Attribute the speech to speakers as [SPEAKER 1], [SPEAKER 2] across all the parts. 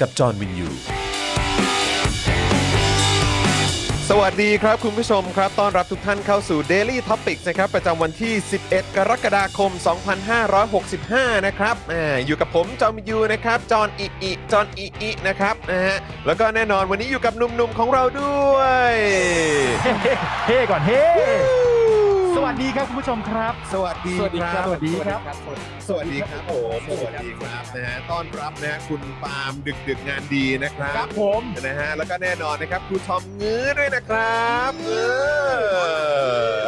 [SPEAKER 1] กับจอห์นวินยู
[SPEAKER 2] สวัสดีครับคุณผู้ชมครับ ต้อนรับทุกท่านเข้าสู่ Daily Topics นะครับ ประจำวันที่ 11 กรกฎาคม 2565 นะครับอ่าอยู่กับผมจอมยูนะครับ จอนอิอิจอนอิอินะครับนะฮะแล้วก็แน่นอนวันนี้อยู่กับหนุ่มๆของเราด้วย
[SPEAKER 3] เฮ้ก่อนเฮ้สวัสดีครับคุณผู้ชมครับ
[SPEAKER 2] สวัสดีครับ
[SPEAKER 3] สวัสดีครับ
[SPEAKER 2] สวัสดีครับผมสวัสดีครับนะฮะต้อนรับนะฮะคุณปาล์มดึกดึกๆงานดีนะครับ
[SPEAKER 3] ครับผม
[SPEAKER 2] นะฮะแล้วก็แน่นอนนะครับครูทอมงื้อด้วยนะครับเออ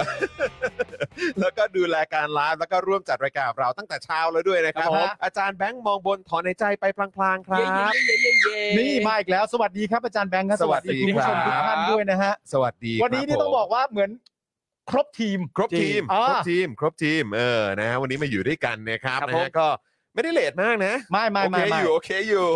[SPEAKER 2] แล้วก็ดูรายการไลฟ์แล้วก็ร่วมจัดรายการกับเราตั้งแต่เช้าแล้วด้วยนะครับ
[SPEAKER 3] ครับผม
[SPEAKER 2] อาจารย์แบงค์มองบนถอนหายใจไปพลางๆครับ
[SPEAKER 3] นี่มาอีกแล้ว สวัสดีครับอาจารย์แบงค์ครับ
[SPEAKER 2] สวัสดี
[SPEAKER 3] คุณผู้ชม
[SPEAKER 2] ค
[SPEAKER 3] ทุ
[SPEAKER 2] รั
[SPEAKER 3] ก
[SPEAKER 2] บ
[SPEAKER 3] ท่านด้วยนะฮะ
[SPEAKER 2] สวัสดี
[SPEAKER 3] วันนี้
[SPEAKER 2] ครั
[SPEAKER 3] นี่ต้องบอกว่าเหมือนครบทีม
[SPEAKER 2] ครบทีม
[SPEAKER 3] อ่า
[SPEAKER 2] ครบทีมครบทีมเออนะฮะวันนี้มาอยู่ด้วยกันนะครับ
[SPEAKER 4] ครับ
[SPEAKER 2] นะ
[SPEAKER 4] ผม
[SPEAKER 2] ฮะก็ไม่ได้เลทมากนะ
[SPEAKER 3] ไม่ไม่
[SPEAKER 2] โอเค
[SPEAKER 3] ไม่ไม่
[SPEAKER 2] อยู่โอเคอยู่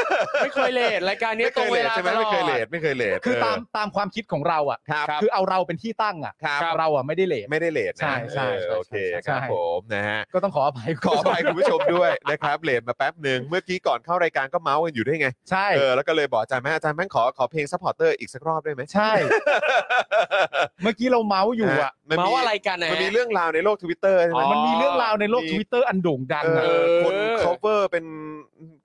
[SPEAKER 4] ไม่เคยเลทรายการนี้
[SPEAKER 2] ไม่
[SPEAKER 4] ต
[SPEAKER 2] เค
[SPEAKER 4] รง
[SPEAKER 2] ย
[SPEAKER 4] เว
[SPEAKER 2] เลท
[SPEAKER 4] ลา
[SPEAKER 2] ใช่ไหม
[SPEAKER 4] ตลอด
[SPEAKER 2] ไม่เคยเลทไม่เคยเลท
[SPEAKER 3] คือ
[SPEAKER 2] เ
[SPEAKER 3] ตามตามความคิดของเราอ่ะ
[SPEAKER 2] ครับ
[SPEAKER 3] อเอาเราเป็นที่ตั้งอ่ะ
[SPEAKER 2] ครับ
[SPEAKER 3] เราอ่ะไม่ได้เลท
[SPEAKER 2] ไม่ได้เลทนะ
[SPEAKER 3] ใช่ใช่
[SPEAKER 2] เออ
[SPEAKER 3] ใช่
[SPEAKER 2] โอเค
[SPEAKER 3] ใช่
[SPEAKER 2] ครับ
[SPEAKER 3] ใช่
[SPEAKER 2] ผมนะฮะ
[SPEAKER 3] ก็ต้องขออภัย
[SPEAKER 2] ขออภัยคุณผู้ชมด้วย นะครับเลทมาแป๊บหนึ่งเมื่อกี้ก่อนเข้ารายการก็เมาส์กันอยู่ด้วยไง
[SPEAKER 3] ใช่
[SPEAKER 2] เออแล้วก็เลยบอกอาจารย์แม่อาจารย์แม่งขอขอเพลงซัพพอร์เตอร์อีกสักรอบได้ไหม
[SPEAKER 3] ใช่ เมื่อกี้เราเมาส์อยู่อ่ะ
[SPEAKER 2] มัน
[SPEAKER 4] เมา
[SPEAKER 2] มี
[SPEAKER 4] ว่าอะไรกันนะ
[SPEAKER 2] มัน
[SPEAKER 4] ฮะ
[SPEAKER 2] มีเรื่องราวในโลกทวิตเตอร์ใช่ไหม
[SPEAKER 4] อ๋อ
[SPEAKER 3] มันมีเรื่องราวในโลกทวิตเตอร์อันโด่งดัง
[SPEAKER 2] เอ
[SPEAKER 3] อะ
[SPEAKER 2] อคน
[SPEAKER 4] เออ
[SPEAKER 2] cover เป็น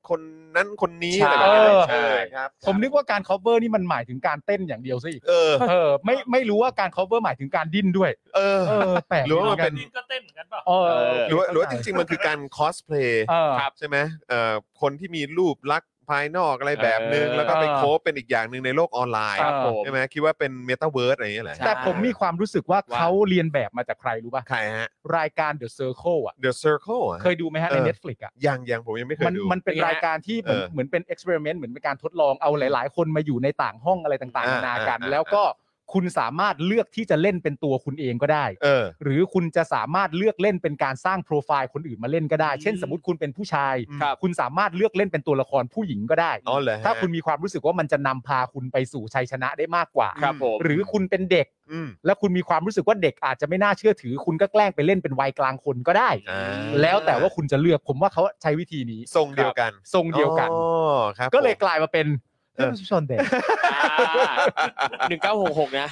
[SPEAKER 2] คนนั้นคนนี้
[SPEAKER 4] ใช่
[SPEAKER 2] อะไรแบบนี้
[SPEAKER 3] เออ
[SPEAKER 2] ใช่ครับ
[SPEAKER 3] ผมนึกว่าการ cover นี่มันหมายถึงการเต้นอย่างเดียวซะอีก
[SPEAKER 2] เออ
[SPEAKER 3] เออไม่ไม่รู้ว่าการ cover หมายถึงการดิ้นด้วย
[SPEAKER 2] เออ
[SPEAKER 3] เออแปลก
[SPEAKER 2] หรือว่ามันเป็น
[SPEAKER 3] ดิ้นก็เต้นเหมือนกันป่ะเออ
[SPEAKER 2] หรือว่าหรือว่าจริงๆมันคือการคอสเพลย์
[SPEAKER 3] เออ
[SPEAKER 2] ครับใช่ไหมเอ่อคนที่มีรูปลักษณ์ภายนอกอะไรแบบนึง
[SPEAKER 4] เออ
[SPEAKER 2] แล้วก็ไปโคฟเป็นอีกอย่างหนึ่งในโลกออนไลน์
[SPEAKER 3] ครับผม
[SPEAKER 2] ใช่ไหมคิดว่าเป็นเมตาเวิร์สอะไรอย่างเงี้ยแหละ
[SPEAKER 3] แต่ผมมีความรู้สึกว่าเขาเรียนแบบมาจากใครรู้ป่ะ
[SPEAKER 2] ใครฮะ
[SPEAKER 3] รายการ The Circle อ่ะ
[SPEAKER 2] The Circle อะ
[SPEAKER 3] เคยดูไหมฮะ
[SPEAKER 2] เอ
[SPEAKER 3] ใน
[SPEAKER 2] อ
[SPEAKER 3] Netflix อ่ะ
[SPEAKER 2] ยังยังผมยังไม่เค
[SPEAKER 3] มั
[SPEAKER 2] ย
[SPEAKER 3] น
[SPEAKER 2] ดู
[SPEAKER 3] มันเป็น
[SPEAKER 4] เป็นไง
[SPEAKER 3] รายการที่เหมือน
[SPEAKER 2] เออ
[SPEAKER 3] เหมือนเป็นเอ็กซ์เพร์เมนต์เหมือนเป็นการทดลองเอาหลาย ๆ คนมาอยู่ในต่างห้องอะไรต่างๆ
[SPEAKER 2] อ่า
[SPEAKER 3] นานากัน
[SPEAKER 2] อ่า
[SPEAKER 3] แล้วก็คุณสามารถเลือกที่จะเล่นเป็นตัวคุณเองก็ได้
[SPEAKER 2] เออ
[SPEAKER 3] หรือคุณจะสามารถเลือกเล่นเป็นการสร้างโปรไฟล์คนอื่นมาเล่นก็ได้ เช่น สมมติคุณเป็นผู้ชาย
[SPEAKER 2] ครับ
[SPEAKER 3] คุณสามารถเลือกเล่นเป็นตัวละครผู้หญิงก็ได้
[SPEAKER 2] อ๋อเหรอฮะ
[SPEAKER 3] ถ้าคุณมีความรู้สึกว่ามันจะนำพาคุณไปสู่ชัยชนะได้มากกว่า
[SPEAKER 4] ครับผม
[SPEAKER 3] หรือคุณเป็นเด็ก
[SPEAKER 2] อืม
[SPEAKER 3] แล้วคุณมีความรู้สึกว่าเด็กอาจจะไม่น่าเชื่อถือ คุณก็แกล้งไปเล่นเป็นวัยกลางคนก็ได้
[SPEAKER 2] อ่า
[SPEAKER 3] แล้วแต่ว่าคุณจะเลือกผมว่าเขาใช้วิธีนี้
[SPEAKER 2] ทรงเดียวกัน
[SPEAKER 3] ทรงเดียวกัน
[SPEAKER 2] อ๋อครับ
[SPEAKER 3] ก็เลย
[SPEAKER 2] ผม
[SPEAKER 3] กลายมาเป็น
[SPEAKER 2] เออ
[SPEAKER 3] ชอนเด็ก
[SPEAKER 4] หนึ่งเก้าหกหกนะ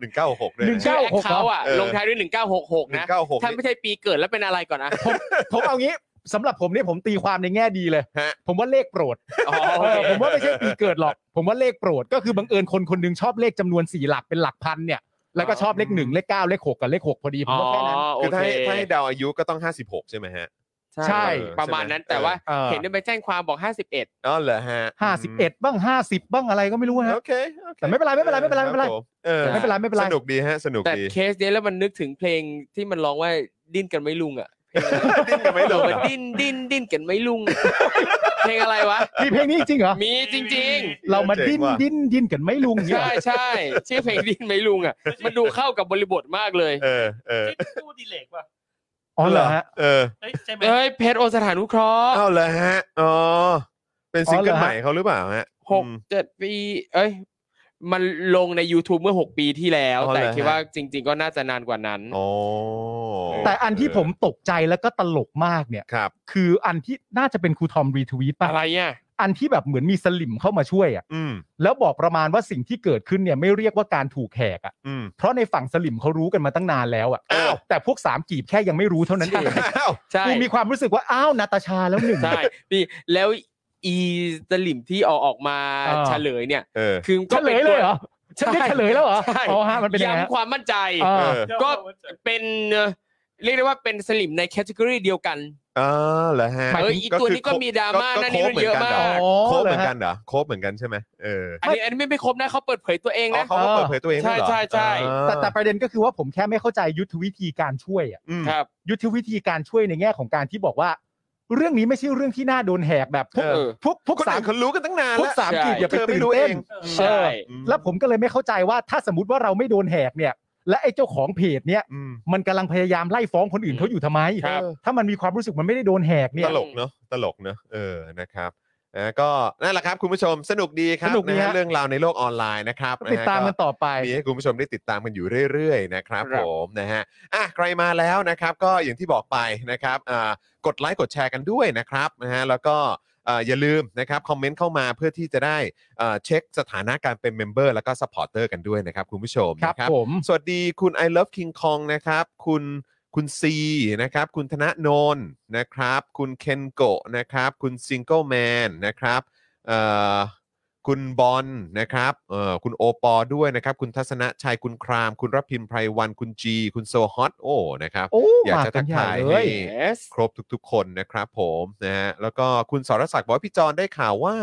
[SPEAKER 2] หนึ่งเก้าหกด้วย
[SPEAKER 3] หนึ่ง
[SPEAKER 2] นะ
[SPEAKER 3] เก้า
[SPEAKER 4] แอค
[SPEAKER 3] หก
[SPEAKER 4] เขาท์อ่ะ
[SPEAKER 2] เออ
[SPEAKER 4] ลงท้ายด้วยหนึ่งเก้าหกหก
[SPEAKER 2] หนึ่
[SPEAKER 4] นะ
[SPEAKER 2] งเก้าหก
[SPEAKER 4] ถ้าไม่ใช่ปีเกิดแล้วเป็นอะไรก่อนนะ
[SPEAKER 3] ผมเอางี้สำหรับผมเนี่ยผมตีความในแง่ดีเลย
[SPEAKER 2] ฮะ
[SPEAKER 3] ผมว่าเลขโปรด
[SPEAKER 4] อ๋อ
[SPEAKER 3] เอ
[SPEAKER 4] โอเค
[SPEAKER 3] อผมว่าไม่ใช่ปีเกิดหรอก ผมว่าเลขโปรดก็คือบังเอิญคนคนหนึงชอบเลขจำนวนสี่หลักเป็นหลักพันเนี่ยแล้วก็ชอบเลขหนึ่งเลขเก้าเลขหกกับเลขหกพอดีผ
[SPEAKER 4] อ๋
[SPEAKER 3] ม
[SPEAKER 4] อ
[SPEAKER 3] ว่าแค่นั้น
[SPEAKER 4] โอ
[SPEAKER 2] คือถ้า
[SPEAKER 4] เค
[SPEAKER 2] ให้ถ้าให้เดาอายุก็ต้อง 56 ใช่ไหมฮะ
[SPEAKER 3] ใช่
[SPEAKER 2] เออ
[SPEAKER 4] ประมาณนั้น
[SPEAKER 2] ใช่ไหม
[SPEAKER 4] แต่ว่า
[SPEAKER 3] เออ
[SPEAKER 4] เห็นได้ไปแจ้งความบอก 51
[SPEAKER 2] อ๋อเหรอฮะ
[SPEAKER 3] ห้าสิบเอ็ดบ้างห้าสิบบ้างอะไรก็ไม่รู้นะ
[SPEAKER 2] โอเคโอค
[SPEAKER 3] แต่ไม่เป็นไรไม่เป็นไรไม่เป็นไรไม่เป็นไร
[SPEAKER 2] คบผเออ
[SPEAKER 3] ไม่เป็นไรไม่เป็นไร
[SPEAKER 2] สนุกดีฮะสนุก
[SPEAKER 4] แต่
[SPEAKER 2] ดี
[SPEAKER 4] เคสเนี้ยแล้วมันนึกถึงเพลงที่มันร้องว่าดิ้นกันไม่ลุงอ่ะ
[SPEAKER 2] ดิ้นกันไม่ลง
[SPEAKER 4] มันดิ้นดิ้นดิ้นกันไม่ลุง เพลงอะไรวะ
[SPEAKER 3] มีเพลงนี้จริงเหรอ
[SPEAKER 4] มีจริง ๆ
[SPEAKER 3] เรามาดิ้น
[SPEAKER 2] จ๋งว่ะ
[SPEAKER 3] ดิ้นดิ้นกันไม่ลุงเนี่ย
[SPEAKER 4] ใช่ใช่ชื่อเพลงดิ้นไม่ลุงอ่ะมันดูเข้ากับบริบทมากเลย
[SPEAKER 2] เออเออ
[SPEAKER 5] ตู้ดีเลกป่ะ
[SPEAKER 3] อ๋อเหรอฮะ
[SPEAKER 2] เออ
[SPEAKER 5] เอ้ยใช่ไหม
[SPEAKER 4] เฮ้ยเพชรโอสถานุเคราะห์
[SPEAKER 2] อ้าวเหรอฮะ อ๋อ เป็นซิงเกิล
[SPEAKER 3] อ๋อเหรอฮะ
[SPEAKER 2] ใหม่เขาหรือเปล่าฮะ
[SPEAKER 4] หก
[SPEAKER 2] อืม
[SPEAKER 4] เจ็ดปี เอ้ย มันลงใน YouTube เมื่อ 6 ปีที่แล้ว
[SPEAKER 2] อ๋อเหรอ
[SPEAKER 4] แต่คิด
[SPEAKER 2] ฮะ
[SPEAKER 4] ว่าจริง ๆ ก็น่าจะนานกว่านั้น
[SPEAKER 2] โอ้
[SPEAKER 3] แต่อันที่ผมตกใจแล้วก็ตลกมากเนี่ย
[SPEAKER 2] ครับ
[SPEAKER 3] คืออันที่น่าจะเป็นครูทอมรีทวีตป่ะ
[SPEAKER 4] อะไรเนี่ย
[SPEAKER 3] อันที่แบบเหมือนมีสลิมเข้ามาช่วยอ่ะ
[SPEAKER 2] อืม
[SPEAKER 3] แล้วบอกประมาณว่าสิ่งที่เกิดขึ้นเนี่ยไม่เรียกว่าการถูกแหกอ่ะ
[SPEAKER 2] อืม
[SPEAKER 3] เพราะในฝั่งสลิมเขารู้กันมาตั้งนานแล้วอ่ะ
[SPEAKER 2] อ้าว
[SPEAKER 3] แต่พวกสามกีบแค่ยังไม่รู้เท่านั้นเอง
[SPEAKER 2] อ้าว
[SPEAKER 4] ใช่
[SPEAKER 3] กูมีความรู้สึกว่าอ้าวนาตาชาแล้วหนึ่ง
[SPEAKER 4] ใช่นี่แล้ว อีสลิมที่ออกออกมา
[SPEAKER 3] อ่า
[SPEAKER 4] เฉลยเนี่ย
[SPEAKER 2] เออ
[SPEAKER 4] คือ
[SPEAKER 3] เฉ
[SPEAKER 4] ก็
[SPEAKER 3] ล
[SPEAKER 4] ป็น
[SPEAKER 3] ย
[SPEAKER 4] ตัว
[SPEAKER 3] เลยเหรอฉันได้
[SPEAKER 4] ใช่
[SPEAKER 3] เฉลยแล้วเหรอ
[SPEAKER 4] ใช่
[SPEAKER 3] อ๋อฮะมันเป็นยังไงฮะ
[SPEAKER 4] ย้ำความมั่นใจ
[SPEAKER 3] เออ
[SPEAKER 2] เออ
[SPEAKER 4] ก็เป็นเอ่อเรียกได้ว่าเป็นสลิมในแคตตากรีเดียวกัน
[SPEAKER 2] อ๋อเหรอฮะ
[SPEAKER 3] หมาย
[SPEAKER 4] เอ
[SPEAKER 3] ถึ
[SPEAKER 4] อง อีตัวนี้ก็มีดราม่านั่นนี่นู่นเยอะมาก
[SPEAKER 2] โคบเหมือนกันเหรอโคบเหมือนกันใช่ไหมเออ
[SPEAKER 4] อันนี้อันนี้ไม่ไม่ครบนะเขาเปิดเผยตัวเอง
[SPEAKER 2] อ๋อ
[SPEAKER 4] นะ
[SPEAKER 2] เขาก็เปิดเผยตัวเองด้วยเหรอ
[SPEAKER 4] ใช่ใช่ใช่
[SPEAKER 2] อ่า
[SPEAKER 3] แต่แต่ประเด็นก็คือว่าผมแค่ไม่เข้าใจยุทธวิธีการช่วยอะ
[SPEAKER 2] อืม
[SPEAKER 4] ครับ
[SPEAKER 3] ยุทธวิธีการช่วยในแง่ของการที่บอกว่า เรื่องนี้ไม่ใช่เรื่องที่น่าโดนแหกแบบพวก
[SPEAKER 4] เออ
[SPEAKER 3] พวกพวก
[SPEAKER 2] คน
[SPEAKER 3] สาม
[SPEAKER 2] อื่นเขารู้กันตั้งนาน
[SPEAKER 3] พว
[SPEAKER 2] แล้
[SPEAKER 3] ก
[SPEAKER 2] ว
[SPEAKER 3] สาม
[SPEAKER 4] ใช่
[SPEAKER 3] กีดอย่าไป
[SPEAKER 2] เธอไม่
[SPEAKER 3] ตื่น
[SPEAKER 2] รู้
[SPEAKER 3] เต้น
[SPEAKER 2] เอง
[SPEAKER 4] ใช่
[SPEAKER 3] เออแล้วผมก็เลยไม่เข้าใจว่าถ้าสมมติว่าเราไม่โดนแหกเนี่ย และไอ้เจ้าของเพจเนี่ย
[SPEAKER 2] อืม
[SPEAKER 3] มันกำลังพยายามไล่ฟ้องคนอื่นเขาอยู่ทำไม
[SPEAKER 4] ครับ
[SPEAKER 3] ถ้ามันมีความรู้สึกมันไม่ได้โดนแหกเนี่ย
[SPEAKER 2] ตลกเนอะตลกเนอะเออนะครับนะก็นั่นแหละครับคุณผู้ชมสนุกดีครับ
[SPEAKER 3] สนุกดี
[SPEAKER 2] ะฮะ
[SPEAKER 3] ฮะ
[SPEAKER 2] เรื่องราวในโลกออนไลน์นะครับ
[SPEAKER 3] ติดตามกันต่อไป
[SPEAKER 2] ไปมีให้คุณผู้ชมได้ติดตามกันอยู่เรื่อยๆนะครับ
[SPEAKER 4] ครั
[SPEAKER 2] ผ
[SPEAKER 4] บ
[SPEAKER 2] มนะฮะอ่ะใครมาแล้วนะครับ ก็อย่างที่บอกไปนะครับอ่ากดไลค์กดแชร์กันด้วยนะครับนะฮะแล้วก็เอ่ออย่าลืมนะครับคอมเมนต์เข้ามาเพื่อที่จะได้เอ่อเช็คสถานะการเป็นเมมเบอร์แล้วก็สปอร์เตอร์กันด้วยนะครับคุณผู้ชม
[SPEAKER 3] ครับ
[SPEAKER 2] นะ
[SPEAKER 3] ผม
[SPEAKER 2] สวัสดีคุณ I love King Kong นะครับ คุณคุณซีนะครับ คุณธนโนนนะครับ คุณเคนโกะนะครับ คุณซิงเกิลแมนนะครับเอ่อคุณบอลนะครับเอ่อคุณโอปอด้วยนะครับ คุณทัศนะชัยคุณคราม คุณรพิมพ์ไพรวัน คุณจี คุณโซฮอตโอ้นะครับ
[SPEAKER 3] โอ้
[SPEAKER 2] อยาก
[SPEAKER 3] มา
[SPEAKER 2] จะ
[SPEAKER 3] กั
[SPEAKER 2] ทั
[SPEAKER 3] น
[SPEAKER 2] ก
[SPEAKER 3] ใหญ่
[SPEAKER 2] ทาย
[SPEAKER 3] เล
[SPEAKER 2] ให้
[SPEAKER 3] ย
[SPEAKER 4] Yes
[SPEAKER 2] ครบทุกๆ คนนะครับผมนะฮะแล้วก็คุณสรศักดิ์บอกว่าพี่จอนได้ข่าวว่า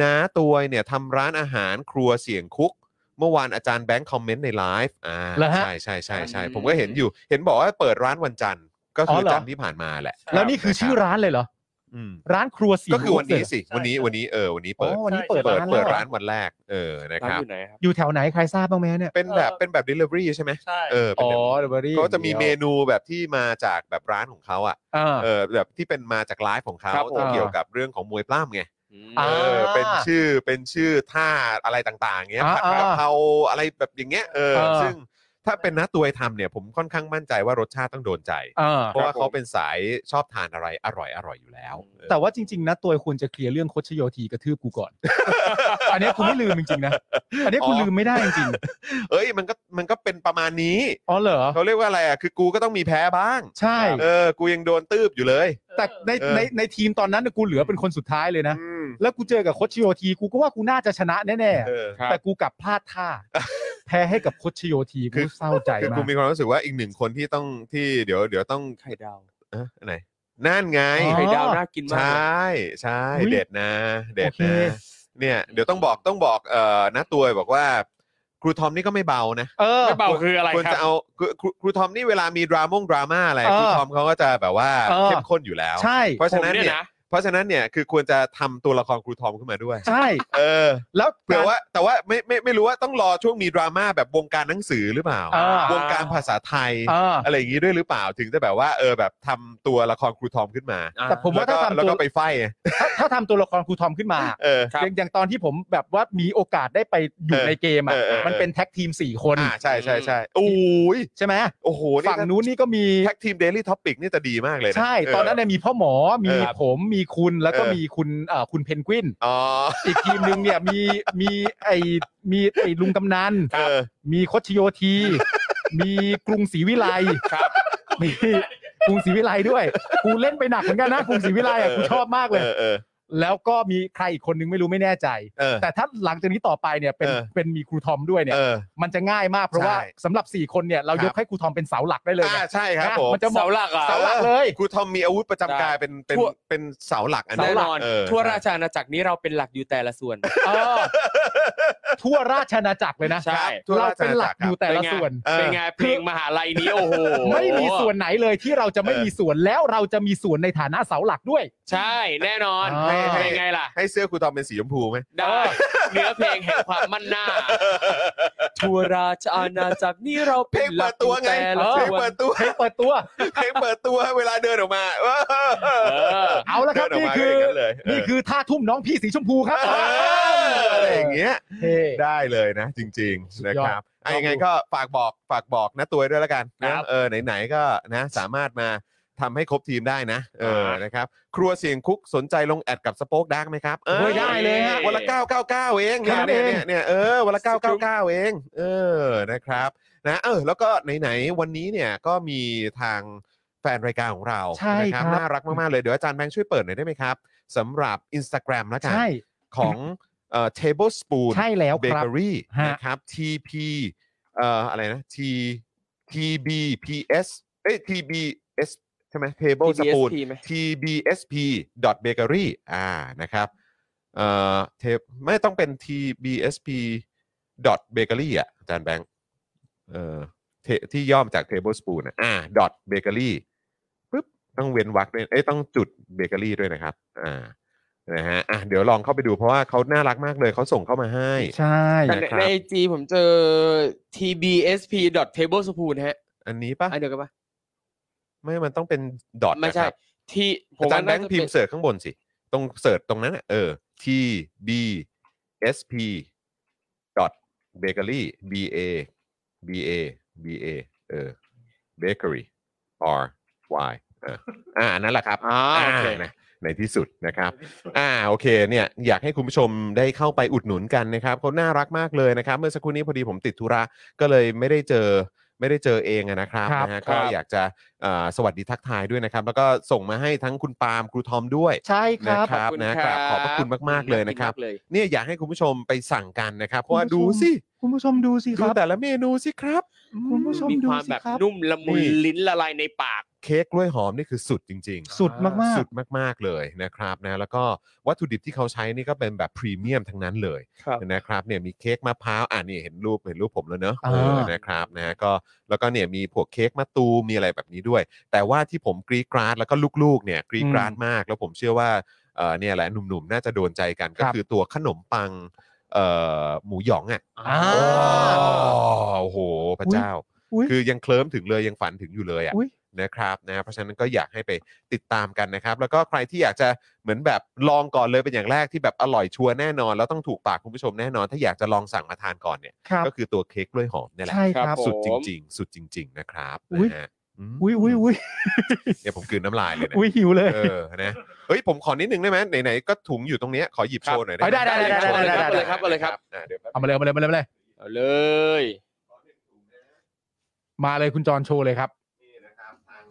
[SPEAKER 2] น้าตัวยเนี่ยทำร้านอาหารครัวเสียงคุก เมื่อวานอาจารย์แบงค์คอมเมนต์ในไลฟ์อ่า
[SPEAKER 3] เหรอฮะ
[SPEAKER 2] ใช่ใช่ใช่ใช่
[SPEAKER 4] อืม
[SPEAKER 2] ผมก็เห็นอยู่ เห็นบอกว่าเปิดร้านวันจันทร์ก็คือ
[SPEAKER 3] อเหรอ
[SPEAKER 2] จันทร์ที่ผ่านมาแหละ
[SPEAKER 3] แล้วนี่คือชื่อ
[SPEAKER 2] นะรับ
[SPEAKER 3] ร้านเลยเหรอ
[SPEAKER 2] อืม
[SPEAKER 3] ร้านครัวสี
[SPEAKER 2] ก็คือวันนี้สิ
[SPEAKER 5] ใช่
[SPEAKER 2] วันนี้วันนี้เออวันนี้
[SPEAKER 3] อ๋อ
[SPEAKER 2] เปิด
[SPEAKER 3] วันนี้เปิด
[SPEAKER 2] เปิด
[SPEAKER 3] ร้าน
[SPEAKER 2] เปิ
[SPEAKER 3] แล้
[SPEAKER 2] ด
[SPEAKER 3] ว
[SPEAKER 2] ร้านวันแรก เออนะค
[SPEAKER 4] ร้าน
[SPEAKER 2] รับ
[SPEAKER 4] อยู่ไหนครับ
[SPEAKER 3] อยู่แถวไหนใครทราบบ้างไหมเนี่ย
[SPEAKER 2] เป็นแบบเป็นแบบ delivery ใช่ไหม
[SPEAKER 5] ใช่
[SPEAKER 2] เออเป็นแบบ
[SPEAKER 3] เดลิเวอรี่
[SPEAKER 2] เขาจะมีเมนูแบบที่มาจากแบบร้านของเขาอ่ะ
[SPEAKER 3] อ่า
[SPEAKER 2] เออแบบที่เป็นมาจากไลฟ์ของเขา
[SPEAKER 4] ครับผม
[SPEAKER 2] ที่เกี่ยวกับเรื่องของมวยปล้ำไง
[SPEAKER 4] ม
[SPEAKER 3] อ่า
[SPEAKER 2] เออเป็นชื่อเป็นชื่อท่าอะไรต่างๆเงี้ย
[SPEAKER 3] อ่า
[SPEAKER 2] ผัดกะเพราอะไรแบบอย่างเงี้ยเออ
[SPEAKER 3] เออ
[SPEAKER 2] ซึ่งถ้าเป็นน้าตัวยทำเนี่ยผมค่อนข้างมั่นใจว่ารสชาติต้องโดนใจ
[SPEAKER 3] อ่า
[SPEAKER 2] เพราะว่า
[SPEAKER 4] ครับผม
[SPEAKER 2] เขาเป็นสายชอบทานอะไรอร่อยอร่อยๆอยู่แล้วเออ
[SPEAKER 3] แต่ว่าจริงๆนะตัวควรจะเคลียร์เรื่องโคชโยทีกระทืบกูก่อน อันเนี้ยคุณไม่ลืมจริงๆนะ อันเนี้ยคุณลืมไม่ได้จริง
[SPEAKER 2] เอ้ยมันก็มันก็เป็นประมาณนี้
[SPEAKER 3] ๆอ๋อเหรอ
[SPEAKER 2] เขาเรียกว่าอะไรอ่ะคือกูก็ต้องมีแพ้บ้าง
[SPEAKER 3] ใช่
[SPEAKER 2] เออกูยังโดนตืบอยู่เลย
[SPEAKER 3] แต่ใน
[SPEAKER 2] เออ
[SPEAKER 3] ในในทีมตอนนั้นน่ะกูเหลือเป็นคนสุดท้ายเลยนะ
[SPEAKER 2] อืม
[SPEAKER 3] แล้วกูเจอกับโคชโยทีกูก็ว่ากูน่าจะชนะแน่
[SPEAKER 2] เออ
[SPEAKER 4] ครั
[SPEAKER 3] ๆ
[SPEAKER 4] บ
[SPEAKER 3] แต่กูกลับพลาดท่า แพ้ให้กับโคชโยที
[SPEAKER 2] คื
[SPEAKER 3] กู
[SPEAKER 2] อ
[SPEAKER 3] เศร้าใจ
[SPEAKER 2] คือ
[SPEAKER 3] มา
[SPEAKER 2] กู
[SPEAKER 3] ก
[SPEAKER 2] มีความรู้สึกว่าอีกหนึ่งคนที่ต้องที่เดี๋ยวเดี๋ยวต้อง
[SPEAKER 4] ไข่ดาว
[SPEAKER 2] เอะไหนนั่นไง
[SPEAKER 3] อ๋อ
[SPEAKER 4] ไข่ดาวน่ากินมาก
[SPEAKER 2] ใช่ใช่
[SPEAKER 3] อุ๊ย
[SPEAKER 2] เด็ดนะ เด็ด
[SPEAKER 3] โอเค
[SPEAKER 2] นะเนี่ยเดี๋ยวต้องบอกต้องบอกเอ่อนะตัวบอกว่า ครูทอมนี่ก็ไม่เบานะ
[SPEAKER 3] เออ
[SPEAKER 4] ไม่เบาคืออะไร
[SPEAKER 2] ควร
[SPEAKER 4] ครั
[SPEAKER 2] จะ
[SPEAKER 4] บ
[SPEAKER 2] เอาครูครูครูทอมนี่เวลามีดราม่งดราม่าอะไร
[SPEAKER 3] เออ
[SPEAKER 2] ครูทอมเขาก็จะแบบว่า
[SPEAKER 3] เออ
[SPEAKER 2] เข้มข้นอยู่แล้ว
[SPEAKER 3] ใช่
[SPEAKER 2] เพราะ
[SPEAKER 4] ผ
[SPEAKER 2] ฉะ
[SPEAKER 4] ม
[SPEAKER 2] นั้น
[SPEAKER 4] เนี่ย
[SPEAKER 2] เนี่ย
[SPEAKER 4] นะ
[SPEAKER 2] เพราะฉะนั้นเนี่ยคือควรจะทำตัวละครครูทอมขึ้นมาด้วย
[SPEAKER 3] ใช่
[SPEAKER 2] เออ
[SPEAKER 3] แล้ว
[SPEAKER 2] เผื่อ
[SPEAKER 3] การ
[SPEAKER 2] ว่าแต่ว่าไม่ไม่ไม่รู้ว่าต้องรอช่วงมีดราม่าแบบวงการหนังสือหรือเปล่า
[SPEAKER 3] เออ
[SPEAKER 2] วงการภาษาไทย
[SPEAKER 3] เออ
[SPEAKER 2] อะไรอย่างนี้ด้วยหรือเปล่าถึงจะแบบว่าเออแบบทำตัวละครครูทอมขึ้นมา
[SPEAKER 3] แต่ผมว่า
[SPEAKER 2] แล้
[SPEAKER 3] ถ้า
[SPEAKER 2] ก็
[SPEAKER 3] ทำ
[SPEAKER 2] แล้ว
[SPEAKER 3] ตัว
[SPEAKER 2] ก็ไปไฟท์ไง
[SPEAKER 3] ถ้าถ้าทำตัวละครครูทอมขึ้นมา
[SPEAKER 2] เออ
[SPEAKER 4] ครับ
[SPEAKER 3] อย่างอย่างตอนที่ผมแบบว่ามีโอกาสได้ไปอยู่
[SPEAKER 2] เออ
[SPEAKER 3] ในเกมอ่ะ
[SPEAKER 2] เออเออเออ
[SPEAKER 3] มันเป็นแท็กทีมสี่คน
[SPEAKER 2] อ่าใช่ใช่ใช่โอ้ย
[SPEAKER 3] ใช่ไหม
[SPEAKER 2] โอ้โห
[SPEAKER 3] ฝั่งนู้นนี่ก็มี
[SPEAKER 2] แท็กทีมเดลี่ท็อปิกนี่จะดีมากเลยะ
[SPEAKER 3] ใช่
[SPEAKER 2] เ
[SPEAKER 3] ตอนนั้นเนี่ยมีพ่อหมอมี
[SPEAKER 2] เออ
[SPEAKER 3] ผมมีคุณแล้วก็
[SPEAKER 2] เออ
[SPEAKER 3] มีคุณเอ่อคุณเพนกวิน
[SPEAKER 2] อ๋อ
[SPEAKER 3] อีกทีมหนึ่งเนี่ยมีมีไอมีไอลุงกำนัน
[SPEAKER 2] เออ
[SPEAKER 3] มีโคชโยที มีกรุงศรีวิไล
[SPEAKER 4] ครับ
[SPEAKER 3] มีกรุงศรีวิไลด้วยกูเล่นไปหนักเหมือนกันนะกรุงศรีวิไลอ่ะกูชอบมากเลย
[SPEAKER 2] เออเออ
[SPEAKER 3] แล้วก็มีใครอีกคนนึงไม่รู้ไม่แน่ใจ
[SPEAKER 2] เออ
[SPEAKER 3] แต่ถ้าหลังจากนี้ต่อไปเนี่ยเป็น
[SPEAKER 2] เออ
[SPEAKER 3] เป็นมีครูทอมด้วยเนี่ย
[SPEAKER 2] เออ
[SPEAKER 3] มันจะง่ายมากเพราะว่า
[SPEAKER 2] ใช่
[SPEAKER 3] สำหรับสี่คนเนี่ยเรา
[SPEAKER 2] ครับ
[SPEAKER 3] ยกให้ครูทอมเป็นเสาหลักได้เลย
[SPEAKER 2] อ่า
[SPEAKER 3] นะ
[SPEAKER 2] ใช่ครับ
[SPEAKER 3] นะ
[SPEAKER 2] ผม
[SPEAKER 3] มันจะ
[SPEAKER 4] เสาหลักอ่ะ
[SPEAKER 3] เสาหลักเลย
[SPEAKER 2] ครูทอมมีอาวุธประจำกายเป็นเป็น
[SPEAKER 4] ทั่ว
[SPEAKER 2] เป็นเสาหลักอัน
[SPEAKER 4] แน่
[SPEAKER 2] นั้น
[SPEAKER 4] นอน
[SPEAKER 2] เออ
[SPEAKER 4] ทั่ว ราชอาณาจักรนี้เราเป็นหลักอยู่แต่ละส่วน
[SPEAKER 3] เออทั่วราชอาณาจักรเลยนะ
[SPEAKER 4] ใช่
[SPEAKER 2] ทั่ว
[SPEAKER 3] เรา
[SPEAKER 2] ราช
[SPEAKER 3] เป็น
[SPEAKER 2] อาณา
[SPEAKER 3] หลั
[SPEAKER 2] จั
[SPEAKER 3] ก
[SPEAKER 2] กร
[SPEAKER 3] อยู่แต่ละ
[SPEAKER 4] เป็นไง
[SPEAKER 3] ส่วน
[SPEAKER 2] เอ
[SPEAKER 4] เป็น
[SPEAKER 2] อ
[SPEAKER 4] ไงเพลงมหาลัยนี้โอ้โห
[SPEAKER 3] ไม่มีส่วนไหนเลยที่เราจะไม่มีส่วนแล้วเราจะมีส่วนในฐานะเสาหลักด้วย
[SPEAKER 4] ใช่แน่นอน
[SPEAKER 3] อ่า
[SPEAKER 4] เป็นไงล่ะ
[SPEAKER 2] ให้เสื้อครูทอมเป็นสีชมพูไหม
[SPEAKER 4] ได้เนื้อเพลงแห่งความมั่นหน้า ทัวราชอาณาจักรนี่เรา
[SPEAKER 2] เพล
[SPEAKER 4] เป็
[SPEAKER 2] ง
[SPEAKER 4] นห
[SPEAKER 2] เปิ
[SPEAKER 4] ลั
[SPEAKER 2] ด
[SPEAKER 4] ก
[SPEAKER 2] ตัวไง
[SPEAKER 4] แต่ละ
[SPEAKER 2] เพล
[SPEAKER 4] ส่
[SPEAKER 2] ง
[SPEAKER 4] ว
[SPEAKER 2] เปิ
[SPEAKER 4] น
[SPEAKER 2] ดตัว
[SPEAKER 3] ให้เปิดตัว
[SPEAKER 2] เพลงเปิดตัวเวลาเดินออกมาเออ
[SPEAKER 4] อ
[SPEAKER 3] เอาละครับ
[SPEAKER 2] เดินออก
[SPEAKER 3] นี่
[SPEAKER 2] มา
[SPEAKER 3] คื
[SPEAKER 2] ก็
[SPEAKER 3] อ
[SPEAKER 2] อย่างนั้นเลยเออ
[SPEAKER 3] นี่คือท่าทุ่มน้องพี่สีชมพูครับ
[SPEAKER 2] เอออะไรอย่างเงี้ย
[SPEAKER 3] เท่
[SPEAKER 2] ได้เลยนะ จริง ๆ นะครับไอ้ยังไงก็ฝากบอกฝากบอกนะตัวด้วยแล้วกันนะครับ เออไหนๆก็นะสามารถมาทำให้ครบทีมได้นะเออ
[SPEAKER 4] อ่าน
[SPEAKER 2] นะครับครัวเสียงคุกสนใจลงแอดกับสป็อกดักไหมครับเออ
[SPEAKER 3] เฮ้ยได้เลยฮะ
[SPEAKER 2] วันละ 999 เอง
[SPEAKER 3] ค
[SPEAKER 2] เนี่ยเนี่
[SPEAKER 3] รับ
[SPEAKER 2] ย
[SPEAKER 3] เอง
[SPEAKER 2] เนี่ยเนี่ยเออวันละ
[SPEAKER 4] สุดยอด
[SPEAKER 2] 999 เองเออนะครับนะเออแล้วก็ไหนๆวันนี้เนี่ยก็มีทาง แฟนรายการของเรา
[SPEAKER 3] ใช่
[SPEAKER 2] นะครับ น่ารักมาก ๆ เลย เดี๋ยวอาจารย์แบงค์ช่วยเปิดหน่อยได้ไหมครับสำหรับ Instagram แล้วกัน
[SPEAKER 3] ใช่
[SPEAKER 2] ของเอ่อ Table Spoon
[SPEAKER 3] ใช่แล้ว
[SPEAKER 2] เบ
[SPEAKER 3] ครั
[SPEAKER 2] เก
[SPEAKER 3] บ
[SPEAKER 2] อรี่
[SPEAKER 3] ฮะ
[SPEAKER 2] นะครับ TP เอ่ออะไรนะ T TBPS เอ้ย TBS ใช่ไหม Table Spoon
[SPEAKER 4] TBSP ไหม
[SPEAKER 2] tbsp bakery อ่านะครับเอ่อเทปไม่ต้องเป็น tbsp bakery อ่ะอาจารย์แบงค์เอ่อเทที่ย่อมาจาก tablespoon อะอ่า dot bakery ปึ๊บต้องเว้นวรรคด้วยเอ้ยต้องจุดเบเกอรี่ด้วยนะครับ อ่านะฮะอ่ะเดี๋ยวลองเข้าไปดูเพราะว่าเขาน่ารักมากเลยเขาส่งเข้ามาให้
[SPEAKER 3] ใช่
[SPEAKER 4] แต่
[SPEAKER 2] นะครับ
[SPEAKER 4] ในไอจีผมเจอ tbsp tablespoon ฮะ
[SPEAKER 2] อันนี้ปะ
[SPEAKER 4] อันเดียวกันปะ
[SPEAKER 2] ไม่มันต้องเป็นดอท
[SPEAKER 4] ไม่ใช่ ที่ผม
[SPEAKER 2] อาจา
[SPEAKER 4] ว่าร
[SPEAKER 2] ย์แบ
[SPEAKER 4] น่าง จะ
[SPEAKER 2] ค์
[SPEAKER 4] เป็
[SPEAKER 2] พิ
[SPEAKER 4] น
[SPEAKER 2] มพ์เสิร์ชข้างบนสิ ตรงเสิร์ชตรงนั้นน่ะเออ t b s p dot bakery b a b a b a เออ bakery r y เอออ่านั่นแหละครับ
[SPEAKER 4] อ่าโอเค
[SPEAKER 2] อ่านะในที่สุดนะครับ อ่าโอเคเนี่ยอยากให้คุณผู้ชมได้เข้าไปอุดหนุนกันนะครับเขาน่ารักมากเลยนะครับ เมื่อสักครู่นี้พอดีผมติดธุระก็เลยไม่ได้เจอไม่ได้เจอเองอะนะครับ
[SPEAKER 3] ครับ
[SPEAKER 2] นะฮะ
[SPEAKER 4] ค
[SPEAKER 2] ก็
[SPEAKER 4] รับ
[SPEAKER 2] อยากจะเอ่อสวัสดีทักทายด้วยนะครับ แล้วก็ส่งมาให้ทั้งคุณปาล์มครูทอมด้วย
[SPEAKER 3] ใช่ค
[SPEAKER 2] นะ
[SPEAKER 3] รับ
[SPEAKER 2] ครับนะกราบขอบพระคุณมากๆเลยนะครับ
[SPEAKER 4] เลย
[SPEAKER 2] เนี่ยอยากให้คุณผู้ชมไปสั่งกันนะครับ เพราะว่า
[SPEAKER 3] คุ
[SPEAKER 2] ดู
[SPEAKER 3] ณผู้ชม
[SPEAKER 2] สิ
[SPEAKER 3] คุณผู้ชมดูสิค
[SPEAKER 2] ดู
[SPEAKER 3] รับ
[SPEAKER 2] แต่ละเมนูสิครับ
[SPEAKER 3] คุณผู้ชม
[SPEAKER 4] มี
[SPEAKER 3] ดู
[SPEAKER 4] ความ
[SPEAKER 3] สิ
[SPEAKER 4] แบบ
[SPEAKER 3] ครับ
[SPEAKER 4] นุ่มละมุน
[SPEAKER 2] นี่
[SPEAKER 4] ลิ้นละลายในปาก
[SPEAKER 2] เค้กกล้วยหอมนี่คือสุดจริง ๆ
[SPEAKER 3] สุดมาก
[SPEAKER 2] สุดมาก ๆ เลยนะครับนะแล้วก็วัตถุดิบที่เขาใช้นี่ก็เป็นแบบพรีเมียมทั้งนั้นเลย
[SPEAKER 4] ครับ
[SPEAKER 2] นะครับเนี่ยมีเค้กมะพร้าวอ่านี่เห็นรูปเห็นรูปผมแล้วเนอะ
[SPEAKER 3] อ่า
[SPEAKER 2] เออนะครับนะก็แล้วก็เนี่ยมีพวกเค้กมะตูมมีอะไรแบบนี้ด้วย แต่ว่าที่ผมกรีดกราดแล้วก็ลูกๆเนี่ยกรีดกราดมาก แล้วผมเชื่อว่าเออเนี่ยแหละหนุ่มๆ น่าจะโดนใจกันก็คือตัวขนมปังเอ่อหมูหยองอ่ะ
[SPEAKER 3] ๆอ่า
[SPEAKER 2] โอ้โหพระเจ้า
[SPEAKER 3] อุ้ย
[SPEAKER 2] คือยังเคลิ้มถึงเลยยังฝันถึงอยู่เลยอ่ะ
[SPEAKER 3] อุ้ย
[SPEAKER 2] นะครับนะเพราะฉะนั้นก็อยากให้ไปติดตามกันนะครับ แล้วก็ใครที่อยากจะเหมือนแบบลองก่อนเลยเป็นอย่างแรกที่แบบอร่อยชัวร์แน่นอน แล้วต้องถูกปากคุณผู้ชมแน่นอน ถ้าอยากจะลองสั่งมาทานก่อนเนี่ย
[SPEAKER 3] ครับ
[SPEAKER 2] ก็คือตัวเค้กกล้วยหอมเนี่ยแหละ
[SPEAKER 3] ใช่ครับ
[SPEAKER 2] สุดจ
[SPEAKER 4] ผม
[SPEAKER 2] ริง ๆ สุดจริง ๆ นะครับ
[SPEAKER 3] อุ๊ย
[SPEAKER 2] นะฮะม
[SPEAKER 3] อุ้ยอุ้ย อุ้ย
[SPEAKER 2] เนี่ยผมกลืนน้ำลายเลยนะ
[SPEAKER 3] อุ้ยหิวเลย
[SPEAKER 2] เออนะเฮ้ยผมขอนิดนึงได้ไหมไหนๆก็ถุงอยู่ตรงเนี้ยขอหยิบโชว์หน่อยได้หม
[SPEAKER 3] ได้ได้ได้ได้ได้ได้
[SPEAKER 4] ได้ครับเอาเลยครับ
[SPEAKER 2] อ่ะเดี๋ยวแป๊บ
[SPEAKER 3] เอามาเลยเอามาเลยเอามาเลยเอามาเลย
[SPEAKER 4] เอาเลย
[SPEAKER 3] มาเลยคุณจอนโชว์เลยครับ
[SPEAKER 2] นี่นะครับทาง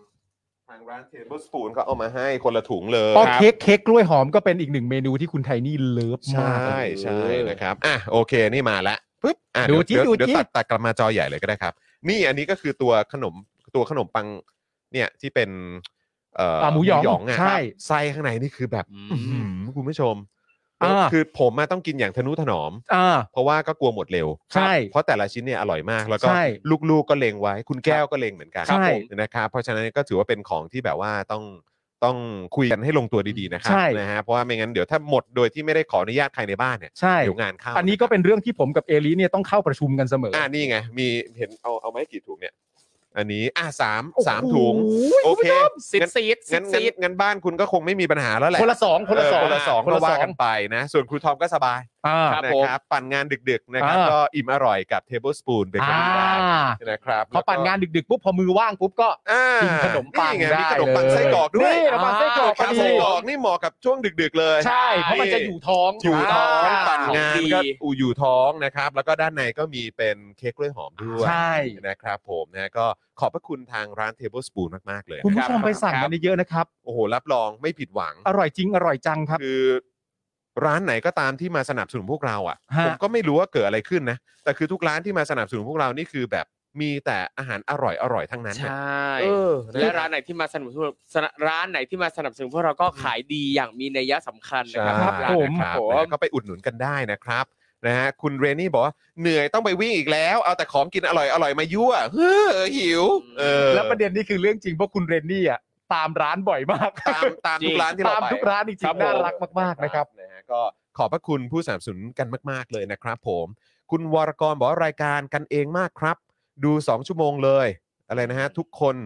[SPEAKER 2] ทางร้านเทเบิลสปูนเขาเอามาให้คนละถุงเลย
[SPEAKER 3] ก็เค้กเค้กกล้วยหอมก็เป็นอีกหนึ่งเมนูที่คุณไทนี่เลิฟ
[SPEAKER 2] ใช
[SPEAKER 3] มาก
[SPEAKER 2] ่ใช่นะครับอ่ะโอเคนี่มาละปึ๊บอ่ะ
[SPEAKER 3] ดู
[SPEAKER 2] เยว
[SPEAKER 3] จิ๊
[SPEAKER 2] เยว
[SPEAKER 3] ดู
[SPEAKER 2] เดี๋ยวตั
[SPEAKER 3] จิ๊
[SPEAKER 2] ดตัดกลับมาจอใหญ่เลยก็ได้ครับ นี่อันนี้ก็คือตัวขนมตัวขนมปังเนี่ยที่เป็นเอ่อ
[SPEAKER 3] อ่ะหมูหยอง
[SPEAKER 2] อ่ะ
[SPEAKER 3] ใช่
[SPEAKER 2] ไส้ข้างในนี่คือแบบอื้อหือคุณผู้ชม
[SPEAKER 3] อ่า
[SPEAKER 2] คือผมมาต้องกินอย่างทนุถนอม
[SPEAKER 3] อ่า
[SPEAKER 2] เพราะว่าก็กลัวหมดเร็ว
[SPEAKER 3] ใช่
[SPEAKER 2] เพราะแต่ละชิ้นเนี่ยอร่อยมากแล้วก็
[SPEAKER 3] ใช่
[SPEAKER 2] ลูกๆก็เลงไว้ คุณแก้วก็เลงเหมือนกัน
[SPEAKER 3] ใช่
[SPEAKER 2] นะครับเพราะฉะนั้นก็ถือว่าเป็นของที่แบบว่าต้องต้องคุยกันให้ลงตัวดีๆนะครั
[SPEAKER 3] ใช่
[SPEAKER 2] นะฮะเพราะว่าไม่งั้นเดี๋ยวถ้าหมดโดยที่ไม่ได้ขออนุญาตใครในบ้านเนี่ย
[SPEAKER 3] ใช่
[SPEAKER 2] เดี๋ยวงานเข้า
[SPEAKER 3] อันนี้ก็เป็นเรื่องที่ผมกับเอลิเนี่ยต้องเข้าประชุมกันเสมออ
[SPEAKER 2] อ่านี่ไง มีเห็นเอาเอาไม้กี่ถุงเนี่ย อันนี้อ่ะสามสามถุง โอเค
[SPEAKER 4] ซิด
[SPEAKER 2] งั้น
[SPEAKER 4] ซีด
[SPEAKER 2] งั้น
[SPEAKER 4] ซิด
[SPEAKER 2] งั้น
[SPEAKER 4] ซีด
[SPEAKER 2] งั้นบ้านคุณก็คงไม่มีปัญหาแล้วแหละ
[SPEAKER 3] คนละสองคนละสอง
[SPEAKER 2] เคนละสอง
[SPEAKER 3] ค
[SPEAKER 2] ก็
[SPEAKER 3] นละสอง
[SPEAKER 2] ว่ากันไปนะ ส่วนครูทอมก็สบาย
[SPEAKER 3] อ่า
[SPEAKER 4] ครับ
[SPEAKER 2] นะครับ ปั่นงานดึกๆนะครับ
[SPEAKER 3] อ่า
[SPEAKER 2] ก็อิ่มอร่อยกับเทเบิลสปูนเบเกอ
[SPEAKER 3] อ่า
[SPEAKER 2] รี่ได้นะครับ
[SPEAKER 3] พอปั่นงานดึกๆปุ๊บพอมือว่างปุ๊บก็
[SPEAKER 2] อ่า
[SPEAKER 3] กินขนมปัง
[SPEAKER 2] ไงมี
[SPEAKER 3] ได้
[SPEAKER 2] ขนมปัง
[SPEAKER 3] เลย
[SPEAKER 2] ไส้กรอกด้วย
[SPEAKER 3] นี่ขนมปังไส้กรอก
[SPEAKER 2] ขนมปัง
[SPEAKER 3] พอดี
[SPEAKER 2] ไส้กรอกนี่เหมาะกับช่วงดึก ๆ เลย
[SPEAKER 3] ใช่ เพราะมันจะอยู่ท้อง
[SPEAKER 2] อยู่ท้อง
[SPEAKER 4] อ่า
[SPEAKER 2] ปั่นงาน
[SPEAKER 4] ดี
[SPEAKER 2] ก็อูอยู่ท้องนะครับ แล้วก็ด้านในก็มีเป็นเค้กกล้วยหอมด้วย
[SPEAKER 3] ใช่
[SPEAKER 2] นะครับผมนะก็ขอบพระคุณทางร้าน Table Spoon มาก ๆ เลย
[SPEAKER 3] คุณ
[SPEAKER 2] นะ
[SPEAKER 3] ผู้
[SPEAKER 2] รับ
[SPEAKER 3] ชมไปสั่งกันเยอะๆนะครับ
[SPEAKER 2] โอ้โห รับรองไม่ผิดหวัง
[SPEAKER 3] อร่อยจริงอร่อยจังครับ
[SPEAKER 2] คือ ร้านไหนก็ตามที่มาสนับสนุนพวกเราอ่ะ
[SPEAKER 3] ฮะ
[SPEAKER 2] ผมก็ไม่รู้ว่าเกิดอะไรขึ้นนะ แต่คือทุกร้านที่มาสนับสนุนพวกเรานี่คือแบบมีแต่อาหารอร่อยอร่อยๆทั้งนั้น
[SPEAKER 4] ใช
[SPEAKER 2] น่ะ
[SPEAKER 4] ่
[SPEAKER 2] เออ
[SPEAKER 4] และร้านไหนที่มาสนับสนุนสนับร้านไหนที่มาสนับสนุนพวกเราก็ขายดีอย่างมีนัยยะสำคัญนะ
[SPEAKER 2] ใช่
[SPEAKER 4] ครั
[SPEAKER 2] นะครับ บ
[SPEAKER 4] ร้า
[SPEAKER 3] ผ
[SPEAKER 4] น
[SPEAKER 3] ม
[SPEAKER 2] นะครับ
[SPEAKER 4] ผม
[SPEAKER 2] นะก็ไปอุดหนุนกันได้นะครับนะฮะคุณเรนนี่บอกว่าเหนื่อยต้องไปวิ่งอีกแล้ว เอาแต่ของกินอร่อยอร่อยมายั่วเฮ้อหิวเออ
[SPEAKER 3] แล้วประเด็นนี่คือเรื่องจริงเพราะคุณเรนนี่อ่ะตามร้านบ่อยมาก
[SPEAKER 2] ตามตาม
[SPEAKER 4] จริ
[SPEAKER 2] ทุ
[SPEAKER 4] ง
[SPEAKER 2] กร้านที่เรา
[SPEAKER 3] ตาม
[SPEAKER 2] ไป
[SPEAKER 3] ทุกร้านจริ
[SPEAKER 2] ค
[SPEAKER 3] ง
[SPEAKER 2] บ
[SPEAKER 3] ๆน่ารักมากๆนะครับ
[SPEAKER 2] นะฮะก็ขอบพระคุณผู้สนับสนุนกันมากๆเลยนะครับผม คุณวรกรบอกว่ารายการกันเองมากครับ ดู 2 ชั่วโมงเลย อะไรนะฮะ ทุกคน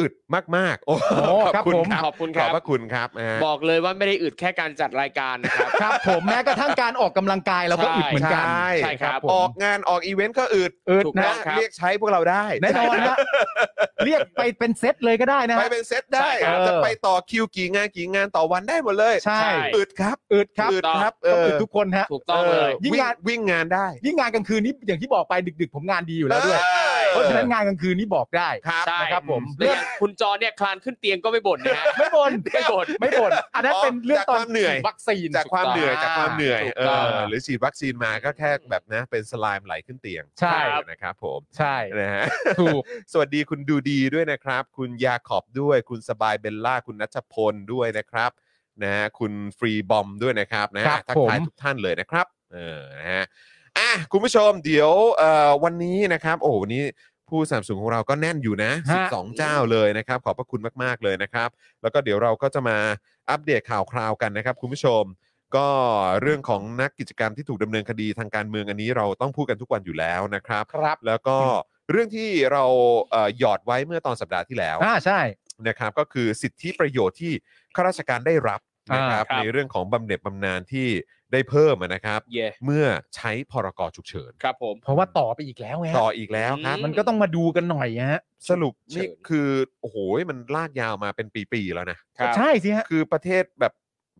[SPEAKER 2] อึดมากๆ โอ้
[SPEAKER 3] โอ้ครับผม
[SPEAKER 4] ขอบคุณ
[SPEAKER 2] ข
[SPEAKER 4] ค
[SPEAKER 2] อบ
[SPEAKER 4] รับ
[SPEAKER 2] พระคุณครับนะฮะ
[SPEAKER 4] บอกเลยว่าไม่ได้อึดแค่การจัดรายการ นะครับ
[SPEAKER 3] ครับผมแม้กระทั่งการออกกำลังกายเราก็อึดเหมือนกัน
[SPEAKER 2] ใช่
[SPEAKER 4] ใช่ครับ
[SPEAKER 3] ผ
[SPEAKER 2] ออ
[SPEAKER 3] ม
[SPEAKER 2] กงานออกอีเวนต์ก็อึด
[SPEAKER 3] อึด
[SPEAKER 4] ถูกต้
[SPEAKER 3] นะ
[SPEAKER 4] องครับ
[SPEAKER 2] เรียกใช้พวกเราได้
[SPEAKER 3] แน่นอนนะเรียกไปเป็นเซตเลยก็ได้นะ
[SPEAKER 2] ไป
[SPEAKER 3] ฮะ
[SPEAKER 2] เป็นเซตได้
[SPEAKER 3] ใช่ครับ
[SPEAKER 2] จะไปต่อคิวกี่งานกี่งานต่อวันได้หมดเลย
[SPEAKER 3] ใช่
[SPEAKER 4] ใช่
[SPEAKER 2] อึดครับ
[SPEAKER 3] อึดครับ
[SPEAKER 2] อึดครับเอ
[SPEAKER 3] ต้อง
[SPEAKER 2] อ
[SPEAKER 3] อึดทุกคนฮะ
[SPEAKER 4] ถูกต้องเลย
[SPEAKER 3] ยิ่ง
[SPEAKER 2] วิ่ง
[SPEAKER 3] งาน
[SPEAKER 2] วิ่งงานได้
[SPEAKER 3] ยิ่งงานกลางคืนนี้อย่างที่บอกไปดึก ๆ ผมงานดีอยู่แล้วด้วย
[SPEAKER 2] เอ้ย
[SPEAKER 3] เพราะฉะนั้นงานกลางคืนนี่บอกได้
[SPEAKER 2] ครับ
[SPEAKER 4] ใช่
[SPEAKER 3] นะครับผม
[SPEAKER 4] และอย่างคุณจอเนี่ยคลานขึ้นเตียงก็ไม่บ่นนะฮะ
[SPEAKER 3] ไม่บ่น
[SPEAKER 4] ไม่บ่น
[SPEAKER 3] ไม่บ่นอันนั้นเป็นเรื่องตอ
[SPEAKER 2] จากค
[SPEAKER 3] น
[SPEAKER 2] วามเหนื่อย
[SPEAKER 3] วัคซีน
[SPEAKER 2] จากความเหนื่อยจากความเหนื่อย
[SPEAKER 4] ถูก
[SPEAKER 2] เอ
[SPEAKER 4] ต้อง
[SPEAKER 2] อหรือฉีดวัคซีนมาก็แค่แบบนะเป็นสไลม์ไหลขึ้นเตียง
[SPEAKER 3] ใช่
[SPEAKER 2] นะครับผม
[SPEAKER 3] ใช่
[SPEAKER 2] นะฮะ
[SPEAKER 3] ถูก
[SPEAKER 2] สวัสดีคุณดูดีด้วยนะครับ คุณยาขอบด้วย คุณสบายเบลล่า คุณนัชพลด้วยนะครับนะฮะคุณฟรีบอมด้วยนะครับนะฮะ
[SPEAKER 3] ครับ
[SPEAKER 2] ทักทาย
[SPEAKER 3] ผม
[SPEAKER 2] ทุกท่านเลยนะครับเออนะฮะอ่ะคุณผู้ชมเดี๋ยวเอ่อวันนี้นะครับ โอ้โหวันนี้ผู้สามสูงของเราก็แน่นอยู่นะ
[SPEAKER 3] ฮะ
[SPEAKER 2] 12 เจ้าเลยนะครับ ขอบพระคุณมาก ๆ เลยนะครับ แล้วก็เดี๋ยวเราก็จะมาอัปเดตข่าวคราวกันนะครับ คุณผู้ชม ก็เรื่องของนักกิจกรรมที่ถูกดำเนินคดีทางการเมืองอันนี้เราต้องพูดกันทุกวันอยู่แล้วนะครับ
[SPEAKER 3] ครับ
[SPEAKER 2] แล้วก็เรื่องที่เราเอ่อหยอดไว้เมื่อตอนสัปดาห์ที่แล้ว
[SPEAKER 3] อ่าใช่
[SPEAKER 2] นะครับก็คือสิทธิประโยชน์ที่ข้าราชการได้รับนะครับ
[SPEAKER 4] อ่าครับ
[SPEAKER 2] ในเรื่องของบำเหน็จบำนาญที่ได้เพิ่มอะนะครับ
[SPEAKER 4] เย่
[SPEAKER 2] เมื่อใช้พรกฉุกเฉิน
[SPEAKER 4] ครับผม
[SPEAKER 3] เพราะว่าต่อไปอีกแล้วไงฮะ
[SPEAKER 2] ต่ออีกแล้วครับ
[SPEAKER 4] ม
[SPEAKER 3] มันก็ต้องมาดูกันหน่อยฮะ
[SPEAKER 2] สรุปนี่
[SPEAKER 4] เชิญ
[SPEAKER 2] คือ โอ้โห มันลากยาวมาเป็นปี ๆ แล้วนะ
[SPEAKER 4] ครับ
[SPEAKER 3] ใช่สิฮะ
[SPEAKER 2] คือประเทศแบบ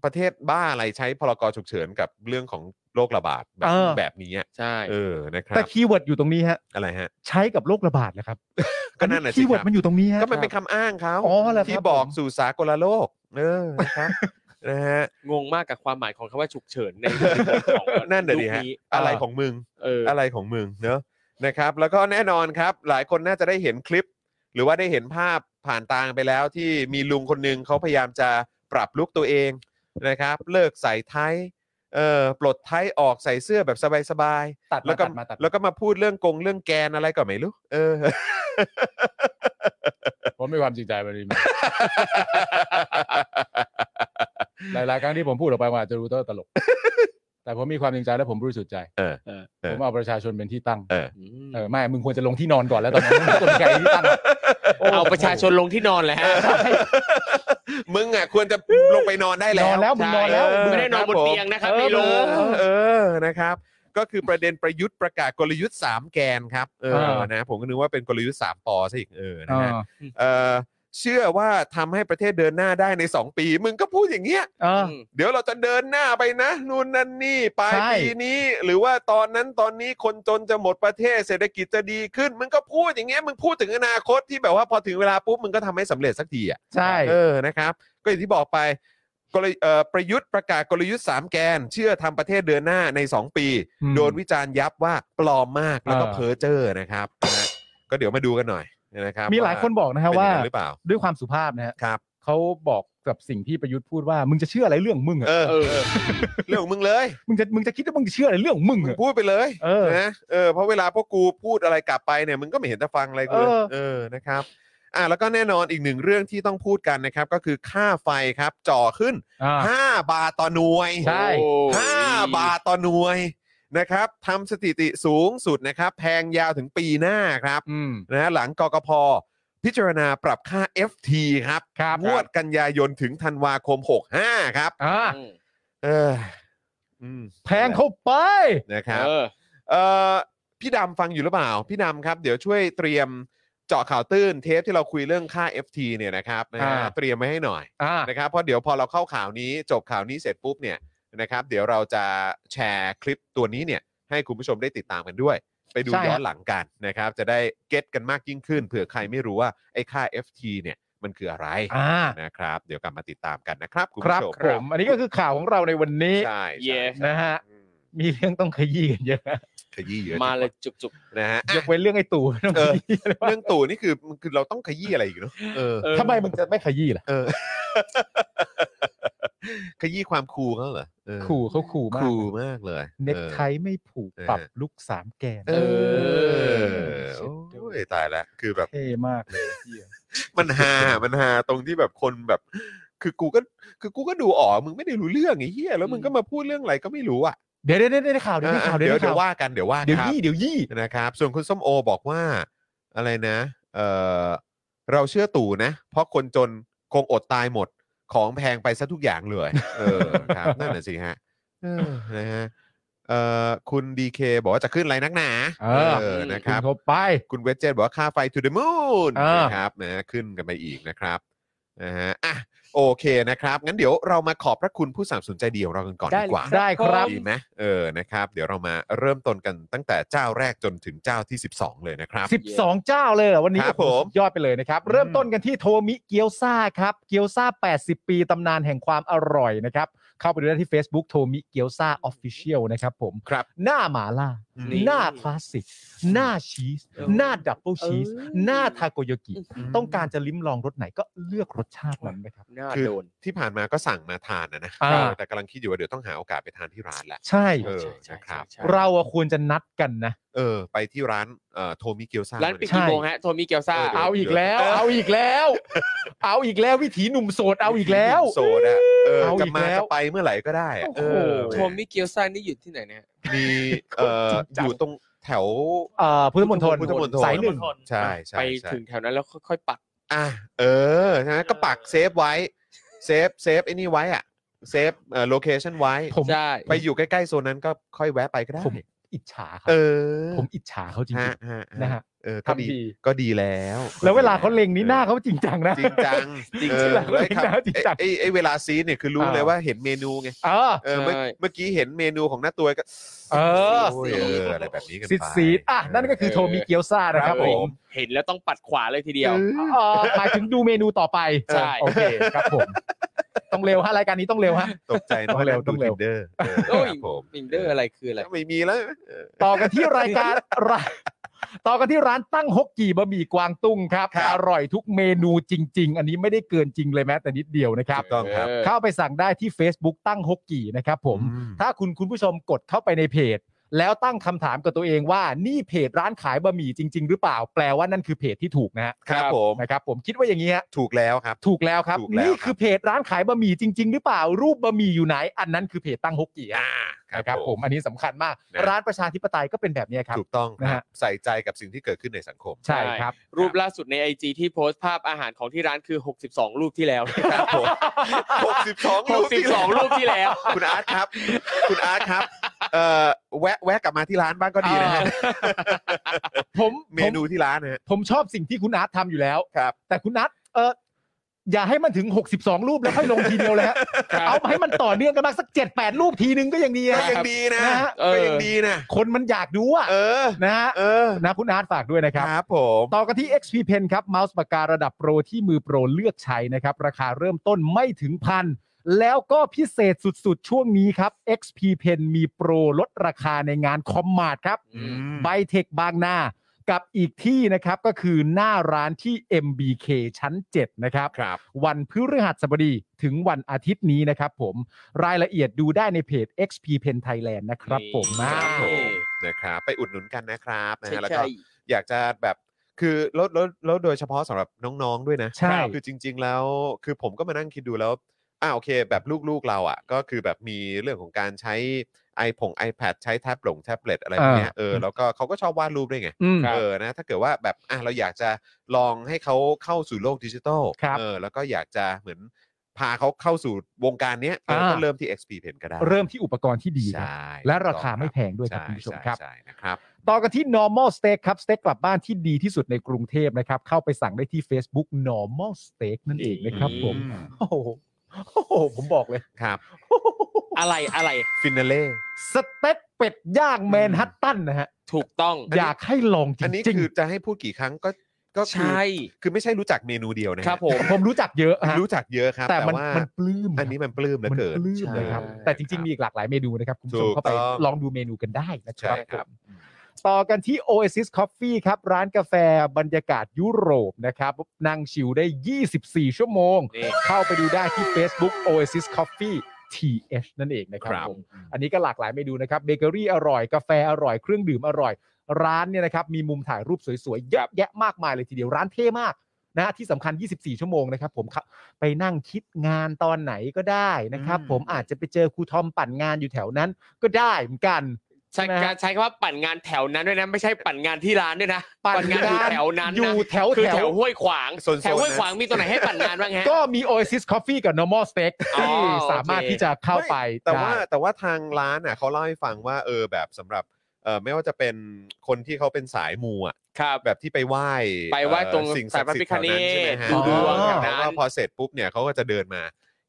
[SPEAKER 2] ประเทศบ้าอะไรใช้พรกฉุกเฉินกับเรื่องของโรคระบาดแบบ
[SPEAKER 3] เออ
[SPEAKER 2] แบบนี้อะ
[SPEAKER 4] ใช่
[SPEAKER 2] เออนะครั
[SPEAKER 3] แต่
[SPEAKER 2] บ
[SPEAKER 3] คีย์เวิร์ดอยู่ตรงนี้ฮะ
[SPEAKER 2] อะไรฮะ
[SPEAKER 3] ใช้กับโรคระบาดนะครับ
[SPEAKER 2] ก็นั่นแหละสิ
[SPEAKER 3] คีย์เวิร์ด
[SPEAKER 2] ครับ
[SPEAKER 3] มันอยู่ตรงนี้ฮะ
[SPEAKER 2] ก็มันเป็นคำอ้างเขา
[SPEAKER 3] อ๋อเหรอครับ
[SPEAKER 2] ที่บอก
[SPEAKER 3] ผม
[SPEAKER 2] สู่สากลโลก เออนะครับ นะฮะ
[SPEAKER 4] งงมากกับความหมายของคำว่าฉุกเฉินในของ
[SPEAKER 2] นั่นเดี๋ยว
[SPEAKER 4] ยุ
[SPEAKER 2] นี้
[SPEAKER 4] ค
[SPEAKER 2] ฮะอะไรของมึง
[SPEAKER 4] เออ
[SPEAKER 2] อะไรของมึงเนอะนะครับ แล้วก็แน่นอนครับ หลายคนน่าจะได้เห็นคลิป หรือว่าได้เห็นภาพผ่านตางไปแล้วที่มีลุงคนหนึ่งเขาพยายามจะปรับลุกตัวเองนะครับ เลิกใส่ไทยเออปลดไทยออกใส่เสื้อแบบสบาย
[SPEAKER 3] ตัด
[SPEAKER 2] ๆแล้
[SPEAKER 3] แล้
[SPEAKER 2] ว ว
[SPEAKER 3] ก็
[SPEAKER 2] ก็
[SPEAKER 3] มาตัด
[SPEAKER 2] แล้วก็มาพูดเรื่องกงเรื่องแกนอะไรก็ไม่รู้เออ
[SPEAKER 3] ผมมีความจริงใจมันหลายๆครั้งที่ผมพูดออกไปมันอาจจะรู้ตลก แต่ผมมีความจริงใจและผมรู้สึกใจ
[SPEAKER 2] เออ เออ
[SPEAKER 3] ผมเอาประชาชนเป็นที่ตั้ง
[SPEAKER 4] อืม
[SPEAKER 3] เออไม่ มึงควรจะลงที่นอนก่อนแล้วตอนนั้นมึง ไม่ควรเป็นใครที่ตั้ง
[SPEAKER 4] เอาประชาชนลงที่นอนเลยฮะ
[SPEAKER 2] มึงอ่ะควรจะลงไปนอนได้
[SPEAKER 3] น
[SPEAKER 2] แล้
[SPEAKER 3] อ
[SPEAKER 2] ว
[SPEAKER 3] นแล้วมึงนอนแล้ว
[SPEAKER 2] เ
[SPEAKER 4] ไม่ได้นอนบน
[SPEAKER 2] ผม
[SPEAKER 4] เตียงนะครับ
[SPEAKER 2] ออ
[SPEAKER 4] ไม่รู้
[SPEAKER 2] เออเออนะครับ ก็คือประเด็นประยุทธ์ประกาศกลยุทธ์ 3 แกนครับเอออา นะผมก็นึกว่าเป็นกลยุทธ์ 3ปอซะอีกเออนะ
[SPEAKER 3] อ่า
[SPEAKER 2] ฮะเออเชื่อว่าทำให้ประเทศเดินหน้าได้ใน 2 ปี มึงก็พูดอย่างเงี้ย
[SPEAKER 3] อ่า
[SPEAKER 4] ม
[SPEAKER 2] เดี๋ยวเราจะเดินหน้าไปนะนู่นนั่นนี่ปลาย
[SPEAKER 3] ใช่
[SPEAKER 2] ปีนี้ หรือว่าตอนนั้นตอนนี้คนจนจะหมดประเทศเศรษฐกิจจะดีขึ้น มึงก็พูดอย่างเงี้ยมึงพูดถึงอนาคตที่แบบว่าพอถึงเวลาปุ๊บมึงก็ทำให้สำเร็จสักทีอ่ะ
[SPEAKER 3] ใช่
[SPEAKER 2] เออ นะครับ ก็อย่างที่บอกไปกลยุเอ่อประยุทธ์ประกาศกลยุทธ์ 3 แกน เชื่อทำประเทศเดินหน้าใน 2 ปี
[SPEAKER 3] อืม
[SPEAKER 2] โดนวิจารณ์ยับว่าปลอมมากแล้วก็
[SPEAKER 3] เออ
[SPEAKER 2] เพ้อเจ้อนะครับนะฮะก็เดี๋ยวมาดูกันหน่อยนะครับ
[SPEAKER 3] มีหลายคนบอกนะ
[SPEAKER 2] เป็
[SPEAKER 3] ฮะ
[SPEAKER 2] นอย่
[SPEAKER 3] ว่า
[SPEAKER 2] งนั้นหรือเปล่า
[SPEAKER 3] ด้วยความสุภาพนะฮะ
[SPEAKER 2] ครับ
[SPEAKER 3] เขาบอกกับสิ่งที่ประยุทธ์พูดว่า มึงจะเชื่ออะไรเรื่องมึงอะ
[SPEAKER 2] เออ
[SPEAKER 4] เออ
[SPEAKER 2] เรื่องของมึงเลย
[SPEAKER 3] มึงจะมึงจะคิดว่ามึงจะเชื่ออะไรเรื่องมึง
[SPEAKER 2] มึง
[SPEAKER 3] อะ
[SPEAKER 2] พูดไปเลย
[SPEAKER 3] เออ
[SPEAKER 2] นะเออเพราะเวลาพวกกูพูดอะไรกลับไปเนี่ยมึงก็ไม่เห็นจะฟังอะไรกูเลย
[SPEAKER 3] เออ
[SPEAKER 2] เออนะครับอ่ะแล้วก็แน่นอนอีกหนึ่งเรื่องที่ต้องพูดกันนะครับ ก็คือค่าไฟครับจ่อขึ้น
[SPEAKER 3] อ่า
[SPEAKER 2] 5 บาทต่อหน่วย
[SPEAKER 3] ใช่
[SPEAKER 4] โอ้ย
[SPEAKER 2] ห้าบาทต่อหน่วยนะครับทำสถิติสูงสุดนะครับ แพงยาวถึงปีหน้าครับ
[SPEAKER 3] อืม
[SPEAKER 2] นะหลังกกพพิจารณาปรับค่า FT ครับ
[SPEAKER 3] ครับ
[SPEAKER 2] งวดกันยายนถึงธันวาคม 65 ครับ
[SPEAKER 3] อ่า
[SPEAKER 4] อืม
[SPEAKER 2] เอออืม
[SPEAKER 3] แพงเข้าไป
[SPEAKER 2] นะครับ
[SPEAKER 4] เออ
[SPEAKER 2] เออพี่ดำฟังอยู่หรือเปล่า พี่ดำครับ เดี๋ยวช่วยเตรียมเจาะข่าวตื้นเทปที่เราคุยเรื่องค่า FT เนี่ยนะครับนะฮะ
[SPEAKER 3] อ่า
[SPEAKER 2] เตรียมไว้ให้หน่อย
[SPEAKER 3] อ่า
[SPEAKER 2] นะครับเพราะเดี๋ยวพอเราเข้าข่าวนี้จบข่าวนี้เสร็จปุ๊บเนี่ยนะครับ เดี๋ยวเราจะแชร์คลิปตัวนี้เนี่ย ให้คุณผู้ชมได้ติดตามกันด้วย ไปดู
[SPEAKER 3] ใช่
[SPEAKER 2] ย้อ
[SPEAKER 3] ครั
[SPEAKER 2] น
[SPEAKER 3] บ
[SPEAKER 2] หลังกันนะครับ จะได้เก็ตกันมากยิ่งขึ้นเผื่อใครไม่รู้ว่า ไอ้ค่า FT เนี่ยมันคืออะไร
[SPEAKER 3] อ่า
[SPEAKER 2] นะครับ เดี๋ยวกลับมาติดตามกันนะครับ คุณ
[SPEAKER 3] ครั
[SPEAKER 2] ผู้
[SPEAKER 3] บ
[SPEAKER 2] ชม
[SPEAKER 3] ผม อันนี้ก็คือข่าวของเราในวันนี้
[SPEAKER 2] ใช่
[SPEAKER 4] เย้
[SPEAKER 2] ใช่
[SPEAKER 3] นะฮะ
[SPEAKER 2] อืม
[SPEAKER 3] มีเรื่องต้องขยี้กันเยอะนะ
[SPEAKER 2] ขยี้เยอะ
[SPEAKER 4] มาเลยจุกจุก
[SPEAKER 2] นะฮะ
[SPEAKER 3] ย
[SPEAKER 2] อ่ะ
[SPEAKER 3] กเว้นเรื่องไอ้ตู่ ต้อง
[SPEAKER 2] เอ
[SPEAKER 3] ข
[SPEAKER 2] อ
[SPEAKER 3] ยี้เลย
[SPEAKER 2] เรื่องตู่นี่คือมันคือเราต้องขยี้อะไรอีกเนาะเออ
[SPEAKER 4] เออ
[SPEAKER 3] ทำไมมึงจะไม่ขยี้ล่ะ
[SPEAKER 2] เออ ขยี้ความคูลเขาเหรอเออ
[SPEAKER 3] ขู่เขาขู่มาก
[SPEAKER 2] คูลมากเลย
[SPEAKER 3] เน็ก
[SPEAKER 2] ออ
[SPEAKER 3] ไทไม่ผูกปรับลุกสามแกน
[SPEAKER 2] เออ
[SPEAKER 3] เออ
[SPEAKER 2] โอ้ยตายแล้วคือแบบ
[SPEAKER 3] เท่มากเลยเหี้ย
[SPEAKER 2] มันฮามันฮาตรงที่แบบคนแบบ คือกูก็คือกูก็ดูออกมึงไม่ได้รู้เรื่องไอ้เหี้ยแล้วมึงก็มาพูดเรื่องอะไรก็ไม่รู้อ่ะ
[SPEAKER 3] เดี๋ยวเดี๋ยวเดี๋ยวได้ข่าวเดี๋ยวได้ข่าว
[SPEAKER 2] เดี๋ยว
[SPEAKER 3] ได้
[SPEAKER 2] เดี๋ย
[SPEAKER 3] ข่าว
[SPEAKER 2] วว่ากันเดี๋ยวว่า
[SPEAKER 3] เดี๋ยว
[SPEAKER 2] ครับ
[SPEAKER 3] ยี่เดี๋ยวยี่
[SPEAKER 2] นะครับ ส่วนคุณส้มโอบอกว่าอะไรนะเออเราเชื่อตู่นะ เพราะคนจนคงอดตายหมดของแพงไปซะทุกอย่างเลย เออ ครับนั่นแหละสิฮะเออนะฮะเออคุณดีเคบอกว่าจะขึ้นอะไรนักหนา
[SPEAKER 3] เออ
[SPEAKER 2] นะค
[SPEAKER 3] ขึ้
[SPEAKER 2] รับ
[SPEAKER 3] นเขาไป
[SPEAKER 2] คุณเวจเจตบอกว่าค่าไฟ to the moon
[SPEAKER 3] อ่าน
[SPEAKER 2] นะครับนะขึ้นกันไปอีกนะครับ นะฮะอ่ะโอเคนะครับ งั้นเดี๋ยวเรามาขอบพระคุณผู้สามสนุนใจเดียวเรากันก่อนดีกว่า
[SPEAKER 3] ได้ครับ
[SPEAKER 2] ดีไหมเออนะครับ เดี๋ยวเรามาเริ่มต้นกันตั้งแต่เจ้าแรกจนถึงเจ้าที่ 12 เลยนะครับ
[SPEAKER 3] สิบสองเจ้าเลยเหรอวันนี้
[SPEAKER 2] ครับ
[SPEAKER 3] โอ้โห
[SPEAKER 2] ผม
[SPEAKER 3] สุดยอดไปเลยนะครับ
[SPEAKER 2] อืม
[SPEAKER 3] เริ่มต้นกันที่โทมิเกียวซาครับเกียวซา80 ปีตำนานแห่งความอร่อยนะครับ เข้าไปดูได้ที่ Facebook โทมิเกียวซาออฟฟิเชียลนะครับผม
[SPEAKER 2] ครับ
[SPEAKER 3] หน้าหมาล่า
[SPEAKER 2] อืม
[SPEAKER 3] หน้าคลาสสิก หน้าชีส
[SPEAKER 4] เออ
[SPEAKER 3] หน้าดับเบิลชีส
[SPEAKER 4] เออ
[SPEAKER 3] หน้าทาโกยากิ ต้องการจะลิ้มลองรสไหนก็เลือกรสชาตินั้นนะครับ
[SPEAKER 4] หน้า
[SPEAKER 2] คือ
[SPEAKER 4] โดน
[SPEAKER 2] ที่ผ่านมาก็สั่งมาทานนะนะ
[SPEAKER 3] อ่า
[SPEAKER 2] แต่กำลังคิดอยู่ว่าเดี๋ยวต้องหาโอกาสไปทานที่ร้านแหละ
[SPEAKER 3] ใช่
[SPEAKER 2] เออ
[SPEAKER 4] ใช่ใช่
[SPEAKER 2] นะครับ
[SPEAKER 4] ใช่
[SPEAKER 3] เราอะควรจะนัดกันนะ
[SPEAKER 2] เออ ไปที่ร้านเอ่อโทมิเกียวซา
[SPEAKER 4] ร้านปิด
[SPEAKER 3] ใช่
[SPEAKER 4] กี่โมงฮะ โทมิเกียวซา
[SPEAKER 2] เออดี๋ยว
[SPEAKER 3] เอาอีกแล้ว เอาอีกแล้ว เอาอีกแล้ววิถีหนุ่มโสดเอาอีกแล้ว
[SPEAKER 2] โซดอะเออ
[SPEAKER 3] เอา
[SPEAKER 2] จะ
[SPEAKER 3] อีก
[SPEAKER 2] มา
[SPEAKER 3] แล้ว
[SPEAKER 2] จะไปเมื่อไหร่ก็ได้อะเอ
[SPEAKER 4] โอ้โห
[SPEAKER 2] อ
[SPEAKER 4] โทมิเกียวซานี่อยู่ที่ไหนเนี่ย
[SPEAKER 2] มีเอ่ออยู่ตรงแถว
[SPEAKER 3] เอ่อพุทธมณฑล
[SPEAKER 2] พุทธมณฑล
[SPEAKER 3] สายหนึ่ง
[SPEAKER 2] ใช่ใช่
[SPEAKER 4] ไป
[SPEAKER 2] ใช่
[SPEAKER 4] ถึงแถวนั้นแล้วค่อยๆปัก
[SPEAKER 2] อ่ะเออใช่ไหมก็ปักเซฟไว้เซฟเซฟไอ้นี่ไว้อะเซฟเอ่อโลเคชันไว้
[SPEAKER 3] ผม
[SPEAKER 4] ใช่
[SPEAKER 2] ไปอยู่ใกล้ๆโซนนั้นก็ค่อยแวะไปก็ได้
[SPEAKER 3] ผมอิจฉาครั
[SPEAKER 2] เอบ อ
[SPEAKER 3] ผมอิจฉาเขาจริ
[SPEAKER 2] ฮะ
[SPEAKER 3] ง
[SPEAKER 2] ฮะ
[SPEAKER 3] ๆนะฮะ
[SPEAKER 2] เออก็ดี
[SPEAKER 3] ทำดี
[SPEAKER 2] ก็ดีแล้ว
[SPEAKER 3] แล้วเวลาเขาเล็งนี้หน้าเขาจริงจังนะ
[SPEAKER 2] จริงจัง
[SPEAKER 4] จริง
[SPEAKER 2] เอ
[SPEAKER 4] จัง
[SPEAKER 2] อแล้วไอ้ค
[SPEAKER 3] จริงจัง
[SPEAKER 2] ไอ้ไอ้เวลาซีนเนี่ยคือรู้
[SPEAKER 3] อ่า
[SPEAKER 2] เลยว่าเห็นเมนูไง
[SPEAKER 3] เออ
[SPEAKER 2] เออเมื่อ
[SPEAKER 4] ใช่
[SPEAKER 2] เมื่อกี้เห็นเมนูของหน้าตัวก็
[SPEAKER 3] เออ
[SPEAKER 2] โยเอออะไรแบบนี้กันไป
[SPEAKER 3] ซิดซีดอ่ะ นั่นก็คือโทมิเกียวซานะครับ
[SPEAKER 2] เออ
[SPEAKER 3] ผม
[SPEAKER 4] เห็นแล้วต้องปัดขวาเลยทีเดียว
[SPEAKER 3] เอ่อหมายถึงดูเมนูต่อไป
[SPEAKER 4] ใช่
[SPEAKER 3] โอเคครับผม ต้องเร็วฮะรายการนี้ต้องเร็วฮะ
[SPEAKER 2] ตกใจนะว่า
[SPEAKER 3] ต้
[SPEAKER 2] เราดู
[SPEAKER 3] องเร็วต้องเร็
[SPEAKER 2] ทิ
[SPEAKER 3] ว
[SPEAKER 2] นเดอร์
[SPEAKER 4] โอ้ย
[SPEAKER 2] ผม
[SPEAKER 4] มินเดอร์อะไรคืออะไร
[SPEAKER 2] ไม่มีแล้ว
[SPEAKER 3] ต่อกันที่รายการร้านต่อกันที่ร้านตั้งฮกกี่บะหมี่กวางตุ้งครับ
[SPEAKER 2] ครับ
[SPEAKER 3] อร่อยทุกเมนูจริง ๆ อันนี้ไม่ได้เกินจริงเลยแม้แต่นิดเดียวนะครับ
[SPEAKER 2] ถูกต้องครับ
[SPEAKER 4] เออ
[SPEAKER 3] เข้าไปสั่งได้ที่ Facebook ตั้งฮกกี่นะครับผม
[SPEAKER 2] อืม
[SPEAKER 3] ถ้าคุณคุณผู้ชมกดเข้าไปในเพจ แล้วตั้งคำถามกับตัวเองว่านี่เพจร้านขายบะหมี่จริง ๆ หรือเปล่า แปลว่านั่นคือเพจที่ถูกนะฮะ
[SPEAKER 2] ครับผม
[SPEAKER 3] นะครับผมคิดว่าอย่างนี้ฮะ
[SPEAKER 2] ถูกแล้วครับ
[SPEAKER 3] ถูกแล้วครับ
[SPEAKER 2] ถูกแล้วครับ
[SPEAKER 3] นี่คือเพจร้านขายบะหมี่จริง ๆ หรือเปล่า รูปบะหมี่อยู่ไหน อันนั้นคือเพจตั้งฮกกี่ฮะ
[SPEAKER 2] อ่า
[SPEAKER 3] นะครับผมอันนี้สำคัญมาก
[SPEAKER 2] นะ
[SPEAKER 3] ร้านประชาธิปไตยก็เป็นแบบเนี้ยครับ
[SPEAKER 2] ถูกต้องครั
[SPEAKER 3] นะฮะ
[SPEAKER 2] บใส่ใจกับสิ่งที่เกิดขึ้นในสังคม
[SPEAKER 3] ใช่ครับ
[SPEAKER 4] รูปล่าสุดในไอจที่โพสต์ภาพอาหารของที่ร้านคือ 62 รูปที่แล้ว
[SPEAKER 2] ครับผม62รูปที่แล้ว
[SPEAKER 4] 62 รูปที่แล้ว
[SPEAKER 2] คุณอาร์ตครับ คุณอาร์ตครับ เอ่อแวะแวะกลับมาที่ร้านบ้างก็ดีนะฮะ
[SPEAKER 3] ผม
[SPEAKER 2] เมนูที่ร้านนะฮะ
[SPEAKER 3] ผมชอบสิ่งที่คุณอาร์ตทำอยู่แล้ว
[SPEAKER 2] ครับ
[SPEAKER 3] แต่คุณนัทเอออย่าให้มันถึง 62 รูปแล้วค่อยลงทีเดียวเลยฮะ
[SPEAKER 4] ครับ
[SPEAKER 3] เอาให้มันต่อเนื่องกันบ้างสัก 7-8 รูปทีนึงก็ยังดี
[SPEAKER 2] ก็
[SPEAKER 3] ฮะ
[SPEAKER 2] ยังดีนะ
[SPEAKER 3] นะฮะ
[SPEAKER 2] ก็ยังดีนะ
[SPEAKER 3] คนมันอยากดูอ่ะ
[SPEAKER 2] เออ
[SPEAKER 3] นะฮะ
[SPEAKER 2] เออ
[SPEAKER 3] นะคุณอาร์ตฝากด้วยนะค
[SPEAKER 2] ครับ รับผม
[SPEAKER 3] ต่อกันที่ XP Pen ครับเมาส์ปากการะดับโปรที่มือโปรเลือกใช้นะครับ ราคาเริ่มต้นไม่ถึงพัน แล้วก็พิเศษสุดๆ ช่วงนี้ครับ XP Pen มีโปรลดราคาในงานคอมมาดครับ
[SPEAKER 2] อืม
[SPEAKER 3] ไบเทคบางนา กับอีกที่นะครับก็คือหน้าร้านที่ MBK ชั้น 7 นะครับ
[SPEAKER 2] ครับ
[SPEAKER 3] วันพฤหัสบดีถึงวันอาทิตย์นี้นะครับผมรายละเอียดดูได้ในเพจ XP Pen Thailand นะครับ
[SPEAKER 4] นี่
[SPEAKER 3] ผม
[SPEAKER 4] อ่า
[SPEAKER 2] ครับผมนะครับ ไปอุดหนุนกันนะครับนะ
[SPEAKER 4] ใช่
[SPEAKER 2] ฮะแล้ว
[SPEAKER 4] ใช่
[SPEAKER 2] ก็ อยากจะแบบคือแล้วแล้วแล้วโดยเฉพาะสำหรับน้องๆด้วยนะ
[SPEAKER 3] ใช่
[SPEAKER 2] คือจริง ๆ แล้ว คือผมก็มานั่งคิดดูแล้วอ่าโอเค แบบลูกๆเราอ่ะ ก็คือแบบมีเรื่องของการใช้ i ผง iPad ใช้แท็บหลงแท็บเล็ตอะไรแบบเนี้ย
[SPEAKER 3] อ่า
[SPEAKER 2] เออแล้วก็เขาก็ชอบวาดรูปด้วยไง
[SPEAKER 3] อืม
[SPEAKER 2] เออนะถ้าเกิดว่าแบบอ่ะเราอยากจะลองให้เขาเข้าสู่โลกดิจิทัล
[SPEAKER 3] ครับ
[SPEAKER 2] เออแล้วก็อยากจะเหมือนพาเขาเข้าสู่วงการเนี้ยเออ
[SPEAKER 3] อ่า
[SPEAKER 2] ก็เริ่มที่ XP Pen ก็ได้
[SPEAKER 3] เริ่มที่อุปกรณ์ที่ดีครับ
[SPEAKER 2] ใช่
[SPEAKER 3] และราคาไม่แพงด้วยครับ
[SPEAKER 2] ใ
[SPEAKER 3] คุณผู้ชมครับ
[SPEAKER 2] ใช่นะครับ
[SPEAKER 3] ต่อกันที่ normal steak ครับสเต็กกลับบ้านที่ดีที่สุดในกรุงเทพนะครับ เข้าไปสั่งได้ที่ Facebook normal steak นั่นเองนะครับผม
[SPEAKER 2] อืม
[SPEAKER 3] โอ้โหโอ้โห ผมบอกเลย
[SPEAKER 2] ครับ
[SPEAKER 4] อะไรอะไร
[SPEAKER 2] ฟินาเล่
[SPEAKER 3] สเต็กเป็ดย่างแมนฮัตตันนะฮะ
[SPEAKER 4] ถูกต้อง
[SPEAKER 3] อยากให้ลองจ
[SPEAKER 2] อันนี้
[SPEAKER 3] ริง
[SPEAKER 2] คือจะให้พูดกี่ครั้งก็ก็คือ
[SPEAKER 4] ใช่
[SPEAKER 2] คือไม่ใช่รู้จักเมนูเดียวนะฮะ
[SPEAKER 4] ครับผม
[SPEAKER 3] ๆผมรู้จักเยอะฮะ
[SPEAKER 2] รู้จักเยอะครับ
[SPEAKER 3] แต่
[SPEAKER 2] แต่
[SPEAKER 3] มัน
[SPEAKER 2] ว่า
[SPEAKER 3] มันปลื้ม
[SPEAKER 2] อันนี้
[SPEAKER 3] ครับ
[SPEAKER 2] มันปลื้มเหลือ
[SPEAKER 3] มัน
[SPEAKER 2] เกิน
[SPEAKER 3] ปลื้มเลยครับ
[SPEAKER 2] ใช่
[SPEAKER 3] แต่จริง ๆ มีอีกหลากหลายเมนูนะครับ คุณผู้ชม
[SPEAKER 2] ถูก
[SPEAKER 3] เข้าไป
[SPEAKER 2] ต้อง
[SPEAKER 3] ลองดูเมนูกันได้นะค
[SPEAKER 2] ใช่
[SPEAKER 3] รับ
[SPEAKER 2] ครับ
[SPEAKER 3] ผมต่อกันที่ Oasis Coffee ครับ ร้านกาแฟบรรยากาศยุโรปนะครับ นั่งชิลได้ 24 ชั่วโมง
[SPEAKER 4] นี่
[SPEAKER 3] เข้าไปดูได้ที่ Facebook Oasis Coffee TH นั่นเองนะค
[SPEAKER 2] ครับ รับ
[SPEAKER 3] ผมอันนี้ก็หลากหลายเมนูนะครับเบเกอรี่อร่อยกาแฟอร่อยเครื่องดื่มอร่อย ร้านเนี่ยนะครับมีมุมถ่ายรูปสวยๆเยอะแยะมากมายเลยทีเดียวร้านเท่มากนะฮะที่สำคัญ 24 ชั่วโมงนะครับผมครับไปนั่งคิดงานตอนไหนก็ได้นะครับ
[SPEAKER 2] อืม
[SPEAKER 3] ผมอาจจะไปเจอครูทอมปั่นงานอยู่แถวนั้นก็ได้เหมือนกัน
[SPEAKER 4] ใช้
[SPEAKER 3] นะฮะ
[SPEAKER 4] การใช้คำว่าปั่นงานแถวนั้นด้วยนะ ไม่ใช่ปั่นงานที่ร้านด้วยนะงาน
[SPEAKER 3] ร้
[SPEAKER 4] อยู่แถวนั้น
[SPEAKER 3] อยู่
[SPEAKER 4] นะ
[SPEAKER 3] แถว
[SPEAKER 4] คือ
[SPEAKER 3] แถ
[SPEAKER 4] แถ
[SPEAKER 3] ว
[SPEAKER 4] วห้วยขวาง
[SPEAKER 2] โซนๆ
[SPEAKER 4] แถวห้วย
[SPEAKER 2] นะ
[SPEAKER 4] ขวางมีตัวไหนให้ปั่นงานบ้างฮะ
[SPEAKER 3] ก็มี Oasis Coffee กับ Normal Steak
[SPEAKER 4] อ๋อ
[SPEAKER 3] ที่
[SPEAKER 4] โอเค
[SPEAKER 3] สามารถที่จะเข้าไป
[SPEAKER 2] ม่แต่ว่า
[SPEAKER 3] ได้
[SPEAKER 2] แต่ว่าทางร้านน่ะเขาเล่าให้ฟังว่าเออแบบสำหรับเออไม่ว่าจะเป็นคนที่เขาเป็นสายมูอ่ะ
[SPEAKER 4] ครับ
[SPEAKER 2] แบบที่ไปไหว้
[SPEAKER 4] ไปไหว้
[SPEAKER 2] เอ่อ
[SPEAKER 4] ตรง
[SPEAKER 2] สิ่งศักดิ์สิทธิ์แถวนั้นใช่ไหมฮะ
[SPEAKER 4] ดูดวง
[SPEAKER 2] อ๋อ
[SPEAKER 4] แถวนั้น
[SPEAKER 2] แล้วพอเสร็จปุ๊บเนี่ยเขาก็จะเดินมา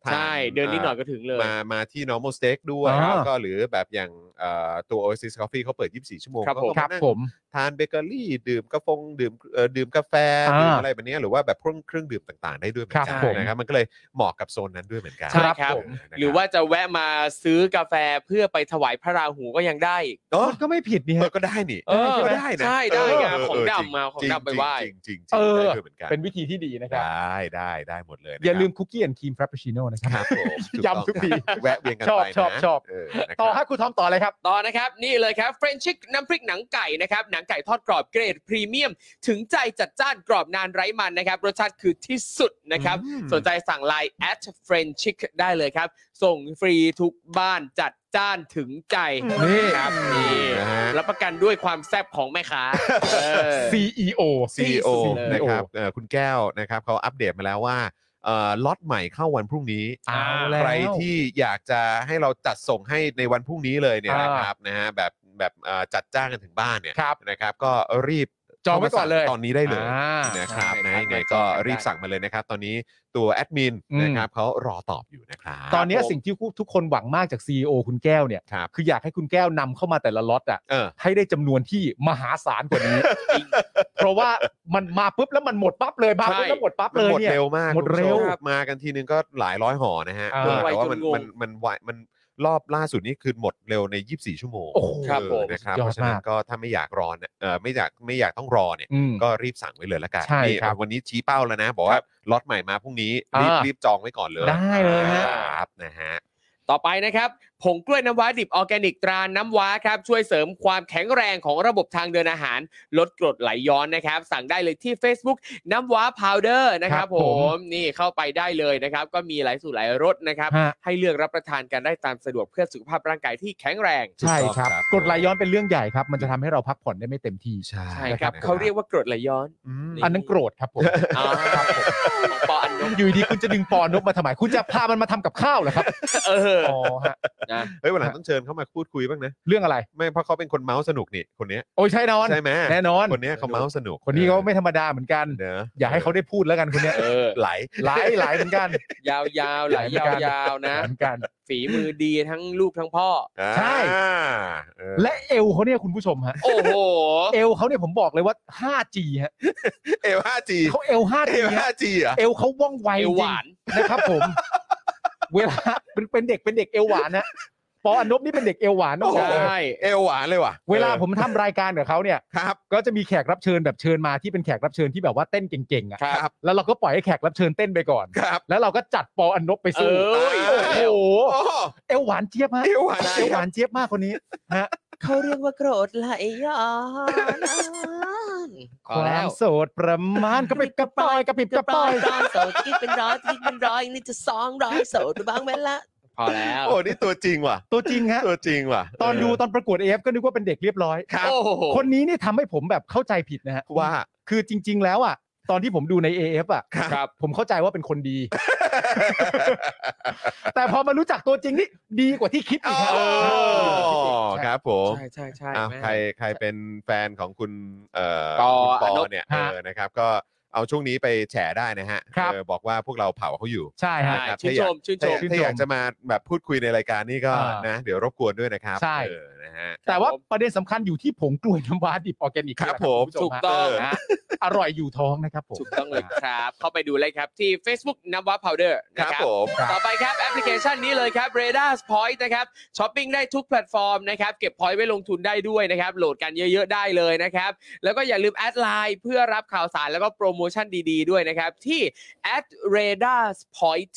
[SPEAKER 2] ทาง
[SPEAKER 4] ใช่เดินนิดหน่อยก็ถึงเลย
[SPEAKER 2] มามาที่ normal steak ด้วย
[SPEAKER 3] อ่า
[SPEAKER 2] แล้วก็หรือแบบอย่างเอ่อตัว Oasis Coffee เขาเปิด 24 ชั่วโมง
[SPEAKER 4] ครับ
[SPEAKER 2] เขา
[SPEAKER 4] ผม
[SPEAKER 2] ก็
[SPEAKER 3] ค
[SPEAKER 2] มา
[SPEAKER 3] รับ
[SPEAKER 2] นั่ง
[SPEAKER 3] ผม
[SPEAKER 2] ทานเบเกอรี่ ดื่มกาแฟดื่มเอ่อดื่มกาแฟ
[SPEAKER 3] อ่า
[SPEAKER 2] ดื่มอะไรแบบเนี้ยหรือว่าแบบพวกเครื่องดื่มต่างๆ ได้ด้วยเหมือนกั
[SPEAKER 3] ครั
[SPEAKER 2] น
[SPEAKER 3] บผม
[SPEAKER 2] นะครับมันก็เลยเหมาะกับโซนนั้นด้วยเหมือนกัน
[SPEAKER 4] ใช่ครับ
[SPEAKER 2] เออนะคบ
[SPEAKER 4] หรือว่าจะแวะมาซื้อกาแฟเพื่อไปถวายพระราหูก็ยังได้อีก
[SPEAKER 2] เออั
[SPEAKER 3] นก็ไม่ผิดนี่
[SPEAKER 2] เออ
[SPEAKER 3] ฮะ
[SPEAKER 2] ก็ได้นี่
[SPEAKER 4] เออ
[SPEAKER 2] ก็ได้นะ
[SPEAKER 4] ใช่ได้ไง
[SPEAKER 2] เ
[SPEAKER 4] ของ
[SPEAKER 2] เจริ
[SPEAKER 4] ดำมาของ
[SPEAKER 2] จริ
[SPEAKER 4] ดำไปไหว้
[SPEAKER 2] จริงๆจริงๆ
[SPEAKER 3] เออ
[SPEAKER 2] ได้ด้วยเหมือนกัน
[SPEAKER 3] เป็นวิธีที่ดีนะครับ
[SPEAKER 2] ได้ได้ได้หมดเลยนะครับ
[SPEAKER 3] อย่าลืมคุกกี้แอนด์ครีมฟรปปชิโน่นะค
[SPEAKER 2] ครั
[SPEAKER 3] รับ
[SPEAKER 2] บผมถูกต้อง
[SPEAKER 3] ย้ำทุกที
[SPEAKER 2] ครับแวะเวียนกัน
[SPEAKER 3] ชอบ
[SPEAKER 2] ไปนะ
[SPEAKER 3] ชอบชอบ
[SPEAKER 2] เนะครับ
[SPEAKER 3] ต่อให้ครูทอมต่อเลยครับ
[SPEAKER 4] ต่อนะครับ นี่เลยครับเฟรนชิกน้ำพริกหนังไก่นะครับ หนังไก่ทอดกรอบเกรดพรีเมียม ถึงใจจัดจ้านกรอบนานไร้มันนะครับ รสชาติคือที่สุดนะครับ
[SPEAKER 2] อืม
[SPEAKER 4] สนใจสั่งไลน์ at f r e n c h i k ได้เลยครับ ส่งฟรีทุกบ้านจัดจ้านถึงใจ
[SPEAKER 3] นี่
[SPEAKER 4] ครับนี่
[SPEAKER 2] นะฮะ
[SPEAKER 4] รับประกันด้วยความแซ่บของแม่ ค้าเออ
[SPEAKER 3] CEO
[SPEAKER 2] CEO
[SPEAKER 4] เลย
[SPEAKER 2] นะครับเอ่อคุณแก้วนะครับเขาอัปเดตมาแล้วว่าเอ่อล็อตใหม่เข้าวันพรุ่งนี้
[SPEAKER 3] เอา
[SPEAKER 4] แล้ว
[SPEAKER 2] ใครที่อยากจะให้เราจัดส่งให้ในวันพรุ่งนี้เลยเนี่ยนะครับนะฮะแบบแบบเอ่อจัดจ้างกันถึงบ้านเนี่ย
[SPEAKER 3] ครับ
[SPEAKER 2] นะครับ ก็รีบ
[SPEAKER 3] จองไว้ก่อนเลย
[SPEAKER 2] ข้ามาสั่งตอนนี้ได้เลย
[SPEAKER 3] อ่า
[SPEAKER 2] นะครับ
[SPEAKER 4] ใช่
[SPEAKER 2] นะครับ ยังไงก็
[SPEAKER 4] มาจองกัน
[SPEAKER 2] รีบสั่งมาเลยนะครับ ตอนนี้ตัวแอดมิน
[SPEAKER 3] อืม
[SPEAKER 2] นะครับเขารอตอบอยู่นะครับ
[SPEAKER 3] ตอนเนี้ย
[SPEAKER 4] ผม
[SPEAKER 3] สิ่งที่ทุกคนหวังมากจาก CEO คุณแก้วเนี่ย
[SPEAKER 2] ครับ
[SPEAKER 3] คืออยากให้คุณแก้วนำเข้ามาแต่ละล็อตอ่ะ
[SPEAKER 2] เออ
[SPEAKER 3] ให้ได้จำนวนที่มหาศาลกว่านี้ เพราะว่ามันมาปุ๊บแล้วมันหมดปั๊บเลยมาปุ๊บ
[SPEAKER 4] ใช่
[SPEAKER 3] แล้วหมดปั๊บ
[SPEAKER 2] มัน
[SPEAKER 3] เลย
[SPEAKER 2] หมด
[SPEAKER 3] เนี่ย
[SPEAKER 2] เร็วมาก
[SPEAKER 3] หมดเร็ว
[SPEAKER 2] คุณผู้ชมมากันทีนึงก็หลายร้อยห่อนะฮะ
[SPEAKER 3] อ่า
[SPEAKER 2] เออแต่ว่ามัน
[SPEAKER 4] ไวจนงง
[SPEAKER 2] มันมันไวมันรอบล่าสุดนี่คือหมดเร็วใน 24 ชั่วโมง
[SPEAKER 3] โอ้โห
[SPEAKER 4] ครับผม
[SPEAKER 2] เออนะครับ
[SPEAKER 3] ย
[SPEAKER 2] เพ
[SPEAKER 3] อดมาก
[SPEAKER 2] ราะฉะนั้นก็ถ้าไม่อยากรอเนี่ยเออไม่อยากไม่อยากต้องรอเนี่ย
[SPEAKER 3] อืม
[SPEAKER 2] ก็รีบสั่งไว้เลยละกัน
[SPEAKER 3] ใช่
[SPEAKER 2] นี่
[SPEAKER 3] ครับ
[SPEAKER 2] วันนี้ชี้เป้าแล้วนะ บอกว่าล็อตใหม่มาพรุ่งนี้รีบ
[SPEAKER 3] อ่ารี
[SPEAKER 2] รีบจองไว้ก่อนเลย
[SPEAKER 3] ได้เลยฮะ
[SPEAKER 2] ครับนะฮะ
[SPEAKER 4] ต่อไปนะครับผงกล้วยน้ำว้าดิบออร์แกนิกตราน้ำว้าครับช่วยเสริมความแข็งแรงของระบบทางเดินอาหาร ลดกรดไหลย้อนนะครับ สั่งได้เลยที่ Facebook น้ำว้าพาวเดอร์นะครั
[SPEAKER 3] ครั
[SPEAKER 4] บ
[SPEAKER 3] บ
[SPEAKER 4] ผ
[SPEAKER 3] ผม
[SPEAKER 4] มนี่เข้าไปได้เลยนะครับ ก็มีหลายสูตรหลายรสนะครับ
[SPEAKER 3] ฮะ
[SPEAKER 4] ให้เลือกรับประทานกันได้ตามสะดวกเพื่อสุขภาพร่างกายที่แข็งแรง
[SPEAKER 3] ใช่ครับ
[SPEAKER 2] ครับ
[SPEAKER 3] กรดไหลย้อนเป็นเรื่องใหญ่ครับ มันจะทำให้เราพักผ่อนได้ไม่เต็มที่
[SPEAKER 2] ใช่
[SPEAKER 4] ใช่ครับ
[SPEAKER 2] นะ
[SPEAKER 4] เขาเรียกว่ากรดไหลย้อน
[SPEAKER 2] อืม
[SPEAKER 3] อันนั้นโกรธครับผม
[SPEAKER 4] อ๋อครับผมของปออันนง
[SPEAKER 3] อยู่ดีคุณจะดึงปอนกมาทำไมคุณจะพามันมาทำกับข้าวเหรอครับ
[SPEAKER 4] เออ
[SPEAKER 3] อ๋อฮะ
[SPEAKER 4] นะ
[SPEAKER 2] เฮ้ยวันหลังต้องเชิญเขามาพูดคุยบ้างนะ
[SPEAKER 3] เรื่องอะไร
[SPEAKER 2] ไม่เพราะเขาเป็นคนเมาส์สนุกนี่คนเนี้ย
[SPEAKER 3] โอ้ยใช่นอน
[SPEAKER 2] ใช่ไหม
[SPEAKER 3] แน่นอน
[SPEAKER 2] คนเนี้ยเขาเมาส์สนุก
[SPEAKER 3] คนนี้เขาไม่ธรรมดาเหมือนกัน
[SPEAKER 2] เนอะ
[SPEAKER 3] อย่าให้เขาได้พูดแล้วกันคนเนี้ย
[SPEAKER 4] เออ
[SPEAKER 2] ไหล
[SPEAKER 3] หลายหลายเหมือนกัน
[SPEAKER 4] ยาวๆไหลยาวๆนะ
[SPEAKER 3] เหมือนกัน
[SPEAKER 4] ฝีมือดีทั้งลูกทั้งพ่อ
[SPEAKER 3] ใช่
[SPEAKER 2] อ่าเออ
[SPEAKER 3] และเอวเขาเนี่ยคุณผู้ชมฮะ
[SPEAKER 4] โอ้โห
[SPEAKER 3] เอวเขาเนี่ยผมบอกเลยว่า 5G ฮะ
[SPEAKER 2] เอว 5G
[SPEAKER 3] เขาเอว
[SPEAKER 2] เอ
[SPEAKER 3] 5G
[SPEAKER 2] ว
[SPEAKER 3] ฮะ
[SPEAKER 2] 5G เหรอ่ะ
[SPEAKER 3] เอวเขาว่องไว
[SPEAKER 4] เอ
[SPEAKER 3] จริ
[SPEAKER 4] วห
[SPEAKER 3] ง
[SPEAKER 4] วาน
[SPEAKER 3] นะครับผม เวลาเป็นเป็นเด็กเป็นเด็กเอวหวานนะปออนบนี่เป็นเด็กเอวหวานนะ
[SPEAKER 4] ใช
[SPEAKER 3] บอกเลย่
[SPEAKER 2] เอวหวานเลยว่ะ
[SPEAKER 3] เวลา
[SPEAKER 2] ออ
[SPEAKER 3] ผมทำรายการกับเขาเนี่ย
[SPEAKER 2] ครับ
[SPEAKER 3] ก็จะมีแขกรับเชิญแบบเชิญมาที่เป็นแขกรับเชิญที่แบบว่าเต้นเก่งๆอ่ะ
[SPEAKER 2] ครับ
[SPEAKER 3] แล้วเราก็ปล่อยให้แขกรับเชิญเต้นไปก่อน
[SPEAKER 2] ครับ
[SPEAKER 3] แล้วเราก็จัดปออนบไปสู้
[SPEAKER 4] เอ้ย
[SPEAKER 3] โอ้โห
[SPEAKER 2] โอ้
[SPEAKER 3] เอวหวานเจี๊ยบฮะ
[SPEAKER 2] เอวหวานเจี๊
[SPEAKER 3] เอย
[SPEAKER 2] บ
[SPEAKER 3] วหวานเจี๊ยบมากคนนี้ฮะ
[SPEAKER 4] เขาเรียกว่าโกรธไหลย้อนพ
[SPEAKER 3] ค
[SPEAKER 4] อ
[SPEAKER 3] วา
[SPEAKER 4] แล้
[SPEAKER 3] ม
[SPEAKER 4] ว
[SPEAKER 3] โสดประมาณกระปิบกระปอยกระปิบกระปอย
[SPEAKER 4] ตอนโสดกิ๊กเป็นร้อยกิ๊กเป็นร้อยนี่จะสองร้อยโสดบ้างไหมละพอแล้ว
[SPEAKER 2] โอ้นี่ตัวจริงว่ะ
[SPEAKER 3] ตัวจริงฮะ
[SPEAKER 2] ตัวจริงว่ะ
[SPEAKER 3] ตอนดู
[SPEAKER 2] เ
[SPEAKER 3] ตอนประกวด AF ก็นึกว่าเป็นเด็กเรียบร้อย
[SPEAKER 4] โอ้โห
[SPEAKER 3] คนนี้นี่ทำให้ผมแบบเข้าใจผิดนะฮะ
[SPEAKER 2] ว่า
[SPEAKER 3] คือจริง ๆ แล้วอ่ะตอนที่ผมดูใน AF อ่ะ
[SPEAKER 4] ครับ
[SPEAKER 3] ผมเข้าใจว่าเป็นคนดี แต่พอมารู้จักตัวจริงนี่ดีกว่าที่คิด
[SPEAKER 2] โอ้
[SPEAKER 3] อีกฮะ
[SPEAKER 2] ครับผม
[SPEAKER 4] ใช่ใช่ใช่
[SPEAKER 2] อ่ะ
[SPEAKER 4] แม่
[SPEAKER 2] ใครใครเป็นแฟนของคุณเอ่อ
[SPEAKER 4] ปอ
[SPEAKER 2] คุณป
[SPEAKER 4] อนุ
[SPEAKER 2] อเนี่ยเออนะครับ ก็เอาช่วงนี้ไปแฉได้นะฮะเออบอกว่าพวกเราเผาเขาอยู่
[SPEAKER 3] ใช่ฮะ
[SPEAKER 4] ใช่
[SPEAKER 2] นะครับ
[SPEAKER 4] ชื่น
[SPEAKER 2] ถ้าอ
[SPEAKER 4] ช
[SPEAKER 2] ยาก
[SPEAKER 4] มชื่นช
[SPEAKER 2] ถ้าม อยากถ้าอยากจะมาแบบพูดคุยในรายการนี่ก็
[SPEAKER 3] อ่าน
[SPEAKER 2] นะ เดี๋ยวรบกวนด้วยนะครับ
[SPEAKER 3] ใช่
[SPEAKER 2] เออนะฮะ
[SPEAKER 3] แต่ว่าประเด็นสำคัญอยู่ที่ผงกล้วยน้ำว้าดิบออร์แกนิก
[SPEAKER 2] ครับ
[SPEAKER 3] นี่แหละ
[SPEAKER 2] ผม
[SPEAKER 3] ณผู้ช
[SPEAKER 4] ถูก
[SPEAKER 3] ฮะ
[SPEAKER 4] ต้อง
[SPEAKER 3] นะอร่อยอยู่ท้องนะครับผม
[SPEAKER 4] ถูกต้องเลยครับ เข้าไปดูเลยครับที่ Facebook น้ำว้าพาวเดอร์
[SPEAKER 2] ค
[SPEAKER 4] นะ
[SPEAKER 2] รับ
[SPEAKER 4] ครับ
[SPEAKER 2] ผม
[SPEAKER 4] ต่อไปครับแอปพลิเคชันนี้เลยครับ r a d a r Point นะครับช้อปปิ้งได้ทุกแพลตฟอร์มนะครับเก็บ point ไว้ลงทุนได้ด้วยนะครับ โหลดกันเยอะๆได้เลยนะครับ แล้วก็อย่าลืมแอดไลน์เพื่อรับข่าวสารแล้วก็โปรโมชั่นดีๆด้วยนะครับ ที่ at r a d a r Point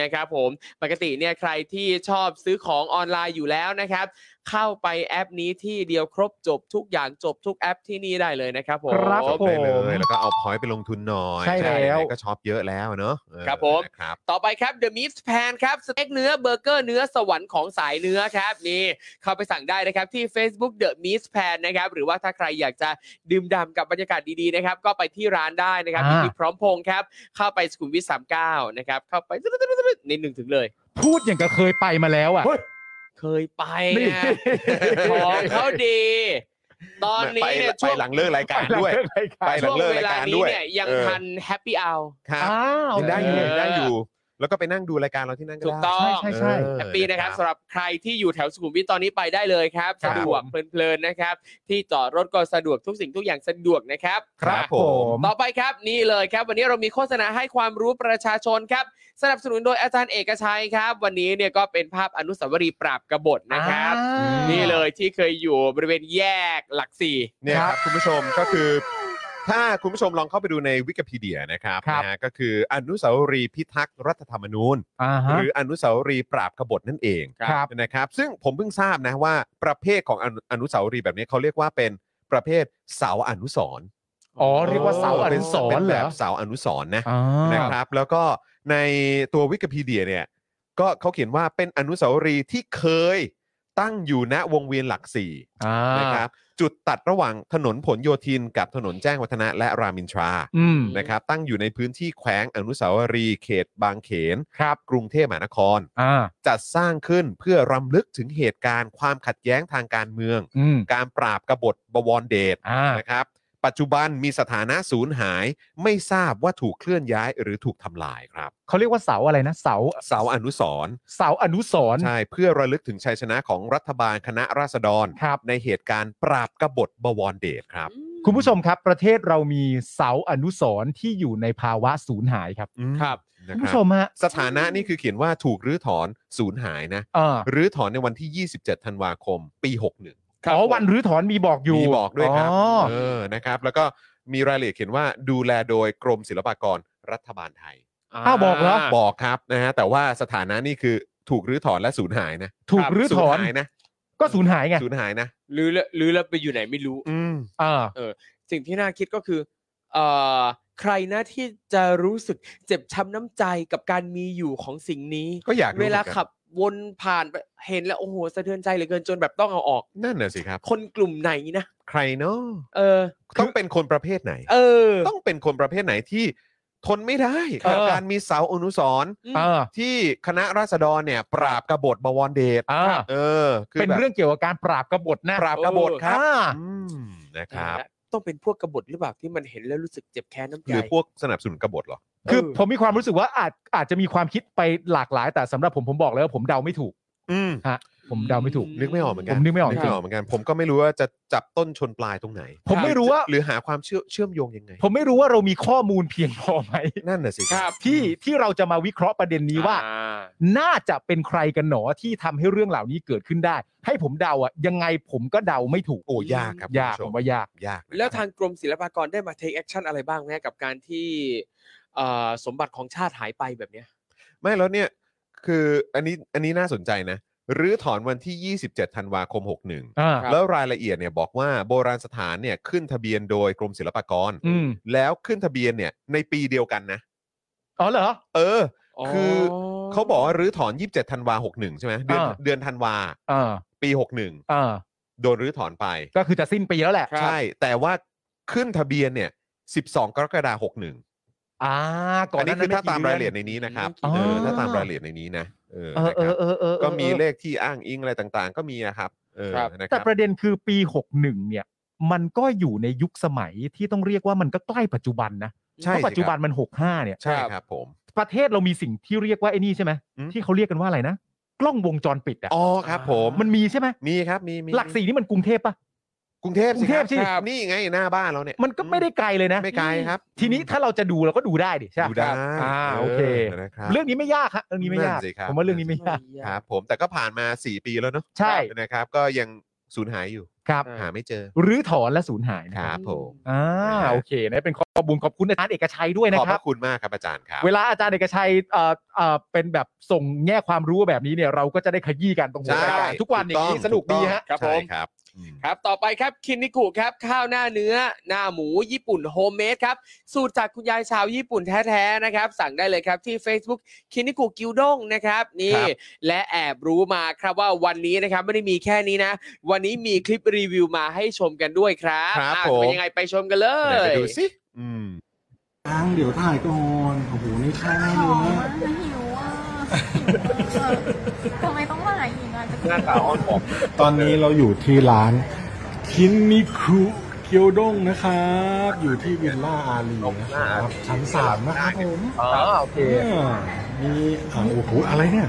[SPEAKER 4] นะครับผมปกติเนี่ยใครที่ชอบซื้อของออนไลน์อยู่แล้วนะครับ เข้าไปแอปนี้ที่เดียวครบจบทุกอย่างจบทุกแอปที่นี่ได้เลยนะครับผม
[SPEAKER 3] ครับ
[SPEAKER 2] จบ
[SPEAKER 3] ผ
[SPEAKER 2] ได้เล
[SPEAKER 3] ม
[SPEAKER 2] ยแล้วก็เอาพอยต์ไปลงทุนหน่อย
[SPEAKER 3] ใช่แล้ว
[SPEAKER 2] ไหนๆก็ช็อปเยอะแล้วเนอะเออ
[SPEAKER 4] ครับผม
[SPEAKER 2] นะครับ
[SPEAKER 4] ต่อไปครับ The Meat Pan ครับสเต็กเนื้อเบอร์เกอร์เนื้อสวรรค์ของสายเนื้อครับนี่เข้าไปสั่งได้นะครับที่ Facebook The Meat Pan นะครับหรือว่าถ้าใครอยากจะดื่มด่ำกับบรรยากาศดีๆนะครับก็ไปที่ร้านได้นะครับ
[SPEAKER 3] อ่า
[SPEAKER 4] อยู่ที่พร้อมพงษ์ครับ เข้าไปสุขุมวิท39 นะครับเข้าไปนิดหนึ่งถึงเลย
[SPEAKER 3] พูดอย่างกับเคยไปมาแล้วอ่ะ
[SPEAKER 4] เคยไป
[SPEAKER 3] นี่
[SPEAKER 4] นะของเขาดี ตอนนี้เนี่ย
[SPEAKER 2] ไป
[SPEAKER 4] ช่วง
[SPEAKER 2] หลังเลิกรายการด้วย
[SPEAKER 3] ไป
[SPEAKER 2] ไปหลั
[SPEAKER 4] ช่
[SPEAKER 2] ง
[SPEAKER 4] วง
[SPEAKER 2] เลิก
[SPEAKER 4] เว
[SPEAKER 2] ราย
[SPEAKER 4] ลา
[SPEAKER 2] การ
[SPEAKER 4] นี้
[SPEAKER 2] ด้วย
[SPEAKER 4] เนี่ยยัง
[SPEAKER 2] เออ
[SPEAKER 4] ทันแฮปปี้เอา
[SPEAKER 2] ครับ
[SPEAKER 3] อ้าว
[SPEAKER 2] ยังได้อยู่
[SPEAKER 4] เออ
[SPEAKER 2] ยังได้อยู่ แล้วก็ไปนั่งดูรายการเราที่นั่นก็
[SPEAKER 4] ถูก
[SPEAKER 2] ได้
[SPEAKER 4] ต้อง
[SPEAKER 3] ใช่ใช่ใช่
[SPEAKER 2] เออ
[SPEAKER 4] แฮปปี้นะครับสำหรับใครที่อยู่แถวสุขุมวิทตอนนี้ไปได้เลยครับ
[SPEAKER 3] ครั
[SPEAKER 4] สะ
[SPEAKER 3] บ
[SPEAKER 4] ดวกเพลินๆนะครับ ที่จอดรถก็สะดวกทุกสิ่งทุกอย่างสะดวกนะครับ
[SPEAKER 2] ครับผม
[SPEAKER 4] ต่อไปครับนี่เลยครับ วันนี้เรามีโฆษณาให้ความรู้ประชาชนครับ สนับสนุนโดยอาจารย์เอกชัยครับ วันนี้เนี่ยก็เป็นภาพอนุสาวรีย์ปราบกบฏนะครับ
[SPEAKER 3] อ่า
[SPEAKER 4] นี่เลยที่เคยอยู่บริเวณแยกหลักสี่
[SPEAKER 2] เนี่ยครับคุณผู้ชมก็คือ ถ้าคุณผู้ชมลองเข้าไปดูในวิกิพีเดียนะครับ
[SPEAKER 3] ครับ
[SPEAKER 2] นะฮะก็คืออนุสาวรีย์พิทักษ์รัฐธรรมนูญ
[SPEAKER 3] อ่า
[SPEAKER 2] ห
[SPEAKER 3] ฮะ
[SPEAKER 2] รืออนุสาวรีย์ปราบกบฏนั่นเอง
[SPEAKER 3] ครับ
[SPEAKER 2] นะครับ ซึ่งผมเพิ่งทราบนะว่าประเภทของอนุอนุสาวรีย์แบบนี้เขาเรียกว่าเป็นประเภทเสาอนุสรณ์
[SPEAKER 3] อ๋อเรียกว่าเสาอนุสรณ์
[SPEAKER 2] ป็น
[SPEAKER 3] เหรอ
[SPEAKER 2] แบบเสาอนุสรณ์นะ
[SPEAKER 3] อ่า
[SPEAKER 2] นะครับ แล้วก็ในตัววิกิพีเดียเนี่ยก็เขาเขียนว่าเป็นอนุสาวรีย์ที่เคยตั้งอยู่ณวงเวียนหลักสี่
[SPEAKER 3] อ่า
[SPEAKER 2] นะครับจุดตัดระหว่างถนนผลโยธินกับถนนแจ้งวัฒนะและรามอินทรา
[SPEAKER 3] อืม
[SPEAKER 2] นะครับตั้งอยู่ในพื้นที่แขวงอนุสาวรีย์เขตบางเขน
[SPEAKER 3] ครับ
[SPEAKER 2] กรุงเทพมหานคร
[SPEAKER 3] อ่า
[SPEAKER 2] จัดสร้างขึ้นเพื่อรำลึกถึงเหตุการณ์ความขัดแย้งทางการเมือง
[SPEAKER 3] อืม
[SPEAKER 2] การปราบกบฏบวรเดช
[SPEAKER 3] อ่า
[SPEAKER 2] นะครับ ปัจจุบันมีสถานะสูญหายไม่ทราบว่าถูกเคลื่อนย้ายหรือถูกทำลายครับ
[SPEAKER 3] เขาเรียกว่าเสาอะไรนะเสา
[SPEAKER 2] เสาอนุสรณ์
[SPEAKER 3] เสาอนุสรณ์
[SPEAKER 2] ใช่เพื่อระลึกถึงชัยชนะของรัฐบาลคณะราษฎร
[SPEAKER 3] ครับ
[SPEAKER 2] ในเหตุการณ์ปราบกบฏบวรเดชครับ
[SPEAKER 3] คุณผู้ชมครับ ประเทศเรามีเสาอนุสรณ์ที่อยู่ในภาวะสูญหายครับ
[SPEAKER 2] อืม
[SPEAKER 4] ครับ
[SPEAKER 2] นะค
[SPEAKER 3] คุณผู้ช
[SPEAKER 2] รับ
[SPEAKER 3] มฮะ
[SPEAKER 2] สถานะนี่คือเขียนว่าถูกรื้อถอนสูญหายนะ
[SPEAKER 3] อ่า
[SPEAKER 2] รื้อถอนในวันที่ 27 ธันวาคม ปี 61
[SPEAKER 3] อ๋อวันรื้อถอนมีบอกอยู่
[SPEAKER 2] มีบอกด้วยครับ
[SPEAKER 3] อ๋อ
[SPEAKER 2] เออนะครับ แล้วก็มีรายละเอียดเขียนว่าดูแลโดยกรมศิลปากรรัฐบาลไทย
[SPEAKER 3] อ้าวบอกเหรอ
[SPEAKER 2] บอกครับนะฮะแต่ว่าสถานะนี่คือถูกรื้อถอนและสูญหายนะ
[SPEAKER 3] ถูกรื้อถอน
[SPEAKER 2] สูญหายนะ
[SPEAKER 3] ก็สูญหายไง
[SPEAKER 2] สูญหายนะ
[SPEAKER 4] หรือแล้วหรือแล้วไปอยู่ไหนไม่รู้
[SPEAKER 2] อืม
[SPEAKER 3] อ่า
[SPEAKER 4] สิ่งที่น่าคิดก็คือเอ่อใครนะที่จะรู้สึกเจ็บช้ำน้ำใจกับการมีอยู่ของสิ่งนี้
[SPEAKER 2] ก็อยากรู้
[SPEAKER 4] เวลา
[SPEAKER 2] หมือนกัน
[SPEAKER 4] ขับวนผ่านไปเห็นแล้วโอ้โหสะเทือนใจเหลือเกินจนแบบต้องเอาออก
[SPEAKER 2] นั่นน่ะสิครับ
[SPEAKER 4] คนกลุ่มไหนนะ
[SPEAKER 2] ใครเนาะ
[SPEAKER 4] เออ
[SPEAKER 2] ต้องเป็นคนประเภทไหน
[SPEAKER 4] เออ
[SPEAKER 2] ต้องเป็นคนประเภทไหนที่ทนไม่ได้กับ
[SPEAKER 3] เออ
[SPEAKER 2] การมีเสาอนุสรณ์
[SPEAKER 3] อ่า
[SPEAKER 2] ที่คณะราษฎรเนี่ยปราบกบฏบวรเดช
[SPEAKER 3] อ่า
[SPEAKER 2] เออ คือ
[SPEAKER 3] เป็น
[SPEAKER 2] แบบ
[SPEAKER 3] เรื่องเกี่ยวกับการปราบกบฏนะ
[SPEAKER 2] ปราบกบฏครับ
[SPEAKER 3] อ่า
[SPEAKER 2] อืมนะครับ
[SPEAKER 4] ต้องเป็นพวกกบฏหรือเปล่าที่มันเห็นแล้วรู้สึกเจ็บแค้นน้ำใจ
[SPEAKER 2] หรือพวกสนับสนุนกบฏเหรอ
[SPEAKER 3] คือ
[SPEAKER 4] เ
[SPEAKER 3] ผมมีความรู้สึกว่าอาจอาจจะมีความคิดไปหลากหลาย แต่สำหรับผมผมบอกเลยว่าผมเดาไม่ถูก
[SPEAKER 2] อืม
[SPEAKER 3] ผมเดาไม่ถูก
[SPEAKER 2] นึกไม่ออกเหมือนกัน
[SPEAKER 3] ผมนึกไม่ออก
[SPEAKER 2] นึกไม่ออกเหมือนกัน ผมก็ไม่รู้ว่าจะจับต้นชนปลายตรงไหน
[SPEAKER 3] ผมไม่รู้ว่า
[SPEAKER 2] หรือหาความเชื่อเชื่อมโยงยังไง
[SPEAKER 3] ผมไม่รู้ว่าเรามีข้อมูลเพียงพอไหม
[SPEAKER 2] นั่นน่ะสิ
[SPEAKER 4] ครับ
[SPEAKER 3] ที่ที่เราจะมาวิเคราะห์ประเด็นนี้ว่า
[SPEAKER 4] อ่า
[SPEAKER 3] น่าจะเป็นใครกันหนอที่ทำให้เรื่องเหล่านี้เกิดขึ้นได้ ให้ผมเดาอ่ะยังไงผมก็เดาไม่ถูก
[SPEAKER 2] โอ้ยากครับ
[SPEAKER 3] ยาก
[SPEAKER 2] คุณผู้ช
[SPEAKER 3] ผมว่ายาก
[SPEAKER 2] ยากนะ
[SPEAKER 4] แล้วทางกรมศิลปากรได้มา take action อะไรบ้างไหมกับการที่เอ่อสมบัติของชาติหายไปแบบเนี้ย
[SPEAKER 2] ไม่แล้วเนี่ย คืออันนี้อันนี้น่าสนใจนะหรือถอนวันที่ 27 ธันวาคม 61
[SPEAKER 3] อ่า
[SPEAKER 2] แล้วรายละเอียดเนี่ยบอกว่าโบราณสถานเนี่ยขึ้นทะเบียนโดยกรมศิลปากร
[SPEAKER 3] อืม
[SPEAKER 2] แล้วขึ้นทะเบียนเนี่ยในปีเดียวกันนะ
[SPEAKER 3] อ๋อเหรอ
[SPEAKER 2] เออ คือ เขาบอกว่ารื้อถอน 27 ธันวา 61 ใช่ไหมเดือน
[SPEAKER 3] อ่า
[SPEAKER 2] เดือนธันวา
[SPEAKER 3] อ่า
[SPEAKER 2] ปี
[SPEAKER 3] อ่า
[SPEAKER 2] 61 โดนรื้อถอนไป
[SPEAKER 3] ก็คือจะสิ้นปีแล้วแหละ
[SPEAKER 2] ใช่ แต่ว่าขึ้นทะเบียนเนี่ย 12 กรกฎาคม61
[SPEAKER 3] อ่าก่อ
[SPEAKER 2] อั
[SPEAKER 3] น
[SPEAKER 2] น
[SPEAKER 3] ห
[SPEAKER 2] นี้
[SPEAKER 3] นั้
[SPEAKER 2] คือน ถ้าตามรายละเอียด
[SPEAKER 3] ไ
[SPEAKER 2] ในนี้นะครับ
[SPEAKER 3] อ๋อ
[SPEAKER 2] เออถ้าตามรายละเอียดในนี้นะเออ
[SPEAKER 3] เออ
[SPEAKER 2] นะค
[SPEAKER 3] เอ
[SPEAKER 2] รั
[SPEAKER 3] อบ เออเออออ
[SPEAKER 2] ก็มีเลขที่อ้างอิงอะไรต่างๆ ก็มีนะครับเออ
[SPEAKER 4] ครับ
[SPEAKER 2] นะค
[SPEAKER 3] แต่
[SPEAKER 2] รับ
[SPEAKER 3] ประเด็นคือปี 61 เนี่ย มันก็อยู่ในยุคสมัยที่ต้องเรียกว่ามันก็ใกล้ปัจจุบันนะ
[SPEAKER 2] ใช่
[SPEAKER 3] เพราะปัจจุบัน
[SPEAKER 2] สิครั
[SPEAKER 3] มัน 65 เนี่ย
[SPEAKER 2] ใช่ครับผม
[SPEAKER 3] ประเทศเรามีสิ่งที่เรียกว่าไอ้นี่ใช่ไหม
[SPEAKER 2] อืม
[SPEAKER 3] ที่เขาเรียกกันว่าอะไรนะ กล้องวงจรปิดอ่ะ
[SPEAKER 2] อ๋อครับผม
[SPEAKER 3] มันมีใช่ไหม
[SPEAKER 2] มีครับมีมี
[SPEAKER 3] หลักสี่นี่มันกรุงเทพปะ
[SPEAKER 2] กรุงเทพสิค
[SPEAKER 3] กรุงเท
[SPEAKER 2] รั
[SPEAKER 3] พสิ
[SPEAKER 2] ครับนี่ไงหน้าบ้านเราเนี่ย
[SPEAKER 3] มันก็ไม่ได้ไกลเลยนะ
[SPEAKER 2] ไม่ไกลครับ
[SPEAKER 3] ทีนี้ถ้าเราจะดูเราก็ดูได้ดิใช่ปะ
[SPEAKER 2] ดูได้
[SPEAKER 3] อ่าโอเค
[SPEAKER 2] นะครับ
[SPEAKER 3] เรื่องนี้ไม่ยากฮะเรื่องนี้ไม่ยาก
[SPEAKER 2] นั่นสิครับ
[SPEAKER 3] ผมว่าเรื่องนี้ไม่ยาก
[SPEAKER 2] ครับผมแต่ก็ผ่านมา 4 ปีแล้วเนาะ
[SPEAKER 3] ใช่
[SPEAKER 2] นะครับ ก็ยังสูญหายอยู่
[SPEAKER 3] ครับ
[SPEAKER 2] หาไม่เจอ
[SPEAKER 3] หรือถอนและสูญหายนะ
[SPEAKER 2] ค
[SPEAKER 3] ครับ
[SPEAKER 2] รับผม
[SPEAKER 3] อ่าโอเคนะเป็นข้อมูลขอบคุณอาจารย์เอกชัยด้วยนะ
[SPEAKER 2] ขอบ
[SPEAKER 3] ค
[SPEAKER 2] พ
[SPEAKER 3] รับ
[SPEAKER 2] ระคุณมากครับอาจารย์ครับ
[SPEAKER 3] เวลาอาจารย์เอกชัยเอ่อเอ่อเป็นแบบส่งแง่ความรู้แบบนี้เนี่ยเราก็จะได้ขยี้กันตรงหัว
[SPEAKER 2] ใช่
[SPEAKER 3] รายการทุกวันอย่างนี้
[SPEAKER 2] ถู
[SPEAKER 3] สนุกดีฮะ
[SPEAKER 2] ถูกต้อง
[SPEAKER 4] ครับผม
[SPEAKER 2] ใช่ครับอืม
[SPEAKER 4] ครับ ต่อไปครับคินนิกุครับ ข้าวหน้าเนื้อ หน้าหมูญี่ปุ่นโฮมเมดครับ สูตรจากคุณยายชาวญี่ปุ่นแท้ๆนะครับ สั่งได้เลยครับที่ Facebook คินนิกุกิวด้งนะครับ นี่ และแอบรู้มาครับว่าวันนี้นะครับ ไม่ได้มีแค่นี้นะ วันนี้มีคลิปรีวิวมาให้ชมกันด้วยครับ
[SPEAKER 2] ครับ
[SPEAKER 4] อ่ะ
[SPEAKER 2] ผม
[SPEAKER 4] เป็นยังไงไปชมกันเล
[SPEAKER 2] ไหนไป
[SPEAKER 4] ย
[SPEAKER 2] ดูสิอืม
[SPEAKER 6] อ้างเดี๋ยวถ่ายก่อนโอ้โหนี่ข้าง
[SPEAKER 5] ห
[SPEAKER 6] เล
[SPEAKER 5] อย ม
[SPEAKER 6] นะ
[SPEAKER 5] อ่ะหิวอ่ะหิวอ่ะทำไมต้องมาหาอีกอ่ะจะกิน
[SPEAKER 6] ตอนนี้เราอยู่ที่ร้าน
[SPEAKER 7] คินนิคุเกียวด้งนะครับ อยู่ที่เวียนล่าอารีนะครับ ชั้นสามนะครับผม
[SPEAKER 3] อ๋อโอเค
[SPEAKER 7] เนี่ยมีอ่าโอ้โหอะไรเนี่ย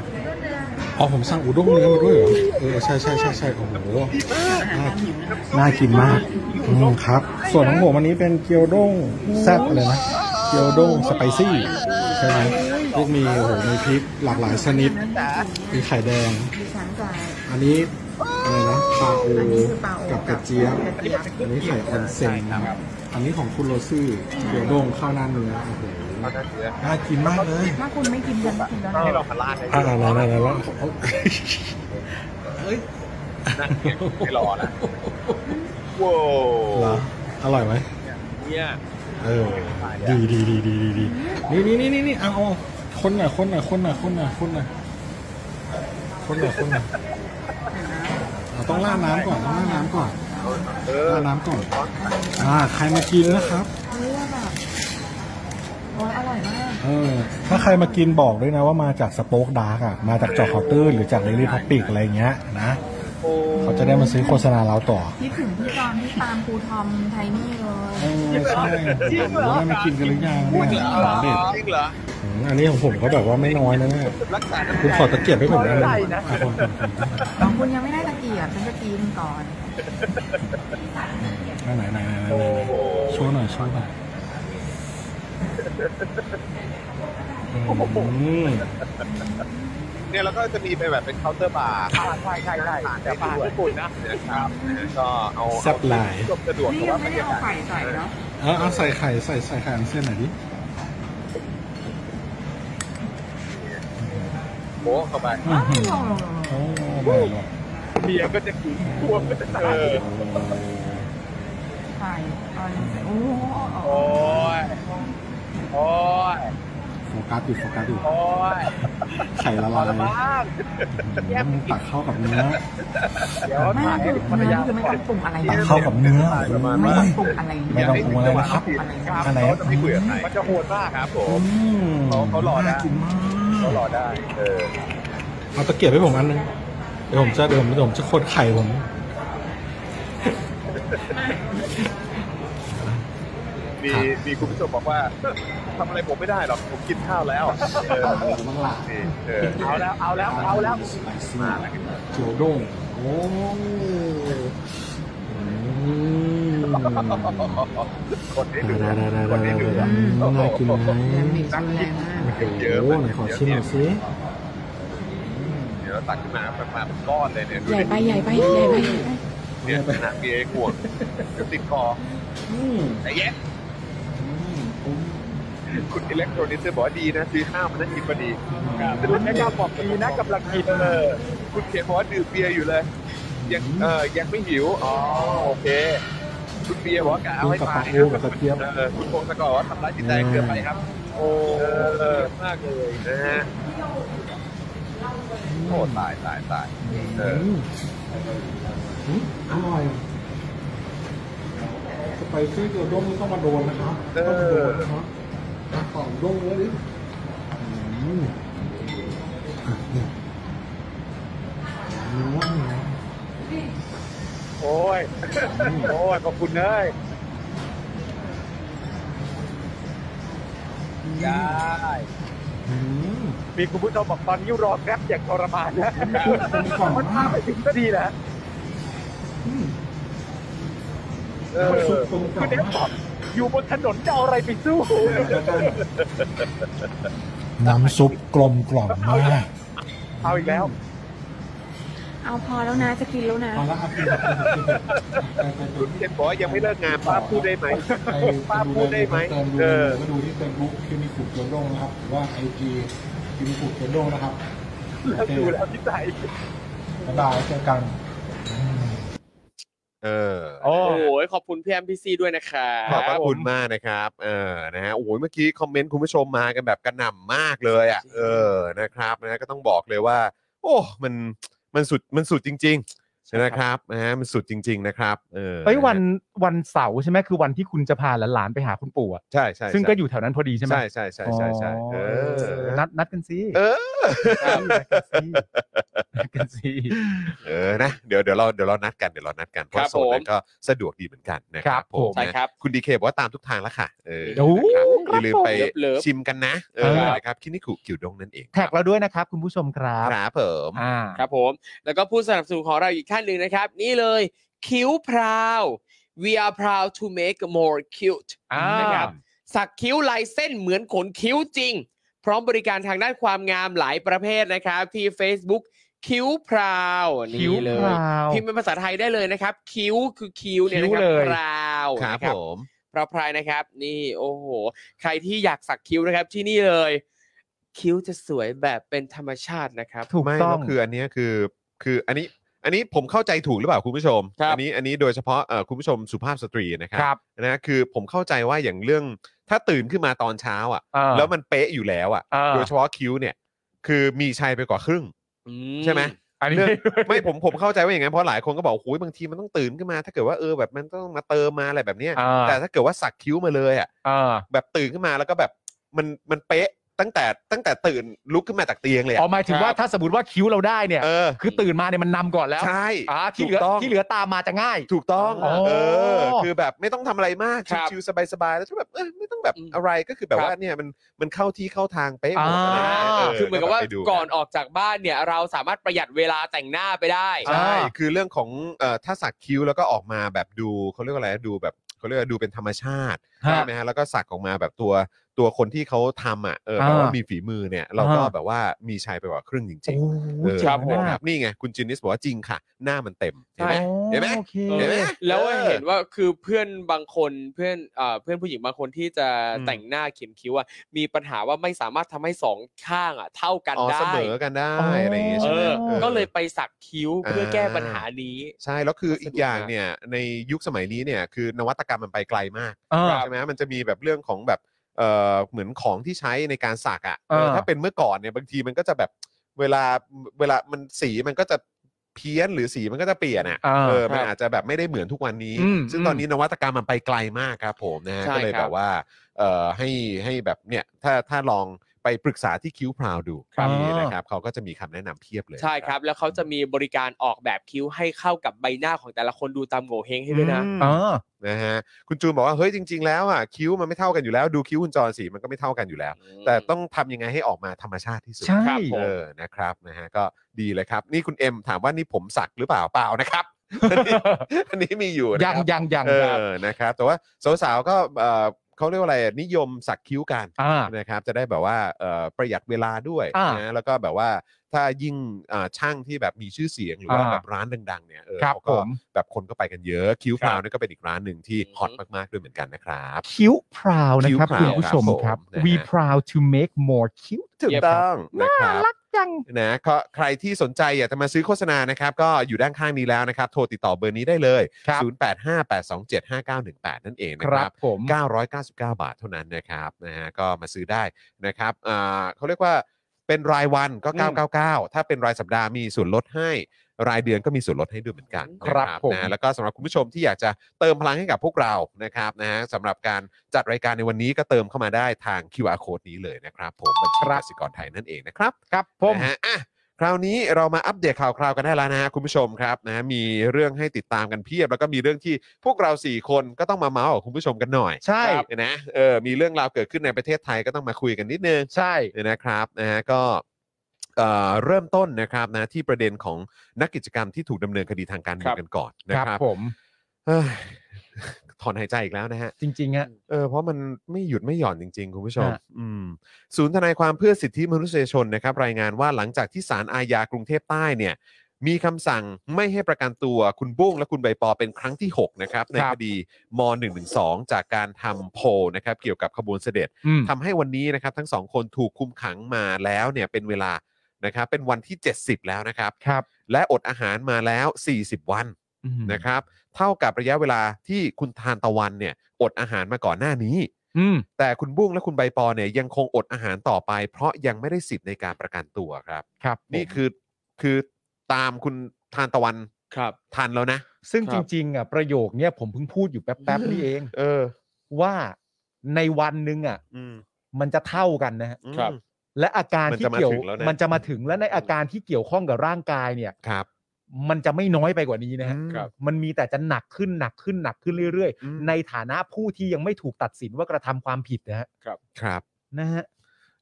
[SPEAKER 7] อ๋อผมสั่งอุด้งเนื้อมาด้วยเหรอเออใช่ใช่ใช่ใช่โอ้โหน่ากินน่ากินมากอืมครับ ส่วนของผมอันนี้เป็นเกียวด้งแซ่บเลยนะเกียวด้งสไปซี่ใช่ไหมพวกมีโอ้โหมีพริกหลากหลายชนิดมีไข่แดง
[SPEAKER 5] ดิฉันจ่าย
[SPEAKER 7] อันนี้อะไรนะปลาโอ
[SPEAKER 5] อันนี้คือเปา
[SPEAKER 7] กั
[SPEAKER 5] กั
[SPEAKER 7] บบกระเจี๊ยบ
[SPEAKER 5] กระเจี๊ยบ
[SPEAKER 7] อันนี้ไข่ออนเซ็นนะครับ อันนี้ของคุณโรซี่เดี๋ยวโดงข้าวหน้าเนื้อโอ้โหน่ากินมากเลย
[SPEAKER 5] ถ้าคุณไม่กินฉันกินแล้วนะ
[SPEAKER 2] ให้เราพลาดเลย
[SPEAKER 7] อ่าไหนไหนไหนว่าเฮ้ย
[SPEAKER 2] ไม่รอนะโว้
[SPEAKER 7] เหรออร่อยไหม
[SPEAKER 2] เนี่ย
[SPEAKER 7] เออ ดีดีดีดีดีดีนี่นี่นี่นี่นี่เอาเอาคนหน่ะคนหน่ะคนหน่ะคนหน่ะคนหน่ะคนหน่ะคนหน่ะเราต้องล่าดน้ำก่อนต้องล่าดน้ำก่อนล่าดน้ำก่อนอ่าใครมากินนะครับ
[SPEAKER 5] เฮ้ยว่าแบบโอ้ยอร่อยมาก
[SPEAKER 7] เออถ้าใครมากินบอกด้วยนะว่ามาจากสโป๊กดาร์กอ่ะ มาจากจอคอเตอร์หรือจากเดลี่ท็อปิกอะไรเงี้ยนะ เขาจะได้มาซื้อโฆษณาเราต่อ
[SPEAKER 5] คิดถึงพี่ตอนที่ตามครูทอมไทนี่เลย
[SPEAKER 7] เออใช่ผมว่าได้มากินกันหรือยังเนี่ยหลานเด็ก
[SPEAKER 2] จริงเหรอ
[SPEAKER 7] อืมอันนี้ของผมก็แบบว่าไม่น้อยนะเนี่ย
[SPEAKER 2] รักษาน้ำ
[SPEAKER 7] คุณขอตะเกียบให้ผมได้ไหมอ่ะคน
[SPEAKER 5] ของคุณยังไม่ได้ตะเกียบฉันจะกินก่อน
[SPEAKER 7] ๆๆไหนๆๆๆไหนไหนไหนโชว์หน่อยโชว์หน่อยอืม
[SPEAKER 2] เนี่ยแล้วก็จะมีเป็นแบบเป็นเคาน์เตอร์บาร์ใช่ใช่ใช่แต่บาร์ญี่ปุ่นนะนะครับก็เอา
[SPEAKER 7] แซ่บหลาย
[SPEAKER 2] จบสะดวก
[SPEAKER 5] นี่
[SPEAKER 2] แต่
[SPEAKER 5] ยั
[SPEAKER 2] ว่าง บร
[SPEAKER 5] ไม่
[SPEAKER 2] ร
[SPEAKER 5] ได้
[SPEAKER 2] ยากาศ
[SPEAKER 5] เอาไข่ใส่เนาะ
[SPEAKER 7] เอาเอาใส่ไข่ใส่ใส่ไข่อันเส้นหน่อยดิ
[SPEAKER 2] โบ๊ะเข้าไป
[SPEAKER 7] อื้อหือ
[SPEAKER 5] ลองลอง
[SPEAKER 7] โอ้ไม่หรอก
[SPEAKER 2] เบียร์ก็จะขุ่นตัวก็จะเออ
[SPEAKER 5] ไข่ออนโอ้โห
[SPEAKER 4] โอ้ย โอ้ย
[SPEAKER 7] โฟกัสอยู่โฟกัสอยู่
[SPEAKER 4] โอ้ย
[SPEAKER 7] ไข่ละลาย
[SPEAKER 4] บ้าง
[SPEAKER 7] ตักเข้ากับเนื้อ
[SPEAKER 4] เดี๋ยว
[SPEAKER 5] ไม่
[SPEAKER 4] ถ่า
[SPEAKER 5] ต้อย ง
[SPEAKER 4] ให้ภรงรยา
[SPEAKER 5] ปรุนะคือไม่ต้องปรุงอะไรเล
[SPEAKER 7] ตั
[SPEAKER 5] ย
[SPEAKER 7] กเข้ากับเนื้อโอ้โห
[SPEAKER 5] ไม่ต้องปรุงอะไรเลย
[SPEAKER 7] ไม่ต้องปรุงอะไรนะครับ
[SPEAKER 5] ปงอะไรเลย
[SPEAKER 7] อันไหน
[SPEAKER 2] เขาจะไม่คุยกับใคร
[SPEAKER 4] มันจะโหดมาก
[SPEAKER 2] ครับผม
[SPEAKER 7] อืม
[SPEAKER 2] เขาเขาหล่อนะ
[SPEAKER 7] น่กินมาก
[SPEAKER 2] เขารอได้ เออ
[SPEAKER 7] เอาตะเกียบให้ผมอันนึงเดี๋ยวผมจะเดี๋ยวผมเดี๋ยวผมจะคนไข่ผม
[SPEAKER 2] มีมีคุณผู้ชมบอกว่าทำอะไรผมไม่ได้หรอกผมกินข้าวแล้วเออนี่เออเอาแล้วเอาแล้วเอาแล้ว
[SPEAKER 7] สไปซี่เจียวด้งโอ้อืม
[SPEAKER 2] คนนี้ดู
[SPEAKER 7] ได้ได้ได้
[SPEAKER 2] ค
[SPEAKER 7] ได้
[SPEAKER 2] น
[SPEAKER 7] ได้
[SPEAKER 2] นี้ดู
[SPEAKER 7] ได้น่ากินไหม
[SPEAKER 5] แรงดิฉันแรงมาก
[SPEAKER 7] โอ้โหไหนขอชิมหน่อยสิ
[SPEAKER 2] เดี๋ยวเราตักขึ้นมาแบบมาเป็นก้อนเลยเนี่ยดู
[SPEAKER 5] ใหญ่
[SPEAKER 2] ดิ
[SPEAKER 5] ไปใหญ่ไปใหญ่ไป
[SPEAKER 2] เนี่ยหนักเบียร์ขวดเดี๋ยวติดคอ
[SPEAKER 7] อืม
[SPEAKER 2] ไอ้แย่
[SPEAKER 7] อืม
[SPEAKER 2] คุณอิเล็กโทรนิกส์จะบอกว่าดีนะซื้อข้าวมานั่งกินพอดี
[SPEAKER 7] ครับ
[SPEAKER 2] คุณแม่กล้าบอกดีนะกำลังกินเออคุณเขียนบอกว่าดื่มเบียร์อยู่เลย ยังเออยังไม่หิวอ๋อโอเค คุณเบียร์บอกว่ากะเอาให้ตาย
[SPEAKER 7] กินกับปลาทูกับกระเทียม
[SPEAKER 2] เออคุณพงศกรบอกว่าทำร้ายจิตใจเกินไปครับ โอ้เออมากเลยนะฮะโอ้ตายตายตายเออ
[SPEAKER 7] อืมอืมอร่อยสไปซี่เกียวด้งนี่ต้องมาโดนนะครับต้องมาโดนนะครับตักของด้งเยอะดิอืมอ่ะเนี่ยอืม
[SPEAKER 2] โอ้ยโอ้ยขอบคุณเลยได้
[SPEAKER 7] อืม
[SPEAKER 2] มีคุณผู้ชมบอกตอนนี้รอแกร็บอย่างทรมานนะ
[SPEAKER 7] กลมกล่อม
[SPEAKER 2] มันพาม
[SPEAKER 7] าก
[SPEAKER 2] ไปถึงก็ดีนะ
[SPEAKER 7] อืม
[SPEAKER 2] เอ
[SPEAKER 7] ซุ
[SPEAKER 2] อ
[SPEAKER 7] ปกลมกล่
[SPEAKER 2] คื
[SPEAKER 7] อม
[SPEAKER 2] อเน้นบ
[SPEAKER 7] มา
[SPEAKER 2] อกกอยู่บนถนนจะเอาอะไรไปสู้
[SPEAKER 7] น้ำซุปกลมกล่อมมาก
[SPEAKER 2] เอาอีกแล้ว
[SPEAKER 5] เอาพอแล้วนะจะกินแล้วนะ
[SPEAKER 7] พอแล้วครับกินครับกินครับกินครับ
[SPEAKER 2] เชนบอกว่ายังไม่เลิกงานป้าพูดได้ไหม ป้าพูดได้ไหม
[SPEAKER 7] เอ
[SPEAKER 2] เอ
[SPEAKER 7] อ
[SPEAKER 2] อ
[SPEAKER 7] มาดูที่เฟซบุ๊กคิวนิคุเกียวด้งนะครับหรือว่าไอจีคิวนิคุเกียวด้งนะครับ
[SPEAKER 2] เลิกดูแล้วพี่ใจ
[SPEAKER 7] บ๊ายบายเจอกัน
[SPEAKER 2] เออ
[SPEAKER 3] โอ้
[SPEAKER 4] โอ้ยขอบคุณพี่แอมพี่ซีด้วยนะครั
[SPEAKER 2] ขอบพ
[SPEAKER 4] บ
[SPEAKER 2] ระคุณมากนะครับ เออ นะฮะ โอ้ย เมื่อกี้คอมเมนต์คุณผู้ชมมากันแบบกระหน่ำมากเลยอ่ะ เออ นะครับ นะ ก็ต้องบอกเลยว่า โอ้ มัน มันสุด มันสุดจริง ๆ นะครับนะฮะมันสุดจริง ๆ นะครับเออ
[SPEAKER 3] เอ้ยวันวันเสาร์ใช่ไหมคือวันที่คุณจะพาหลานๆไปหาคุณปู่อะ
[SPEAKER 2] ใช่ใช่ใช่
[SPEAKER 3] ซึ่งก็อยู่แถวนั้นพอดีใช่ไหม
[SPEAKER 2] ใช่ใช่ใช่ใช่ใช่
[SPEAKER 3] อ๋อ
[SPEAKER 2] เออ
[SPEAKER 3] นัดนัดกันสิ
[SPEAKER 2] เออ
[SPEAKER 3] นัดกันสิ
[SPEAKER 2] เออนะเดี๋ยวเดี๋ยวเราเดี๋ยวเรานัดกันเดี๋ยวเรานัดกันเพ
[SPEAKER 4] ครั
[SPEAKER 2] ราะ
[SPEAKER 4] บ
[SPEAKER 2] โซนนั้
[SPEAKER 4] ผม
[SPEAKER 2] นก็สะดวกดีเหมือนกันนะค
[SPEAKER 3] ครั
[SPEAKER 2] รับบ
[SPEAKER 3] ผม
[SPEAKER 4] ใช่ครับ
[SPEAKER 2] นะคุณดีเคบอกว่าตามทุกทางแล้วค่ะเออ
[SPEAKER 3] โอ้โห
[SPEAKER 2] นะครับ
[SPEAKER 3] ค
[SPEAKER 2] อ
[SPEAKER 3] รับ
[SPEAKER 2] ย่าลืม
[SPEAKER 3] ผม
[SPEAKER 2] ไป
[SPEAKER 4] เลิฟๆ
[SPEAKER 2] ชิมกันนะเออ
[SPEAKER 3] ครับ
[SPEAKER 2] นะครับคินิคุกิวดงนั่นเอง
[SPEAKER 3] แท็กเราด้วยนะครับ คุณผู้ชมครับ
[SPEAKER 2] ครับผม
[SPEAKER 3] อ่า
[SPEAKER 4] ครับผมแล้วก็ผู้สนับสนุนของเราอีกท่านหนึ่งนะครับ นี่เลยคิ้วพราว we are proud to make more cute
[SPEAKER 3] อ่าน
[SPEAKER 4] นะครับสักคิ้วลายเส้นเหมือนขนคิ้วจริง พร้อมบริการทางด้านความงามหลายประเภทนะครับ ที่ Facebook คิ้วพราว
[SPEAKER 3] คิ้ว
[SPEAKER 4] นี่เล
[SPEAKER 3] พ
[SPEAKER 4] ย
[SPEAKER 3] ราว
[SPEAKER 4] พิมพ์เป็นภาษาไทยได้เลยนะครับ คิ้วคือคิ้วเนี่ยนะครับ
[SPEAKER 3] คิ้วเลย
[SPEAKER 4] พราว
[SPEAKER 2] ครับ
[SPEAKER 4] นะครั
[SPEAKER 2] ผ
[SPEAKER 4] บ
[SPEAKER 2] ม
[SPEAKER 4] พระพรายนะครับ นี่โอ้โห ใครที่อยากสักคิ้วนะครับที่นี่เลย คิ้วจะสวยแบบเป็นธรรมชาตินะครับ
[SPEAKER 3] ถูก
[SPEAKER 2] ไม่
[SPEAKER 3] ต้อง
[SPEAKER 2] แล้วคืออันเนี้ยคือคืออันนี้อันนี้ผมเข้าใจถูกหรือเปล่าคุณผู้ชม
[SPEAKER 4] ครับ
[SPEAKER 2] อันี้อันนี้โดยเฉพาะเอ่อคุณผู้ชมสุภาพสตรีนะค
[SPEAKER 3] ครั
[SPEAKER 2] รับ นะคือผมเข้าใจว่าอย่างเรื่องถ้าตื่นขึ้นมาตอนเช้าอ่ะ
[SPEAKER 3] เออ
[SPEAKER 2] แล้วมันเป๊ะอยู่แล้วอ่ะ
[SPEAKER 3] เออ
[SPEAKER 2] โดยเฉพาะคิ้วเนี่ย คือมีชัยไปกว่าครึ่ง ใช่ไหม
[SPEAKER 3] อันนี้
[SPEAKER 2] เรื่องไม่ผมผมเข้าใจว่าอย่างนั้นเพราะหลายคนก็บอกโอ้ยบางทีมันต้องตื่นขึ้นมา ถ้าเกิดว่าเออแบบมันต้องมาเติมมาอะไรแบบเนี้ย
[SPEAKER 3] อ่า
[SPEAKER 2] แต่ถ้าเกิดว่าสักคิ้วมาเลยอ่ะ
[SPEAKER 3] เออ
[SPEAKER 2] แบบตื่นขึ้นมาแล้วก็แบบมันมันเป๊ะตั้งแต่ตั้งแต่ตื่นลุกขึ้นมาจากเตียงเลย
[SPEAKER 3] อ๋
[SPEAKER 2] อะ
[SPEAKER 3] อหมายถึงว่าถ้าสมมติว่าคิ้วเราได้เนี่ย
[SPEAKER 2] เออ
[SPEAKER 3] คือตื่นมาเนี่ยมันนำก่อนแล้ว
[SPEAKER 2] ใช่
[SPEAKER 3] อ่าที่
[SPEAKER 2] ถูก
[SPEAKER 3] เหลือ
[SPEAKER 2] ต้อง
[SPEAKER 3] ที่เหลือตามมาจะง่าย
[SPEAKER 2] ถูกต้อง
[SPEAKER 3] อ๋อ
[SPEAKER 2] เออ คือแบบไม่ต้องทำอะไรมาก
[SPEAKER 4] ครับ
[SPEAKER 2] ชิวๆสบายๆแล้วก็แบบเออไม่ต้องแบบ
[SPEAKER 4] อืม
[SPEAKER 2] อะไรก็คือแบบ
[SPEAKER 4] ครับ
[SPEAKER 2] ว่าเนี่ยมันมันเข้าที่เข้าทางเป๊ะหมด
[SPEAKER 3] อ่า
[SPEAKER 2] อะไรอย่างเงี้ยเ
[SPEAKER 4] คือเหมือนกับว่า
[SPEAKER 2] ไปดู
[SPEAKER 4] ก่อนออกจากบ้านเนี่ย เราสามารถประหยัดเวลาแต่งหน้าไปได้
[SPEAKER 3] อ่า
[SPEAKER 2] ใช่คือเรื่องของเอ่อถ้าสักคิ้วแล้วก็ออกมาแบบดูเขาเรียกว่าอะไรดูแบบเขาเรียกว่าดูเป็นธรรมชาติ
[SPEAKER 3] ฮะ
[SPEAKER 2] ใช่ไหมฮะแล้วก็สักออกมาแบบตัวตัวคนที่เขาทำอ่ะเออแบบว่า
[SPEAKER 3] อ่ามี
[SPEAKER 2] มีฝีมือเนี่ย เราก็
[SPEAKER 3] อ่า
[SPEAKER 2] แบบว่ามีชัยไปกว่าครึ่งจริงๆ
[SPEAKER 3] โอ้โห
[SPEAKER 2] เออ
[SPEAKER 3] เจ๋ง
[SPEAKER 2] นะ
[SPEAKER 3] มาก
[SPEAKER 2] ครับนี่ไงคุณจินนิสบอกว่าจริงค่ะ หน้ามันเต็มเห็นไหม
[SPEAKER 3] อ๋อ
[SPEAKER 2] เห็นไหม
[SPEAKER 3] โอเค
[SPEAKER 2] เห็นไหม
[SPEAKER 4] แล้วเห็นว่าคือเพื่อนบางคนเพื่อนเอ่อเพื่อนผู้หญิงบางคนที่จะแต่งหน้าเขียนคิ้วอะมีปัญหาว่าไม่สามารถทำให้สองข้างอะเท่ากัน
[SPEAKER 2] อ๋อ
[SPEAKER 4] ได้
[SPEAKER 2] เสมอกันได้อะไรอย่างเงี้ย
[SPEAKER 4] เอ
[SPEAKER 2] ใช่ไหม
[SPEAKER 4] อ
[SPEAKER 2] เออ
[SPEAKER 4] ก็เลยไปสักคิ้วเพื่อแก้ปัญหานี้
[SPEAKER 2] ใช่ แล้วคือ
[SPEAKER 4] ก็สะดวก
[SPEAKER 2] อีกอย่าง
[SPEAKER 4] มาก
[SPEAKER 2] เนี่ยในยุคสมัยนี้เนี่ยคือนวัตกรรมมันไปไกลมาก
[SPEAKER 3] อ่า
[SPEAKER 2] ใช่ไหมมันจะมีแบบเรื่องของแบบเอ่อเหมือนของที่ใช้ในการสักอ่ะ
[SPEAKER 3] อ่า
[SPEAKER 2] เออถ้าเป็นเมื่อก่อนเนี่ยบางทีมันก็จะแบบเวลาเวลามันสีมันก็จะเพี้ยนหรือสีมันก็จะเปลี่ยนอ่ะ
[SPEAKER 3] อ่า
[SPEAKER 2] เออมันอาจจะแบบไม่ได้เหมือนทุกวันนี้
[SPEAKER 3] อืม
[SPEAKER 2] ซึ่งตอนนี้นวัตกรรมมันไปไกลมากครับผมนะฮะ
[SPEAKER 4] ใช่
[SPEAKER 2] ก็เลย
[SPEAKER 4] ครับ
[SPEAKER 2] แบบว่าเอ่อให้ให้แบบเนี่ยถ้าถ้าลองไปปรึกษาที่คิ้วพราวดู
[SPEAKER 3] ครับ
[SPEAKER 2] นี่นะครับเขาก็จะมีคำแนะนำเพียบเลย
[SPEAKER 4] ใช่ครับ แล้วเขาจะมีบริการออกแบบคิ้วให้เข้ากับใบหน้าของแต่ละคนดูตามโง่เฮงให้ด้วยนะ
[SPEAKER 3] อ่า
[SPEAKER 2] นะฮะคุณจูนบอกว่าเฮ้ยจริง ๆ แล้วอ่ะคิ้วมันไม่เท่ากันอยู่แล้ว ดูคิ้วคุณจอนสีมันก็ไม่เท่ากันอยู่แล้ว แต่ต้องทำยังไงให้ออกมาธรรมชาติที่สุด
[SPEAKER 3] ใช่
[SPEAKER 2] ครับเออนะครับนะฮะก็ดีเลยครับ นี่คุณเอ็มถามว่านี่ผมสักหรือเปล่าเปล่านะครับ อันนี้อันนี้มีอยู่นะ
[SPEAKER 3] ยัง
[SPEAKER 2] ครับ
[SPEAKER 3] ยังยัง
[SPEAKER 2] เอ
[SPEAKER 3] ครับ
[SPEAKER 2] อนะครับ แต่ว่าสาวๆก็เออเขาเรียกว่าอะไรนิยมสักคิ้วกัน
[SPEAKER 3] อ่า
[SPEAKER 2] นะครับจะได้แบบว่าเอ่อประหยัดเวลาด้วย
[SPEAKER 3] อ่าน
[SPEAKER 2] นะแล้วก็แบบว่าถ้ายิ่งอ่าช่างที่แบบมีชื่อเสียงหรือว่า
[SPEAKER 3] อ่า
[SPEAKER 2] แบบร้านดัง ๆ เนี่ยเออ
[SPEAKER 3] ครับ
[SPEAKER 2] เขา
[SPEAKER 3] ผ
[SPEAKER 2] ก็
[SPEAKER 3] ม
[SPEAKER 2] แบบคนก็ไปกันเยอะคิวพราวนี่ก็เป็นอีกร้านหนึ่งที่
[SPEAKER 4] อืม
[SPEAKER 2] ฮอตมาก ๆ ด้วยเหมือนกันนะครับ
[SPEAKER 3] คิ้วพราวนะครับ
[SPEAKER 2] คิ้วพราว
[SPEAKER 3] คุณผู้ชม
[SPEAKER 2] ครับผม
[SPEAKER 3] ครับ
[SPEAKER 2] นะฮะ
[SPEAKER 3] we proud to make more cute
[SPEAKER 2] ถูกต้องนะครับ
[SPEAKER 3] จัง
[SPEAKER 2] นะก็ใครที่สนใจอยากจะมาซื้อโฆษณานะครับ ก็อยู่ด้านข้างนี้แล้วนะครับ โทรติดต่อเบอร์นี้ได้เลย
[SPEAKER 3] ครับ
[SPEAKER 2] 0858275918 นั่นเอง
[SPEAKER 3] ค
[SPEAKER 2] นะค
[SPEAKER 3] รั
[SPEAKER 2] รั
[SPEAKER 3] บบ ผม
[SPEAKER 2] 999 บาทเท่านั้นนะครับนะฮะก็มาซื้อได้นะครับอ่าเขาเรียกว่าเป็นรายวันก็ 999 ถ้าเป็นรายสัปดาห์มีส่วนลดให้ รายเดือนก็มีส่วนลดให้ด้วยเหมือนกัน
[SPEAKER 3] ครับ
[SPEAKER 2] นะ
[SPEAKER 3] ผม
[SPEAKER 2] นะแล้วก็สำหรับคุณผู้ชมที่อยากจะเติมพลังให้กับพวกเรานะครับนะฮะสำหรับการจัดรายการในวันนี้ก็เติมเข้ามาได้ทาง QR code นี้เลยนะครับผมบัญชี
[SPEAKER 3] ครั
[SPEAKER 2] ก
[SPEAKER 3] บ
[SPEAKER 2] สิกรไทยนั่นเองนะครับ
[SPEAKER 3] ครับผม
[SPEAKER 2] นะฮะอ่ะคราวนี้เรามาอัปเดตข่าวคราวกันได้แล้วนะฮะคุณผู้ชมครับนะฮะมีเรื่องให้ติดตามกันเพียบ แล้วก็มีเรื่องที่พวกเราสี่คนก็ต้องมาเมาส์กับคุณผู้ชมกันหน่อย
[SPEAKER 3] ใช่
[SPEAKER 2] ครับนะเออมีเรื่องราวเกิดขึ้นในประเทศไทยก็ต้องมาคุยกันนิดนึง
[SPEAKER 3] ใช่
[SPEAKER 2] นะครับนะฮะก็เอ่อเริ่มต้นนะครับนะที่ประเด็นของนักกิจกรรมที่ถูกดำเนินคดีทางการเมืองกันก่อนนะ
[SPEAKER 3] ครั
[SPEAKER 2] ครับ
[SPEAKER 3] บผม
[SPEAKER 2] เอ้ยถอนหายใจอีกแล้วนะฮะ
[SPEAKER 3] จริงๆฮะ
[SPEAKER 2] เออเพราะมันไม่หยุดไม่หย่อนจริง ๆ คุณผู้ชม
[SPEAKER 3] ฮะ
[SPEAKER 2] อืมศูนย์ทนายความเพื่อสิทธิมนุษยชนนะครับ รายงานว่าหลังจากที่ศาลอาญากรุงเทพใต้เนี่ย มีคำสั่งไม่ให้ประกันตัวคุณบุ้งและคุณใบปอเป็นครั้งที่ 6 นะครับ ในคดีม .112 จากการทำโพลนะครับ เกี่ยวกับขบวนเสด็จ
[SPEAKER 3] อืม
[SPEAKER 2] ทำให้วันนี้นะครับ ทั้งสองคนถูกคุมขังมาแล้วเนี่ยเป็นเวลานะครับ เป็นวันที่ 70 แล้วนะครับ
[SPEAKER 3] ครับ
[SPEAKER 2] และอดอาหารมาแล้ว 40 วัน
[SPEAKER 3] อืม
[SPEAKER 2] นะครับเท่ากับระยะเวลาที่คุณทานตะวันเนี่ยอดอาหารมาก่อนหน้านี้
[SPEAKER 3] อืม
[SPEAKER 2] แต่คุณบุ้งและคุณใบปอเนี่ยยังคงอดอาหารต่อไป เพราะยังไม่ได้สิทธิ์ในการประกันตัวครับ
[SPEAKER 3] ครับ
[SPEAKER 2] นี่คือคือตามคุณทานตะวัน
[SPEAKER 4] ครับ
[SPEAKER 2] ทันแล้วนะ
[SPEAKER 3] ซึ่ง
[SPEAKER 4] ค
[SPEAKER 3] จ
[SPEAKER 4] รับ
[SPEAKER 3] ริงๆอ่ะประโยคเนี้ยผมเพิ่งพูดอยู่แป๊บๆนี่เอง
[SPEAKER 2] เออ
[SPEAKER 3] ว่าในวันหนึ่งอ่ะ
[SPEAKER 2] อืม
[SPEAKER 3] มันจะเท่ากันนะฮะ
[SPEAKER 2] อืม
[SPEAKER 4] ครับ
[SPEAKER 3] และอาการที่เกี่ยว
[SPEAKER 2] มันจะมาถึงแล้วนะ
[SPEAKER 3] มันจะมาถึงและในอาการที่เกี่ยวข้องกับร่างกายเนี่ย
[SPEAKER 2] ครับ
[SPEAKER 3] มันจะไม่น้อยไปกว่านี้นะฮะ
[SPEAKER 2] อืมครับ
[SPEAKER 3] มันมีแต่จะหนักขึ้นหนักขึ้นหนักขึ้นเรื่อย
[SPEAKER 2] อืม
[SPEAKER 3] ๆ ในฐานะผู้ที่ยังไม่ถูกตัดสินว่ากระทำความผิดนะฮะ
[SPEAKER 2] ครับ
[SPEAKER 3] นะฮะ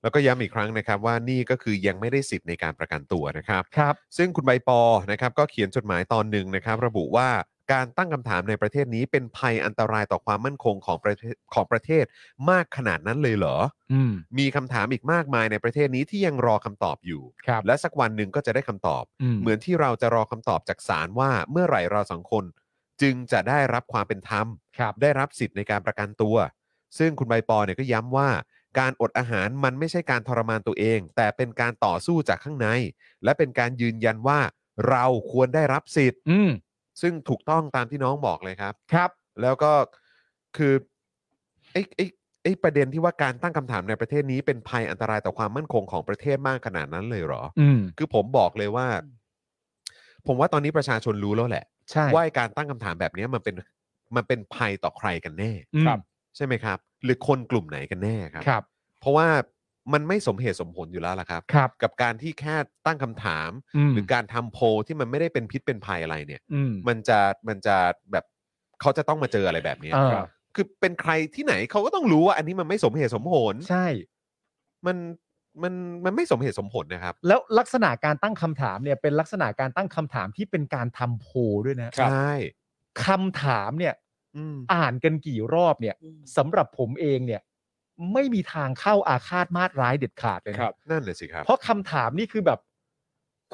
[SPEAKER 2] แล้วก็ย้ำอีกครั้งนะครับว่านี่ก็คือยังไม่ได้สิทธิ์ในการประกันตัวนะครับ
[SPEAKER 3] ครับ
[SPEAKER 2] ซึ่งคุณใบปอนะครับก็เขียนจดหมายตอนหนึ่งนะครับ ระบุว่าการตั้งคำถามในประเทศนี้เป็นภัยอันตรายต่อความมั่นคงของประเทศของประเทศมากขนาดนั้นเลยเหรอ
[SPEAKER 3] อืม
[SPEAKER 2] มีคำถามอีกมากมายในประเทศนี้ที่ยังรอคำตอบอยู่
[SPEAKER 3] ครับ
[SPEAKER 2] และสักวันหนึ่งก็จะได้คำตอบ เหมือนที่เราจะรอคำตอบจากศาลว่าเมื่อไหร่เราสองคน จึงจะได้รับความเป็นธรรม
[SPEAKER 3] ครับ
[SPEAKER 2] ได้รับสิทธิ์ในการประกันตัว ซึ่งคุณใบปอเนี่ยก็ย้ำว่า การอดอาหารมันไม่ใช่การทรมานตัวเอง แต่เป็นการต่อสู้จากข้างใน และเป็นการยืนยันว่าเราควรได้รับสิทธิ์
[SPEAKER 3] อืม
[SPEAKER 2] ซึ่งถูกต้องตามที่น้องบอกเลยครับ
[SPEAKER 3] ครับ
[SPEAKER 2] แล้วก็คือไอ้ไอ้ไอ้ประเด็นที่ว่าการตั้งคำถามในประเทศนี้เป็นภัยอันตรายต่อความมั่นคงของประเทศมากขนาดนั้นเลยเหรอ
[SPEAKER 3] อืม
[SPEAKER 2] คือผมบอกเลยว่า ผมว่าตอนนี้ประชาชนรู้แล้วแหละ
[SPEAKER 3] ใช่
[SPEAKER 2] ว่าไอ้การตั้งคำถามแบบเนี้ยมันเป็นมันเป็นภัยต่อใครกันแน่
[SPEAKER 3] อืม
[SPEAKER 4] ครับ
[SPEAKER 2] ใช่ไหมครับ หรือคนกลุ่มไหนกันแน่ครับ
[SPEAKER 3] ครับ
[SPEAKER 2] เพราะว่ามันไม่สมเหตุสมผลอยู่แล้วล่ะครับ
[SPEAKER 3] ครับ
[SPEAKER 2] กับการที่แค่ตั้งคำถาม
[SPEAKER 3] อืม
[SPEAKER 2] หรือการทำโพลที่มันไม่ได้เป็นพิษเป็นภัยอะไรเนี่ย
[SPEAKER 3] อืม
[SPEAKER 2] มันจะมันจะแบบเขาจะต้องมาเจออะไรแบบเนี้ย
[SPEAKER 3] เออ
[SPEAKER 2] ครับคือเป็นใครที่ไหนเขาก็ต้องรู้ว่าอันนี้มันไม่สมเหตุสมผล
[SPEAKER 3] ใช่
[SPEAKER 2] มันมันมันไม่สมเหตุสมผลนะครับ
[SPEAKER 3] แล้วลักษณะการตั้งคำถามเนี่ยเป็นลักษณะการตั้งคำถามที่เป็นการทำโพลด้วยนะ
[SPEAKER 2] ใช่
[SPEAKER 3] คำถามเนี่ย
[SPEAKER 2] อืม
[SPEAKER 3] อ่านกันกี่รอบเนี่ยสำหรับผมเองเนี่ย ไม่มีทางเข้าอาฆาตมาตร้ายเด็ดขาดเลย
[SPEAKER 4] ครั
[SPEAKER 3] นะ
[SPEAKER 4] บ
[SPEAKER 2] นั่นเลยสิครับ
[SPEAKER 3] เพราะคำถามนี่คือแบบ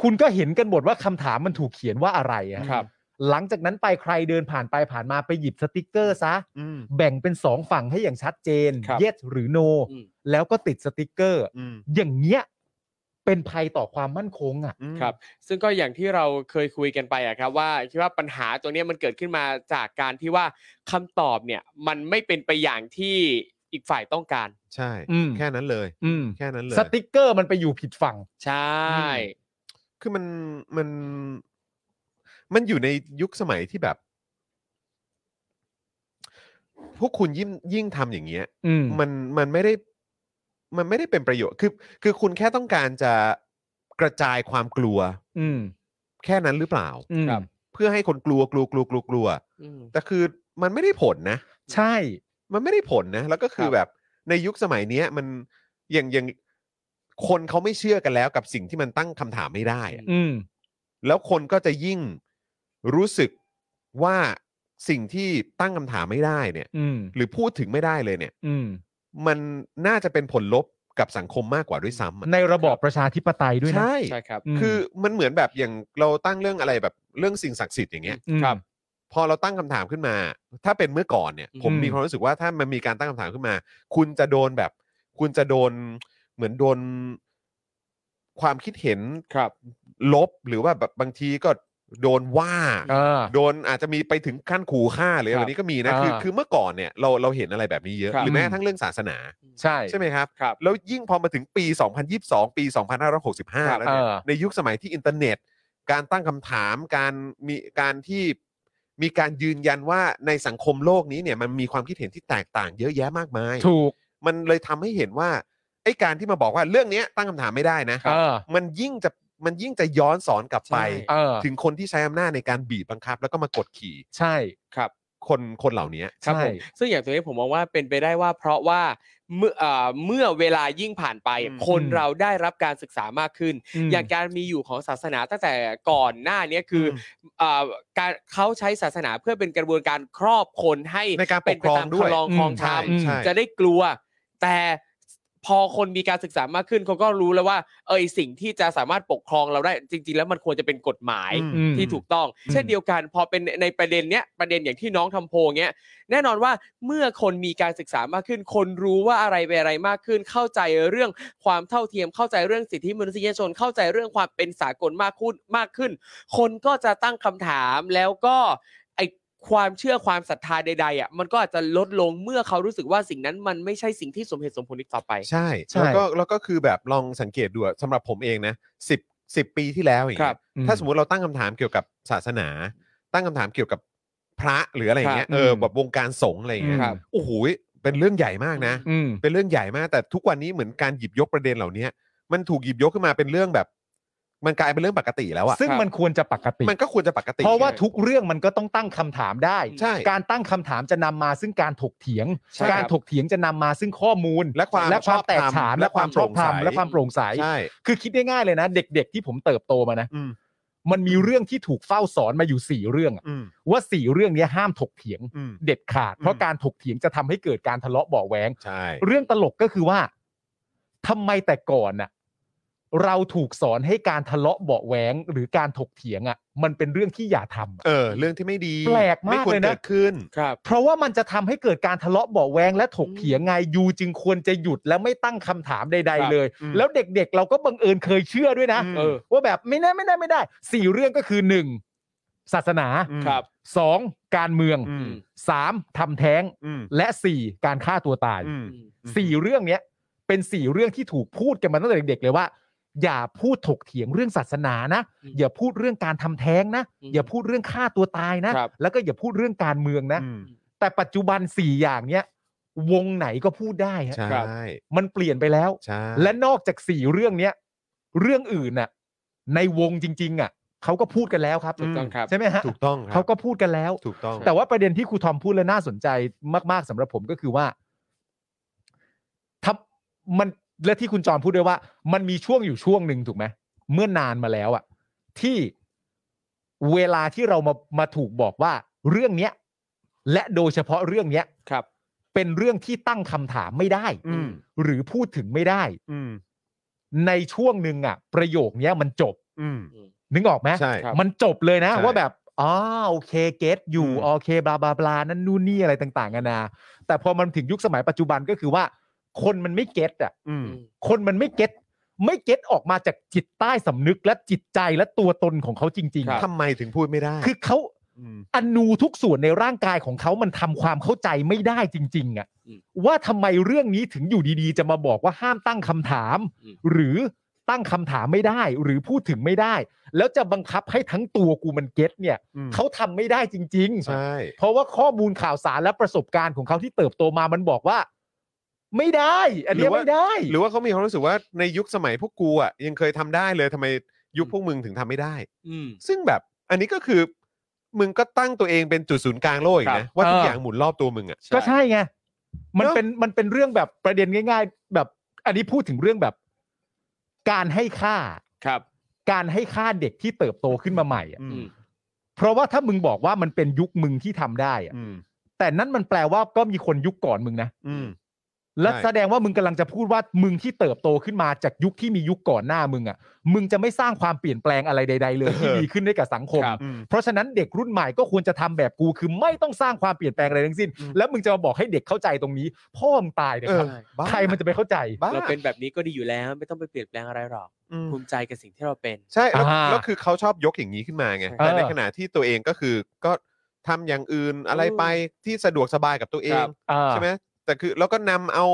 [SPEAKER 3] คุณก็เห็นกันหมดว่าคำถามมันถูกเขียนว่าอะไรอะ
[SPEAKER 4] ครับ
[SPEAKER 3] หลังจากนั้นไปใครเดินผ่านไปผ่านมาไปหยิบสติกเกอร์ซะ
[SPEAKER 2] อืม
[SPEAKER 3] แบ่งเป็นสองฝั่งให้อย่างชัดเจน
[SPEAKER 4] ครับ
[SPEAKER 3] yes หรือ no
[SPEAKER 4] อืม
[SPEAKER 3] แล้วก็ติดสติกเกอร์
[SPEAKER 2] อืม
[SPEAKER 3] อย่างเงี้ยเป็นภัยต่อความมั่นคงอ่ะ
[SPEAKER 2] อืม
[SPEAKER 4] ครับ ซึ่งก็อย่างที่เราเคยคุยกันไปอะครับว่าคิดว่าปัญหาตัวเนี้ยมันเกิดขึ้นมาจากการที่ว่าคำตอบเนี่ยมันไม่เป็นไปอย่างที่อีกฝ่ายต้องการ
[SPEAKER 2] ใช่
[SPEAKER 3] อืม
[SPEAKER 2] แค่นั้นเลย
[SPEAKER 3] อืม
[SPEAKER 2] แค่นั้นเลย
[SPEAKER 3] สติกเกอร์มันไปอยู่ผิดฝั่ง
[SPEAKER 4] ใช่
[SPEAKER 2] คือมันมันมันอยู่ในยุคสมัยที่แบบ พวกคุณยิ่งยิ่งทำอย่างเงี้ย
[SPEAKER 3] อืม
[SPEAKER 2] มันมันไม่ได้ มันไม่ได้เป็นประโยชน์คือ คือคุณแค่ต้องการจะกระจายความกลัว
[SPEAKER 3] อืม
[SPEAKER 2] แค่นั้นหรือเปล่า
[SPEAKER 3] อืม
[SPEAKER 4] ครับ
[SPEAKER 2] เพื่อให้คนกลัวกลัวกลัวกลัวกลัว
[SPEAKER 4] อืม
[SPEAKER 2] แต่คือมันไม่ได้ผลนะ
[SPEAKER 3] ใช่
[SPEAKER 2] มันไม่ได้ผลนะ แล้วก็คือ
[SPEAKER 4] ครับ
[SPEAKER 2] แบบในยุคสมัยเนี้ย มันอย่างอย่างคนเขาไม่เชื่อกันแล้วกับสิ่งที่มันตั้งคำถามไม่ได้อะ
[SPEAKER 3] อืม
[SPEAKER 2] แล้วคนก็จะยิ่งรู้สึกว่าสิ่งที่ตั้งคำถามไม่ได้เนี่ย
[SPEAKER 3] อืม
[SPEAKER 2] หรือพูดถึงไม่ได้เลยเนี่ย
[SPEAKER 3] อืม
[SPEAKER 2] มันน่าจะเป็นผลลบกับสังคมมากกว่าด้วยซ้ำอะ
[SPEAKER 3] ในระบอบประชาธิปไตยด้วยนะ
[SPEAKER 2] ใช่
[SPEAKER 4] ใช่ครับ
[SPEAKER 3] ม
[SPEAKER 2] คือมันเหมือนแบบอย่างเราตั้งเรื่องอะไรแบบเรื่องสิ่งศักดิ์สิทธิ์อย่างเงี้ย
[SPEAKER 3] ม
[SPEAKER 4] ครับ
[SPEAKER 2] พอเราตั้งคำถามขึ้นมา ถ้าเป็นเมื่อก่อนเนี่ย
[SPEAKER 4] อืม
[SPEAKER 2] ผมมีความรู้สึกว่าถ้ามันมีการตั้งคำถามขึ้นมา คุณจะโดนแบบ คุณจะโดนเหมือนโดนความคิดเห็น
[SPEAKER 4] ครับ
[SPEAKER 2] ลบหรือว่าแบบบางทีก็โดนว่า
[SPEAKER 3] เออ
[SPEAKER 2] โดนอาจจะมีไปถึงขั้นขู่ฆ่าหรืออะไร
[SPEAKER 4] ครั
[SPEAKER 2] แบ
[SPEAKER 4] บ
[SPEAKER 2] บนี้ก็มีนะคือ
[SPEAKER 3] อ่า
[SPEAKER 2] คือเมื่อก่อนเนี่ยเราเราเห็นอะไรแบบนี้เยอะ
[SPEAKER 4] ครับ
[SPEAKER 2] หรือแม้กระทั้งเรื่องศาสนา
[SPEAKER 3] ใช่
[SPEAKER 2] ใช่ไหมครับ
[SPEAKER 4] ครับ
[SPEAKER 2] แล้วยิ่งพอมาถึงปี 2022 ปี 2565 แล้วเนี่ย
[SPEAKER 3] เออ
[SPEAKER 2] ในยุคสมัยที่อินเทอร์เน็ต การตั้งคำถามการมีการที่มีการยืนยันว่าในสังคมโลกนี้เนี่ยมันมีความคิดเห็นที่แตกต่างเยอะแยะมากมาย
[SPEAKER 3] ถูก
[SPEAKER 2] มันเลยทำให้เห็นว่าไอ้การที่มาบอกว่าเรื่องเนี้ยตั้งคำถามไม่ได้นะ
[SPEAKER 3] เออ
[SPEAKER 2] มันยิ่งจะมันยิ่งจะย้อนสอนกลับไป
[SPEAKER 3] เออ
[SPEAKER 2] ถึงคนที่ใช้อำนาจในการบีบบังคับ แล้วก็มากดขี่
[SPEAKER 3] ใช่
[SPEAKER 4] ครับ
[SPEAKER 2] คนคนเหล่านี้
[SPEAKER 4] ครับ
[SPEAKER 3] ใช่
[SPEAKER 4] ผมซึ่งอย่างตัวนี้ผมมองว่าเป็นไปได้ว่า เพราะว่าเมื่อเอ่อเมื่อเวลายิ่งผ่านไป
[SPEAKER 2] อืม
[SPEAKER 4] คนเราได้รับการศึกษามากขึ้น
[SPEAKER 3] ม
[SPEAKER 4] อย่างการมีอยู่ของศาสนาตั้งแต่ก่อนหน้าเนี้ยคืออเอ่อการเขาใช้ศาสนาเพื่อเป็นกระบวนการครอบคนให้
[SPEAKER 2] ในการป
[SPEAKER 4] เป็
[SPEAKER 2] ก
[SPEAKER 4] น
[SPEAKER 2] ครอง
[SPEAKER 4] ตาม
[SPEAKER 2] ด้วย
[SPEAKER 4] ครองครองธรรม
[SPEAKER 3] ใช่
[SPEAKER 4] จะได้กลัว แต่พอคนมีการศึกษามากขึ้นเขาก็รู้แล้วว่า เอยสิ่งที่จะสามารถปกครองเราได้จริง ๆ แล้วมันควรจะเป็นกฎหมาย
[SPEAKER 2] อืม
[SPEAKER 3] อืม
[SPEAKER 4] ที่ถูกต้อง
[SPEAKER 3] อืม
[SPEAKER 4] เช่นเดียวกันพอเป็นในประเด็นเนี้ยประเด็นอย่างที่น้องทำโพลเงี้ยแน่นอนว่าเมื่อคนมีการศึกษามากขึ้น คนรู้ว่าอะไรเป็นอะไรมากขึ้น เข้าใจเรื่องความเท่าเทียม เข้าใจเรื่องสิทธิมนุษยชน เข้าใจเรื่องความเป็นสากลมากขึ้นมากขึ้น คนก็จะตั้งคำถามแล้วก็ไอความเชื่อความศรัทธาใดๆอ่ะมันก็อาจจะลดลงเมื่อเขารู้สึกว่าสิ่งนั้นมันไม่ใช่สิ่งที่สมเหตุสมผลอีกต่อไป
[SPEAKER 2] ใช่
[SPEAKER 3] ใช่
[SPEAKER 2] แล้วก็แล้วก็คือแบบลองสังเกตดูอะสำหรับผมเองนะสิบ 10 ปีที่แล้วอย่าง
[SPEAKER 4] ค
[SPEAKER 2] เงี้
[SPEAKER 4] รั
[SPEAKER 2] ย
[SPEAKER 4] บ
[SPEAKER 2] ถ้าสมมติเราตั้งคำถามเกี่ยวกับศาสนา ตั้งคำถามเกี่ยวกับพระหรืออะไรอย่างเงี้ย
[SPEAKER 3] ครับ
[SPEAKER 2] เออ
[SPEAKER 3] อืม
[SPEAKER 2] แบบวงการสงฆ์อะไรอย่างเงี้ย
[SPEAKER 3] ครับ
[SPEAKER 2] โอ้โหเป็นเรื่องใหญ่มากนะ
[SPEAKER 3] อืม
[SPEAKER 2] เป็นเรื่องใหญ่มากแต่ทุกวันนี้เหมือนการหยิบยกประเด็นเหล่านี้มันถูกหยิบยกขึ้นมาเป็นเรื่องแบบ มันกลายเป็นเรื่องปกติแล้วอะ
[SPEAKER 3] ซึ่ง
[SPEAKER 4] ครับ
[SPEAKER 3] มันควรจะปกติ
[SPEAKER 2] มันก็ควรจะปกติ
[SPEAKER 3] เพราะว่าทุกเรื่องมันก็ต้องตั้งคำถามได้
[SPEAKER 2] ใช่
[SPEAKER 3] การตั้งคำถามจะนำมาซึ่งการถกเถียง
[SPEAKER 4] ใช่ครับ
[SPEAKER 3] การถกเถียงจะนำมาซึ่งข้อมูล
[SPEAKER 2] และความชอบ
[SPEAKER 3] แตก
[SPEAKER 2] ธรรม
[SPEAKER 3] ฉาน
[SPEAKER 2] และความ
[SPEAKER 3] ชอบธรรม
[SPEAKER 2] โปร่งใส
[SPEAKER 3] และความโปร่งใส
[SPEAKER 2] ใช่
[SPEAKER 3] คือคิดง่ายๆเลยนะ เด็กๆที่ผมเติบโตมานะ
[SPEAKER 2] อืม
[SPEAKER 3] มันมีเรื่องที่ถูกเฝ้าสอนมาอยู่สี่เรื่องอะ
[SPEAKER 2] อืม
[SPEAKER 3] ว่าสี่เรื่องเนี้ยห้ามถกเถียง
[SPEAKER 2] อืม
[SPEAKER 3] เด็ดขาด เพ
[SPEAKER 2] อื
[SPEAKER 3] ราะ
[SPEAKER 2] ม
[SPEAKER 3] การถกเถียงจะทำให้เกิดการทะเลาะเบาะแวง
[SPEAKER 2] ใช่
[SPEAKER 3] เรื่องตลกก็คือว่าทำไมแต่ก่อนน่ะเราถูกสอนให้การทะเลาะเบาะแวงหรือการถกเถียงอ่ะ มันเป็นเรื่องที่อย่าทำอะ
[SPEAKER 2] เออ เรื่องที่ไม่ดี
[SPEAKER 3] แปลกมาก
[SPEAKER 2] ไม่ควร
[SPEAKER 3] เลยนะ
[SPEAKER 2] เกิดขึ้น
[SPEAKER 4] ครับ
[SPEAKER 3] เพราะว่ามันจะทำให้เกิดการทะเลาะเบาะแวงและถกเถียงไงยูจึงควรจะหยุดและไม่ตั้งคำถามใด
[SPEAKER 4] ครับ
[SPEAKER 3] ๆ เลย
[SPEAKER 2] อืม
[SPEAKER 3] แล้วเด็กๆ เราก็บังเอิญเคยเชื่อด้วยนะ
[SPEAKER 2] อืม
[SPEAKER 3] เออว่าแบบไม่ได้ไม่ได้ไม่ได้สี่เรื่องก็คือหนึ่งศาสนา
[SPEAKER 2] อืม
[SPEAKER 4] ครับ
[SPEAKER 3] สองการเมือง
[SPEAKER 2] อืม
[SPEAKER 3] สามทำแท้ง
[SPEAKER 2] อืม
[SPEAKER 3] และสี่การฆ่าตัวตาย
[SPEAKER 2] อืม อืม
[SPEAKER 3] สี่เรื่องเนี้ยเป็นสี่เรื่องที่ถูกพูดกันมาตั้งแต่เด็กๆเลยว่า อย่าพูดถกเถียงเรื่องศาสนานะ
[SPEAKER 4] อืม
[SPEAKER 3] อย่าพูดเรื่องการทำแท้งนะ
[SPEAKER 4] อืม
[SPEAKER 3] อย่าพูดเรื่องฆ่าตัวตายนะ
[SPEAKER 4] ครับ
[SPEAKER 3] แล้วก็อย่าพูดเรื่องการเมืองนะ
[SPEAKER 2] อืม
[SPEAKER 3] แต่ปัจจุบันสี่อย่างเนี้ยวงไหนก็พูดได้ฮะ
[SPEAKER 2] ใช่
[SPEAKER 4] ครับ
[SPEAKER 3] มันเปลี่ยนไปแล้ว
[SPEAKER 2] ใช่
[SPEAKER 3] และนอกจากสี่เรื่องเนี้ยเรื่องอื่นน่ะในวงจริง ๆอ่ะเขาก็พูดกันแล้วครับ
[SPEAKER 4] ถูกต้องครับ
[SPEAKER 3] ใช่ไหมฮะ
[SPEAKER 2] ถูกต้องครั
[SPEAKER 3] เขาก็พูดกันแล้ว
[SPEAKER 2] ถูกต้อง
[SPEAKER 3] แต่ว่าประเด็นที่ครูทอมพูดและน่าสนใจมาก ๆสำหรับผมก็คือว่าถ้ามันและที่คุณจอมพูดด้วยว่า มันมีช่วงอยู่ช่วงหนึ่งถูกไหมเมื่อนานมาแล้วอะที่เวลาที่เรามามาถูกบอกว่าเรื่องเนี้ย และโดยเฉพาะเรื่องเนี้ย
[SPEAKER 4] ครับ
[SPEAKER 3] เป็นเรื่องที่ตั้งคำถามไม่ได้
[SPEAKER 2] อืม
[SPEAKER 3] หรือพูดถึงไม่ได้
[SPEAKER 2] อืม
[SPEAKER 3] ในช่วงหนึ่งอะประโยคเนี้ยมันจบ
[SPEAKER 2] อืม
[SPEAKER 3] นึกออกไหม
[SPEAKER 2] ใช่
[SPEAKER 4] ครับ
[SPEAKER 3] มันจบเลยนะ
[SPEAKER 2] ใช่
[SPEAKER 3] ว่าแบบอ๋อโอเคเกตอยู่
[SPEAKER 2] อืม
[SPEAKER 3] โอเคบลาบลาบลานั่นนู่นนี่อะไรต่างๆกันานาแต่พอมันถึงยุคสมัยปัจจุบันก็คือว่า คนมันไม่เก็ตอ่ะ
[SPEAKER 2] อืม
[SPEAKER 3] คนมันไม่เก็ตไม่เก็ตออกมาจากจิตใต้สำนึกและจิตใจและตัวตนของเขาจริง
[SPEAKER 4] ครับ
[SPEAKER 2] ทำไมถึงพูดไม่ได้
[SPEAKER 3] ๆ คือเขา
[SPEAKER 2] ม
[SPEAKER 3] อนูทุกส่วนในร่างกายของเขามันทำความเข้าใจไม่ได้จริง ๆอ่ะ
[SPEAKER 4] อืม
[SPEAKER 3] ว่าทำไมเรื่องนี้ถึงอยู่ดีๆ จะมาบอกว่าห้ามตั้งคำถาม
[SPEAKER 4] อืม
[SPEAKER 3] หรือตั้งคำถามไม่ได้ หรือพูดถึงไม่ได้ แล้วจะบังคับให้ทั้งตัวกูมันเก็ตเนี่ย
[SPEAKER 2] อืม
[SPEAKER 3] เขาทำไม่ได้จริง ๆ
[SPEAKER 2] ใช่
[SPEAKER 3] เพราะว่าข้อมูลข่าวสารและประสบการณ์ของเขาที่เติบโตมามันบอกว่า ไม่ได้ อันเนี้
[SPEAKER 2] ห
[SPEAKER 3] ย
[SPEAKER 2] รือว่า
[SPEAKER 3] ไม่ได้
[SPEAKER 2] หรือว่าเขามีความรู้สึกว่าในยุคสมัยพวกกูอ่ะยังเคยทำได้เลยทำไมยุคพวกมึงถึงทำไม่ได้
[SPEAKER 4] อืม
[SPEAKER 2] ซึ่งแบบอันนี้ก็คือ มึงก็ตั้งตัวเองเป็นจุดศูนย์กลางโลกอีกนะ ว่าทุก
[SPEAKER 3] เออ
[SPEAKER 2] อ
[SPEAKER 3] อ
[SPEAKER 2] ย่างหมุนรอบตัวมึงอ่ะ
[SPEAKER 3] ก็ใช่ไง มัน
[SPEAKER 2] เนอะ
[SPEAKER 3] เป็นมันเป็นเรื่องแบบประเด็นง่าย ๆ แบบ อันนี้พูดถึงเรื่องแบบ การให้ค่า
[SPEAKER 4] ครับ
[SPEAKER 3] การให้ค่าเด็กที่เติบโตขึ้นมาใหม่อะ
[SPEAKER 2] อื
[SPEAKER 4] อืม
[SPEAKER 3] เพราะว่าถ้ามึงบอกว่ามันเป็นยุคมึงที่ทำได้อะ
[SPEAKER 2] อืม
[SPEAKER 3] แต่นั่นมันแปลว่าก็มีคนยุคก่อนมึงนะ
[SPEAKER 2] อืม
[SPEAKER 3] และ
[SPEAKER 2] ใช่
[SPEAKER 3] แสดงว่ามึงกำลังจะพูดว่ามึงที่เติบโตขึ้นมาจากยุคที่มียุคก่อนหน้ามึงอ่ะ มึงจะไม่สร้างความเปลี่ยนแปลงอะไรใด ๆ เลยที่ดีขึ้นได้กับสังคม
[SPEAKER 4] ครับ
[SPEAKER 2] อืม
[SPEAKER 3] เพราะฉะนั้นเด็กรุ่นใหม่ก็ควรจะทำแบบกูคือไม่ต้องสร้างความเปลี่ยนแปลงอะไรทั้งสิ้น
[SPEAKER 2] อืม
[SPEAKER 3] แล้วมึงจะมาบอกให้เด็กเข้าใจตรงนี้ พ่อมึงตายเลย
[SPEAKER 2] เออ
[SPEAKER 3] ครับ
[SPEAKER 2] บ้า
[SPEAKER 3] ใครมันจะไปเข้าใจ
[SPEAKER 2] บ้า
[SPEAKER 4] เราเป็นแบบนี้ก็ดีอยู่แล้ว ไม่ต้องไปเปลี่ยนแปลงอะไรหรอก
[SPEAKER 2] อืม
[SPEAKER 4] ภูมิใจกับสิ่งที่เราเป็น
[SPEAKER 2] ใช่แล้ว
[SPEAKER 3] อ่า
[SPEAKER 2] แล้วคือเขาชอบยกอย่างนี้ขึ้นมาไง
[SPEAKER 4] ใช่
[SPEAKER 2] แต่ใน
[SPEAKER 3] เออ
[SPEAKER 2] ขณะที่ตัวเองก็คือก็ทำอย่างอื่นอะไรไปที่สะดวกสบายกับตัวเอง
[SPEAKER 4] ครับ
[SPEAKER 3] อ่า
[SPEAKER 2] ใช่ไหมแต่คือเราก็นำเอา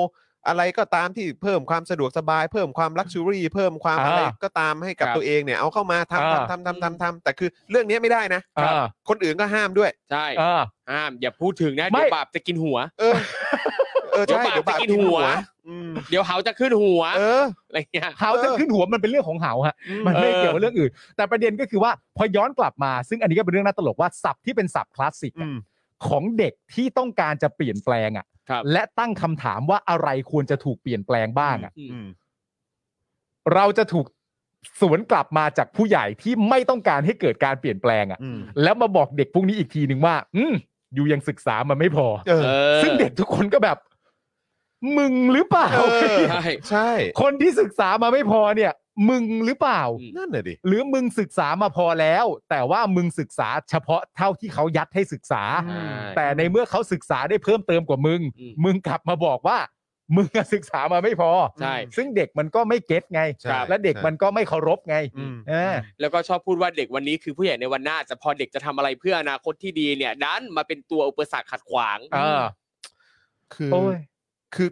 [SPEAKER 2] อะไรก็ตามที่เพิ่มความสะดวกสบาย เพิ่มความลักชัวรี่เพิ่มความ
[SPEAKER 3] อ่า
[SPEAKER 2] อะไรก็ตามให้กับ
[SPEAKER 4] ครับ
[SPEAKER 2] ตัวเองเนี่ยเอาเข้ามาทำ
[SPEAKER 3] อ่า
[SPEAKER 2] ทำทำทำทำทำแต่คือเรื่องนี้ไม่ได้นะ
[SPEAKER 3] อ่า
[SPEAKER 2] คนอื่นก็ห้ามด้วย
[SPEAKER 4] ใช่
[SPEAKER 3] อ่า
[SPEAKER 4] ห้ามอย่าพูดถึงนะ
[SPEAKER 3] ไม่
[SPEAKER 4] เดี๋ยวบาปจะกินหัว
[SPEAKER 2] เออ เออใช่เดี๋
[SPEAKER 4] เดี๋
[SPEAKER 2] ย
[SPEAKER 4] ยว ว
[SPEAKER 2] บา
[SPEAKER 4] บา
[SPEAKER 2] ป
[SPEAKER 4] ป
[SPEAKER 2] กินหัว
[SPEAKER 4] จะกินหัว
[SPEAKER 2] อืม
[SPEAKER 4] เดี๋ยวเขาจะขึ้นหัว
[SPEAKER 2] เออ
[SPEAKER 4] อะไรเงี้ย
[SPEAKER 3] เหาจะขึ้นหัวมันเป็นเรื่องของเหาฮะมันไม่เกี่ยวกับเรื่องอื่น แต่ประเด็นก็คือว่าพอย้อนกลับมา ซึ่งอันนี้ก็เป็นเรื่องน่าตลกว่าศัพท์ที่เป็นศัพท์คลาสสิกอะ
[SPEAKER 2] อืม
[SPEAKER 3] ของเด็กที่ต้องการจะเปลี่ยนแปลงอ่ะ
[SPEAKER 4] ครับ
[SPEAKER 3] และตั้งคำถามว่าอะไรควรจะถูกเปลี่ยนแปลงบ้างอ่ะ
[SPEAKER 4] อืม
[SPEAKER 2] อืม
[SPEAKER 3] เราจะถูกสวนกลับมาจากผู้ใหญ่ที่ไม่ต้องการให้เกิดการเปลี่ยนแปลงอะ่ะ
[SPEAKER 2] อืม
[SPEAKER 3] แล้วมาบอกเด็กพวกนี้อีกทีหนึ่งว่า อืมอยู่ยังศึกษามันไม่พอ
[SPEAKER 2] เออ
[SPEAKER 4] เออ
[SPEAKER 3] ซึ่งเด็กทุกคนก็แบบ มึงหรือเปล่า
[SPEAKER 2] เออ
[SPEAKER 4] ใช่
[SPEAKER 2] ใช่
[SPEAKER 3] คนที่ศึกษามาไม่พอเนี่ย มึงหรือเปล่า
[SPEAKER 4] อืม
[SPEAKER 2] นั่นน่ะดิ
[SPEAKER 3] หรือมึงศึกษามาพอแล้ว แต่ว่ามึงศึกษาเฉพาะเท่าที่เขายัดให้ศึกษา
[SPEAKER 4] ใช่
[SPEAKER 3] แต่ในเมื่อเขาศึกษาได้เพิ่มเติมกว่ามึง
[SPEAKER 4] อืม
[SPEAKER 3] มึงกลับมาบอกว่า มึงอะศึกษามาไม่พอ
[SPEAKER 4] ใช่
[SPEAKER 3] ซึ่งเด็กมันก็ไม่เก็ตไง
[SPEAKER 2] ใช่
[SPEAKER 3] และเด็กมันก็ไม่เคารพไง
[SPEAKER 2] อืม
[SPEAKER 3] เออ
[SPEAKER 4] แล้วก็ชอบพูดว่าเด็กวันนี้คือผู้ใหญ่ในวันหน้าแต่พอเด็กจะทำอะไรเพื่ออนาคตที่ดีเนี่ยดันมาเป็นตัวอุปสรรคขัดขวาง
[SPEAKER 3] เออ
[SPEAKER 2] คือ
[SPEAKER 3] โอ้ย
[SPEAKER 2] คือ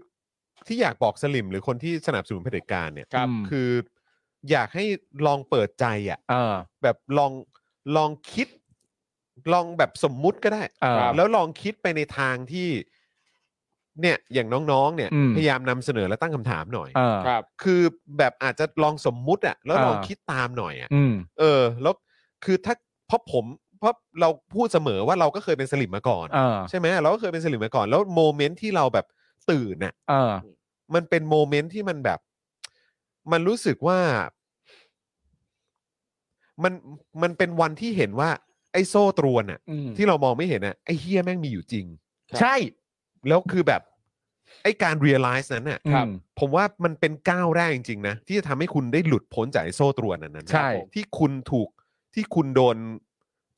[SPEAKER 2] ที่อยากบอกสลิมหรือคนที่สนับสนุนเผด็จการเนี่ย
[SPEAKER 4] ครับ
[SPEAKER 3] อืม
[SPEAKER 2] คือ อยากให้ลองเปิดใจอ่ะ
[SPEAKER 3] เออ
[SPEAKER 2] แบบลองลองคิด ลองแบบสมมุติก็ได้
[SPEAKER 3] เออ
[SPEAKER 2] แล้วลองคิดไปในทางที่ เนี่ยอย่างน้องๆ เนี่ย
[SPEAKER 3] อืม
[SPEAKER 2] พยายามนำเสนอและตั้งคำถามหน่อย
[SPEAKER 3] เออ
[SPEAKER 4] ครับ
[SPEAKER 2] คือแบบอาจจะลองสมมุติอ่ะ แล้วลอง
[SPEAKER 3] เออ
[SPEAKER 2] คิดตามหน่อยอ่ะ
[SPEAKER 3] อืม
[SPEAKER 2] เออ แล้วคือถ้าเพราะผมเพราะเราพูดเสมอว่าเราก็เคยเป็นสลิมมาก่อน
[SPEAKER 3] เออ
[SPEAKER 2] ใช่ไหมเราก็เคยเป็นสลิมมาก่อน แล้วโมเมนต์ที่เราแบบตื่นน่ะ
[SPEAKER 3] เออ
[SPEAKER 2] มันเป็นโมเมนต์ที่มันแบบ มันรู้สึกว่า มันมันเป็นวันที่เห็นว่า ไอ้โซ่ตรวนน่ะ
[SPEAKER 3] อืม
[SPEAKER 2] ที่เรามองไม่เห็นน่ะไอ้เฮียแม่งมีอยู่จริง
[SPEAKER 3] ใช่
[SPEAKER 2] แล้วคือแบบ ไอ้การ realize นั้นน่ะ
[SPEAKER 3] ครับ
[SPEAKER 2] ผมว่ามันเป็นก้าวแรกจริงๆนะที่จะทำให้คุณได้หลุดพ้นจากไอ้โซ่ตรวนอันนั้นค
[SPEAKER 3] ใช่
[SPEAKER 2] รับผมที่คุณถูกที่คุณโดน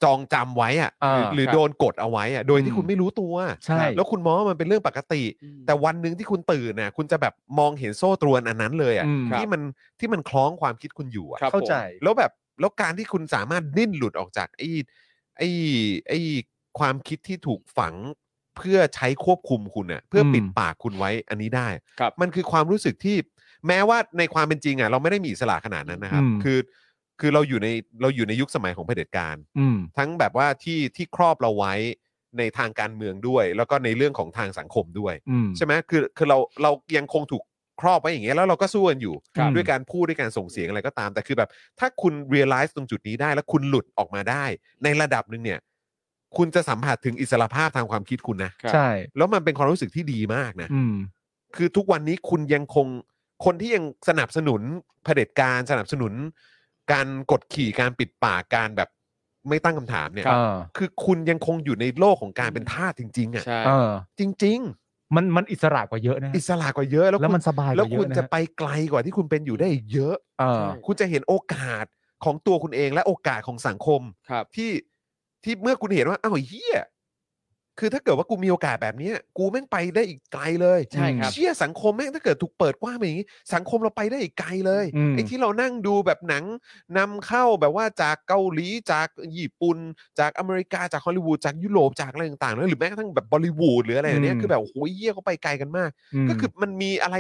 [SPEAKER 2] จองจำไว้อะห
[SPEAKER 3] อ่า
[SPEAKER 2] รือหรือ
[SPEAKER 3] ครับ
[SPEAKER 2] โดนกดเอาไว้อะโดย
[SPEAKER 3] อื
[SPEAKER 2] ที่
[SPEAKER 3] ม
[SPEAKER 2] คุณไม่รู้ตัว
[SPEAKER 3] ใช่
[SPEAKER 2] แล้วคุณมองว่ามันเป็นเรื่องปกติ แต่วันหนึ่งที่คุณตื่นน่ะ คุณจะแบบมองเห็นโซ่ตรวนอันนั้นเลยอ่ะ
[SPEAKER 3] อืมครับ
[SPEAKER 2] ที่มันที่มันคล้องความคิดคุณอยู่อ่ะ
[SPEAKER 4] ครับ
[SPEAKER 3] เข้าใจ
[SPEAKER 2] แล้วแบบแล้วการที่คุณสามารถดิ้นหลุดออกจากไอ้ไอ้ไอ้ความคิดที่ถูกฝังเพื่อใช้ควบคุมคุณน่ะเพื่ออ
[SPEAKER 3] ม
[SPEAKER 2] ปิดปากคุณไว้อันนี้ได้
[SPEAKER 4] ครับ
[SPEAKER 2] มันคือความรู้สึกที่แม้ว่าในความเป็นจริงอ่ะเราไม่ได้มีอิสระขนาดนั้นนะครับ
[SPEAKER 3] อืม
[SPEAKER 2] คือคือเราอยู่ในเราอยู่ในยุคสมัยของเผด็จการ
[SPEAKER 3] อืม
[SPEAKER 2] ทั้งแบบว่าที่ที่ครอบเราไว้ในทางการเมืองด้วย แล้วก็ในเรื่องของทางสังคมด้วย
[SPEAKER 3] อืม
[SPEAKER 2] ใช่ไหมคือคือเราเรายังคงถูกครอบไว้อย่างเงี้ยแล้วเราก็สู้กันอยู่
[SPEAKER 3] ครับ
[SPEAKER 2] ด้วยการพูดด้วยการส่งเสียงอะไรก็ตาม แต่คือแบบ ถ้าคุณ realize ตรงจุดนี้ได้ แล้วคุณหลุดออกมาได้ ในระดับหนึ่งเนี่ย คุณจะสัมผัสถึงอิสรภาพทางความคิดคุณนะ
[SPEAKER 3] ใช่
[SPEAKER 2] แล้วมันเป็นความรู้สึกที่ดีมากนะ
[SPEAKER 3] อืม
[SPEAKER 2] คือทุกวันนี้คุณยังคงคนที่ยังสนับสนุนเผด็จการสนับสนุน การกดขี่การปิดปากการแบบไม่ตั้งคำถามเนี่ย
[SPEAKER 3] เออ
[SPEAKER 2] คือคุณยังคงอยู่ในโลกของการเป็นทาสจริง ๆ อ่ะ
[SPEAKER 4] ใช่
[SPEAKER 3] เออ
[SPEAKER 2] จริง
[SPEAKER 3] มันมันอิสระกว่าเยอะนะ
[SPEAKER 2] ๆ อิสระกว่าเยอะแล้ว
[SPEAKER 3] แล้ว
[SPEAKER 2] คุณ
[SPEAKER 3] มันสบายก
[SPEAKER 2] แล้ว
[SPEAKER 3] ว่าเย
[SPEAKER 2] คุ
[SPEAKER 3] อะ
[SPEAKER 2] ณ
[SPEAKER 3] น
[SPEAKER 2] จะไปไกลกว่าที่คุณเป็นอยู่ได้อีกเยอะ
[SPEAKER 3] เออ
[SPEAKER 2] คุณจะเห็นโอกาสของตัวคุณเองและโอกาสของสังคม
[SPEAKER 4] ครับ
[SPEAKER 2] ที่ที่เมื่อคุณเห็นว่าอ้าวเฮียคือถ้าเกิดว่ากูมีโอกาสแบบเนี้ยกูแม่งไปได้อีกไกลเลย
[SPEAKER 4] ใช่ครับ
[SPEAKER 2] เชี่ยสังคมแม่งถ้าเกิดถูกเปิดกว้างไปอย่างนี้ สังคมเราไปได้อีกไกลเลย
[SPEAKER 3] อืม
[SPEAKER 2] ไอ้ที่เรานั่งดูแบบหนังนำเข้าแบบว่าจากเกาหลีจากญี่ปุ่นจากอเมริกาจากฮอลลีวูดจากยุโรปจากอะไรต่างๆแล้วหรือแม้กระทั่งแบบบอลลีวูดหรืออะไรแบบเนี้ยคือแบบโอ้โหเฮียเขาไปไกลกันมาก ก็คือมันมีอะไร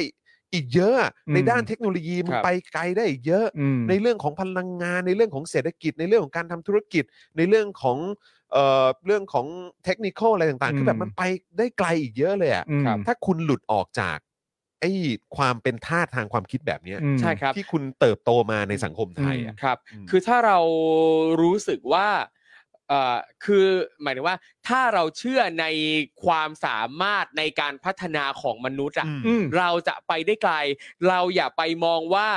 [SPEAKER 2] อีกเยอะอะใน
[SPEAKER 3] อืม
[SPEAKER 2] ด้านเทคโนโลยีมัน
[SPEAKER 4] ครับ
[SPEAKER 2] ไปไกลได้อีกเยอะ
[SPEAKER 3] ม
[SPEAKER 2] ในเรื่องของพลังงานในเรื่องของเศรษฐกิจในเรื่องของการทำธุรกิจ ในเรื่องของเอ่อเรื่องของเทคนิคอะไรต่าง
[SPEAKER 3] อื
[SPEAKER 2] ๆ
[SPEAKER 3] ม
[SPEAKER 2] คือแบบมันไปได้ไกลอีกเยอะเลยอะ
[SPEAKER 3] อืม
[SPEAKER 2] ถ้าคุณหลุดออกจากไอ้ความเป็นท่าสทางความคิดแบบเนี้ย
[SPEAKER 3] อืม
[SPEAKER 4] ใช่ครับ
[SPEAKER 2] ที่คุณเติบโตมาในสังคมไทยอะ
[SPEAKER 4] ครับ
[SPEAKER 2] อืม
[SPEAKER 4] คือถ้าเรารู้สึกว่าเอ่อคือหมายถึงว่า ถ้าเราเชื่อในความสามารถในการพัฒนาของมนุษย์อะ
[SPEAKER 2] อืม
[SPEAKER 4] เราจะไปได้ไกล เราอย่าไปมองว่า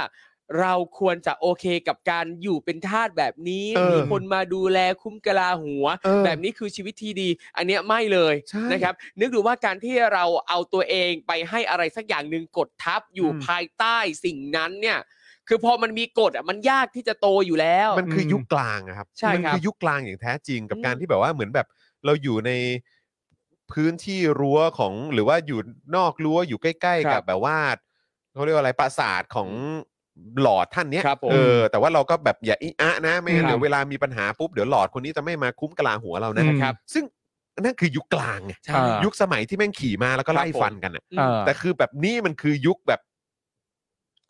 [SPEAKER 4] เราควรจะโอเคกับการอยู่เป็นทาสแบบนี้
[SPEAKER 2] เออ
[SPEAKER 4] มีคนมาดูแลคุ้มกะลาหัว
[SPEAKER 2] เออ
[SPEAKER 4] แบบนี้คือชีวิตที่ดี อันเนี้ยไม่เลย
[SPEAKER 2] ใช่
[SPEAKER 4] นะครับ นึกดูว่าการที่เราเอาตัวเองไปให้อะไรสักอย่างหนึ่งกดทับอยู่
[SPEAKER 2] อืม
[SPEAKER 4] ภายใต้สิ่งนั้นเนี่ย คือพอมันมีกฎอ่ะมันยากที่จะโตอยู่แล้ว
[SPEAKER 2] มันคือยุคกลางอะครับ
[SPEAKER 4] ใช่ครั
[SPEAKER 2] มั
[SPEAKER 4] บ
[SPEAKER 2] คือยุคกลางอย่างแท้จริงกับ
[SPEAKER 4] อืม
[SPEAKER 2] การที่แบบว่าเหมือนแบบเราอยู่ในพื้นที่รั้วของหรือว่าอยู่นอกรั้วอยู่ใกล้
[SPEAKER 4] ครั
[SPEAKER 2] ๆ
[SPEAKER 4] บ
[SPEAKER 2] กับแบบว่าเขาเรียกว่าอะไรปราสาทของหลอดท่านเนี้ย
[SPEAKER 4] ครับผม
[SPEAKER 2] เออแต่ว่าเราก็แบบอย่าอิอะนะไม่งั้น
[SPEAKER 4] ครับ
[SPEAKER 2] เดี๋ยวเวลามีปัญหาปุ๊บเดี๋ยวหลอดคนนี้จะไม่มาคุ้มกะลาหัวเรานะ
[SPEAKER 3] อืม
[SPEAKER 4] ครับ
[SPEAKER 2] ซึ่งนั่นคือยุคกลางไง
[SPEAKER 4] ใช่
[SPEAKER 3] อ่า
[SPEAKER 2] ยุคสมัยที่แม่งขี่มาแล้วก็ไล่
[SPEAKER 4] ครับผม
[SPEAKER 2] ฟันกันอะ
[SPEAKER 3] เออ
[SPEAKER 2] แต่คือแบบนี่มันคือยุคแบบ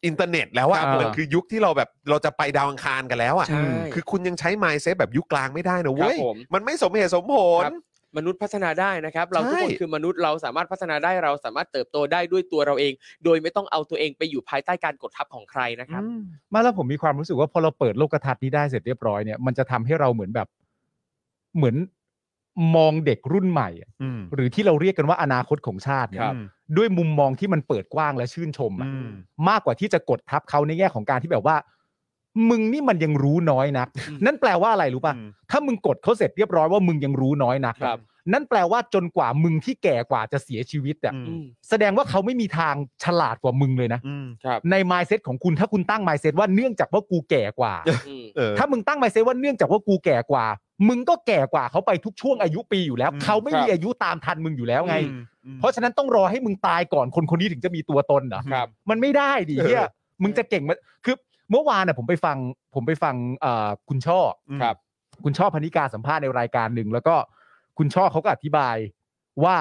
[SPEAKER 2] อินเทอร์เน็ตแล้วอะ
[SPEAKER 3] ครับ
[SPEAKER 2] มันคือยุคที่เราแบบเราจะไปดาวอังคารกันแล้วอะ
[SPEAKER 4] ใช่
[SPEAKER 2] คือคุณยังใช้ไมซ์เซตแบบยุคกลางไม่ได้นะ
[SPEAKER 4] ครั
[SPEAKER 2] เว้
[SPEAKER 4] บ
[SPEAKER 2] ย
[SPEAKER 4] ผม
[SPEAKER 2] มันไม่สมเหตุสมผล
[SPEAKER 4] ครับ มนุษย์พัฒนาได้นะครับ เราทุกคน
[SPEAKER 2] ใช่
[SPEAKER 4] คือมนุษย์เราสามารถพัฒนาได้เราสามารถเติบโตได้ด้วยตัวเราเอง โดยไม่ต้องเอาตัวเองไปอยู่ภายใต้การกดทับของใครนะครับ
[SPEAKER 3] ไมาแล้วผมมีความรู้สึกว่าพอเราเปิดโลกทัศน์นี้ได้เสร็จเรียบร้อยเนี่ยมันจะทำให้เราเหมือนแบบเหมือนมองเด็กรุ่นใหม่อะ
[SPEAKER 2] อืม
[SPEAKER 3] หรือที่เราเรียกกันว่าอนาคตของชาติเนี่
[SPEAKER 4] ครั
[SPEAKER 3] ย
[SPEAKER 4] บ
[SPEAKER 3] ด้วยมุมมองที่มันเปิดกว้างและชื่นชมอะ
[SPEAKER 2] อืม
[SPEAKER 3] มากกว่าที่จะกดทับเขาในแง่ของการที่แบบว่า มึงนี่มันยังรู้น้อยนัก นั่นแปลว่าอะไรรู้ป่ะ
[SPEAKER 2] อืม
[SPEAKER 3] ถ้ามึงกดเขาเสร็จเรียบร้อยว่ามึงยังรู้น้อยนักอะ
[SPEAKER 4] ครับ
[SPEAKER 3] นั่นแปลว่าจนกว่ามึงที่แก่กว่าจะเสียชีวิตอ่ะ
[SPEAKER 2] อืม
[SPEAKER 4] อืม
[SPEAKER 3] แสดงว่าเขาไม่มีทางฉลาดกว่ามึงเลยนะ
[SPEAKER 2] อืม
[SPEAKER 4] ครับ
[SPEAKER 3] ใน mindset ของคุณถ้าคุณตั้ง mindset ว่าเนื่องจากว่ากูแก่กว่า
[SPEAKER 4] อืม
[SPEAKER 2] เออ
[SPEAKER 3] ถ้ามึงตั้ง mindset ว่าเนื่องจากว่ากูแก่กว่า มึงก็แก่กว่าเขาไปทุกช่วงอายุปีอยู่แล้ว
[SPEAKER 2] อืม
[SPEAKER 3] เขาไม่มี
[SPEAKER 4] ครับ
[SPEAKER 3] อายุตามทันมึงอยู่แล้วไง
[SPEAKER 2] อืมอืม
[SPEAKER 3] เพราะฉะนั้นต้องรอให้มึงตายก่อนคนคนนี้ถึงจะมีตัวตนเหรอ
[SPEAKER 4] ครับ
[SPEAKER 3] มันไม่ได้ดิ
[SPEAKER 2] เออ
[SPEAKER 3] เฮียมึงจะเก่งมันคือเมื่อวานน่ะผมไปฟังผมไปฟังเอ่อคุณช่อ
[SPEAKER 2] อืม
[SPEAKER 4] ครับ
[SPEAKER 3] คุณช่อพนิกาสัมภาษณ์ในรายการหนึ่งแล้วก็คุณช่อเขาก็อธิบายว่า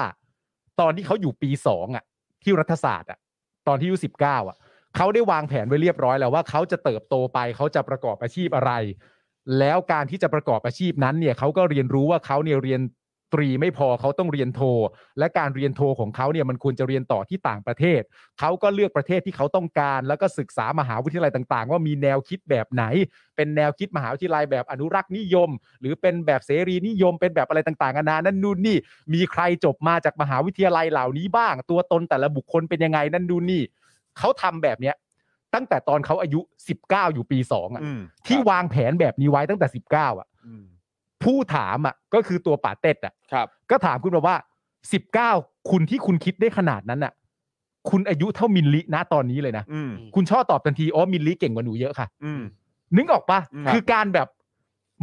[SPEAKER 3] ตอนที่เขาอยู่ปีสองอ่ะที่รัฐศาสตร์อ่ะตอนที่อายุสิบเก้าอ่ะ เขาได้วางแผนไว้เรียบร้อยแล้วว่าเขาจะเติบโตไปเขาจะประกอบอาชีพอะไร แล้วการที่จะประกอบอาชีพนั้นเนี่ยเขาก็เรียนรู้ว่าเขาเนี่ยเรียนตรีไม่พอเขาต้องเรียนโท และการเรียนโทของเขาเนี่ยมันควรจะเรียนต่อที่ต่างประเทศ เขาก็เลือกประเทศที่เขาต้องการ แล้วก็ศึกษามหาวิทยาลัยต่าง ๆ ว่ามีแนวคิดแบบไหน เป็นแนวคิดมหาวิทยาลัยแบบอนุรักษ์นิยม หรือเป็นแบบเสรีนิยม เป็นแบบอะไรต่างๆนานานั่นนู่นนี่ มีใครจบมาจากมหาวิทยาลัยเหล่านี้บ้าง ตัวตนแต่ละบุคคลเป็นยังไงนั่นนู่นนี่เขาทำแบบเนี้ยตั้งแต่ตอนเขาอายุ 19 อยู่ปี2อ่ะ
[SPEAKER 2] อืม
[SPEAKER 3] ที่วางแผนแบบนี้ไว้ตั้งแต่ 19อ่ะ
[SPEAKER 2] อืม
[SPEAKER 3] ผู้ถามอ่ะก็คือตัวป่าเต็ดอ่ะ
[SPEAKER 4] ครับ
[SPEAKER 3] ก็ถามคุณมาว่า 19 คุณที่คุณคิดได้ขนาดนั้นน่ะ คุณอายุเท่ามินลินะตอนนี้เลยนะ
[SPEAKER 2] อืม
[SPEAKER 3] คุณชอบตอบทันทีอ๋อมินลิเก่งกว่าหนูเยอะค่ะ
[SPEAKER 2] อืม
[SPEAKER 3] นึกออกปะ
[SPEAKER 2] ครับ
[SPEAKER 3] คือการแบบ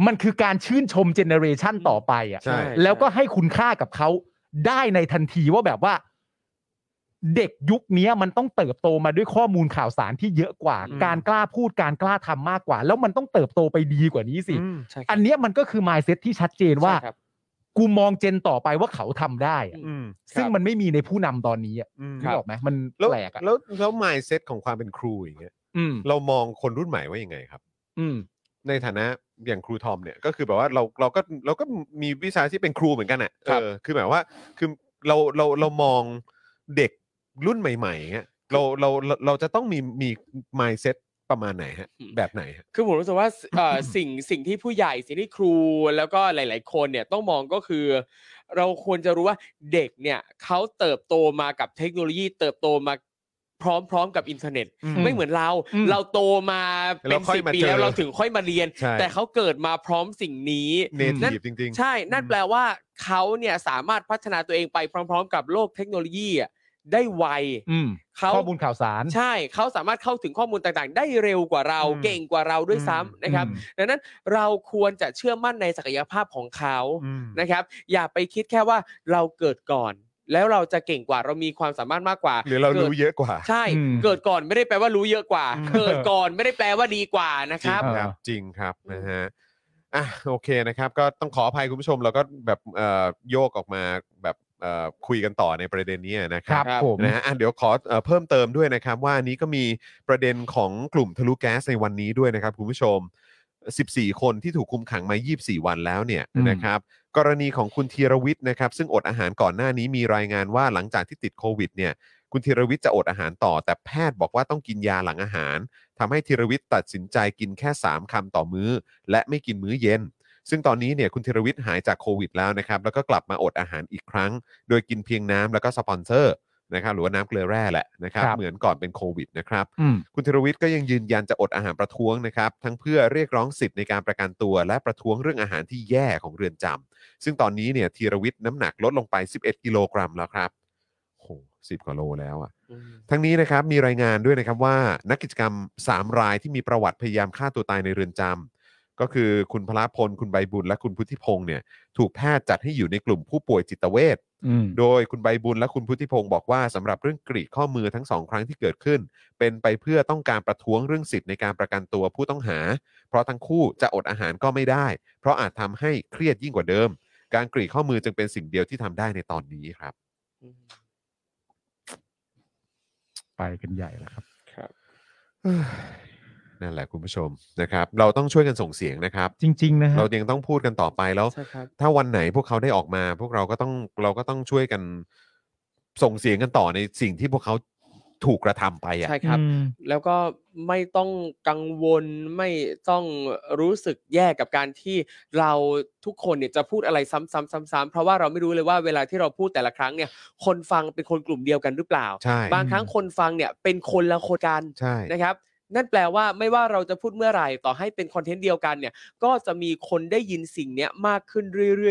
[SPEAKER 3] มันคือการชื่นชมเจเนอเรชันต่อไปอ่ะ
[SPEAKER 2] ใช่
[SPEAKER 3] แล้วก็ให้คุณค่ากับเขาได้ในทันทีว่าแบบว่า เด็กยุคเนี้ยมันต้องเติบโตมาด้วยข้อมูลข่าวสารที่เยอะกว่า
[SPEAKER 4] อืม
[SPEAKER 3] การกล้าพูดการกล้าทำมากกว่า แล้วมันต้องเติบโตไปดีกว่านี้สิ
[SPEAKER 2] อืม
[SPEAKER 4] ใช่ครับ
[SPEAKER 3] อันเนี้ยมันก็คือ mindset ที่ชัดเจนว่า
[SPEAKER 4] ใช่ครับ
[SPEAKER 3] กูมองเจนต่อไปว่าเขาทำได้อะ
[SPEAKER 2] อืม
[SPEAKER 3] ซึ่งมันไม่มีในผู้นำตอนนี้อ่ะ
[SPEAKER 2] อืม
[SPEAKER 3] นึกออกไหมมัน
[SPEAKER 2] แล้ว
[SPEAKER 3] แปลกอ่ะ
[SPEAKER 2] แล้วแล้ว mindset ของความเป็นครูอย่างเงี้ย
[SPEAKER 3] อืม
[SPEAKER 2] เรามองคนรุ่นใหม่ว่ายังไงครับ
[SPEAKER 3] อืม
[SPEAKER 2] ในฐานะอย่างครูทอมเนี่ยก็คือแบบว่าเราเราก็เราก็มีวิชาที่เป็นครูเหมือนกันอ่ะ
[SPEAKER 4] ครับ
[SPEAKER 2] เออคือหมายว่าคือเราเราเรามองเด็กรุ่นใหม่ๆอย่างเงี้ยเราเราเราเราจะต้องมีมี mindset ประมาณไหนฮะ แบบไหนฮะ
[SPEAKER 4] คือผมรู้สึกว่าเอ่อ สิ่งสิ่งที่ผู้ใหญ่สิ่งที่ครูแล้วก็หลาย ๆ คนเนี่ยต้องมองก็คือ เราควรจะรู้ว่าเด็กเนี่ยเขาเติบโตมากับเทคโนโลยี เติบโตมาพร้อม ๆ กับอินเทอร์เน็ต ไม่เหมือนเรา
[SPEAKER 3] อืม
[SPEAKER 4] เราโตมาเป็
[SPEAKER 2] แล้
[SPEAKER 4] น
[SPEAKER 2] วค่อย
[SPEAKER 4] สิบ
[SPEAKER 2] มา
[SPEAKER 4] ปี
[SPEAKER 2] เจอ
[SPEAKER 4] แล้วเราถึงค่อยมาเรียน
[SPEAKER 2] ใช่
[SPEAKER 4] แต่เขาเกิดมาพร้อมสิ่งนี้ นั่น
[SPEAKER 2] native จริง
[SPEAKER 4] ใช่ นั่น
[SPEAKER 2] อืม
[SPEAKER 4] แปลว่าเขาเนี่ยสามารถพัฒนาตัวเองไปพร้อม ๆ กับโลกเทคโนโลยีอะได้ไว
[SPEAKER 3] อืม
[SPEAKER 4] เขา
[SPEAKER 3] ข้อมูลข่าวสาร
[SPEAKER 4] ใช่เขาสามารถเข้าถึงข้อมูลต่างๆ ได้เร็วกว่าเรา
[SPEAKER 2] อืม
[SPEAKER 4] เก่งกว่าเราด้วยซ้ำนะครับ
[SPEAKER 3] อืม
[SPEAKER 4] ดังนั้นเราควรจะเชื่อมั่นในศักยภาพของเขา
[SPEAKER 2] ๆอืม
[SPEAKER 4] นะครับ อย่าไปคิดแค่ว่าเราเกิดก่อน แล้วเราจะเก่งกว่าเรามีความสามารถมากกว่า
[SPEAKER 2] หรือเรารู้
[SPEAKER 4] กิด
[SPEAKER 2] เยอะกว่า
[SPEAKER 4] ใช่
[SPEAKER 3] อืม
[SPEAKER 4] เกิดก่อนไม่ได้แปลว่ารู้เยอะกว่า
[SPEAKER 2] อืม
[SPEAKER 4] เกิดก่อนไม่ได้แปลว่าดีกว่านะครับ
[SPEAKER 2] จงครับ จริงครับนะฮะอ่ะโอเคนะครับ ก็ต้องขออภัยคุณผู้ชมเราก็แบบเอ่อโยกออกมาแบบเอ่อคุยกันต่อในประเด็นนี้นะค
[SPEAKER 3] ค
[SPEAKER 2] รั
[SPEAKER 3] รั
[SPEAKER 2] บบ
[SPEAKER 3] ผม
[SPEAKER 2] นะฮะอ่ะเดี๋ยวขอเอ่อเพิ่มเติมด้วยนะครับ ว่าอันนี้ก็มีประเด็นของกลุ่มทะลุแก๊สในวันนี้ด้วยนะครับคุณผู้ชม 14 คนที่ถูกคุมขังมา 24 วันแล้วเนี่ยนะครับ กรณีของคุณธีรวิทย์นะครับ ซึ่งอดอาหารก่อนหน้านี้มีรายงานว่าหลังจากที่ติดโควิดเนี่ย คุณธีรวิทย์จะอดอาหารต่อ แต่แพทย์บอกว่าต้องกินยาหลังอาหาร ทำให้ธีรวิทย์ตัดสินใจกินแค่ 3คำต่อมื้อ และไม่กินมื้อเย็น ซึ่งตอนนี้เนี่ยคุณธีรวิทย์หายจากโควิดแล้วนะครับ แล้วก็กลับมาอดอาหารอีกครั้ง โดยกินเพียงน้ำแล้วก็สปอนเซอร์นะครับหรือว่าน้ำเกลือแร่แหละนะครับ
[SPEAKER 3] ครับ
[SPEAKER 2] เหมือนก่อนเป็นโควิดนะครับ
[SPEAKER 3] อืม
[SPEAKER 2] คุณธีรวิทย์ก็ยังยืนยันจะอดอาหารประท้วงนะครับทั้งเพื่อเรียกร้องสิทธิ์ในการประกันตัว และประท้วงเรื่องอาหารที่แย่ของเรือนจำซึ่งตอนนี้เนี่ยธีรวิทย์น้ำหนักลดลงไป 11 กิโลกรัมแล้วครับโหสิบกว่าโลแล้วอะ ทั้งนี้นะครับมีรายงานด้วยนะครับว่านักกิจกรรม 3 รายที่มีประวัติพยายามฆ่าตัวตายในเรือนจำก็คือคุณพลพล คุณใบบุญ และคุณพุทธิพงศ์เนี่ยถูกแพทย์จัดให้อยู่ในกลุ่มผู้ป่วยจิตเวช
[SPEAKER 3] อืม
[SPEAKER 2] โดยคุณใบบุญและคุณพุทธิพงศ์บอกว่าสำหรับเรื่องกรีดข้อมือทั้งสองครั้งที่เกิดขึ้น เป็นไปเพื่อต้องการประท้วงเรื่องสิทธิ์ในการประกันตัวผู้ต้องหา เพราะทั้งคู่จะอดอาหารก็ไม่ได้ เพราะอาจทำให้เครียดยิ่งกว่าเดิม การกรีดข้อมือจึงเป็นสิ่งเดียวที่ทำได้ในตอนนี้ครับ
[SPEAKER 3] ไปกันใหญ่แล้วครับ
[SPEAKER 2] นั่นแหละคุณผู้ชมนะครับ เราต้องช่วยกันส่งเสียงนะครับ
[SPEAKER 3] จริง ๆ นะฮะ
[SPEAKER 2] เรายังต้องพูดกันต่อไปแล้ว
[SPEAKER 4] ใช่ครับ
[SPEAKER 2] ถ้าวันไหนพวกเขาได้ออกมา พวกเราก็ต้องเราก็ต้องช่วยกันส่งเสียงกันต่อในสิ่งที่พวกเขาถูกกระทำไปอ่ะ
[SPEAKER 4] ใช่ครับ แล้วก็ไม่ต้องกังวลไม่ต้องรู้สึกแย่กับการที่เราทุกคนเนี่ยจะพูดอะไรซ้ำๆซ้ำๆเพราะว่าเราไม่รู้เลยว่าเวลาที่เราพูดแต่ละครั้งเนี่ยคนฟังเป็นคนกลุ่มเดียวกันหรือเปล่า
[SPEAKER 2] ใช่
[SPEAKER 4] บางครั้งคนฟังเนี่ยเป็นคนละคนกัน
[SPEAKER 2] ใช่
[SPEAKER 4] นะครับ นั่นแปลว่าไม่ว่าเราจะพูดเมื่อไหร่ต่อให้เป็นคอนเทนต์เดียวกันเนี่ยก็จะมีคนได้ยินสิ่งเนี้ยมากขึ้นเรื่อยๆเรื่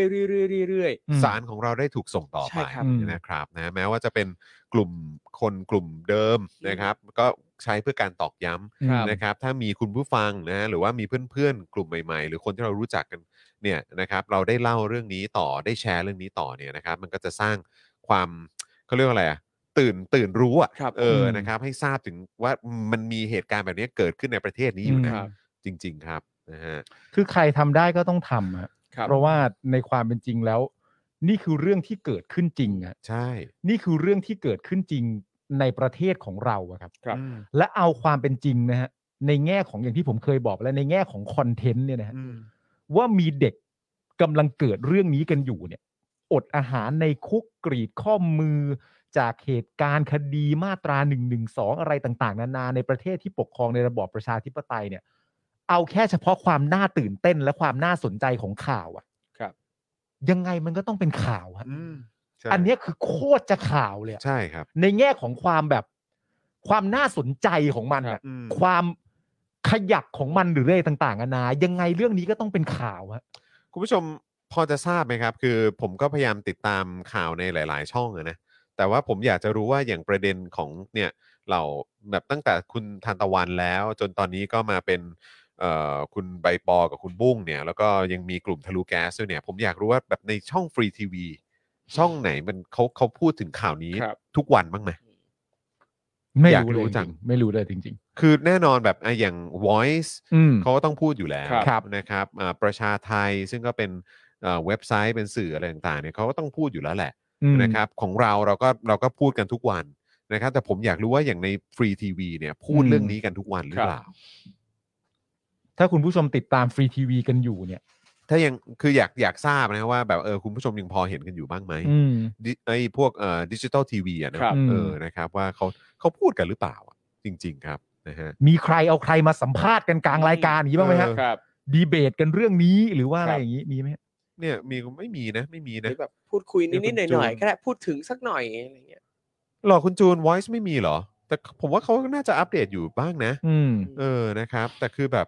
[SPEAKER 4] อยๆเรื่อย
[SPEAKER 2] สารของเราได้ถูกส่งต่อ
[SPEAKER 4] ใช่
[SPEAKER 2] ไป
[SPEAKER 4] ครับ
[SPEAKER 2] นะครับนะแม้ว่าจะเป็นกลุ่มคนกลุ่มเดิม
[SPEAKER 4] อืม
[SPEAKER 2] นะครับ ก็ใช้เพื่อการตอกย้ำ
[SPEAKER 4] ครับ
[SPEAKER 2] นะครับถ้ามีคุณผู้ฟังนะหรือว่ามีเพื่อนๆ กลุ่มใหม่ๆ หรือคนที่เรารู้จักกันเนี่ยนะครับเราได้เล่าเรื่องนี้ต่อได้แชร์เรื่องนี้ต่อเนี่ยนะครับมันก็จะสร้างความเขาเรียกว่าอะไรอะตื่นตื่นรู้อะ
[SPEAKER 4] ครับ
[SPEAKER 2] เอออ
[SPEAKER 3] ม
[SPEAKER 2] นะครับให้ทราบถึงว่ามันมีเหตุการณ์แบบนี้เกิดขึ้นในประเทศนี้อยู่นะครับ จริง ๆ ครับนะฮะ
[SPEAKER 3] คือใครทำได้ก็ต้องทำอะ
[SPEAKER 4] ๆครับ
[SPEAKER 3] เพราะว่าในความเป็นจริงแล้ว นี่คือเรื่องที่เกิดขึ้นจริงอะ
[SPEAKER 2] ใช่
[SPEAKER 3] นี่คือเรื่องที่เกิดขึ้นจริง ในประเทศของเราอะครับ
[SPEAKER 4] ครับ
[SPEAKER 3] และเอาความเป็นจริงนะฮะในแง่ของอย่างที่ผมเคยบอกไปแล้วในแง่ของคอนเทนต์เนี่ยนะฮะ ว่ามีเด็กกำลังเกิดเรื่องนี้กันอยู่เนี่ย อดอาหารในคุกกรีดข้อมือจากเหตุการณ์คดีมาตรา1นึอะไรต่าง ๆ นานาในประเทศที่ปกครองในระบอบประชาธิปไตยเนี่ย เอาแค่เฉพาะความน่าตื่นเต้นและความน่าสนใจของข่าวอะ
[SPEAKER 4] ครับ
[SPEAKER 3] ยังไงมันก็ต้องเป็นข่าวอะ
[SPEAKER 2] ใช่
[SPEAKER 3] อันเนี้ยคือโคตรจะข่าวเลยอะ
[SPEAKER 2] ใช่ครับ
[SPEAKER 3] ในแง่ของความแบบความน่าสนใจของมันอะ
[SPEAKER 2] อืม
[SPEAKER 3] ความขยักของมันหรืออะไรต่างๆนานายังไงเรื่องนี้ก็ต้องเป็นข่าวอะ
[SPEAKER 2] คุณผู้ชมพอจะทราบไหมครับ คือผมก็พยายามติดตามข่าวในหลาย ๆ ช่องอะนะแต่ว่าผมอยากจะรู้ว่าอย่างประเด็นของเนี่ยเหล่าแบบตั้งแต่คุณทานตะวันแล้ว จนตอนนี้ก็มาเป็นเอ่อคุณใบปอกับคุณบุ้งเนี่ย แล้วก็ยังมีกลุ่มทะลุแก๊สด้วยเนี่ย ผมอยากรู้ว่าแบบในช่องฟรีทีวีช่องไหนมันเขาเขาพูดถึงข่าวนี้
[SPEAKER 4] ครับ
[SPEAKER 2] ทุกวันบ้างไหม
[SPEAKER 3] ไม่
[SPEAKER 2] อยาก
[SPEAKER 3] รู้เลย
[SPEAKER 2] รู้
[SPEAKER 3] จ
[SPEAKER 2] จั
[SPEAKER 3] ริ
[SPEAKER 2] ง
[SPEAKER 3] งๆไม่รู้เลยจริง
[SPEAKER 2] คือแน่นอนแบบอ่ะอย่าง voice
[SPEAKER 3] ๆ อืม
[SPEAKER 2] เขาก็ต้องพูดอยู่แล้ว
[SPEAKER 3] ครับ
[SPEAKER 2] นะครับอ่าประชาไทยซึ่งก็เป็นเอ่อเว็บไซต์เป็นสื่ออะไรต่างๆเนี่ยเขาก็ต้องพูดอยู่แล้วแหละ
[SPEAKER 3] อืม
[SPEAKER 2] นะครับของเราเราก็เราก็พูดกันทุกวันนะครับแต่ผมอยากรู้ว่าอย่างในฟรีทีวีเนี่ยพูดเรื่องนี้กันทุกวันหรือเปล่า
[SPEAKER 3] ถ้าคุณผู้ชมติดตามฟรีทีวีกันอยู่เนี่ย
[SPEAKER 2] ถ้ายังคืออยากอยากทราบนะว่าแบบเออคุณผู้ชมยังพอเห็นกันอยู่บ้างไหม
[SPEAKER 3] อืม
[SPEAKER 2] ดิไอพวกเอ่อดิจิตอลทีวีอ่ะนะครับ เออนะครับว่าเขาเขาพูดกันหรือเปล่าอะจริง ๆ ครับนะฮะ
[SPEAKER 3] มีใครเอาใครมาสัมภาษณ์กันกลางรายการอย่างนี้บ้างไหมฮะ
[SPEAKER 2] เออ
[SPEAKER 4] ครับ
[SPEAKER 3] ดีเบตกันเรื่องนี้หรือว่าอะไร
[SPEAKER 4] ครับ
[SPEAKER 3] อย่างนี้มีไหมฮะ
[SPEAKER 2] เนี่ยมีไม่มีนะไม่มี
[SPEAKER 4] หรื
[SPEAKER 2] นะ
[SPEAKER 4] อแบบพูดคุยนิดๆห
[SPEAKER 2] เดี๋ยวผม
[SPEAKER 4] น่อย
[SPEAKER 2] จูน
[SPEAKER 4] ๆก็ได้พูดถึงสักหน่อยอะไรเงี้ย
[SPEAKER 2] หรอคุณจูน voice ไม่มีเหรอ แต่ผมว่าเขาน่าจะอัปเดตอยู่บ้างนะ
[SPEAKER 3] อืม
[SPEAKER 2] เออ นะครับ แต่คือแบบ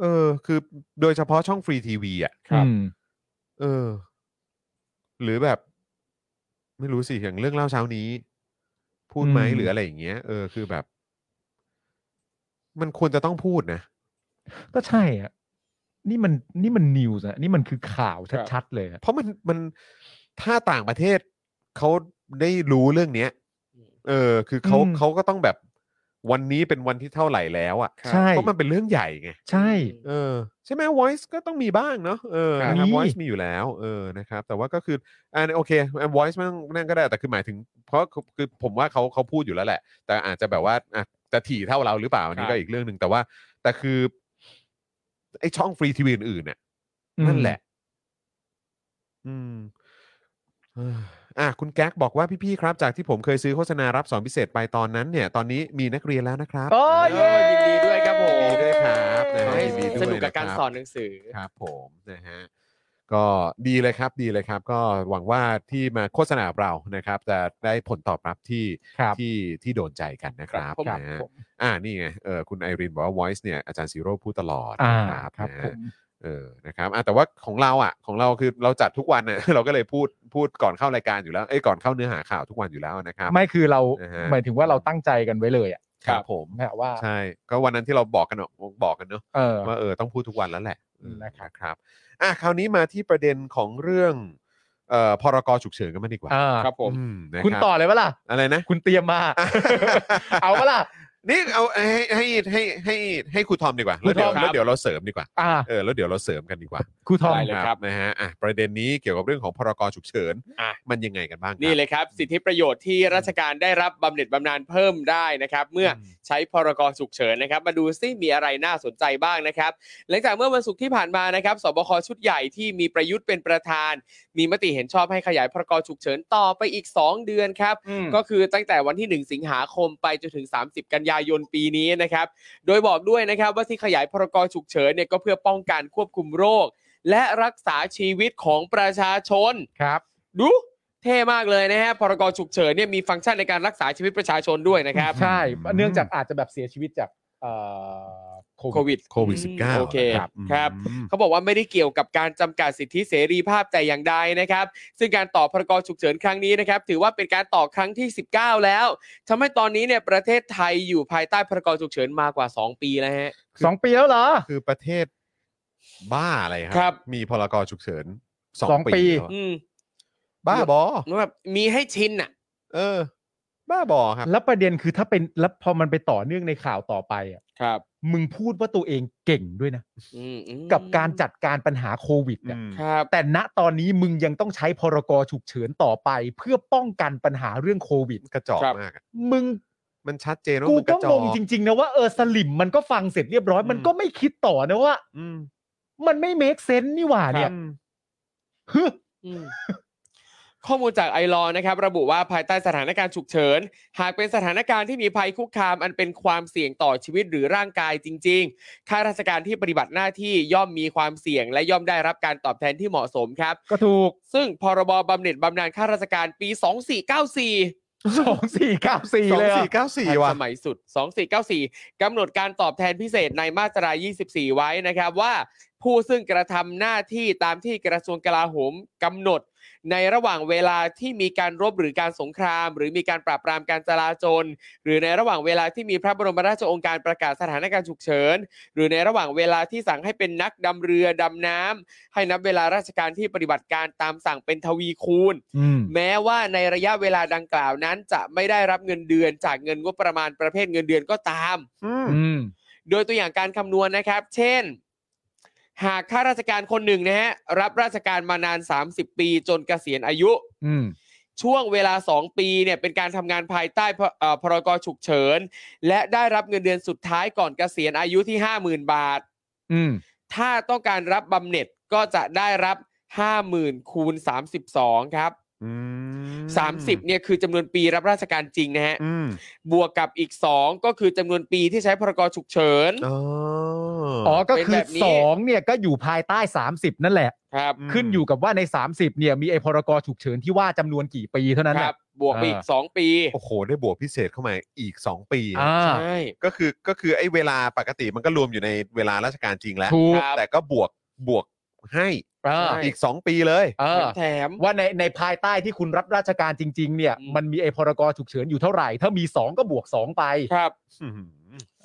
[SPEAKER 2] เออ คือโดยเฉพาะช่องฟรีทีวีอ่ะ
[SPEAKER 4] ครับ
[SPEAKER 3] อืม
[SPEAKER 2] เออ หรือแบบ ไม่รู้สิ อย่างเรื่องเล่าเช้านี้ พูดไหม
[SPEAKER 3] อืม
[SPEAKER 2] หรืออะไรอย่างเงี้ย เออ คือแบบ มันควรจะต้องพูดนะ
[SPEAKER 3] ก็ใช่อ่ะนี่มันนี่มันนิวส์อะนี่มันคือข่าวชัดๆเลยอะ
[SPEAKER 2] เพราะมัน มัน ถ้าต่างประเทศเขาได้รู้เรื่องเนี้ย เออ คือเขาเขาก็ต้องแบบ วันนี้เป็นวันที่เท่าไหร่แล้วอ่ะ
[SPEAKER 3] ใช่
[SPEAKER 2] เพราะมันเป็นเรื่องใหญ่ไง
[SPEAKER 3] ใช่
[SPEAKER 2] เออใช่ไหม voice ก็ต้องมีบ้างเนาะเออนะครับ
[SPEAKER 3] มี
[SPEAKER 2] voice มีอยู่แล้วเออนะครับ แต่ว่าก็คืออ่าโอเคอ่า voice มันนั่นก็ได้แต่คือหมายถึง เพราะคือคือผมว่าเขาเขาพูดอยู่แล้วแหละ แต่อาจจะแบบว่าอ่ะจะถี่เท่าเราหรือเปล่าอันนี้
[SPEAKER 4] ครั
[SPEAKER 2] ก็
[SPEAKER 4] บ
[SPEAKER 2] อีกเรื่องหนึ่งแต่ว่า แต่คือไอช่องฟรีทีวีอื่นๆเนี่ย
[SPEAKER 3] อืม
[SPEAKER 2] นั่นแหละ อืมเอ้ออ่ะคุณแก๊กบอกว่าพี่ๆครับ จากที่ผมเคยซื้อโฆษณารับสอนพิเศษไปตอนนั้นเนี่ย ตอนนี้มีนักเรียนแล้วนะครับ
[SPEAKER 4] โอ้ยเย้ยินดีด้วยครับผ
[SPEAKER 2] ยิน
[SPEAKER 4] ม
[SPEAKER 2] ดีด้วยครับนะ
[SPEAKER 4] ขอ
[SPEAKER 2] ฮะ
[SPEAKER 4] ให้
[SPEAKER 2] ยินดีด้วย
[SPEAKER 4] สนุกกับ
[SPEAKER 2] ะค
[SPEAKER 4] การ
[SPEAKER 2] บ
[SPEAKER 4] สอนหนังสือ
[SPEAKER 2] ครับผมนะฮะก็ดีเลยครับดีเลยครับ ก็หวังว่าที่มาโฆษณากับเรานะครับ จะได้ผลตอบรับที่
[SPEAKER 3] ครับ
[SPEAKER 2] ที่ที่โดนใจกันนะครับ
[SPEAKER 4] ครับผม
[SPEAKER 2] นะฮะอ่านี่ไงเออคุณไอรินบอกว่า voice เนี่ยอาจารย์ซีโร่พูดตลอด
[SPEAKER 3] อ่า
[SPEAKER 2] นะครับ นะ
[SPEAKER 3] ผ
[SPEAKER 2] ฮะ
[SPEAKER 3] ม
[SPEAKER 2] เออนะครับอ่ะแต่ว่าของเราอ่ะของเราคือเราจัดทุกวันนะ เราก็เลยพูดพูดก่อนเข้ารายการอยู่แล้วเอ้ยก่อนเข้าเนื้อหาข่าวทุกวันอยู่แล้วนะครับ
[SPEAKER 3] ไม่คือเรา
[SPEAKER 2] อ่าฮะ
[SPEAKER 3] หมายถึงว่าเราตั้งใจกันไว้เลยอ่ะ
[SPEAKER 2] ครับผม
[SPEAKER 3] นะฮะว่า
[SPEAKER 2] ใช่ก็วันนั้นที่เราบอกกันเนอะบอกกันเนอะ
[SPEAKER 3] เออ
[SPEAKER 2] ว่าเออต้องพูดทุกวันแล้วแหละเออ
[SPEAKER 3] นะครับ
[SPEAKER 2] ครับอ่ะคราวนี้มาที่ประเด็นของเรื่องเอ่อพรกฉุกเฉินกันมางดีกว่า
[SPEAKER 3] อ่า
[SPEAKER 4] ครับผม
[SPEAKER 2] อืมนะ
[SPEAKER 3] คุณ
[SPEAKER 2] รับ
[SPEAKER 3] ต่อเลยปะล่ะ
[SPEAKER 2] อะไรนะ
[SPEAKER 3] คุณเตรียม มา เอาปะล่ะ
[SPEAKER 2] นี่เอาให้ให้ให้ให้ให้ครูทอมดีกว่าแล้วเดี๋ยว
[SPEAKER 4] ครูทอมค
[SPEAKER 2] แล้
[SPEAKER 4] รับ
[SPEAKER 2] วเดี๋ยวเราเสริมดีกว่า
[SPEAKER 3] อ่า
[SPEAKER 2] เออแล้วเดี๋ยวเราเสริมกันดีกว่า
[SPEAKER 3] ครูทอม
[SPEAKER 4] ได้เลยครับ
[SPEAKER 2] นะฮะอ่ะประเด็นนี้เกี่ยวกับเรื่องของพรกฉุกเฉิน
[SPEAKER 4] อ่ะ
[SPEAKER 2] มันยังไงกันบ้างครับ
[SPEAKER 4] นี่เลยครับ สิทธิประโยชน์ที่ราชการได้รับบำเหน็จบำนาญเพิ่มได้นะครับ เมื่อ
[SPEAKER 2] อืม
[SPEAKER 4] ใช้พรกฉุกเฉินนะครับ มาดูซิมีอะไรน่าสนใจบ้างนะครับ หลังจากเมื่อวันศุกร์ที่ผ่านมานะครับสบคชุดใหญ่ที่มีประยุทธ์เป็นประธาน มีมติเห็นชอบให้ขยายพรกฉุกเฉินต่อไปอีก 2 เดือนครับ ก็คือตั้งแต่วันที่ 1 สิงหาคมไปจนถึง 30 กันยายนปีนี้นะครับ โดยบอกด้วยนะครับว่าที่ขยายพรกฉุกเฉินเนี่ยก็เพื่อป้องกันควบคุมโรค และรักษาชีวิตของประชาชน
[SPEAKER 3] ครับ
[SPEAKER 4] ดูเท่มากเลยนะฮะ พรกฉุกเฉินเนี่ยมีฟังก์ชันในการรักษาชีวิตประชาชนด้วยนะครับ
[SPEAKER 3] ใช่ เนื่องจากอาจจะแบบเสียชีวิตจากเอ่อ
[SPEAKER 4] โควิด
[SPEAKER 2] โควิด -19
[SPEAKER 4] โอเค
[SPEAKER 2] นะครับ อืม
[SPEAKER 4] เขาบอกว่าไม่ได้เกี่ยวกับการจำกัดสิทธิเสรีภาพแต่อย่างใดนะครับ ซึ่งการต่อพรกฉุกเฉินครั้งนี้นะครับ ถือว่าเป็นการต่อครั้งที่ 19 แล้วทำให้ตอนนี้เนี่ยประเทศไทยอยู่ภายใต้พรกฉุกเฉินมากว่า 2 ปีแล้วฮะ
[SPEAKER 3] สองปีแล้วเหรอ
[SPEAKER 2] คือประเทศบ้าอะไรครั
[SPEAKER 4] ครับ
[SPEAKER 2] มีพรกฉุกเฉินสอ
[SPEAKER 3] สอง ง
[SPEAKER 2] ปี
[SPEAKER 3] ปี
[SPEAKER 2] แล้วอะ
[SPEAKER 4] อืม
[SPEAKER 2] บ้าบอ
[SPEAKER 4] แบบมีให้ชินอ่ะ
[SPEAKER 2] เออ บ้าบอครับ
[SPEAKER 3] แล้วประเด็นคือถ้าเป็นแล้วพอมันไปต่อเนื่องในข่าวต่อไปอ่ะ
[SPEAKER 4] ครับ
[SPEAKER 3] มึงพูดว่าตัวเองเก่งด้วยนะ
[SPEAKER 4] อืมอืม
[SPEAKER 3] กับการจัดการปัญหาโควิดเนี่ย
[SPEAKER 2] อืม
[SPEAKER 4] ครับ
[SPEAKER 3] แต่ณตอนนี้มึงยังต้องใช้พรกฉุกเฉินต่อไป เพื่อป้องกันปัญหาเรื่องโควิด
[SPEAKER 2] กระจอกมากอะ
[SPEAKER 3] มึง
[SPEAKER 2] มันชัดเจนว่า
[SPEAKER 3] กู
[SPEAKER 2] มันก
[SPEAKER 3] ก็
[SPEAKER 2] ระจ
[SPEAKER 3] ง
[SPEAKER 2] อก
[SPEAKER 3] งจริง ๆ นะว่าเออสลิมมันก็ฟังเสร็จเรียบร้อย มัน
[SPEAKER 2] อืม
[SPEAKER 3] ก็ไม่คิดต่อนะว่า
[SPEAKER 2] อืม
[SPEAKER 3] มันไม่เมคเซนส์นี่หว่าเนี่ย
[SPEAKER 2] อืม
[SPEAKER 3] ฮึ
[SPEAKER 4] อืมข้อมูลจากไอรอนะครับ ระบุว่าภายใต้สถานการณ์ฉุกเฉิน หากเป็นสถานการณ์ที่มีภัยคุกคาม อันเป็นความเสี่ยงต่อชีวิตหรือร่างกายจริง ๆ ข้าราชการที่ปฏิบัติหน้าที่ย่อมมีความเสี่ยง และย่อมได้รับการตอบแทนที่เหมาะสมครับ
[SPEAKER 3] ก็ถูก
[SPEAKER 4] ซึ่งพรบบำเหน็จบำนาญข้าราชการปี 2494
[SPEAKER 3] สองสี่เก้าสี่
[SPEAKER 2] สอง
[SPEAKER 3] เลยอะ
[SPEAKER 2] สี่เก้าสี่
[SPEAKER 4] ทัน
[SPEAKER 2] ว่ะ
[SPEAKER 4] สมัยสุด 2494 กำหนดการตอบแทนพิเศษในมาตรา 24 ไว้นะครับว่า ผู้ซึ่งกระทำหน้าที่ตามที่กระทรวงกลาโหมกำหนด ในระหว่างเวลาที่มีการรบหรือการสงคราม หรือมีการปราบปรามการจราจรหรือในระหว่างเวลาที่มีพระบรมราชโองการประกาศสถานการณ์ฉุกเฉิน หรือในระหว่างเวลาที่สั่งให้เป็นนักดำเรือดำน้ำให้นับเวลาราชการที่ปฏิบัติการตามสั่งเป็นทวีคูณ
[SPEAKER 3] อืม
[SPEAKER 4] แม้ว่าในระยะเวลาดังกล่าวนั้น จะไม่ได้รับเงินเดือนจากเงินงบประมาณประเภทเงินเดือนก็ตาม
[SPEAKER 2] อืม
[SPEAKER 3] อืม
[SPEAKER 4] โดยตัวอย่างการคำนวณนะครับ เช่น หากข้าราชการคนหนึ่งนะฮะรับราชการมานาน 30 ปีจนเกษียณอายุ
[SPEAKER 3] อืม
[SPEAKER 4] ช่วงเวลา 2 ปีเนี่ยเป็นการทำงานภายใต้พเอ่อพรกฉุกเฉิน และได้รับเงินเดือนสุดท้ายก่อนเกษียณอายุที่ 50,000 บาท
[SPEAKER 3] อืม
[SPEAKER 4] ถ้าต้องการรับบำเหน็จก็จะได้รับ 50,000คูณ32ครับ
[SPEAKER 2] อืม
[SPEAKER 4] 30เนี่ยคือจำนวนปีรับราชการจริงนะฮะ
[SPEAKER 2] อืม
[SPEAKER 4] บวกกับอีก 2 ก็คือจำนวนปีที่ใช้พรกฉุกเฉิน
[SPEAKER 2] อ๋อ
[SPEAKER 3] อ๋อ ก็
[SPEAKER 4] เป็น
[SPEAKER 3] คื
[SPEAKER 4] แบ
[SPEAKER 3] อบ
[SPEAKER 4] นี้
[SPEAKER 3] สองเนี่ยก็อยู่ภายใต้สามสิบนั่นแหละ
[SPEAKER 4] ครับ
[SPEAKER 2] ม
[SPEAKER 3] ขึ้นอยู่กับว่าใน 30เนี่ยมีไอพรกฉุกเฉินที่ว่าจำนวนกี่ปีเท่านั้น
[SPEAKER 4] ค
[SPEAKER 3] แห
[SPEAKER 4] รั
[SPEAKER 3] ละ
[SPEAKER 4] บ บวกไปอีก
[SPEAKER 3] อ่า
[SPEAKER 4] 2 ปี
[SPEAKER 2] โอ้โห ได้บวกพิเศษเข้ามาอีก 2 ปีนะ
[SPEAKER 3] อ่า
[SPEAKER 4] ใช่
[SPEAKER 2] ก็คือก็คือไอ้เวลาปกติมันก็รวมอยู่ในเวลาราชการจริงแล้ว
[SPEAKER 3] ถูก
[SPEAKER 4] ครับ
[SPEAKER 2] แต่ก็บวกบวกให้
[SPEAKER 3] เออ
[SPEAKER 4] ใช่
[SPEAKER 2] อีก 2 ปีเลย
[SPEAKER 3] เออ
[SPEAKER 4] แถม
[SPEAKER 3] ว่าในในภายใต้ที่คุณรับราชการจริง ๆ เนี่ย
[SPEAKER 4] อืม
[SPEAKER 3] มันมีไอพรกฉุกเฉินอยู่เท่าไหร่ ถ้ามี 2 ก็บวก 2 ไป
[SPEAKER 4] ครับ
[SPEAKER 2] อืม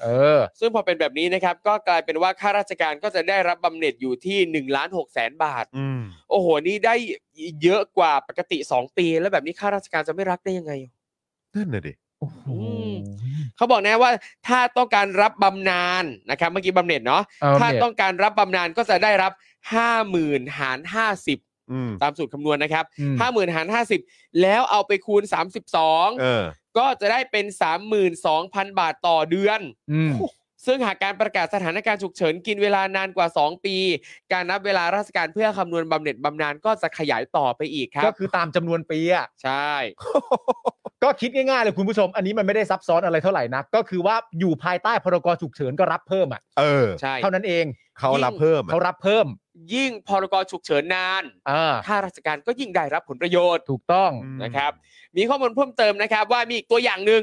[SPEAKER 3] เออ
[SPEAKER 4] ซึ่งพอเป็นแบบนี้นะครับ ก็กลายเป็นว่าข้าราชการก็จะได้รับบำเหน็จอยู่ที่1นึ่งล้านหกแสนบาท
[SPEAKER 2] อืม
[SPEAKER 4] โอ้โห นี่ได้เยอะกว่าปกติ 2 ปี แล้วแบบนี้ข้าราชการจะไม่รักได้ยังไง
[SPEAKER 2] นั่นน่ะดิ
[SPEAKER 4] ม เขาบอกนะว่าถ้าต้องการรับบำนาญนะครับ เมื่อกี้บำเหน็จเนาะ
[SPEAKER 3] เออ
[SPEAKER 4] ถ้า
[SPEAKER 3] เนี่ย
[SPEAKER 4] ต้องการรับบำนาญก็จะได้รับ 50,000หาร50
[SPEAKER 2] อืม
[SPEAKER 4] ตามสูตรคำนวณนะครับ
[SPEAKER 3] อืม
[SPEAKER 4] ห้าหมื่นหารห้าสิบแล้วเอาไปคูณสามสิบสอง
[SPEAKER 2] เออ
[SPEAKER 4] ก็จะได้เป็นสามหมื่นสองพันบาทต่อเดือน
[SPEAKER 3] อืม
[SPEAKER 4] ซึ่งหากการประกาศสถานการณ์ฉุกเฉินกินเวลานานกว่า 2 ปี การนับเวลาราชการเพื่อคำนวณบำเหน็จบำนาญก็จะขยายต่อไปอีกค
[SPEAKER 3] ก็
[SPEAKER 4] รับ
[SPEAKER 3] คือตามจำนวนปีอ่ะ
[SPEAKER 4] ใช่
[SPEAKER 3] ก็คิดง่ายๆเลยคุณผู้ชม อันนี้มันไม่ได้ซับซ้อนอะไรเท่าไหร่นัก ก็คือว่าอยู่ภายใต้พรกฉุกเฉินก็รับเพิ่มอ่ะ
[SPEAKER 2] เออ
[SPEAKER 4] ใช่
[SPEAKER 3] เท่านั้นเอง
[SPEAKER 2] เขารับเพิ่มอะ
[SPEAKER 3] เขารับเพิ่ม
[SPEAKER 4] ยิ่งพรกฉุกเฉินนาน
[SPEAKER 3] อ่า
[SPEAKER 4] ข้าราชการก็ยิ่งได้รับผลประโยชน์
[SPEAKER 3] ถูกต้อง
[SPEAKER 2] อืม
[SPEAKER 4] นะครับ มีข้อมูลเพิ่มเติมนะครับว่ามีอีกตัวอย่างหนึ่ง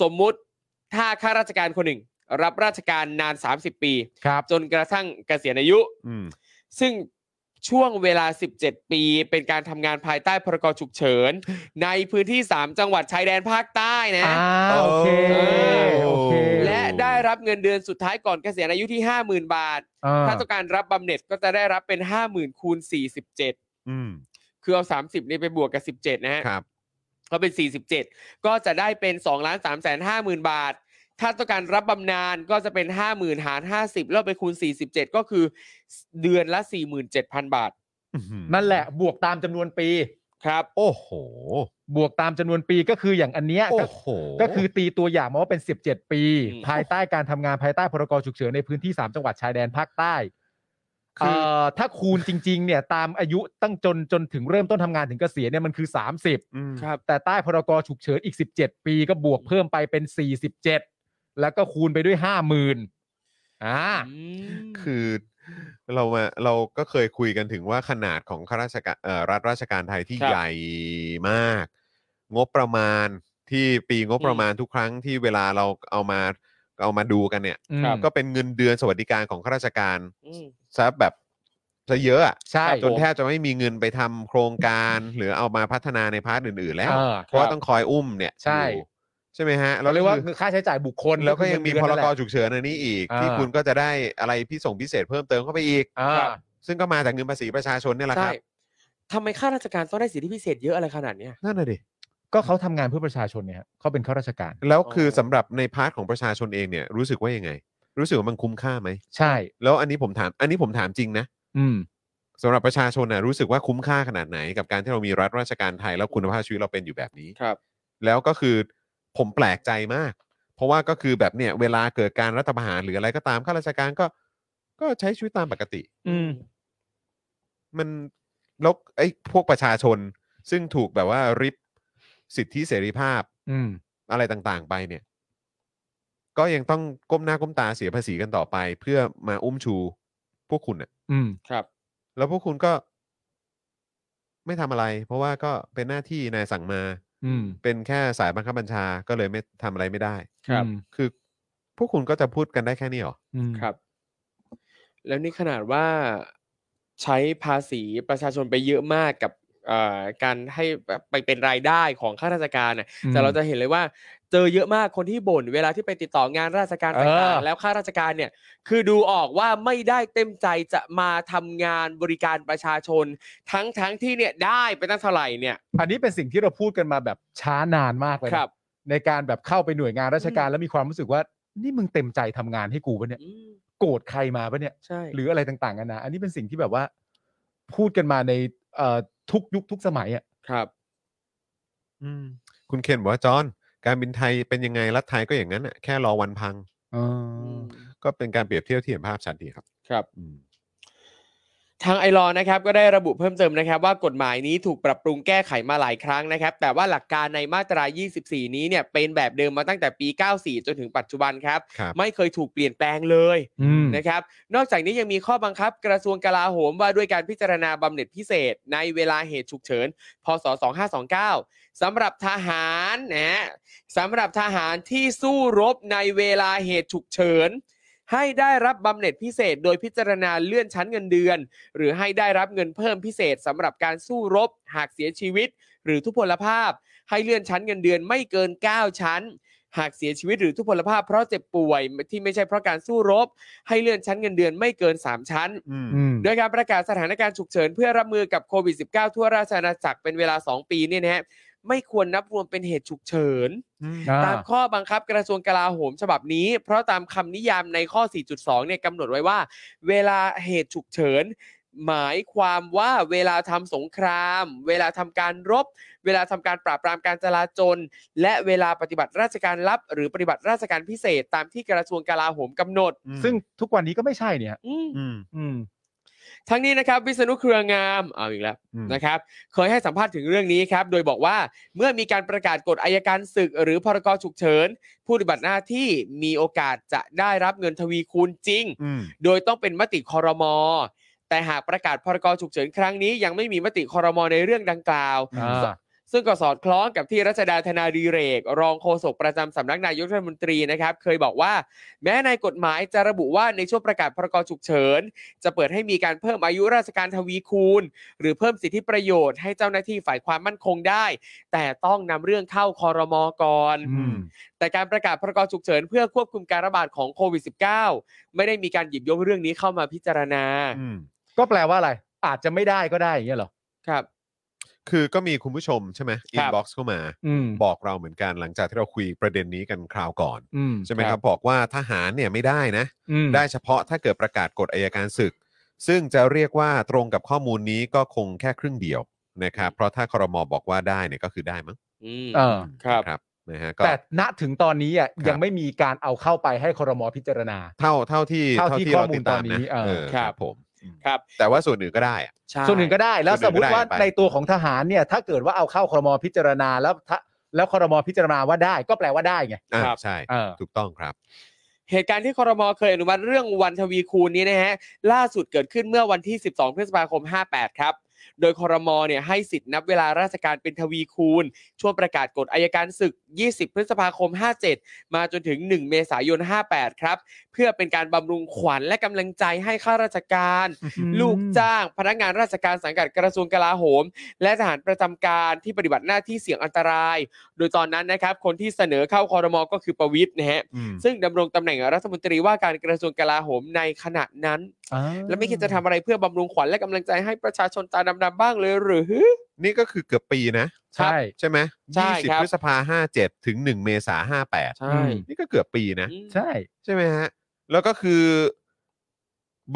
[SPEAKER 4] สมมุติถ้าข้าราชการคนหนึ่ง รับราชการนาน 30 ปี
[SPEAKER 3] ครับ
[SPEAKER 4] จนกระทั่งเกษียณอายุ
[SPEAKER 2] อืม
[SPEAKER 4] ซึ่งช่วงเวลา 17 ปี เป็นการทำงานภายใต้พรกฉุกเฉิ น ในพื้นที่ 3 จังหวัดชายแดนภาคใต้นะ
[SPEAKER 3] อ่า โอเค โอเค
[SPEAKER 4] และได้รับเงินเดือนสุดท้ายก่อนเกษียณอายุที่ 50,000 บาท
[SPEAKER 3] อ่
[SPEAKER 4] ถ้าต้องการรับบำเหน็จก็จะได้รับเป็น 50,000คูณ47
[SPEAKER 2] อืม
[SPEAKER 4] คือเอา 30 นี่ไปบวกกับ 17 นะฮะ
[SPEAKER 2] ครับ
[SPEAKER 4] ก็เป็น 47 ก็จะได้เป็น2ล้าน3แสน50,000 บาท ถ้าต้องการรับบำนาญก็จะเป็น 50,000หาร50 แล้วไปคูณ 47 ก็คือเดือนละ 47,000 บาท
[SPEAKER 2] อื้อหือ
[SPEAKER 3] นั่นแหละ บวกตามจำนวนปี
[SPEAKER 4] ครับ
[SPEAKER 2] โอ้โห
[SPEAKER 3] บวกตามจำนวนปีก็คืออย่างอันเนี้ย
[SPEAKER 2] โอ้
[SPEAKER 3] ก็
[SPEAKER 2] โห
[SPEAKER 3] ก็คือตีตัวอย่างมาว่าเป็น 17 ปี
[SPEAKER 4] อืม
[SPEAKER 3] ภายใต้การทำงานภายใต้พรกฉุกเฉินในพื้นที่ 3 จังหวัดชายแดนภาคใต้เอ่อถ้าคูณจริง ๆ เนี่ยตามอายุตั้งจนจนถึงเริ่มต้นทำงานถึงเกษียณเนี่ยมันคื
[SPEAKER 2] ม
[SPEAKER 3] อ
[SPEAKER 4] ครับ
[SPEAKER 3] 30 แต่ใต้พรกฉุกเฉินอีก 17 ปีก็บวกเพิ่มไปเป็น 47 แล้วก็คูณไปด้วย 50,000อ่า
[SPEAKER 2] คือเรามาเราก็เคยคุยกันถึงว่าขนาดของข้าราชการเอ่อรัฐราชการไทยที่
[SPEAKER 4] ครับ
[SPEAKER 2] ใหญ่มาก งบประมาณที่ปีงบประมาณทุกครั้งที่เวลาเราเอามาเอามาดูกันเนี่ย
[SPEAKER 3] ครับ
[SPEAKER 2] ก็เป็นเงินเดือนสวัสดิการของข้าราชการ
[SPEAKER 4] อืม
[SPEAKER 2] ซะแบบซะเยอะอะ
[SPEAKER 3] ใช่
[SPEAKER 2] จนแทบจะไม่มีเงินไปทำโครงการ หรือเอามาพัฒนาในพาร์ทอื่น ๆ แล้ว
[SPEAKER 3] เออ
[SPEAKER 2] เพราะว่าต้องคอยอุ้มเนี่ย
[SPEAKER 3] ใช่
[SPEAKER 2] อยู่ใช่ไหมฮะ
[SPEAKER 3] เราเรียกว่า
[SPEAKER 2] คือ
[SPEAKER 3] ค่าใช้จ่ายบุคคล
[SPEAKER 2] แล้วก็ยังมีพรก
[SPEAKER 3] เดือนนั่นแหละ
[SPEAKER 2] ฉุกเฉินอันนี้อีก
[SPEAKER 3] อ่า
[SPEAKER 2] ที่คุณก็จะได้อะไรพิส่งพิเศษเพิ่มเติมเข้าไปอีก
[SPEAKER 3] อ่า
[SPEAKER 4] ครับ
[SPEAKER 2] ซึ่งก็มาจากเงินภาษีประชาชนเนี่ยแหละค
[SPEAKER 4] ใช่
[SPEAKER 2] รับ
[SPEAKER 4] ทำไมข้าราชการต้องได้สิทธิพิเศษเยอะอะไรขนาดเนี้ย
[SPEAKER 2] นั่นน่ะดิ
[SPEAKER 3] ก็เขาทำงานเพื่อประชาชนเนี่ยฮะเขาเป็นข้าราชการ
[SPEAKER 2] แล้วคืออ
[SPEAKER 4] อ
[SPEAKER 2] สำหรับในพาร์ทของประชาชนเองเนี่ยรู้สึกว่ายังไง รู้สึกว่ามันคุ้มค่าไหม
[SPEAKER 3] ใช่
[SPEAKER 2] แล้วอันนี้ผมถาม อันนี้ผมถามจริงนะ
[SPEAKER 3] อืม
[SPEAKER 2] สำหรับประชาชนนะรู้สึกว่าคุ้มค่าขนาดไหน กับการที่เรามีรัฐราชการไทยแล้วคุณภาพชีวิตเราเป็นอยู่แบบนี้
[SPEAKER 4] ครับ
[SPEAKER 2] แล้วก็คือผมแปลกใจมาก เพราะว่าก็คือแบบเนี่ยเวลาเกิดการรัฐประหารหรืออะไรก็ตามข้าราชการก็ ก็ใช้ชีวิตตามปกติ
[SPEAKER 3] อืม
[SPEAKER 2] มันแล้วไอ้พวกประชาชน ซึ่งถูกแบบว่าริบสิทธิเสรีภาพ
[SPEAKER 3] อืม
[SPEAKER 2] อะไรต่างๆ ไปเนี่ย ก็ยังต้องก้มหน้าก้มตาเสียภาษีกันต่อไป เพื่อมาอุ้มชูพวกคุณน่ะ
[SPEAKER 3] อืม
[SPEAKER 4] ครับ
[SPEAKER 2] แล้วพวกคุณก็ ไม่ทำอะไร เพราะว่าก็เป็นหน้าที่นายสั่งมา
[SPEAKER 3] อืม
[SPEAKER 2] เป็นแค่สายบังคับบัญชาก็เลยไม่ทำอะไรไม่ได้
[SPEAKER 4] ครับ
[SPEAKER 2] คือ พวกคุณก็จะพูดกันได้แค่นี้เหรอ
[SPEAKER 3] อืม
[SPEAKER 4] ครับ แล้วนี่ขนาดว่าใช้ภาษีประชาชนไปเยอะมากกับเอ่อการให้แบบไปเป็นรายได้ของข้าราชการน่ะ
[SPEAKER 3] อืม
[SPEAKER 4] แต่เราจะเห็นเลยว่า เจอเยอะมากคนที่บ่นเวลาที่ไปติดต่องานราชการ
[SPEAKER 3] เออ
[SPEAKER 4] ต่างๆแล้วข้าราชการเนี่ย คือดูออกว่าไม่ได้เต็มใจจะมาทำงานบริการประชาชน ทั้งๆที่เนี่ยได้ไปตั้งเท่าไหร่เนี่ย
[SPEAKER 3] อันนี้เป็นสิ่งที่เราพูดกันมาแบบช้านานมากเลยนะครับ ในการแบบเข้าไปหน่วยงานราชการแล้วมีความรู้สึกว่า นี่มึงเต็มใจทำงานให้กูปะเนี่ย
[SPEAKER 4] อืม
[SPEAKER 3] โกรธใครมาปะเนี่ย
[SPEAKER 4] ใช่
[SPEAKER 3] หรืออะไรต่างๆกันานะ อันนี้เป็นสิ่งที่แบบว่า พูดกันมาในเอ่อทุกยุคทุกสมัยอ่ะ
[SPEAKER 4] ครับ
[SPEAKER 2] คุณเคนบอกว่าจอห์นการบินไทยเป็นยังไงรัฐไทยก็อย่างนั้นน่ะแค่รอวันพัง ก็เป็นการเปรียบเทียบที่เห็นภาพชัดดีครับ
[SPEAKER 4] ครับ
[SPEAKER 2] อืม
[SPEAKER 4] ทางไอรอนะครับก็ได้ระบุเพิ่มเติมนะครับ ว่ากฎหมายนี้ถูกปรับปรุงแก้ไขมาหลายครั้งนะครับ แต่ว่าหลักการในมาตรา 24 นี้เนี่ยเป็นแบบเดิมมาตั้งแต่ปี 94 จนถึงปัจจุบันครับ
[SPEAKER 2] ครับ
[SPEAKER 4] ไม่เคยถูกเปลี่ยนแปลงเลย
[SPEAKER 3] อืม
[SPEAKER 4] นะครับ นอกจากนี้ยังมีข้อบังคับกระทรวงกลาโหมว่าด้วยการพิจารณาบำเหน็จพิเศษ ในเวลาเหตุฉุกเฉิน พศ 2529สำหรับทหารนะสำหรับทหารที่สู้รบในเวลาเหตุฉุกเฉิน ให้ได้รับบำเหน็จพิเศษ โดยพิจารณาเลื่อนชั้นเงินเดือน หรือให้ได้รับเงินเพิ่มพิเศษสำหรับการสู้รบ หากเสียชีวิต หรือทุพพลภาพ ให้เลื่อนชั้นเงินเดือนไม่เกิน 9 ชั้น หากเสียชีวิตหรือทุพพลภาพเพราะเจ็บป่วยที่ไม่ใช่เพราะการสู้รบ ให้เลื่อนชั้นเงินเดือนไม่เกิน 3 ชั้น
[SPEAKER 2] อืม
[SPEAKER 3] อืม
[SPEAKER 4] โดยการประกาศสถานการณ์ฉุกเฉินเพื่อรับมือกับโควิด -19 ทั่วราชอาณาจักรเป็นเวลา 2 ปีเนี่ยนะฮะไม่ควรนับรวมเป็นเหตุฉุกเฉิน
[SPEAKER 2] อืม
[SPEAKER 3] อ่า
[SPEAKER 4] ตามข้อบังคับกระทรวงกลาโหมฉบับนี้ เพราะตามคำนิยามในข้อ 4.2 เนี่ยกำหนดไว้ว่า เวลาเหตุฉุกเฉิน หมายความว่าเวลาทำสงคราม เวลาทำการรบ เวลาทำการปราบปรามการจลาจล และเวลาปฏิบัติราชการลับ หรือปฏิบัติราชการพิเศษตามที่กระทรวงกลาโหมกำหนด
[SPEAKER 3] ซึ่งทุกวันนี้ก็ไม่ใช่เนี่ย
[SPEAKER 4] อืม
[SPEAKER 2] อืม
[SPEAKER 3] อืม
[SPEAKER 4] ทั้งนี้นะครับวิษณุเครืองามเอาอีกแล้ว
[SPEAKER 2] อืม
[SPEAKER 4] นะครับเคยให้สัมภาษณ์ถึงเรื่องนี้ครับ โดยบอกว่าเมื่อมีการประกาศกฎอายการศึก หรือพรกฉุกเฉิน ผู้ปฏิบัติหน้าที่มีโอกาสจะได้รับเงินทวีคูณจริง
[SPEAKER 2] อืม
[SPEAKER 4] โดยต้องเป็นมติคอรมอแต่หากประกาศพรกฉุกเฉินครั้งนี้ยังไม่มีมติคอรมอในเรื่องดังกล่าว
[SPEAKER 3] อ่า
[SPEAKER 4] ซึ่งก็สอดคล้องกับที่รัชดาธนาดีเรก รองโฆษกประจำสำนักนายกรัฐมนตรีนะครับ เคยบอกว่า แม้ในกฎหมายจะระบุว่าในช่วงประกาศพรกฉุกเฉิน จะเปิดให้มีการเพิ่มอายุราชการทวีคูณ หรือเพิ่มสิทธิประโยชน์ให้เจ้าหน้าที่ฝ่ายความมั่นคงได้ แต่ต้องนำเรื่องเข้าคอรมอก่อน
[SPEAKER 3] อืม
[SPEAKER 4] แต่การประกาศพรกฉุกเฉินเพื่อควบคุมการระบาดของโควิด -19 ไม่ได้มีการหยิบยกเรื่องนี้เข้ามาพิจารณา
[SPEAKER 2] อืม
[SPEAKER 3] ก็แปลว่าอะไร อาจจะไม่ได้ก็ได้อย่างเงี้ยเหรอ
[SPEAKER 4] ครับ
[SPEAKER 2] คือก็มีคุณผู้ชมใช่ไหมอิ
[SPEAKER 4] ครั
[SPEAKER 2] น
[SPEAKER 4] บ
[SPEAKER 2] บ็อกซ์เข้ามา
[SPEAKER 3] อืม
[SPEAKER 2] บอกเราเหมือนกันหลังจากที่เราคุยประเด็นนี้กันคราวก่อน
[SPEAKER 3] อืม
[SPEAKER 2] ใช่ไหมครับบอกว่าทหารเนี่ยไม่ได้นะ
[SPEAKER 3] อืม
[SPEAKER 2] ได้เฉพาะถ้าเกิดประกาศกฎอายการศึก ซึ่งจะเรียกว่าตรงกับข้อมูลนี้ก็คงแค่ครึ่งเดียวนะครับ เพราะถ้าครมบอกว่าได้เนี่ยก็คือได้มั้ง
[SPEAKER 4] อืม
[SPEAKER 3] เออ
[SPEAKER 4] ครับ
[SPEAKER 2] นะครับนะฮะก็
[SPEAKER 3] แต่ณถึงตอนนี้อ่ะ
[SPEAKER 2] ครับ
[SPEAKER 3] ยังไม่มีการเอาเข้าไปให้ครมพิจารณา
[SPEAKER 2] เท่าเท่าที่
[SPEAKER 3] เท่าที่
[SPEAKER 2] เรา
[SPEAKER 3] ข้อมูล
[SPEAKER 2] ติดตาม
[SPEAKER 3] ตอนนี้
[SPEAKER 2] นะ
[SPEAKER 3] เออ
[SPEAKER 2] เออครับ
[SPEAKER 4] ครับ
[SPEAKER 2] ผม
[SPEAKER 4] ครับ
[SPEAKER 2] แต่ว่าส่วนอื่นก็ได้อะ
[SPEAKER 4] ใช่
[SPEAKER 3] ส่วนหนึ่งก็ได้แล้ว
[SPEAKER 2] ส่
[SPEAKER 3] ส
[SPEAKER 2] วน
[SPEAKER 3] ม
[SPEAKER 2] หนึ่ง
[SPEAKER 3] ม
[SPEAKER 2] ก็
[SPEAKER 3] ติว่า
[SPEAKER 2] ได้ไป
[SPEAKER 3] ในตัวของทหารเนี่ย ถ้าเกิดว่าเอาเข้าครมพิจารณาแล้วถ้าแล้วครมพิจารณาว่าได้ก็แปลว่าได้ไง
[SPEAKER 2] อ่ะ
[SPEAKER 4] ครับ
[SPEAKER 2] ใช่
[SPEAKER 3] เออ
[SPEAKER 2] ถูกต้องครับ
[SPEAKER 4] เหตุการณ์ที่คอรมอเคยอนุมัติเรื่องวันทวีคูณนี้นะฮะล่าสุดเกิดขึ้นเมื่อวันที่ 12 พฤษภาคม 58 ครับ โดยคอรมอเนี่ยให้สิทธิ์นับเวลาราชการเป็นทวีคูณ ช่วงประกาศกฎอายการศึก 20 พฤษภาคม 57 มาจนถึง 1 เมษายน 58 ครับ เพื่อเป็นการบำรุงขวัญและกำลังใจให้ข้าราชการ ลูกจ้างพนักงานราชการสังกัดกระทรวงกลาโหม และทหารประจำการที่ปฏิบัติหน้าที่เสี่ยงอันตราย โดยตอนนั้นนะครับ คนที่เสนอเข้าคอรมอก็คือประวิตยนะฮะ
[SPEAKER 2] อืม
[SPEAKER 4] ซึ่งดำรงตำแหน่งรัฐมนตรีว่าการกระทรวงกลาโหมในขณะนั้น
[SPEAKER 3] อ่า
[SPEAKER 4] และไม่คิดจะทำอะไรเพื่อบำรุงขวัญและกำลังใจให้ประชาชนตาดำๆบ้างเลยหรือ
[SPEAKER 2] นี่ก็คือเกือบปีนะ
[SPEAKER 3] ใช่
[SPEAKER 2] ใช่ไหม
[SPEAKER 4] ใช่
[SPEAKER 2] ยี่สิบ
[SPEAKER 4] ครับ
[SPEAKER 2] พฤษภาห้าเจ็ดถึงหนึ่งเมษาห้าแปด
[SPEAKER 4] ใช่
[SPEAKER 3] อืม
[SPEAKER 2] นี่ก็เกือบปีนะ
[SPEAKER 4] อืม
[SPEAKER 3] ใช่
[SPEAKER 2] ใช่ไหมฮะ แล้วก็คือ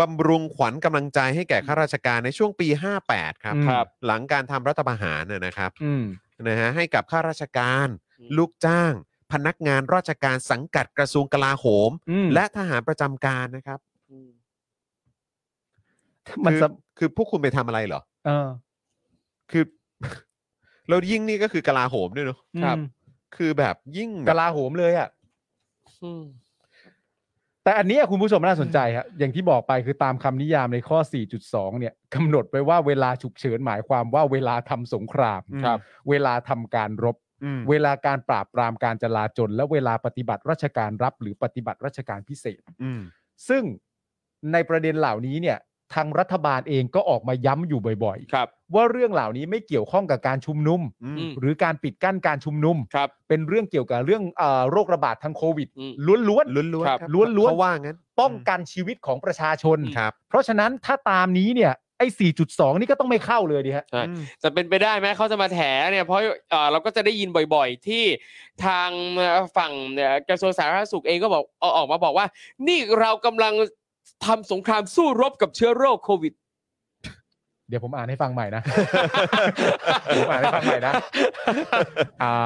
[SPEAKER 2] บำรุงขวัญกำลังใจให้แก่ข้าราชการในช่วงปี 58 ครับ
[SPEAKER 3] ครับ
[SPEAKER 2] หลังการทำรัฐประหารนะนะครับ
[SPEAKER 3] อืม
[SPEAKER 2] นะฮะให้กับข้าราชการ ลูกจ้าง พนักงานราชการสังกัดกระทรวงกลาโหม
[SPEAKER 3] อืม
[SPEAKER 2] และทหารประจำการนะครับ
[SPEAKER 3] มัน
[SPEAKER 2] คือ
[SPEAKER 3] จะ
[SPEAKER 2] คือพวกคุณไปทำอะไรเหรอ
[SPEAKER 3] เออ
[SPEAKER 2] คือ เรายิ่งนี่ก็คือกลาโหมด้วยเนาะ
[SPEAKER 3] ครับ
[SPEAKER 2] คือแบบยิ่งแบ
[SPEAKER 3] ก
[SPEAKER 2] บ
[SPEAKER 3] ลาโหมเลยอ่ะ แต่อันเนี้ยคุณผู้ชมน่าสนใจฮะอย่างที่บอกไปคือตามคำนิยามในข้อ 4.2 เนี่ยกำหนดไว้ว่าเวลาฉุกเฉินหมายความว่าเวลาทำสงคราม
[SPEAKER 2] อืม
[SPEAKER 3] เวลาทำการรบ
[SPEAKER 2] อืม
[SPEAKER 3] เวลาการปราบปรามการจลาจลและเวลาปฏิบัติราชการรับ หรือปฏิบัติราชการพิเศษ
[SPEAKER 2] อืม
[SPEAKER 3] ซึ่งในประเด็นเหล่านี้เนี่ยทางรัฐบาลเองก็ออกมาย้ำอยู่บ่อย
[SPEAKER 4] ครับ
[SPEAKER 3] ๆ ว่าเรื่องเหล่านี้ไม่เกี่ยวข้องกับการชุมนุม
[SPEAKER 2] อืม
[SPEAKER 4] อืม
[SPEAKER 3] หรือการปิดกั้นการชุมนุม
[SPEAKER 4] ครับ
[SPEAKER 3] เป็นเรื่องเกี่ยวกับเรื่องเออโรคระบาดทางโควิด
[SPEAKER 4] อืม
[SPEAKER 3] ล้วนๆ
[SPEAKER 2] ล้วนๆ
[SPEAKER 4] ครับ
[SPEAKER 2] ครับ
[SPEAKER 3] ล้วนๆ
[SPEAKER 2] เขาว่างั้น
[SPEAKER 3] ป้องกันชีวิตของประชาชน
[SPEAKER 2] ครับ
[SPEAKER 3] เพราะฉะนั้นถ้าตามนี้เนี่ยไอ้ 4.2 นี่ก็ต้องไม่เข้าเลยดีฮะ
[SPEAKER 4] ใช่ จะเป็นไปได้ไหมเขาจะมาแถเนี่ยเพราะเอ่อเราก็จะได้ยินบ่อยๆ ที่ทางเอ่อฝั่งเอ่อกระทรวงสาธารณสุขเองก็บอกเอาออกมาบอกว่า นี่เรากำลังทำสงครามสู้รบกับเชื้อโรคโควิด
[SPEAKER 3] เดี๋ยวผมอ่านให้ฟังใหม่นะ ผมอ่านให้ฟังใหม่นะ อ่า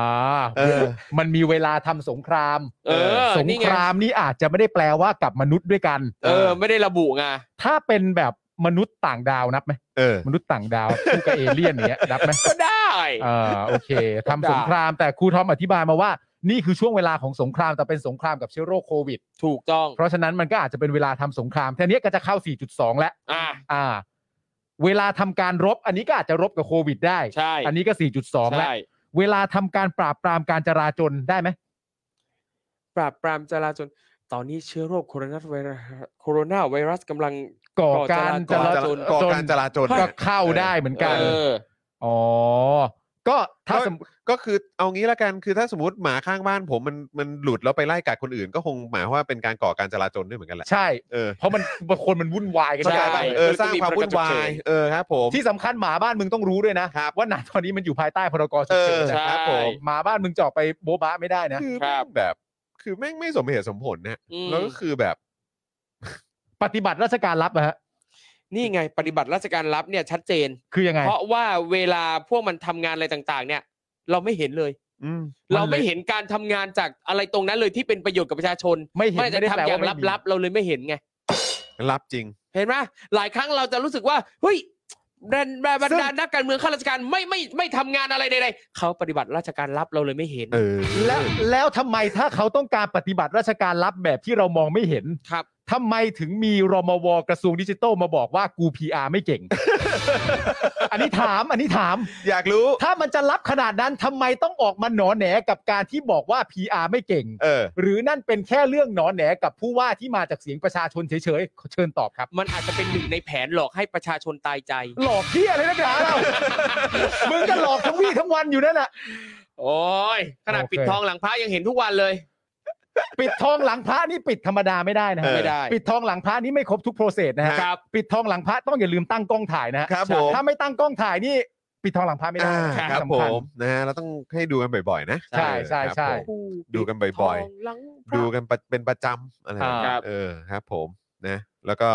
[SPEAKER 2] เออ
[SPEAKER 3] มันมีเวลาทำสงคราม
[SPEAKER 4] เออ
[SPEAKER 3] สง
[SPEAKER 4] นี่ไง
[SPEAKER 3] ครามนี่อาจจะไม่ได้แปลว่ากับมนุษย์ด้วยกัน
[SPEAKER 4] เออ ไม่ได้ระบุไง
[SPEAKER 3] ถ้าเป็นแบบมนุษย์ต่างดาวนับไหม
[SPEAKER 2] เออ
[SPEAKER 3] มนุษย์ต่างดาวคู่กับเอเลี่ยนอย่างเงี้ยนับไหม
[SPEAKER 4] ก็ได้
[SPEAKER 3] อ่าโอเคทำสงครามแต่ครูทอมอธิบายมาว่า นี่คือช่วงเวลาของสงครามแต่เป็นสงครามกับเชื้อโรคโควิด
[SPEAKER 4] ถูกต้อง
[SPEAKER 3] เพราะฉะนั้นมันก็อาจจะเป็นเวลาทำสงครามแท่นี้ก็จะเข้า 4.2 แล้ว
[SPEAKER 4] อ่า
[SPEAKER 3] อ่า เวลาทำการรบ อันนี้ก็อาจจะรบกับโควิดได้
[SPEAKER 4] ใช่
[SPEAKER 3] อันนี้ก็ 4.2 แล้ว
[SPEAKER 4] ใช่
[SPEAKER 3] เวลาทำการปราบปรามการจราจรได้ไหม
[SPEAKER 4] ปราบปรามจราจรตอนนี้เชื้อโรคโคโรนาไวรัสโคโรนาไวรัสกำลัง
[SPEAKER 3] ก่อการ
[SPEAKER 4] ก่
[SPEAKER 3] จ
[SPEAKER 4] อ
[SPEAKER 3] รา
[SPEAKER 4] จ
[SPEAKER 3] จ
[SPEAKER 4] ราจ
[SPEAKER 3] ร
[SPEAKER 4] ร
[SPEAKER 2] ก่อการจราจร
[SPEAKER 3] ก็เข้าได้เหมือนกัน
[SPEAKER 4] เออ
[SPEAKER 3] อ๋อ ก็ถ้าสมมติ
[SPEAKER 2] ก็คือเอางี้ละกันคือถ้าสมมติหมาข้างบ้านผมมันมันหลุดแล้วไปไล่กัดคนอื่น ก็คงหมายความว่าเป็นการก่อการจราจรด้วยเหมือนกันแหละ
[SPEAKER 3] ใช่
[SPEAKER 2] เออ
[SPEAKER 3] เพราะมันคนมันวุ่นวายกัน
[SPEAKER 2] เข้าใจ
[SPEAKER 3] ได้
[SPEAKER 2] ป่ะเออสร้างความวุ่นวายเออครับ ผม
[SPEAKER 3] ที่สำคัญหมาบ้านมึงต้องรู้ด้วยนะ
[SPEAKER 2] ครับ
[SPEAKER 3] ว่าณตอนนี้มันอยู่ภายใต้พรกฉุ
[SPEAKER 2] เอก
[SPEAKER 3] เฉิ
[SPEAKER 2] อน
[SPEAKER 3] นะ
[SPEAKER 2] ครับผม
[SPEAKER 3] หมาบ้านมึงจะออกไปโบ๊ะบ้าไม่ได้นะ
[SPEAKER 2] คือ
[SPEAKER 4] ครับ
[SPEAKER 2] แบบ คือแม่งไม่สมเหตุสมผลนะ
[SPEAKER 4] อืม
[SPEAKER 2] แล้วก็คือแบบ
[SPEAKER 3] ปฏิบัติราชการรับอะฮะ
[SPEAKER 4] นี่ไงปฏิบัติราชการรับเนี่ยชัดเจน
[SPEAKER 3] คือยังไง
[SPEAKER 4] เพราะว่าเวลาพวกมันทำงานอะไรต่างๆ เนี่ย เราไม่เห็นเลย
[SPEAKER 2] อืม
[SPEAKER 4] เราไม่เห็นการทำงานจากอะไรตรงนั้นเลยที่เป็นประโยชน์กับประชาชน
[SPEAKER 3] ไม่เห็น
[SPEAKER 4] จะ
[SPEAKER 3] ไม่ได้
[SPEAKER 4] ทำ
[SPEAKER 3] แปล
[SPEAKER 4] อย่า
[SPEAKER 3] ว่าง ไม่มี
[SPEAKER 4] ลับๆ เราเลยไม่เห็นไง
[SPEAKER 2] รับจริง
[SPEAKER 4] เห็นไหมหลายครั้งเราจะรู้สึกว่าเฮ้ยแบรนด์แบรนด์บรรดานักการเมืองข้าราชการไม่ไม่ไม่ทำงานอะไรใดๆเขาปฏิบัติราชการรับเราเลยไม่เห็น
[SPEAKER 2] เออ
[SPEAKER 3] แล้วแล้วทำไมถ้าเขาต้องการปฏิบัติราชการลับแบบที่เรามองไม่เห็น
[SPEAKER 4] ครับ
[SPEAKER 3] ทำไมถึงมีรมวกระทรวงดิจิทัลมาบอกว่ากู PR ไม่เก่ง อันนี้ถามอันนี้ถาม
[SPEAKER 2] อยากรู้
[SPEAKER 3] ถ้ามันจะรับขนาดนั้นทำไมต้องออกมาหนอแหนกับการที่บอกว่า PR ไม่เก่ง
[SPEAKER 2] เออ
[SPEAKER 3] หรือนั่นเป็นแค่เรื่องหนอแหนกับผู้ว่าที่มาจากเสียงประชาชนเฉยๆขอเชิญตอบครับ
[SPEAKER 4] มันอาจจะเป็นหนึ่งในแผนหลอกให้ประชาชนตายใจ
[SPEAKER 3] หลอกเที่ยอะไรนักหนาเรา มึงก็หลอกทั้งวี่ทั้งวันอยู่นั่นแหละ
[SPEAKER 4] โอ้ยขนาดปิดทองหลังพระยังเห็นทุกวันเลย
[SPEAKER 3] ปิดทองหลังพระนี่ปิดธรรมดาไม่ได้นะฮะ
[SPEAKER 4] ไม่ได้
[SPEAKER 3] ปิดทองหลังพระนี่ไม่ครบทุกโปรเซสนะฮะ
[SPEAKER 4] ครับ
[SPEAKER 3] ปิดทองหลังพระต้องอย่าลืมตั้งกล้องถ่ายนะฮะ
[SPEAKER 2] ครับผม
[SPEAKER 3] ถ้าไม่ตั้งกล้องถ่ายนี่ ปิดทองหลังพระไม่ได้
[SPEAKER 2] อ่า
[SPEAKER 3] นะฮะ
[SPEAKER 2] ครับผ
[SPEAKER 3] สำญ
[SPEAKER 2] มนะฮะเราต้องให้ดูกันบ่อยๆ นะ
[SPEAKER 3] ใช่ใช่
[SPEAKER 2] ครับ
[SPEAKER 3] ใช่
[SPEAKER 2] ผมดูกันบ่อยๆ ดูกันประเป็นประจำอะไรแบบ
[SPEAKER 3] ครั
[SPEAKER 2] นี้
[SPEAKER 3] บ
[SPEAKER 2] เออครับ ผมนะ แล้วก็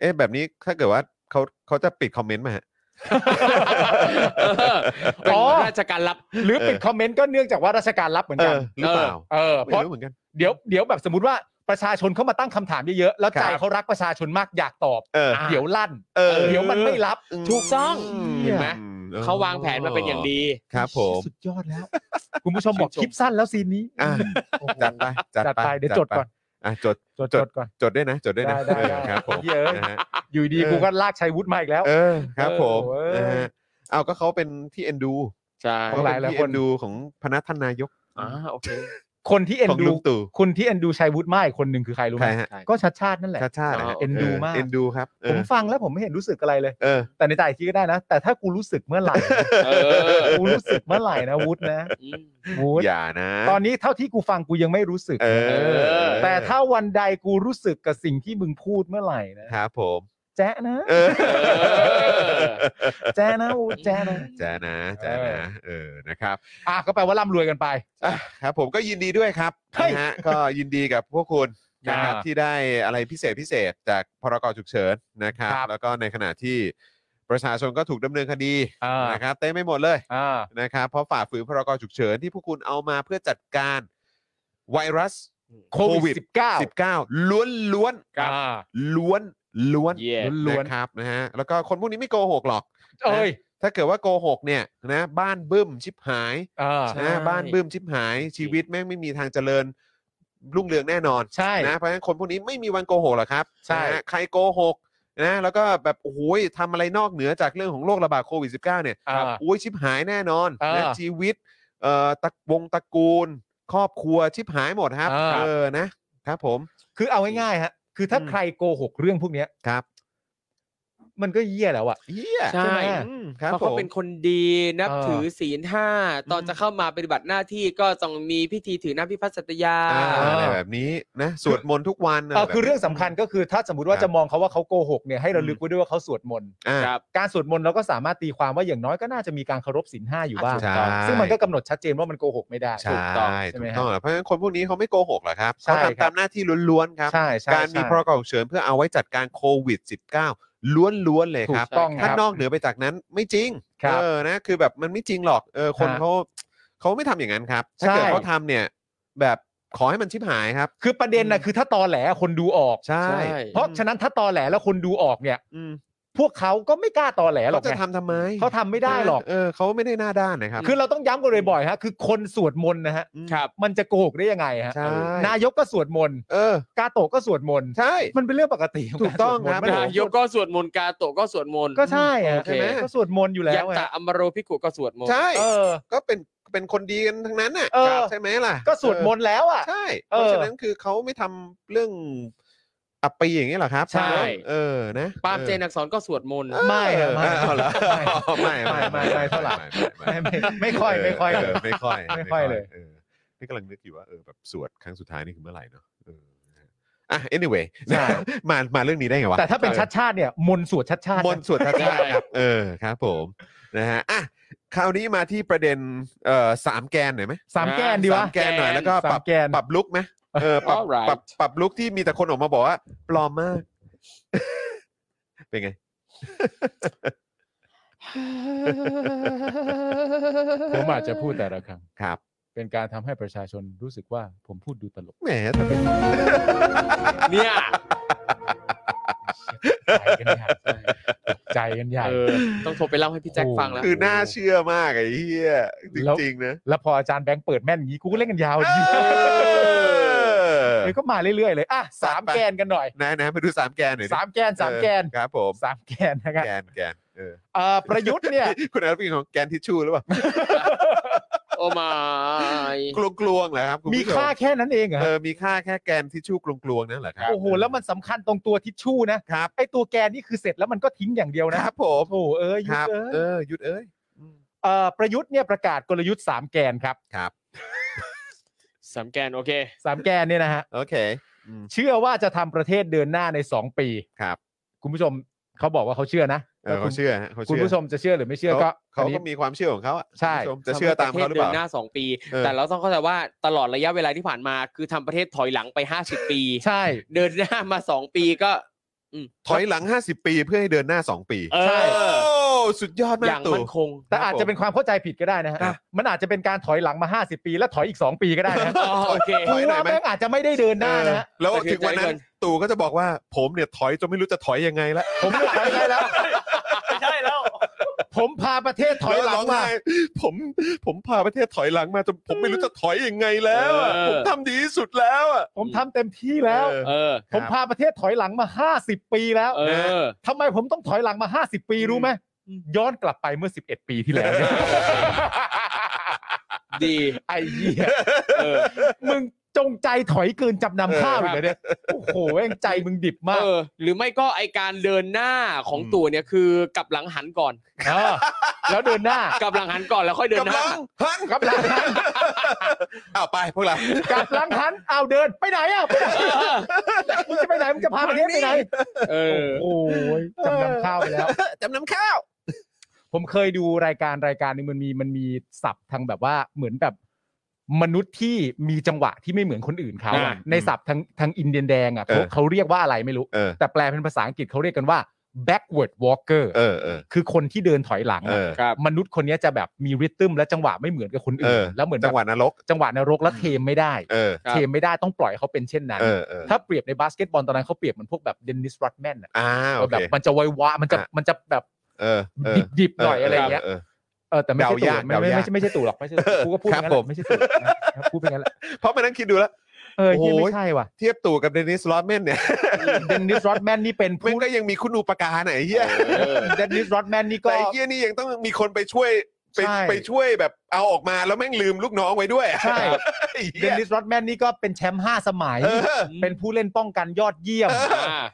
[SPEAKER 2] เอ๊ะแบบนี้ถ้าเกิดว่าเขาเขาจะปิดคอมเมนต์ไหม ฮะ
[SPEAKER 4] เออเป็น
[SPEAKER 3] อ๋อ
[SPEAKER 4] ราชการรับ
[SPEAKER 3] หรือ
[SPEAKER 2] เออ
[SPEAKER 3] ปิดคอมเมนต์ก็เนื่องจากว่าราชการรับเหมือน
[SPEAKER 2] เอ
[SPEAKER 3] กัน
[SPEAKER 2] อหรือเปล่า
[SPEAKER 3] เออเพ
[SPEAKER 2] ไม่
[SPEAKER 3] ราะ
[SPEAKER 2] รู้เหมือนกัน
[SPEAKER 3] เดี๋ยวเดี๋ยวแบบสมมติว่าประชาชนเข้ามาตั้งคำถามเยอะๆแล้วใจ
[SPEAKER 2] ครับ
[SPEAKER 3] เขารักประชาชนมากอยากตอบ
[SPEAKER 2] เออ
[SPEAKER 3] เดี๋ยวลั่น
[SPEAKER 2] เออ
[SPEAKER 3] เดี๋ยวมันไม่รับ
[SPEAKER 4] ถูกต้องเห็นไหม
[SPEAKER 2] อืออ
[SPEAKER 4] เขาวางแผนมาเป็นอย่างดี
[SPEAKER 2] ครับ ผม
[SPEAKER 3] สุดยอดแล้ว คุณผู้ชมบอก
[SPEAKER 4] ชื่นชม
[SPEAKER 3] คลิปสั้นแล้วซีนนี้
[SPEAKER 2] อ่ะ
[SPEAKER 3] โอ้โห
[SPEAKER 2] จัดไปจัด
[SPEAKER 3] จัด
[SPEAKER 2] ไป
[SPEAKER 3] ไปเดี๋ยวจดก่อน
[SPEAKER 2] อ่ะจด
[SPEAKER 3] จด
[SPEAKER 2] จ
[SPEAKER 3] จ
[SPEAKER 2] ด
[SPEAKER 3] ดก่อน
[SPEAKER 2] จดด้วยนะ จดด้วยนะ
[SPEAKER 3] ได้ได้ได้
[SPEAKER 2] เออครับผม
[SPEAKER 3] เยอะ
[SPEAKER 2] นะฮะ
[SPEAKER 3] อยู่ดี
[SPEAKER 2] เออ
[SPEAKER 3] กูก็ลากชัยวุฒิมาอีกแล้ว
[SPEAKER 2] เออครับผม
[SPEAKER 3] เออ
[SPEAKER 2] นะฮะเอาก็เขาเป็นที่เอ็นดู
[SPEAKER 4] ใช่
[SPEAKER 2] เขาเป็น
[SPEAKER 3] หลายๆ
[SPEAKER 2] ที่
[SPEAKER 3] ค
[SPEAKER 2] เอ็
[SPEAKER 3] น
[SPEAKER 2] นดูของพนักท่านนายก
[SPEAKER 4] อ่าโอเค
[SPEAKER 3] คนที่เอ็น
[SPEAKER 2] ของ
[SPEAKER 3] ดู
[SPEAKER 2] ลุงตู่
[SPEAKER 3] คนที่เอ็นดูชัยวุฒิมาอีกคนหนึ่งคือใครรู้ไห
[SPEAKER 2] ใค
[SPEAKER 3] ม
[SPEAKER 2] รฮะ
[SPEAKER 3] ก็ชัดชาตินั่นแหละ
[SPEAKER 2] ชาติชาติเหรอฮะ
[SPEAKER 3] เอ็นดูมาก
[SPEAKER 2] เอ็นดูครับเอ
[SPEAKER 3] ผม
[SPEAKER 2] อ
[SPEAKER 3] ฟังแล้วผมไม่เห็นรู้สึกอะไรเลย
[SPEAKER 2] เออ
[SPEAKER 3] แต่ในใจอีกทีก็ได้นะ แต่ถ้ากูรู้สึกเมื่อไหร่
[SPEAKER 4] เออ
[SPEAKER 3] กูรู้สึกเมื่อไหร่นะวุฒินะ
[SPEAKER 4] อืม
[SPEAKER 3] วุฒิ
[SPEAKER 2] อย่านะ
[SPEAKER 3] ตอนนี้เท่าที่กูฟังกูยังไม่รู้สึก
[SPEAKER 2] เออ
[SPEAKER 3] แต่ถ้าวันใดกูรู้สึกกับสิ่งที่มึงพูดเมื่อไหร่นะครับ
[SPEAKER 2] ผม
[SPEAKER 3] แจ๊ะนะ
[SPEAKER 2] เออ
[SPEAKER 4] อ
[SPEAKER 3] แจ๊ะนะวุฒิแจ๊ะนะ
[SPEAKER 2] แจ้านะแจ้านะเออนะครับ
[SPEAKER 3] อ่ะก็แปลว่าร่ำรวยกันไป
[SPEAKER 2] อ่ะครับผมก็ยินดีด้วยครับ
[SPEAKER 3] เฮ้ย
[SPEAKER 2] นะฮะก็ยินดีกับพวกคุณ นะครับ
[SPEAKER 3] อ่า
[SPEAKER 2] ที่ได้อะไรพิเศษพิเศษจากพรกฉุกเฉินนะครับ
[SPEAKER 3] ครับ
[SPEAKER 2] แล้วก็ในขณะที่ประชาชนก็ถูกดำเนินคดี
[SPEAKER 3] อ่าน
[SPEAKER 2] นะครับเต้ไม่หมดเลย
[SPEAKER 3] อ่า
[SPEAKER 2] นะครับเพราะฝ่าฝืนพรกฉุกเฉินที่พวกคุณเอามาเพื่อจัดการไวรัส
[SPEAKER 3] โควิด19
[SPEAKER 2] 19ล้วนล้วนๆ
[SPEAKER 3] อ่า
[SPEAKER 2] ล้วนล้วน
[SPEAKER 4] เย่
[SPEAKER 3] ล้วน
[SPEAKER 2] นะครับนะฮะแล้วก็คนพวกนี้ไม่โกหกหรอก
[SPEAKER 3] เอ้ย
[SPEAKER 2] ถ้าเกิดว่าโกหกเนี่ยนะบ้านบึ้มชิบหาย
[SPEAKER 3] อ่า
[SPEAKER 2] นะบ้านบึ้มชิบหาย ชีวิตแม่งไม่มีทางเจริญรุ่งเรืองแน่นอน
[SPEAKER 3] ใช่
[SPEAKER 2] นะเพราะฉะนั้นคนพวกนี้ไม่มีวันโกหกหรอกครับ
[SPEAKER 3] ใช่
[SPEAKER 2] นะฮะใครโกหกนะแล้วก็แบบโอ้โหยทำอะไรนอกเหนือจากเรื่องของโรคระบาดโควิด -19 เนี่ย
[SPEAKER 3] อ่า
[SPEAKER 2] โอ้ยชิบหายแน่นอน
[SPEAKER 3] เออ
[SPEAKER 2] นะชีวิตเอ่อตระวงตระกูล ครอบครัวชิบหายหมดครับ
[SPEAKER 3] เออ
[SPEAKER 2] เออนะครับผม
[SPEAKER 3] คือเอาง่ายๆฮะคือถ้า
[SPEAKER 2] อืม
[SPEAKER 3] ใครโกหกเรื่องพวกเนี้ย
[SPEAKER 2] ครับ
[SPEAKER 3] มันก็เยี่ยแล้วอะ
[SPEAKER 2] เฮีย
[SPEAKER 4] ใช่
[SPEAKER 2] อืมครับ
[SPEAKER 4] เพราะ
[SPEAKER 2] ผ
[SPEAKER 4] เขา
[SPEAKER 2] ม
[SPEAKER 4] เป็นคนดีนับ
[SPEAKER 3] เออ
[SPEAKER 4] ถือศีลห้าตอนจะเข้ามาปฏิบัติหน้าที่ก็ต้องมีพิธีถือน้ำพิพัฒน์สัตยา
[SPEAKER 2] อ่าอะไรแบบนี้นะสวดมนต์ทุกวัน
[SPEAKER 3] เออคือ
[SPEAKER 2] แบบนี้
[SPEAKER 3] เรื่องสำคัญก็คือถ้าสมมติว่า
[SPEAKER 2] ครับ
[SPEAKER 3] จะมองเขาว่าเขาโกหกเนี่ยให้ระลึกไว้ด้วยว่าเขาสวดมนต์
[SPEAKER 2] อ่า
[SPEAKER 4] ครับ
[SPEAKER 3] การสวดมนต์เราก็สามารถตีความว่าอย่างน้อยก็น่าจะมีการเคารพศีลห้าอยู่บ้าง
[SPEAKER 2] ใช่
[SPEAKER 3] ซึ่งมันก็กำหนดชัดเจนว่ามันโกหกไม่ได้
[SPEAKER 2] ใช่ถูก
[SPEAKER 4] ต้
[SPEAKER 2] ต้
[SPEAKER 4] อ
[SPEAKER 2] อง ง
[SPEAKER 3] ใช่ไหมฮะ
[SPEAKER 2] เพราะฉะนั้นคนพวกนี้เขาไม่โกหกหรอกครับ
[SPEAKER 3] ใช่
[SPEAKER 2] เขา
[SPEAKER 3] ค
[SPEAKER 2] ทำ
[SPEAKER 3] รับ
[SPEAKER 2] ตามหน้าที่ล้วนๆครับ
[SPEAKER 3] ใช่ใช่
[SPEAKER 2] การมี
[SPEAKER 3] ใช่
[SPEAKER 2] พรกฉุกเฉินเพื่อเอาไว้จัดการโควิด -19 ล้วนๆเลย
[SPEAKER 3] ถู
[SPEAKER 2] ค
[SPEAKER 3] ก
[SPEAKER 2] รับ
[SPEAKER 3] ต้องค
[SPEAKER 2] ถ้า
[SPEAKER 3] รับ
[SPEAKER 2] นอกเหนือไปจากนั้นไม่จริง
[SPEAKER 3] ครับ
[SPEAKER 2] เออ นะ คือแบบมันไม่จริงหรอก เออ คน
[SPEAKER 3] ฮะ
[SPEAKER 2] เขาเขาไม่ทำอย่างนั้นครับ
[SPEAKER 3] ใช่
[SPEAKER 2] ถ้าเกิดเขาทำเนี่ย แบบขอให้มันชิบหายครับ
[SPEAKER 3] คือประเด็นนะคือถ้าตอแหลคนดูออก
[SPEAKER 2] ใช่
[SPEAKER 4] ใช่
[SPEAKER 3] เพราะฉะนั้นถ้าตอแหลแล้วคนดูออกเนี่ย
[SPEAKER 2] อืม
[SPEAKER 3] พวกเขาก็ไม่กล้าตอแหลหรอ
[SPEAKER 2] เขา
[SPEAKER 3] ก
[SPEAKER 2] จะ
[SPEAKER 3] ไง
[SPEAKER 2] ทำทำไม
[SPEAKER 3] เขาทำไม่ได้หรอก
[SPEAKER 2] เออ เขาไม่ได้หน้าด้านนะครับ
[SPEAKER 3] คือเราต้องย้ำกันบ่อยๆฮะคือคนสวดมนต์นะฮะ
[SPEAKER 4] ครับ
[SPEAKER 3] มันจะโกหกได้ยังไงฮะ
[SPEAKER 2] ใช่
[SPEAKER 3] นายกก็สวดมนต์
[SPEAKER 2] เออ
[SPEAKER 3] กาโตะก็สวดมนต์
[SPEAKER 2] ใช่
[SPEAKER 3] มันเป็นเรื่องปกติข
[SPEAKER 2] ถูกต้องค
[SPEAKER 3] กาสวดมน
[SPEAKER 2] รับ
[SPEAKER 3] มัน
[SPEAKER 4] นายกก็สวดมนต์กาโตะก็สวดมนต์
[SPEAKER 3] ก็ใช่ฮะ
[SPEAKER 4] โอเค
[SPEAKER 3] ก็สวดมนต์อยู่แล้
[SPEAKER 4] ยั
[SPEAKER 3] ว
[SPEAKER 4] ต
[SPEAKER 3] ไง
[SPEAKER 4] ตะอมโรพิกุก็สวดมนต์
[SPEAKER 2] ใช่
[SPEAKER 3] เออ
[SPEAKER 2] ก็เป็น เป็นคนดีกันทั้งนั้นน่ะ
[SPEAKER 3] เออ
[SPEAKER 2] ใช่ไหมล่ะ
[SPEAKER 3] ก็สวดมนต์แล้วอ่ะ
[SPEAKER 2] ใช่เพ
[SPEAKER 3] เอ
[SPEAKER 2] ราะ
[SPEAKER 3] อ
[SPEAKER 2] ฉะนั้นคือเขาไม่ทำเรื่องอับปีอย่างนี้ยหรอครับ
[SPEAKER 3] ใช่
[SPEAKER 2] เออ นะ
[SPEAKER 4] ปาล์ม
[SPEAKER 2] ออ
[SPEAKER 4] เจนอักษรก็สวดมนต์
[SPEAKER 3] ไม่
[SPEAKER 2] เอ
[SPEAKER 3] อะ
[SPEAKER 2] อ
[SPEAKER 3] ไม่
[SPEAKER 2] ไม่เอาละ
[SPEAKER 3] ไม่
[SPEAKER 2] ไม่ไม่
[SPEAKER 3] ไม่ไม่เท่าไหร่
[SPEAKER 2] ไม่
[SPEAKER 3] ไม่
[SPEAKER 2] ไม่
[SPEAKER 3] ไม่ไม่ค่อยไม่ค่อย
[SPEAKER 2] เไม่ค่อย
[SPEAKER 3] ไม่ค่อยเลย
[SPEAKER 2] ออนี่กำลังนึกอยู่ว่าเออแบบสวดครั้งสุดท้ายนี่คือเมื่อไหร่เนาะเอออ่ะ anyway มามาเรื่องนี้ได้ไงวะ
[SPEAKER 3] แต่ถ้าเป็นชัดชาติเนี่ยมนต์สวดชัดชาติ
[SPEAKER 2] มนต์สวดทัศน์ครับเออครับผมนะฮะอ่ะคราวนี้มาที่ประเด็นเอ่อสามแกนหน่อยไหม
[SPEAKER 3] สามแกน
[SPEAKER 2] สาว
[SPEAKER 3] ดีะ
[SPEAKER 2] มแกนหน่อยแล้วก็ป
[SPEAKER 3] สา
[SPEAKER 2] รั
[SPEAKER 3] ม
[SPEAKER 2] บ
[SPEAKER 3] แกน
[SPEAKER 2] ปรับลุกไหมเออปรับ
[SPEAKER 4] Alright
[SPEAKER 2] ปรับปรับลุกที่มีแต่คนออกมาบอกว่า ปลอมมาก เป็นไง
[SPEAKER 3] ผมอาจจะพูดแต่ละครั้ง
[SPEAKER 2] ครับ
[SPEAKER 3] เป็นการทำให้ประชาชนรู้สึกว่าผมพูดดูตลก
[SPEAKER 2] แหมแต่เป็น
[SPEAKER 4] เนี่ย
[SPEAKER 3] ใจกันใหญ่ใจกันใหญ่
[SPEAKER 4] เออต้องโทรไปเล่าให้พี่แจ็คฟัง แล้ว
[SPEAKER 2] คือน่าเชื่อมากไอ้เหี้ยจ
[SPEAKER 3] แล้ว
[SPEAKER 2] ริงๆนะ
[SPEAKER 3] แล้วพออาจารย์แบงค์เปิดแม่นอย่างนี้กูก็เล่นกันยาวดี
[SPEAKER 2] เออ
[SPEAKER 3] เดี๋ยวก็มาเรื่อยๆเลยอ่ะสาม
[SPEAKER 2] ไป
[SPEAKER 3] แกนกันหน่อย
[SPEAKER 2] นะนะไปดูสามแกนหน่อยดิ
[SPEAKER 3] สามแกนสามแกน
[SPEAKER 2] เออครับผม
[SPEAKER 3] สามแกนนะครับ
[SPEAKER 2] แกนแกนเออ
[SPEAKER 3] เอ่อประยุทธ์เนี่ย
[SPEAKER 2] คุณอนุทินของแกนทิชชู่หรือเปล่า
[SPEAKER 4] โอ้มาย
[SPEAKER 2] กลวงกลวงๆเหรอครับณ
[SPEAKER 3] มี
[SPEAKER 2] ผู้ช
[SPEAKER 3] ค่าแค่นั้นเองเหรอ
[SPEAKER 2] เออมีค่าแค่แกนทิชชู่กลวงกลวงๆนั่นเหรอครับ
[SPEAKER 3] โอ้โหแล้วมันสำคัญตรงตัวทิชชู่นะครับ ไอตัวแกนนี่คือเสร็จแล้วมันก็ทิ้งอย่างเดียวนะครับ
[SPEAKER 2] ผม
[SPEAKER 3] โอ้โหเอ้ย
[SPEAKER 2] ค
[SPEAKER 3] ยุท
[SPEAKER 2] รับ
[SPEAKER 3] ธเอ้
[SPEAKER 2] เอย อหยุดเอ้ย
[SPEAKER 3] เอ่อประยุทธ์เนี่ยประกาศกลยุทธ์สามแกนครับ
[SPEAKER 2] ครับ
[SPEAKER 4] สามแกนโอเค
[SPEAKER 3] สามแกนเนี่ยนะฮะ
[SPEAKER 2] โอเคอืม
[SPEAKER 3] เชื่อว่าจะทำประเทศเดินหน้าในสองปี
[SPEAKER 2] ครับ
[SPEAKER 3] คุณผู้ชมเขาบอกว่าเขาเชื่อนะ
[SPEAKER 2] เออเขา
[SPEAKER 3] คุณ
[SPEAKER 2] เชื่อฮะเขา
[SPEAKER 3] คุณ
[SPEAKER 2] เชื่อ
[SPEAKER 3] ผู้ชมจะเชื่อหรือไม่เชื่อ
[SPEAKER 2] เขา
[SPEAKER 3] ก็
[SPEAKER 2] เขา
[SPEAKER 3] อัน
[SPEAKER 2] ก็
[SPEAKER 3] นี้
[SPEAKER 2] มีความเชื่อของเขาอะ
[SPEAKER 3] ใช่
[SPEAKER 2] คุณผู้ชมจะเชื่อตามเขาหรือเปล่า
[SPEAKER 4] ทำปะทศดินหน้าสองปี
[SPEAKER 2] เออ
[SPEAKER 4] แต่เราต้องเข้าใจว่าตลอดระยะเวลาที่ผ่านมา คือทำประเทศถอยหลังไป 50 ปี
[SPEAKER 3] ใช่
[SPEAKER 4] เดินหน้ามา 2 ปีก็
[SPEAKER 2] ถอยหลัง 50 ปีเพื่อให้เดินหน้า 2 ปี
[SPEAKER 4] เออ
[SPEAKER 2] โอ้สุดยอด
[SPEAKER 4] อ
[SPEAKER 2] มาก
[SPEAKER 4] ย่าง
[SPEAKER 2] ตู่
[SPEAKER 4] มั่นคง
[SPEAKER 3] แต่อาจจะเป็นความเข้าใจผิดก็ได้นะฮะ
[SPEAKER 2] ครับ
[SPEAKER 3] มันอาจจะเป็นการถอยหลังมา 50 ปีแล้วถอยอีก 2 ปีก็ได้นะ
[SPEAKER 4] อ๋อโอเค
[SPEAKER 2] ถ
[SPEAKER 3] กู
[SPEAKER 2] อยหน่อย
[SPEAKER 3] ว่า
[SPEAKER 2] ไหม
[SPEAKER 3] แม่งอาจจะไม่ได้เดินหน้านะฮะ
[SPEAKER 2] เออแล้วถึงวันนั้นตู่ก็จะบอกว่าผมเนี่ยถอยจนไม่รู้จะถอยยังไงละ
[SPEAKER 3] ผมไม่ถอยได้แล้ว
[SPEAKER 4] ไม่ใช่แล้ว
[SPEAKER 3] ผมพาประเทศถอยหลัง
[SPEAKER 2] แวร้
[SPEAKER 3] มา
[SPEAKER 2] ไผมผมพาประเทศถอยหลังมาจนผมไม่รู้จะถอยยังไงแล้วอะ
[SPEAKER 4] เออ
[SPEAKER 2] ผมทำดีที่สุดแล้วอะ
[SPEAKER 3] ผมทำเต็มที่แล้ว
[SPEAKER 2] เออ
[SPEAKER 4] เออ
[SPEAKER 3] ผมพาประเทศถอยหลังมา 50 ปีแล้ว
[SPEAKER 4] เออ
[SPEAKER 3] ทำไมผมต้องถอยหลังมา 50 ปีรู้ไหมย้อนกลับไปเมื่อ 11 ปีที่แล้วเนี่ย
[SPEAKER 4] ดี
[SPEAKER 3] ไอ้เหี้ย
[SPEAKER 4] เออ
[SPEAKER 3] มึงจงใจถอยเกินจำนำข้าวอีกเลยเนี่ยโอ้โหแม่งใจมึงดิบมาก
[SPEAKER 4] เออ หรือไม่ก็ไอการเดินหน้าของ
[SPEAKER 2] อืม
[SPEAKER 4] ตัวเนี่ยคือกลับหลังหันก่อน
[SPEAKER 3] เออแล้วเดินหน้า
[SPEAKER 4] กลับหลังหันก่อนแล้วค่อยเดินห
[SPEAKER 2] กำ
[SPEAKER 4] น้า
[SPEAKER 2] ลังหัน
[SPEAKER 3] กำลังหัน
[SPEAKER 2] อ้าวไปพวกเรา
[SPEAKER 3] กลับหลังหันเอาเดินไปไหนอ่ะไปไหนมึงจะไปไหนมึงจะพาประเทศไปไหน
[SPEAKER 4] เออ
[SPEAKER 3] โอ้ยจำนำข้าวไปแล้ว
[SPEAKER 2] จำนำข้าว
[SPEAKER 3] ผมเคยดูรายการรายการหนึงมันมีมันมีศัพท์ทางแบบว่าเหมือนแบบ มนุษย์ที่มีจังหวะที่ไม่เหมือนคนอื่นเขาอะ
[SPEAKER 2] อ่า
[SPEAKER 3] ในศัพท์ทางทางอินเดียนแดงอ่ะเขา
[SPEAKER 2] เออ
[SPEAKER 3] เขาเรียกว่าอะไรไม่รู้
[SPEAKER 2] เออ
[SPEAKER 3] แต่แปลเป็นภาษาอังกฤษเขาเรียกกันว่า backward walker
[SPEAKER 2] เออ เออ
[SPEAKER 3] คือคนที่เดินถอยหลัง
[SPEAKER 2] เออ
[SPEAKER 3] อะ
[SPEAKER 4] ครับ
[SPEAKER 3] มนุษย์คนเนี้ยจะแบบมีริทึมและจังหวะไม่เหมือนกับคนอื่น
[SPEAKER 2] เออ
[SPEAKER 3] แล้วเหมือน
[SPEAKER 2] จังหวะนรก
[SPEAKER 3] จังหวะนรกและเทมไม่ได้
[SPEAKER 2] เออ
[SPEAKER 4] ครับ
[SPEAKER 3] เทมไม่ได้ต้องปล่อยเขาเป็นเช่นนั้น
[SPEAKER 2] เออ เออ
[SPEAKER 3] ถ้าเปรียบในบาสเกตบอลตอนนั้นเขาเปรียบเหมือนพวกแบบเดนนิสรัดแมนอะ
[SPEAKER 2] อ่าโอ
[SPEAKER 3] แบ
[SPEAKER 2] เค
[SPEAKER 3] บมันจะวายวะมันจะ
[SPEAKER 2] อ่ะ
[SPEAKER 3] มันจะแบบ
[SPEAKER 2] เออ เออ
[SPEAKER 3] ดิบๆหน่อยอะไรอย่างเงี้ย
[SPEAKER 2] เออ
[SPEAKER 3] เออแต่ไม่ใช่ตู่
[SPEAKER 2] เดายาก
[SPEAKER 3] ไม่ไม่
[SPEAKER 2] เดายาก
[SPEAKER 3] ไม่ใช่ไม่ใช่ตู่หรอกไม่ใช่ตู่กูก็พูดอย่างนั้
[SPEAKER 2] ครับ
[SPEAKER 3] น
[SPEAKER 2] ผ
[SPEAKER 3] แห
[SPEAKER 2] ม
[SPEAKER 3] ละไม่ใช่ตู่นะครับพูดเป็นงั้นแหละ
[SPEAKER 2] เพราะมานั่งคิดดูแล้ว
[SPEAKER 3] เออเหี้ย
[SPEAKER 2] โอ้ย
[SPEAKER 3] ไม่ใช่ว่ะ
[SPEAKER 2] เทียบตู่กับเดนิสลอตแมน เนี่ย
[SPEAKER 3] เดนนิสรอดแมนนี่เป็น
[SPEAKER 2] แม่ง
[SPEAKER 3] ผู้
[SPEAKER 2] ก็ยังมีคุณอุปการไหนเฮีย
[SPEAKER 3] เดนนิสรอดแมนนี่ก็
[SPEAKER 2] แต่ไอ้เฮียนี่ยังต้องมีคนไปช่วยไป
[SPEAKER 3] ใช่
[SPEAKER 2] ไปช่วยแบบเอาออกมาแล้วแม่งลืมลูกน้องไว้ด้วย
[SPEAKER 3] ใช่
[SPEAKER 2] ไอ้
[SPEAKER 3] เด
[SPEAKER 2] เฮีย
[SPEAKER 3] นนิสรอดแมนนี่ก็เป็นแชมป์ห้าสมัย
[SPEAKER 2] เออ
[SPEAKER 3] เป็นผู้เล่นป้องกันยอดเยี่ยม
[SPEAKER 2] เอ
[SPEAKER 4] อ่า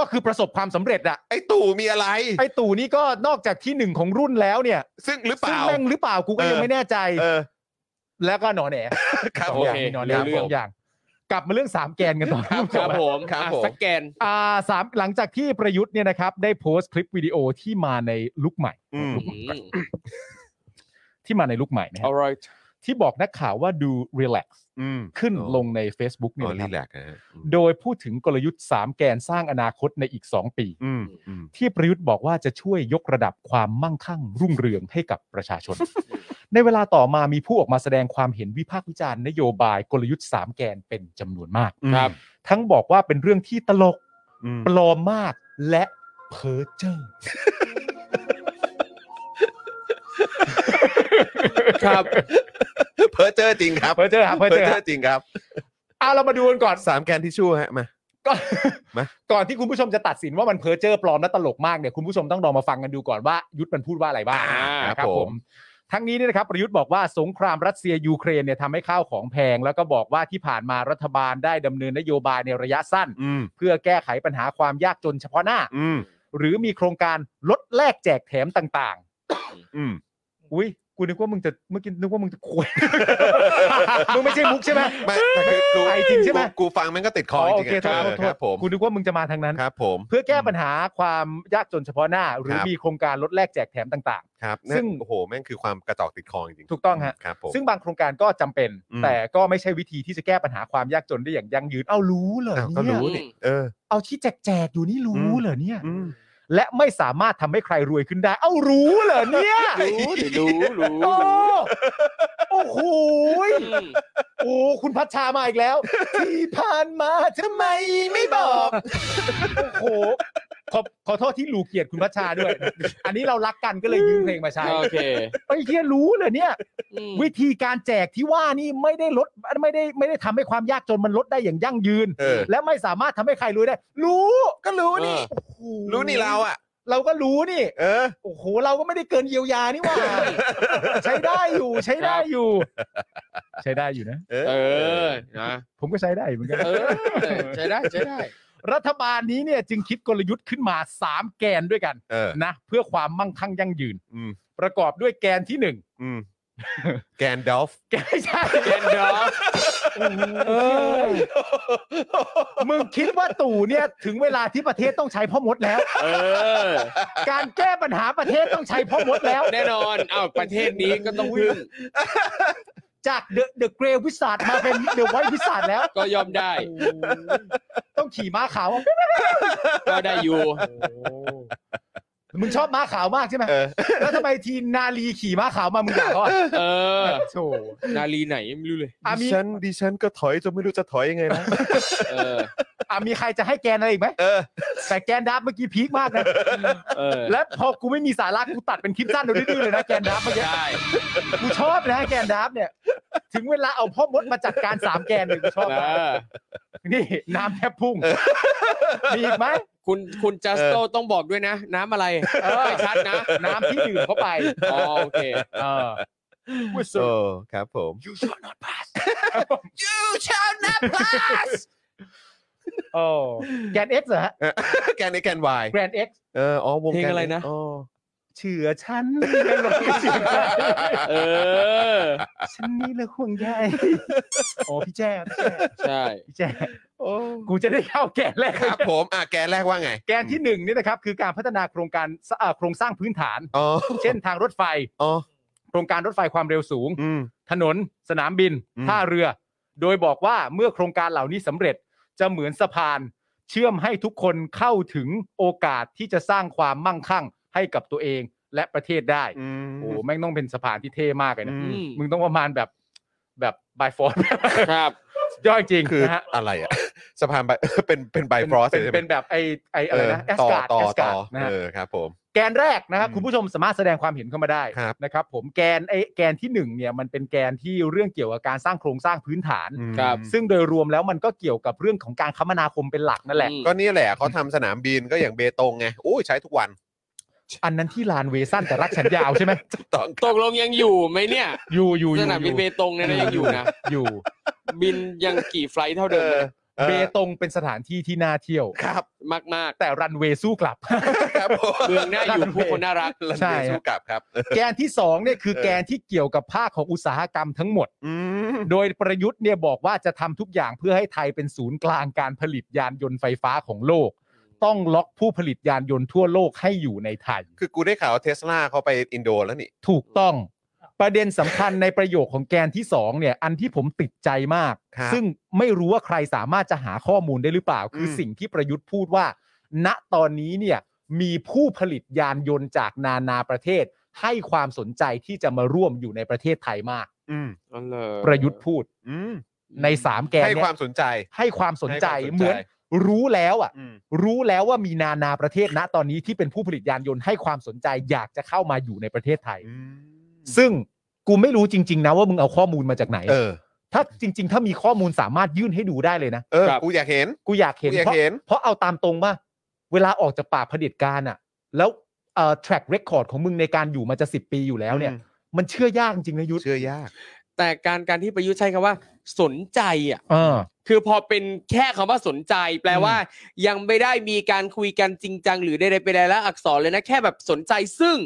[SPEAKER 3] ก็คือประสบความสำเร็จ อะ
[SPEAKER 2] ไอ้ตู่มีอะไร
[SPEAKER 3] ไอตู่นี่ก็นอกจากที่หนึ่งของรุ่นแล้วเนี่ย
[SPEAKER 2] ซึ่งหรือเป
[SPEAKER 3] ซึ่ง
[SPEAKER 2] ล่า
[SPEAKER 3] แม่งหรือเปล่ากูก็ยัง
[SPEAKER 2] เออ
[SPEAKER 3] ไม่แน่ใจ
[SPEAKER 2] เออ
[SPEAKER 3] แล้วก็หนอแหน
[SPEAKER 2] ครับ
[SPEAKER 3] ส
[SPEAKER 2] ผ
[SPEAKER 3] อ
[SPEAKER 2] ม
[SPEAKER 3] งอย่าง
[SPEAKER 4] โอเค
[SPEAKER 3] มีหนอแหน
[SPEAKER 4] เรื่
[SPEAKER 3] ส
[SPEAKER 4] อง
[SPEAKER 3] องอย่าง กลับมาเรื่องสามแกนกันต่อ
[SPEAKER 4] ครับผม
[SPEAKER 2] ครับ
[SPEAKER 4] อ่ะ
[SPEAKER 2] ผม
[SPEAKER 4] สแกน
[SPEAKER 3] อ่าสามหลังจากที่ประยุทธ์เนี่ยนะครับ ได้โพสต์คลิปวิดีโอที่มาในลุกใหม่
[SPEAKER 2] อืม
[SPEAKER 3] ที่มาในลุกใหม่นะฮะ
[SPEAKER 4] alright
[SPEAKER 3] ที่บอกนักข่าวว่าดูรีแลกซ์
[SPEAKER 2] อืม
[SPEAKER 3] ขึ้น
[SPEAKER 2] อ๋อ
[SPEAKER 3] ลงใน Facebook
[SPEAKER 2] อ๋
[SPEAKER 3] เนี่ย
[SPEAKER 2] อรี
[SPEAKER 3] นะ
[SPEAKER 2] แล
[SPEAKER 3] ครับ
[SPEAKER 2] กซ์นะฮะ
[SPEAKER 3] โดยพูดถึงกลยุทธ์ 3 แกนสร้างอนาคตในอีก 2 ปี
[SPEAKER 2] อืมอืม
[SPEAKER 3] ที่ประยุทธ์บอกว่าจะช่วยยกระดับความมั่งคั่งรุ่งเรืองให้กับประ ชาชน ในเวลาต่อมามีผู้ออกมาแสดงความเห็นวิพากษ์วิจารณ์นโยบายกลยุทธ์ 3 แกนเป็นจำนวนมาก
[SPEAKER 2] ครับ
[SPEAKER 3] ทั้งบอกว่าเป็นเรื่องที่ตลก
[SPEAKER 2] อืม
[SPEAKER 3] ปลอมมากและเพ้อเจ้อ
[SPEAKER 4] ครับ
[SPEAKER 2] เพอเจอจริงครับ
[SPEAKER 3] เพ้อเจ้อครับเพ้อเจ้อ
[SPEAKER 2] อจริงครับ
[SPEAKER 3] เอาเรามาดูกันก่อน
[SPEAKER 2] สามแกนที่ชู่ฮะมา
[SPEAKER 3] ก่อน
[SPEAKER 2] มา
[SPEAKER 3] ก่อนที่คุณผู้ชมจะตัดสินว่ามันเพอเจอร์ปลอมและตลกมากเนี่ยคุณผู้ชมต้องลองมาฟังกันดูก่อนว่ายุทธมันพูดว่าอะไรบ้าง
[SPEAKER 4] อ่า
[SPEAKER 3] นะครับผม ทั้งนี้เนี่ยนะครับประยุทธ์บอกว่าสงครามรัสเซียยูเครนเนี่ยทำให้ข้าวของแพง แล้วก็บอกว่าที่ผ่านมารัฐบาลได้ดำเนินนโยบายในระยะสั้น
[SPEAKER 2] อืม
[SPEAKER 3] เพื่อแก้ไขปัญหาความยากจนเฉพาะหน้า
[SPEAKER 2] อืม
[SPEAKER 3] หรือมีโครงการลดแลกแจกแถมต่าง
[SPEAKER 2] อืม
[SPEAKER 3] ๆ อุ้ยกูนึกว่ามึงจะเมื่อกี้นึกว่ามึงจะควย มึงไม่ใช่มุกใช่ไหม
[SPEAKER 2] ไม่แต่คือกู
[SPEAKER 3] ไอ้จริงใช่ไหม
[SPEAKER 2] กูกูฟังมันก็ติดคอจ
[SPEAKER 3] โอ
[SPEAKER 2] ริงๆ
[SPEAKER 3] เคโทษ
[SPEAKER 2] อะ
[SPEAKER 3] โทษโท
[SPEAKER 2] ครั
[SPEAKER 3] ษ
[SPEAKER 2] บผม
[SPEAKER 3] กูนึกว่ามึงจะมาทางนั้น
[SPEAKER 2] ครับผม
[SPEAKER 3] เพื่อแก้ปัญหาความยากจนเฉพาะหน้า หรือ
[SPEAKER 2] ครับ
[SPEAKER 3] มีโครงการลดแลกแจกแถมต่าง
[SPEAKER 2] ครับ
[SPEAKER 3] ซึ่
[SPEAKER 2] ซึ่ง
[SPEAKER 3] ง
[SPEAKER 2] โอ้โหแม่งคือความกระจอกติดคอจริงๆ
[SPEAKER 3] ถูกต้องฮะ
[SPEAKER 2] ครับผม
[SPEAKER 3] ๆ ซึ่งบางโครงการก็จำเป็น
[SPEAKER 2] อืม
[SPEAKER 3] แต่ก็ไม่ใช่วิธีที่จะแก้ปัญหาความยากจนได้อย่างยั่งยืน เอ้ารู้เหรอ
[SPEAKER 2] อ้าวก็
[SPEAKER 3] เนี่ย
[SPEAKER 2] รู้นี่เออ
[SPEAKER 3] เอาที่แจกแจกๆอยู่นี่
[SPEAKER 2] อื
[SPEAKER 3] รู้
[SPEAKER 2] ม
[SPEAKER 3] เหรอเนี่ย
[SPEAKER 2] อืม
[SPEAKER 3] และไม่สามารถทำให้ใครรวยขึ้นได้ เอ้ารู้เหรอเนี่ย
[SPEAKER 4] รู้ดิรู้รู้
[SPEAKER 3] โอ้โอ้โหย
[SPEAKER 4] อืม
[SPEAKER 3] โอ้คุณพัชชามาอีกแล้ว ที่ผ่านมาทำไมไม่บอกโอ้โหขอขอโทษที่หลูเกียรติคุณพัชชาด้วย อันนี้เรารักกันก็เลยยืมเพลงมาใช้
[SPEAKER 4] โอเค
[SPEAKER 3] ไอ้เฮียรู้เลยเนี่ย
[SPEAKER 4] อืม
[SPEAKER 3] วิธีการแจกที่ว่านี่ไม่ได้ลดไม่ได้ไม่ได้ทำให้ความยากจนมันลดได้อย่างยั่งยืน
[SPEAKER 2] เออ
[SPEAKER 3] และไม่สามารถทำให้ใครรวยได้ รู้
[SPEAKER 2] ก็รู้นี่
[SPEAKER 4] เออ
[SPEAKER 3] โอ้โห
[SPEAKER 2] รู้นี่เราอ่ะ
[SPEAKER 3] เราก็รู้นี่
[SPEAKER 2] เออ
[SPEAKER 3] โอ้โหเราก็ไม่ได้เกินเยียวยานี่หว่า ใช้ ได้อยู่ใช้ได้อยู่ ใช้ได้อยู่นะ
[SPEAKER 2] เออ
[SPEAKER 4] เออนะ
[SPEAKER 3] ผมก็ใช้ได้เหมือนกัน
[SPEAKER 4] เออใช้ได้ใช้ได้
[SPEAKER 3] รัฐบาลนี้เนี่ยจึงคิดกลยุทธ์ขึ้นมา 3 แกนด้วยกัน
[SPEAKER 2] เออ
[SPEAKER 3] นะเพื่อความมั่งคั่งยั่งยืน
[SPEAKER 2] อืม
[SPEAKER 3] ประกอบด้วยแกนที่หนึ่ง
[SPEAKER 2] อืม แกนดอฟ
[SPEAKER 3] แกนไม่ใช่
[SPEAKER 4] แกนดอฟ
[SPEAKER 3] เออมึงคิดว่าตู่เนี่ยถึงเวลาที่ประเทศต้องใช้พ่อมดแล้ว
[SPEAKER 4] เออ
[SPEAKER 3] การแก้ปัญหาประเทศต้องใช้พ่อมดแล้ว
[SPEAKER 4] แน่นอนเอ้าวประเทศนี้ก็ต้องพึ่ง
[SPEAKER 3] จากเดอะเดอะเกรวิสาดมาเป็นเดอะไวท์วิสาดแล้ว
[SPEAKER 4] ก็ยอมได้
[SPEAKER 3] ต้องขี่ม้าขาว
[SPEAKER 4] ก็ได้อยู่
[SPEAKER 3] มึงชอบม้าขาวมากใช่ไหม
[SPEAKER 2] เออ
[SPEAKER 3] แล้วทำไมทีนาลีขี่ม้าขาวมามึงด่าเขาอ่ะ
[SPEAKER 4] เออ
[SPEAKER 3] โธ่
[SPEAKER 4] นาลีไหนไม่รู้เลย
[SPEAKER 3] อ่ะ
[SPEAKER 2] ดิ
[SPEAKER 3] มี
[SPEAKER 2] ฉันดิฉันก็ถอยจนไม่รู้จะถอยยังไงแล้ว
[SPEAKER 4] เออ
[SPEAKER 3] อ่ะมีใครจะให้แกนอะไรอีกไหม
[SPEAKER 2] เออ
[SPEAKER 3] แต่แกนดับเมื่อกี้พีคมากนะ
[SPEAKER 4] เออ
[SPEAKER 3] และพอกูไม่มีสาระกูตัดเป็นคลิปสั้นเดี๋ยวดื้อๆเลยนะแกนดับเมื่อกี้
[SPEAKER 4] ใช่
[SPEAKER 3] กูชอบนะแกนดับเนี่ย ถึงเวลาเอาพ่อมดมาจัดการสามแกนเลยกูชอบ
[SPEAKER 4] เอ
[SPEAKER 3] นะ
[SPEAKER 4] อ
[SPEAKER 3] นี่น้ำแทบพุ่งมีอีกไหม
[SPEAKER 4] คุณคุณจัสโตต้องบอกด้วยนะ น้ำอะไรไม่ชัดนะ
[SPEAKER 3] น้ำที่ดื่มเข้าไป
[SPEAKER 4] อ๋อโอเค
[SPEAKER 3] เออ
[SPEAKER 2] โอ้ครับผม
[SPEAKER 3] you shall not pass you shall not pass โอ้แกน X เหรอฮะ
[SPEAKER 2] แกนในแกนวาย
[SPEAKER 3] แกรน X
[SPEAKER 2] เออ อ๋อ วง
[SPEAKER 4] เพลง
[SPEAKER 2] แก
[SPEAKER 4] อะไรนะ
[SPEAKER 2] อ๋อ
[SPEAKER 3] เชื่อฉันไม่หลงเชื่อ
[SPEAKER 4] เออ
[SPEAKER 3] ฉันนี่เลยห่วงใย โอ้พี่แจ้พี่แจ้
[SPEAKER 4] ใช่
[SPEAKER 3] พี่แจ้
[SPEAKER 2] โอ้
[SPEAKER 3] กูจะได้เข้าแกนแรก
[SPEAKER 2] ครับผม อ่ะ แกนแรกว่าไง
[SPEAKER 3] แกนที่หนึ่งนี่นะครับ คือการพัฒนาโครงการเอ่อโครงสร้างพื้นฐาน
[SPEAKER 2] อ๋อ
[SPEAKER 3] เช่นทางรถไฟ
[SPEAKER 2] อ๋อ
[SPEAKER 3] โครงการรถไฟความเร็วสูง
[SPEAKER 2] อืม
[SPEAKER 3] ถนน สนามบิน
[SPEAKER 2] อืม
[SPEAKER 3] ท่าเรือ โดยบอกว่าเมื่อโครงการเหล่านี้สำเร็จจะเหมือนสะพาน เชื่อมให้ทุกคนเข้าถึงโอกาสที่จะสร้างความมั่งคั่งให้กับตัวเองและประเทศได้
[SPEAKER 2] อืม
[SPEAKER 3] โอ้โหแม่งต้องเป็นสะพานที่เท่มากเลยนะ
[SPEAKER 2] อื
[SPEAKER 4] อืม
[SPEAKER 3] มึงต้องประมาณแบบแบบบายฟอร์
[SPEAKER 4] ครับ
[SPEAKER 3] ย่อยจริง
[SPEAKER 2] คือ
[SPEAKER 3] นะฮะ
[SPEAKER 2] อะไรอ่ะ สะพานใบ เป็นเป็นใบฟรอส
[SPEAKER 3] เป็นเป็นเป็นแบบไอไออะไรนะแอส
[SPEAKER 2] ต่อ
[SPEAKER 3] การ์ด
[SPEAKER 2] ต่อ
[SPEAKER 3] แอส
[SPEAKER 2] ต่
[SPEAKER 3] กา
[SPEAKER 2] อ
[SPEAKER 3] ร์ดนะฮะ
[SPEAKER 2] เออครับผม
[SPEAKER 3] แกนแรกนะครับ
[SPEAKER 2] อืม
[SPEAKER 3] คุณผู้ชมสามารถแสดงความเห็นเข้ามาได้
[SPEAKER 2] ครับ
[SPEAKER 3] นะครับผมแกนไอแกนที่หนึ่งเนี่ยมันเป็นแกนที่เรื่องเกี่ยวกับการสร้างโครงสร้างพื้นฐาน
[SPEAKER 2] อืม
[SPEAKER 4] ครับ
[SPEAKER 3] ซึ่งโดยรวมแล้วมันก็เกี่ยวกับเรื่องของการคมนาคมเป็นหลักนั่นแหละ
[SPEAKER 4] อืม
[SPEAKER 2] ก็นี่แหละเขาทำสนามบินก็อย่างเบตงไงโอ้ยใช้ทุกวัน
[SPEAKER 3] อันนั้นที่ลานเวสั้นแต่รักฉันยาวใช่ไหม
[SPEAKER 2] ต้อง
[SPEAKER 4] ตกลงยังอยู่ไหมเนี่ย
[SPEAKER 3] อยู่อยู่อ
[SPEAKER 4] ส
[SPEAKER 3] ยู่
[SPEAKER 4] นามบินเบตงเนี่ยนะ ยังอยู่นะ
[SPEAKER 3] อยู่
[SPEAKER 4] บินยังกี่ไฟลท์เท่า
[SPEAKER 2] เอ
[SPEAKER 4] เดิม
[SPEAKER 2] อออ
[SPEAKER 3] เบตงเป็นสถานที่ที่น่าเที่ยว
[SPEAKER 2] ครับ
[SPEAKER 4] มากมาก
[SPEAKER 3] แต่รันเวย์สู้กลับ
[SPEAKER 2] ครับผม
[SPEAKER 4] ๆเมืองน่าอยู่ผู้คนน่ารัก
[SPEAKER 2] ลัน
[SPEAKER 3] ใช่
[SPEAKER 2] เด
[SPEAKER 3] ฮะ
[SPEAKER 2] สู้กลับ ครับ
[SPEAKER 3] แกนที่สองเนี่ยคือ
[SPEAKER 2] เออ
[SPEAKER 3] แกนที่เกี่ยวกับภาคของอุตสาหกรรมทั้งหมด
[SPEAKER 2] อืม
[SPEAKER 3] โดยประยุทธ์เนี่ยบอกว่าจะทำทุกอย่างเพื่อให้ไทยเป็นศูนย์กลางการผลิตยานยนต์ไฟฟ้าของโลก ต้องล็อกผู้ผลิตยานยนต์ทั่วโลกให้อยู่ในไทย
[SPEAKER 2] คือกูได้ข่าวเทสลาเขาไปอินโดแล้วนี่
[SPEAKER 3] ถูกต้องประเด็นสำคัญในประโยคของแกนที่สองเนี่ยอันที่ผมติดใจมาก
[SPEAKER 2] ครับ
[SPEAKER 3] ซึ่งไม่รู้ว่าใครสามารถจะหาข้อมูลได้หรือเปล่า คือสิ่งที่ประยุทธ์พูดว่า ณตอนนี้เนี่ยมีผู้ผลิตยานยนต์จากนานาประเทศ ให้ความสนใจที่จะมาร่วมอยู่ในประเทศไทยมาก
[SPEAKER 2] อืม
[SPEAKER 3] ประยุทธ์พูด
[SPEAKER 2] อืม
[SPEAKER 3] ในสามแกน
[SPEAKER 2] ให้
[SPEAKER 3] เนี่ยว
[SPEAKER 2] คามสนใจ
[SPEAKER 3] ให้ความสนใจ
[SPEAKER 2] ให้ความสนใจ
[SPEAKER 3] เหมือนรู้แล้วอ่ะ
[SPEAKER 2] อืม
[SPEAKER 3] รู้แล้วว่ามีนานาประเทศณตอนนี้ที่เป็นผู้ผลิตยานยนต์ให้ความสนใจ อยากจะเข้ามาอยู่ในประเทศไทย
[SPEAKER 2] อืม
[SPEAKER 3] ซึ่งกูไม่รู้จริง ๆ นะว่ามึงเอาข้อมูลมาจากไหน
[SPEAKER 2] เออ
[SPEAKER 3] ถ้าจริง ๆ ถ้ามีข้อมูลสามารถยื่นให้ดูได้เลยนะ
[SPEAKER 2] เออ
[SPEAKER 4] ครับ
[SPEAKER 2] กูอยากเห็น
[SPEAKER 3] กูอยากเห็น
[SPEAKER 2] กูอยาก
[SPEAKER 3] เพราะ
[SPEAKER 2] เห็น
[SPEAKER 3] เพราะเอาตามตรงว่าเวลาออกจากปากเผด็จการอ่ะ แล้วเอ่อ track record ของมึงในการอยู่มาจะสิบปีอยู่แล้วเนี่ย มันเชื่อยากจริงๆนะยุทธ
[SPEAKER 2] เชื่อยาก
[SPEAKER 4] แต่การการที่ประยุทธ์ใช้คำว่า สนใจอ่ะ
[SPEAKER 3] เออ
[SPEAKER 4] คือพอเป็นแค่คำว่าสนใจ แปลว่า ยังไม่ได้มีการคุยกันจริงจัง หรือใดๆไปใดละอักษรเลยนะ แค่แบบสนใจซึ่ง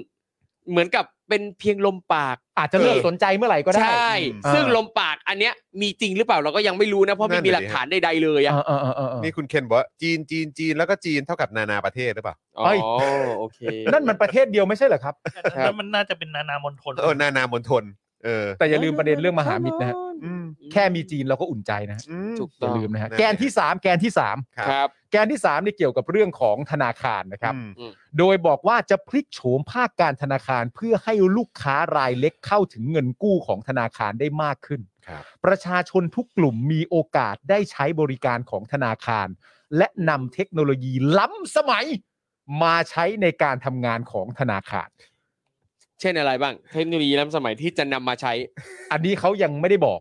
[SPEAKER 4] เหมือนกับเป็นเพียงลมปาก
[SPEAKER 3] อาจจะเลิกสนใจเมื่อไหร่ก็ได้
[SPEAKER 4] ใช่
[SPEAKER 3] อืม
[SPEAKER 4] ซึ่งลมปากอันเนี้ยมีจริงหรือเปล่าเราก็ยังไม่รู้นะเพราะไม่มีหลักฐานใดๆเลยอะ
[SPEAKER 3] เออเออเออเออเออ
[SPEAKER 2] นี่คุณเคนบอกว่าจีนจีนจีนแล้วก็จีนเท่ากับนานาประเทศหรือเปล่า
[SPEAKER 4] อ๋
[SPEAKER 3] เอ้
[SPEAKER 4] อย โอเค
[SPEAKER 3] นั่นมันประเทศเดียวไม่ใช่เหรอครับ
[SPEAKER 8] แล้วมันน่าจะเป็นนานามนทน
[SPEAKER 2] เออนานามณฑลเออ
[SPEAKER 3] แต่อย่าลืมประเด็นเรื่องมหามิตรนะฮะ
[SPEAKER 2] อืม
[SPEAKER 3] แค่มีจีนเราก็อุ่นใจนะฮะ
[SPEAKER 2] อืม
[SPEAKER 4] ถูก
[SPEAKER 3] อ
[SPEAKER 4] ต้
[SPEAKER 3] ย่า
[SPEAKER 4] อง
[SPEAKER 3] ลืมนะฮะ
[SPEAKER 2] นั่นไง
[SPEAKER 3] แกนที่สามแกนที่สาม
[SPEAKER 4] ครับ
[SPEAKER 3] แกนที่สามนี่เกี่ยวกับเรื่องของธนาคารนะครับ
[SPEAKER 2] อืม
[SPEAKER 3] โดยบอกว่าจะพลิกโฉมภาคการธนาคารเพื่อให้ลูกค้ารายเล็กเข้าถึงเงินกู้ของธนาคารได้มากขึ้น
[SPEAKER 2] ครับ
[SPEAKER 3] ประชาชนทุกกลุ่มมีโอกาสได้ใช้บริการของธนาคาร และนำเทคโนโลยีล้ำสมัย มาใช้ในการทำงานของธนาคาร
[SPEAKER 4] เช่นอะไรบ้าง เทคโนโลยีล้ำสมัยที่จะนำมาใช้
[SPEAKER 3] อันนี้เขายังไม่ได้บอก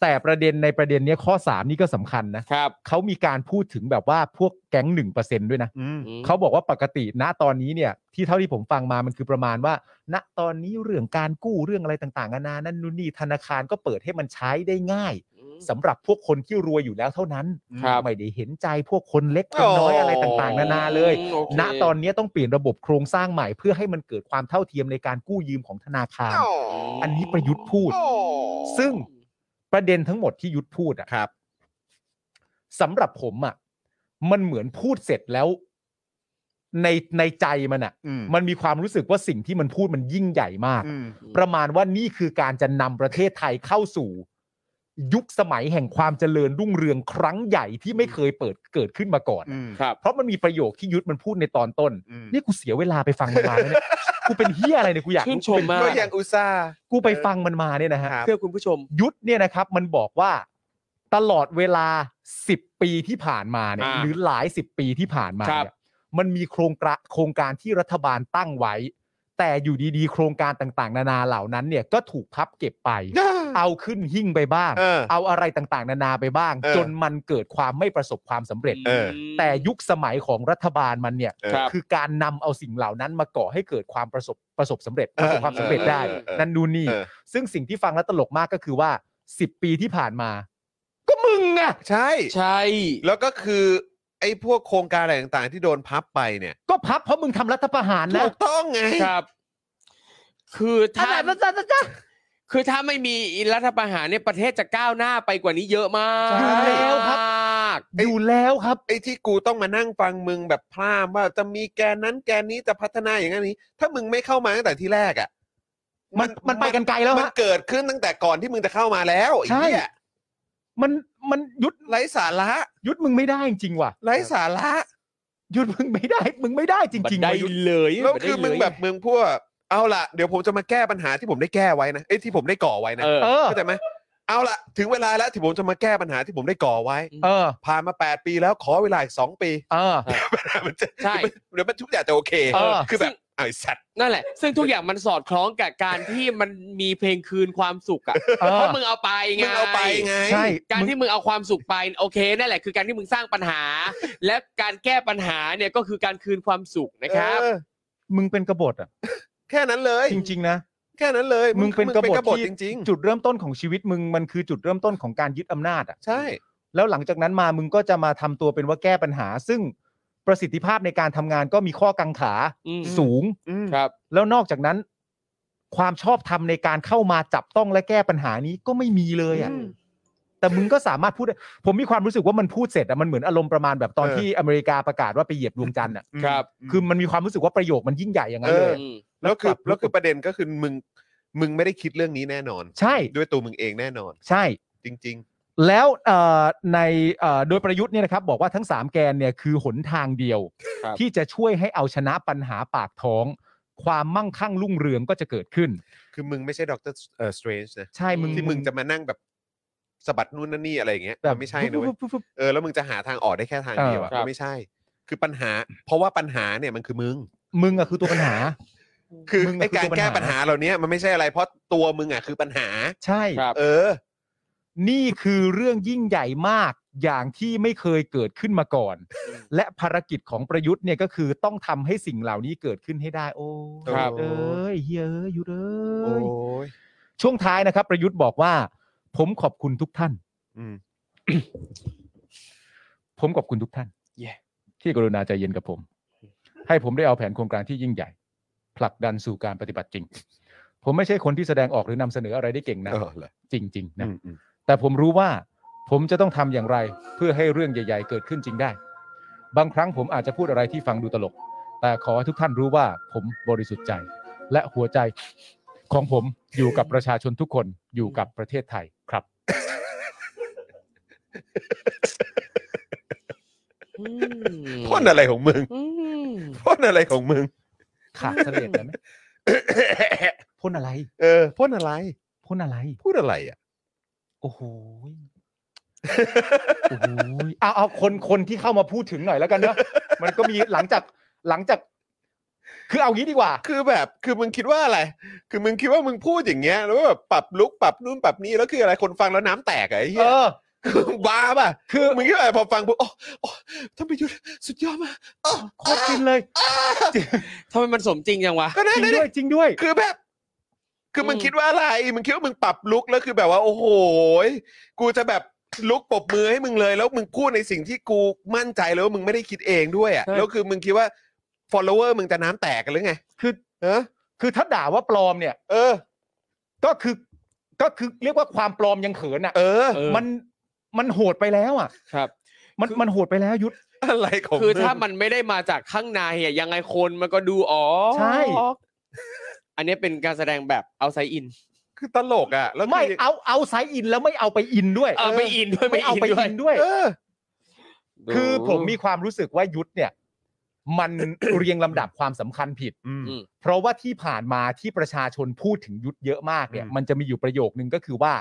[SPEAKER 3] แต่ประเด็นในประเด็นเนี้ยข้อ 3 นี่ก็สำคัญนะครับ เขามีการพูดถึงแบบว่าพวกแก๊ง1%ด้วยนะ
[SPEAKER 2] อืม
[SPEAKER 4] อืม
[SPEAKER 3] เขาบอกว่าปกติณตอนนี้เนี่ยที่เท่าที่ผมฟังมามันคือประมาณว่า ณตอนนี้เรื่องการกู้เรื่องอะไรต่างๆนานานั่นนู่นนี่ธนาคารก็เปิดให้มันใช้ได้ง่ายสำหรับพวกคนที่รวยอยู่แล้วเท่านั้น
[SPEAKER 4] ครับ
[SPEAKER 3] ไม่ได้เห็นใจพวกคนเล็กคนน้อยอะไรต่างๆ นานาเลย
[SPEAKER 4] โอเค
[SPEAKER 3] ณตอนนี้ต้องเปลี่ยนระบบโครงสร้างใหม่เพื่อให้มันเกิดความเท่าเทียมในการกู้ยืมของธนาคาร อันนี้ประยุทธ์พูด ซึ่งประเด็นทั้งหมดที่ยุทธพูดอะ
[SPEAKER 2] ครับ
[SPEAKER 3] สำหรับผมอะมันเหมือนพูดเสร็จแล้ว ในในใจมันอะ
[SPEAKER 2] อืม
[SPEAKER 3] มันมีความรู้สึกว่าสิ่งที่มันพูดมันยิ่งใหญ่มาก
[SPEAKER 2] อืม
[SPEAKER 3] ประมาณว่านี่คือการจะนำประเทศไทยเข้าสู่ ยุคสมัยแห่งความเจริญรุ่งเรืองครั้งใหญ่ที่ไม่เคยเปิดเกิดขึ้นมาก่อน
[SPEAKER 2] อืม
[SPEAKER 4] ครับ
[SPEAKER 3] เพราะมันมีประโยคที่ยุทธมันพูดในตอนต้น
[SPEAKER 2] อืม
[SPEAKER 3] นี่กูเสียเวลาไปฟังมันมาแล้วเนี่ย กูเป็นเฮียอะไรเนี่ยกูอยาก
[SPEAKER 4] ชื่น
[SPEAKER 3] รู้
[SPEAKER 4] ชมมาก
[SPEAKER 2] ก็ยังอุตส่าห์
[SPEAKER 3] กูไปฟังมันมาเนี่ยนะฮะ
[SPEAKER 2] ครับ
[SPEAKER 4] เพื่อคุณผู้ชม
[SPEAKER 3] ยุทธเนี่ยนะครับมันบอกว่าตลอดเวลา 10 ปีที่ผ่านมาเนี่ย
[SPEAKER 4] อ่า
[SPEAKER 3] หรือหลาย 10 ปีที่ผ่านมา
[SPEAKER 4] ครับ
[SPEAKER 3] เนี่ยมันมีโครงกระโครงการที่รัฐบาลตั้งไว้ แต่อยู่ดีๆ โครงการต่างๆ นานาเหล่านั้นเนี่ยก็ถูกพับเก็บไป เอาขึ้นหิ้งไปบ้าง
[SPEAKER 2] เออ
[SPEAKER 3] เอาอะไรต่างๆ นานาไปบ้าง
[SPEAKER 2] เออ
[SPEAKER 3] จนมันเกิดความไม่ประสบความสำเร็จ
[SPEAKER 2] เออ
[SPEAKER 3] แต่ยุคสมัยของรัฐบาลมันเนี่ย
[SPEAKER 2] เออ
[SPEAKER 4] ครับ
[SPEAKER 3] คือการนำเอาสิ่งเหล่านั้นมาก่อให้เกิดความประสบประสบสำเร็จประสบความสำเร็จได้
[SPEAKER 2] เออเออเออ
[SPEAKER 3] นั่นนู่นนี่
[SPEAKER 2] เออ
[SPEAKER 3] ซึ่งสิ่งที่ฟังแล้วตลกมากก็คือว่า 10 ปีที่ผ่านมา ก็มึงอะ
[SPEAKER 2] ใช่
[SPEAKER 4] ใช่
[SPEAKER 2] แล้วก็คือไอ้พวกโครงการอะไรต่างๆ ที่โดนพับไปเนี่ย
[SPEAKER 3] ก็พับเพราะมึงทำรัฐประหารนะ
[SPEAKER 2] ถูกต้องไง
[SPEAKER 4] ครับ คือถ้า
[SPEAKER 3] อะไรนะจ๊ะจ๊ะจ๊ะ
[SPEAKER 4] คือถ้าไม่มีรัฐประหารเนี่ยประเทศจะก้าวหน้าไปกว่านี้เยอะมาก
[SPEAKER 3] ใช่แล้วครับ
[SPEAKER 4] บ
[SPEAKER 3] อยู่แล้วครับ
[SPEAKER 2] ไอ้ที่กูต้องมานั่งฟังมึงแบบพร่ามว่าจะมีแกนนั้นแกนนี้จะพัฒนาอย่างนั้นอย่างนี้ ถ้ามึงไม่เข้ามาตั้งแต่ที่แรกอ่ะ
[SPEAKER 3] มันมันไปกันไกลแล้ว
[SPEAKER 2] มัน
[SPEAKER 3] ฮะ
[SPEAKER 2] เกิดขึ้นตั้งแต่ก่อนที่มึงจะเข้ามาแล้วไอ้
[SPEAKER 3] ใช่
[SPEAKER 2] เหี้ย
[SPEAKER 3] มันมันยุด
[SPEAKER 2] ไร้สาระ
[SPEAKER 3] ยุดมึงไม่ได้จริงๆว่ะ
[SPEAKER 2] ไร้สาระ
[SPEAKER 3] ยุดมึงไม่ได้ มึงไม่ได้จริงๆ
[SPEAKER 4] ได้
[SPEAKER 3] ว่ะยุด
[SPEAKER 4] เลย
[SPEAKER 2] แล้วคือมึงแบบมึงพวกเอาล่ะเดี๋ยวผมจะมาแก้ปัญหาที่ผมได้แก้ไว้นะเอ้ยที่ผมได้ก่อไว้นะ
[SPEAKER 4] เออ
[SPEAKER 3] เออ
[SPEAKER 2] เข้าใจไหมเอาล่ะถึงเวลาแล้วที่ผมจะมาแก้ปัญหาที่ผมได้ก่อไว้
[SPEAKER 3] เออ
[SPEAKER 2] ผ่านมา 8 ปีแล้วขอเวลาอีกสองปี
[SPEAKER 3] เออ
[SPEAKER 2] มันจะ
[SPEAKER 4] ใช่
[SPEAKER 2] เดี๋ยวมันทุกอย่างจะโอเค
[SPEAKER 3] เออ
[SPEAKER 2] คือแบบไอ้สัตว์
[SPEAKER 4] นั่นแหละ ซึ่งทุกอย่างมันสอดคล้องกับการที่มันมีเพลงคืนความสุขอ่ะ
[SPEAKER 3] เออ
[SPEAKER 4] เพราะมึงเอาไปไง
[SPEAKER 2] มึงเอาไปไง
[SPEAKER 3] ใช่
[SPEAKER 4] การ
[SPEAKER 3] มึง
[SPEAKER 4] ที่มึงเอาความสุขไปโอเคนั่นแหละคือการที่มึงสร้างปัญหา และการแก้ปัญหาเนี่ยก็คือการคืนความสุขนะครับ
[SPEAKER 2] เออ
[SPEAKER 3] มึงเป็นกบฏอ่ะ
[SPEAKER 2] แค่นั้นเลย
[SPEAKER 3] จริง ๆ นะ
[SPEAKER 2] แค่นั้นเลย
[SPEAKER 3] มึงเป็นกบฏที่
[SPEAKER 2] จริง
[SPEAKER 3] จุดเริ่มต้นของชีวิตมึงมันคือจุดเริ่มต้นของการยึดอำนาจอ่ะ
[SPEAKER 2] ๆ ใช่
[SPEAKER 3] แล้วหลังจากนั้นมามึงก็จะมาทำตัวเป็นว่าแก้ปัญหา ซึ่งประสิทธิภาพในการทำงานก็มีข้อกังขา
[SPEAKER 4] อืม
[SPEAKER 3] สูง
[SPEAKER 4] ครับ
[SPEAKER 3] แล้วนอกจากนั้น ความชอบธรรมในการเข้ามาจับต้องและแก้ปัญหานี้ก็ไม่มีเลยอ่ะแต่มึงก็สามารถพูดได้ผมมีความรู้สึกว่ามันพูดเสร็จอ่ะมันเหมือนอารมณ์ประมาณแบบตอนที่อเมริกาประกาศว่าไปเหยียบดวงจันทร์อ่ะ
[SPEAKER 4] ครับ
[SPEAKER 3] คือมันมีความรู้สึกว่าประโยคมันยิ่งใหญ่อย่างนั้นเลย
[SPEAKER 4] อืม
[SPEAKER 2] แล้วคือ
[SPEAKER 3] แล้
[SPEAKER 2] แล้ว ว
[SPEAKER 3] คื
[SPEAKER 2] คือ อประเด็นก็คือมึงมึงไม่ได้คิดเรื่องนี้แน่นอน
[SPEAKER 3] ใช่
[SPEAKER 2] ด้วยตัวมึงเองแน่นอน
[SPEAKER 3] ใช่
[SPEAKER 2] จริง
[SPEAKER 3] แล้วเอ่อในเอ่อโดยประยุทธ์เนี่ยนะครับบอกว่าทั้ง 3 แกนเนี่ยคือหนทางเดียว ที่จะช่วยให้เอาชนะปัญหาปากท้อง ความมั่งคั่งรุ่งเรืองก็จะเกิดขึ้น
[SPEAKER 2] ๆ คือมึงไม่ใช่ด็อกเตอร์เอ่อสเตรนจ์นะ
[SPEAKER 3] ใช่มึง
[SPEAKER 2] ที่มึงจะมานั่งแบบสะบัดนู่นนั่นนี่อะไรอย่างเงี้ย
[SPEAKER 3] แบบ
[SPEAKER 2] มันไม่ใช่นะเว้ย
[SPEAKER 3] ปุ๊บปุ๊บปุ๊บ
[SPEAKER 2] เออแล้วมึงจะหาทางออกได้แค่ทางเดียวอะ
[SPEAKER 3] เออครับ
[SPEAKER 2] มันไม่ใช่ คือปัญหา เพราะว่าปัญหาเนี่ยมันคือมึง
[SPEAKER 3] มึงอะคือตัวปัญหา
[SPEAKER 2] คือ
[SPEAKER 3] มึงอะ
[SPEAKER 2] ไอ้การ
[SPEAKER 3] คือตัวปัญหา
[SPEAKER 2] แก้ปัญหาเหล่านี้มันไม่ใช่อะไรเพราะตัวมึงอ่ะคือปัญหา
[SPEAKER 3] ใช่
[SPEAKER 4] ครับ
[SPEAKER 2] เออ
[SPEAKER 3] นี่คือเรื่องยิ่งใหญ่มากอย่างที่ไม่เคยเกิดขึ้นมาก่อน และภารกิจของประยุทธ์เนี่ยก็คือต้องทำให้สิ่งเหล่านี้เกิดขึ้นให้ได้โอ้ย
[SPEAKER 2] ครับ
[SPEAKER 3] เอ้ยเฮ้ยเอ้ยยุทธเอ้
[SPEAKER 2] โอ้
[SPEAKER 3] ย
[SPEAKER 2] ย
[SPEAKER 3] ช่วงท้ายนะครับ ประยุทธ์บอกว่า ผมขอบคุณทุกท่าน
[SPEAKER 2] อืม
[SPEAKER 3] ผมขอบคุณทุกท่าน
[SPEAKER 4] Yeah
[SPEAKER 3] ที่กรุณาใจเย็นกับผม ให้ผมได้เอาแผนโครงการที่ยิ่งใหญ่ ผลักดันสู่การปฏิบัติจริง ผมไม่ใช่คนที่แสดงออกหรือนำเสนออะไรได้เก่งนะ
[SPEAKER 2] เออเหรอ
[SPEAKER 3] จริง ๆ นะ
[SPEAKER 2] อืมอืม
[SPEAKER 3] แต่ผมรู้ว่าผมจะต้องทำอย่างไรเพื่อให้เรื่องใหญ่ ๆ เกิดขึ้นจริงได้ บางครั้งผมอาจจะพูดอะไรที่ฟังดูตลก แต่ขอให้ทุกท่านรู้ว่าผมบริสุทธิ์ใจ และหัวใจของผมอยู่กับประชาชนทุกคนอยู่กับประเทศไทยครับ
[SPEAKER 2] พ่นอะไรของมึง
[SPEAKER 4] อืม
[SPEAKER 2] พ่นอะไรของมึง
[SPEAKER 3] ขาดเสลียดได้ไหมพ่นอะไร
[SPEAKER 2] เออพ่นอะไร
[SPEAKER 3] พ่น อะไร
[SPEAKER 2] พูดอะไรอ่ะ
[SPEAKER 3] โอ้โหย โอ้โหยเอาเอาคนคนที่เข้ามาพูดถึงหน่อยแล้วกันเนอะมันก็มีหลังจากหลังจาก คือเอางี้ดีกว่า
[SPEAKER 2] คือแบบคือมึงคิดว่าอะไร คือมึงคิดว่ามึงพูดอย่างเงี้ยแล้วแบบปรับลุกปรับนู่นปรับนี่แล้วคืออะไรคนฟังแล้วน้ำแตกอะไอ้เหี้
[SPEAKER 3] เอย อ
[SPEAKER 2] คือบ้าป่ะ
[SPEAKER 3] คือ
[SPEAKER 2] มึงคิดว่าอะไรพอฟังปุ๊บโอ้โอ้ท่านประยุทธ์สุดยอดมากโอ้
[SPEAKER 3] โคตรฟินเลย
[SPEAKER 4] ทำไมมันสมจริงจังวะ
[SPEAKER 2] ก็
[SPEAKER 3] จ
[SPEAKER 2] ได้
[SPEAKER 3] ริง
[SPEAKER 2] ได้
[SPEAKER 3] ด้วยจริงด้วย
[SPEAKER 2] คือแบบ คือมึง
[SPEAKER 4] อืม
[SPEAKER 2] คิดว่าอะไร มึงคิดว่ามึงปรับลุกแล้วคือแบบว่า โอ้โหยกูจะแบบลุกปรบมือให้มึงเลย แล้วมึงพูดในสิ่งที่กูมั่นใจเลยว่ามึงไม่ได้คิดเองด้วยอ่ะแล้วคือมึงคิดว่า follower มึงจะน้ำแตกกันหรือไง
[SPEAKER 3] คือ
[SPEAKER 2] เออ
[SPEAKER 3] คือถ้าด่าว่าปลอมเนี่ย
[SPEAKER 2] เออ
[SPEAKER 3] ก็คือ ก็คือเรียกว่าความปลอมยังเขินอ่ะ
[SPEAKER 2] เออ
[SPEAKER 4] เออ
[SPEAKER 3] มันมันโหดไปแล้วอ่ะ
[SPEAKER 4] ครับ
[SPEAKER 3] มันมันโหดไปแล้วยุทธ
[SPEAKER 2] อะไรของ
[SPEAKER 4] คือถ้า
[SPEAKER 2] มึง
[SPEAKER 4] มันไม่ได้มาจากข้างในอะยังไงคนมันก็ดูอ๋อ
[SPEAKER 3] ใช่
[SPEAKER 4] อันนี้เป็นการแสดงแบบเอาไซอิน
[SPEAKER 2] คือตลกอ่ะ แล้ว
[SPEAKER 3] ไม่
[SPEAKER 2] คือ
[SPEAKER 3] เอาเอาไซอินแล้วไม่เอาไปอินด้วย
[SPEAKER 4] เออไม่อินด้วย
[SPEAKER 3] ไม่เอาไปอินด้วย
[SPEAKER 2] เออ
[SPEAKER 3] คือผมมีความรู้สึกว่ายุทธเนี่ย มัน เรียงลำดับความสำคัญผิด
[SPEAKER 2] อืม
[SPEAKER 3] เพราะว่าที่ผ่านมาที่ประชาชนพูดถึงยุทธเยอะมากเนี่ย
[SPEAKER 2] อืม
[SPEAKER 3] มันจะมีอยู่ประโยคนึงก็คือว่า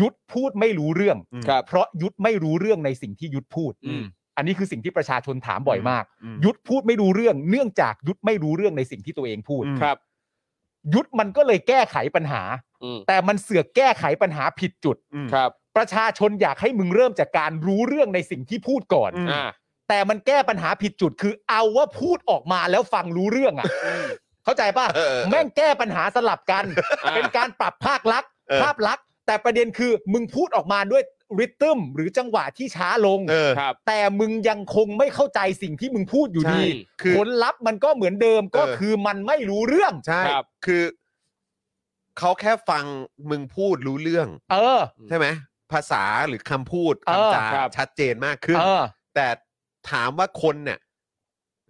[SPEAKER 3] ยุทธพูดไม่รู้เรื่อง
[SPEAKER 4] ครับ
[SPEAKER 3] เพราะยุทธไม่รู้เรื่องในสิ่งที่ยุทธพูด
[SPEAKER 4] อืม
[SPEAKER 3] อันนี้คือสิ่งที่ประชาชนถามบ่อยมาก
[SPEAKER 2] อืม
[SPEAKER 3] ยุทธพูดไม่รู้เรื่อง เนื่องจากยุทธไม่รู้เรื่องในสิ่งที่ตัวเองพูด
[SPEAKER 2] อืม
[SPEAKER 4] ครับ
[SPEAKER 3] ยุทธมันก็เลยแก้ไขปัญหา
[SPEAKER 4] อืม
[SPEAKER 3] แต่มันเสือกแก้ไขปัญหาผิดจุด
[SPEAKER 2] อืม
[SPEAKER 4] ครับ
[SPEAKER 3] ประชาชนอยากให้มึงเริ่มจากการรู้เรื่องในสิ่งที่พูดก่อน
[SPEAKER 2] อืม
[SPEAKER 4] อ่า
[SPEAKER 3] แต่มันแก้ปัญหาผิดจุดคือเอาว่าพูดออกมาแล้วฟังรู้เรื่องอ่ะเข้าใจป่ะ
[SPEAKER 2] เออเออ
[SPEAKER 3] แม่งแก้ปัญหาสลับกัน
[SPEAKER 4] อ่า
[SPEAKER 3] เป็นการปรับภาคลักษณ์
[SPEAKER 2] เออ
[SPEAKER 3] ภาพลักษณ์แต่ประเด็นคือมึงพูดออกมาด้วยริทึมหรือจังหวะที่ช้าลง
[SPEAKER 2] เออ
[SPEAKER 4] ครับ
[SPEAKER 3] แต่มึงยังคงไม่เข้าใจสิ่งที่มึงพูดอยู่ดี
[SPEAKER 4] ใช่
[SPEAKER 2] คือ
[SPEAKER 3] ผลลัพธ์มันก็เหมือนเดิมก็
[SPEAKER 2] เออ
[SPEAKER 3] คือมันไม่รู้เรื่อง
[SPEAKER 2] ใช่
[SPEAKER 4] ครับ
[SPEAKER 2] คือเขาแค่ฟังมึงพูดรู้เรื่อง
[SPEAKER 3] เออ
[SPEAKER 2] ใช่ไหมภาษาหรือคำพูด
[SPEAKER 3] เออ
[SPEAKER 2] คำจา
[SPEAKER 4] ครับ
[SPEAKER 2] ชัดเจนมากขึ้น
[SPEAKER 3] เออ
[SPEAKER 2] แต่ถามว่าคนเนี่ย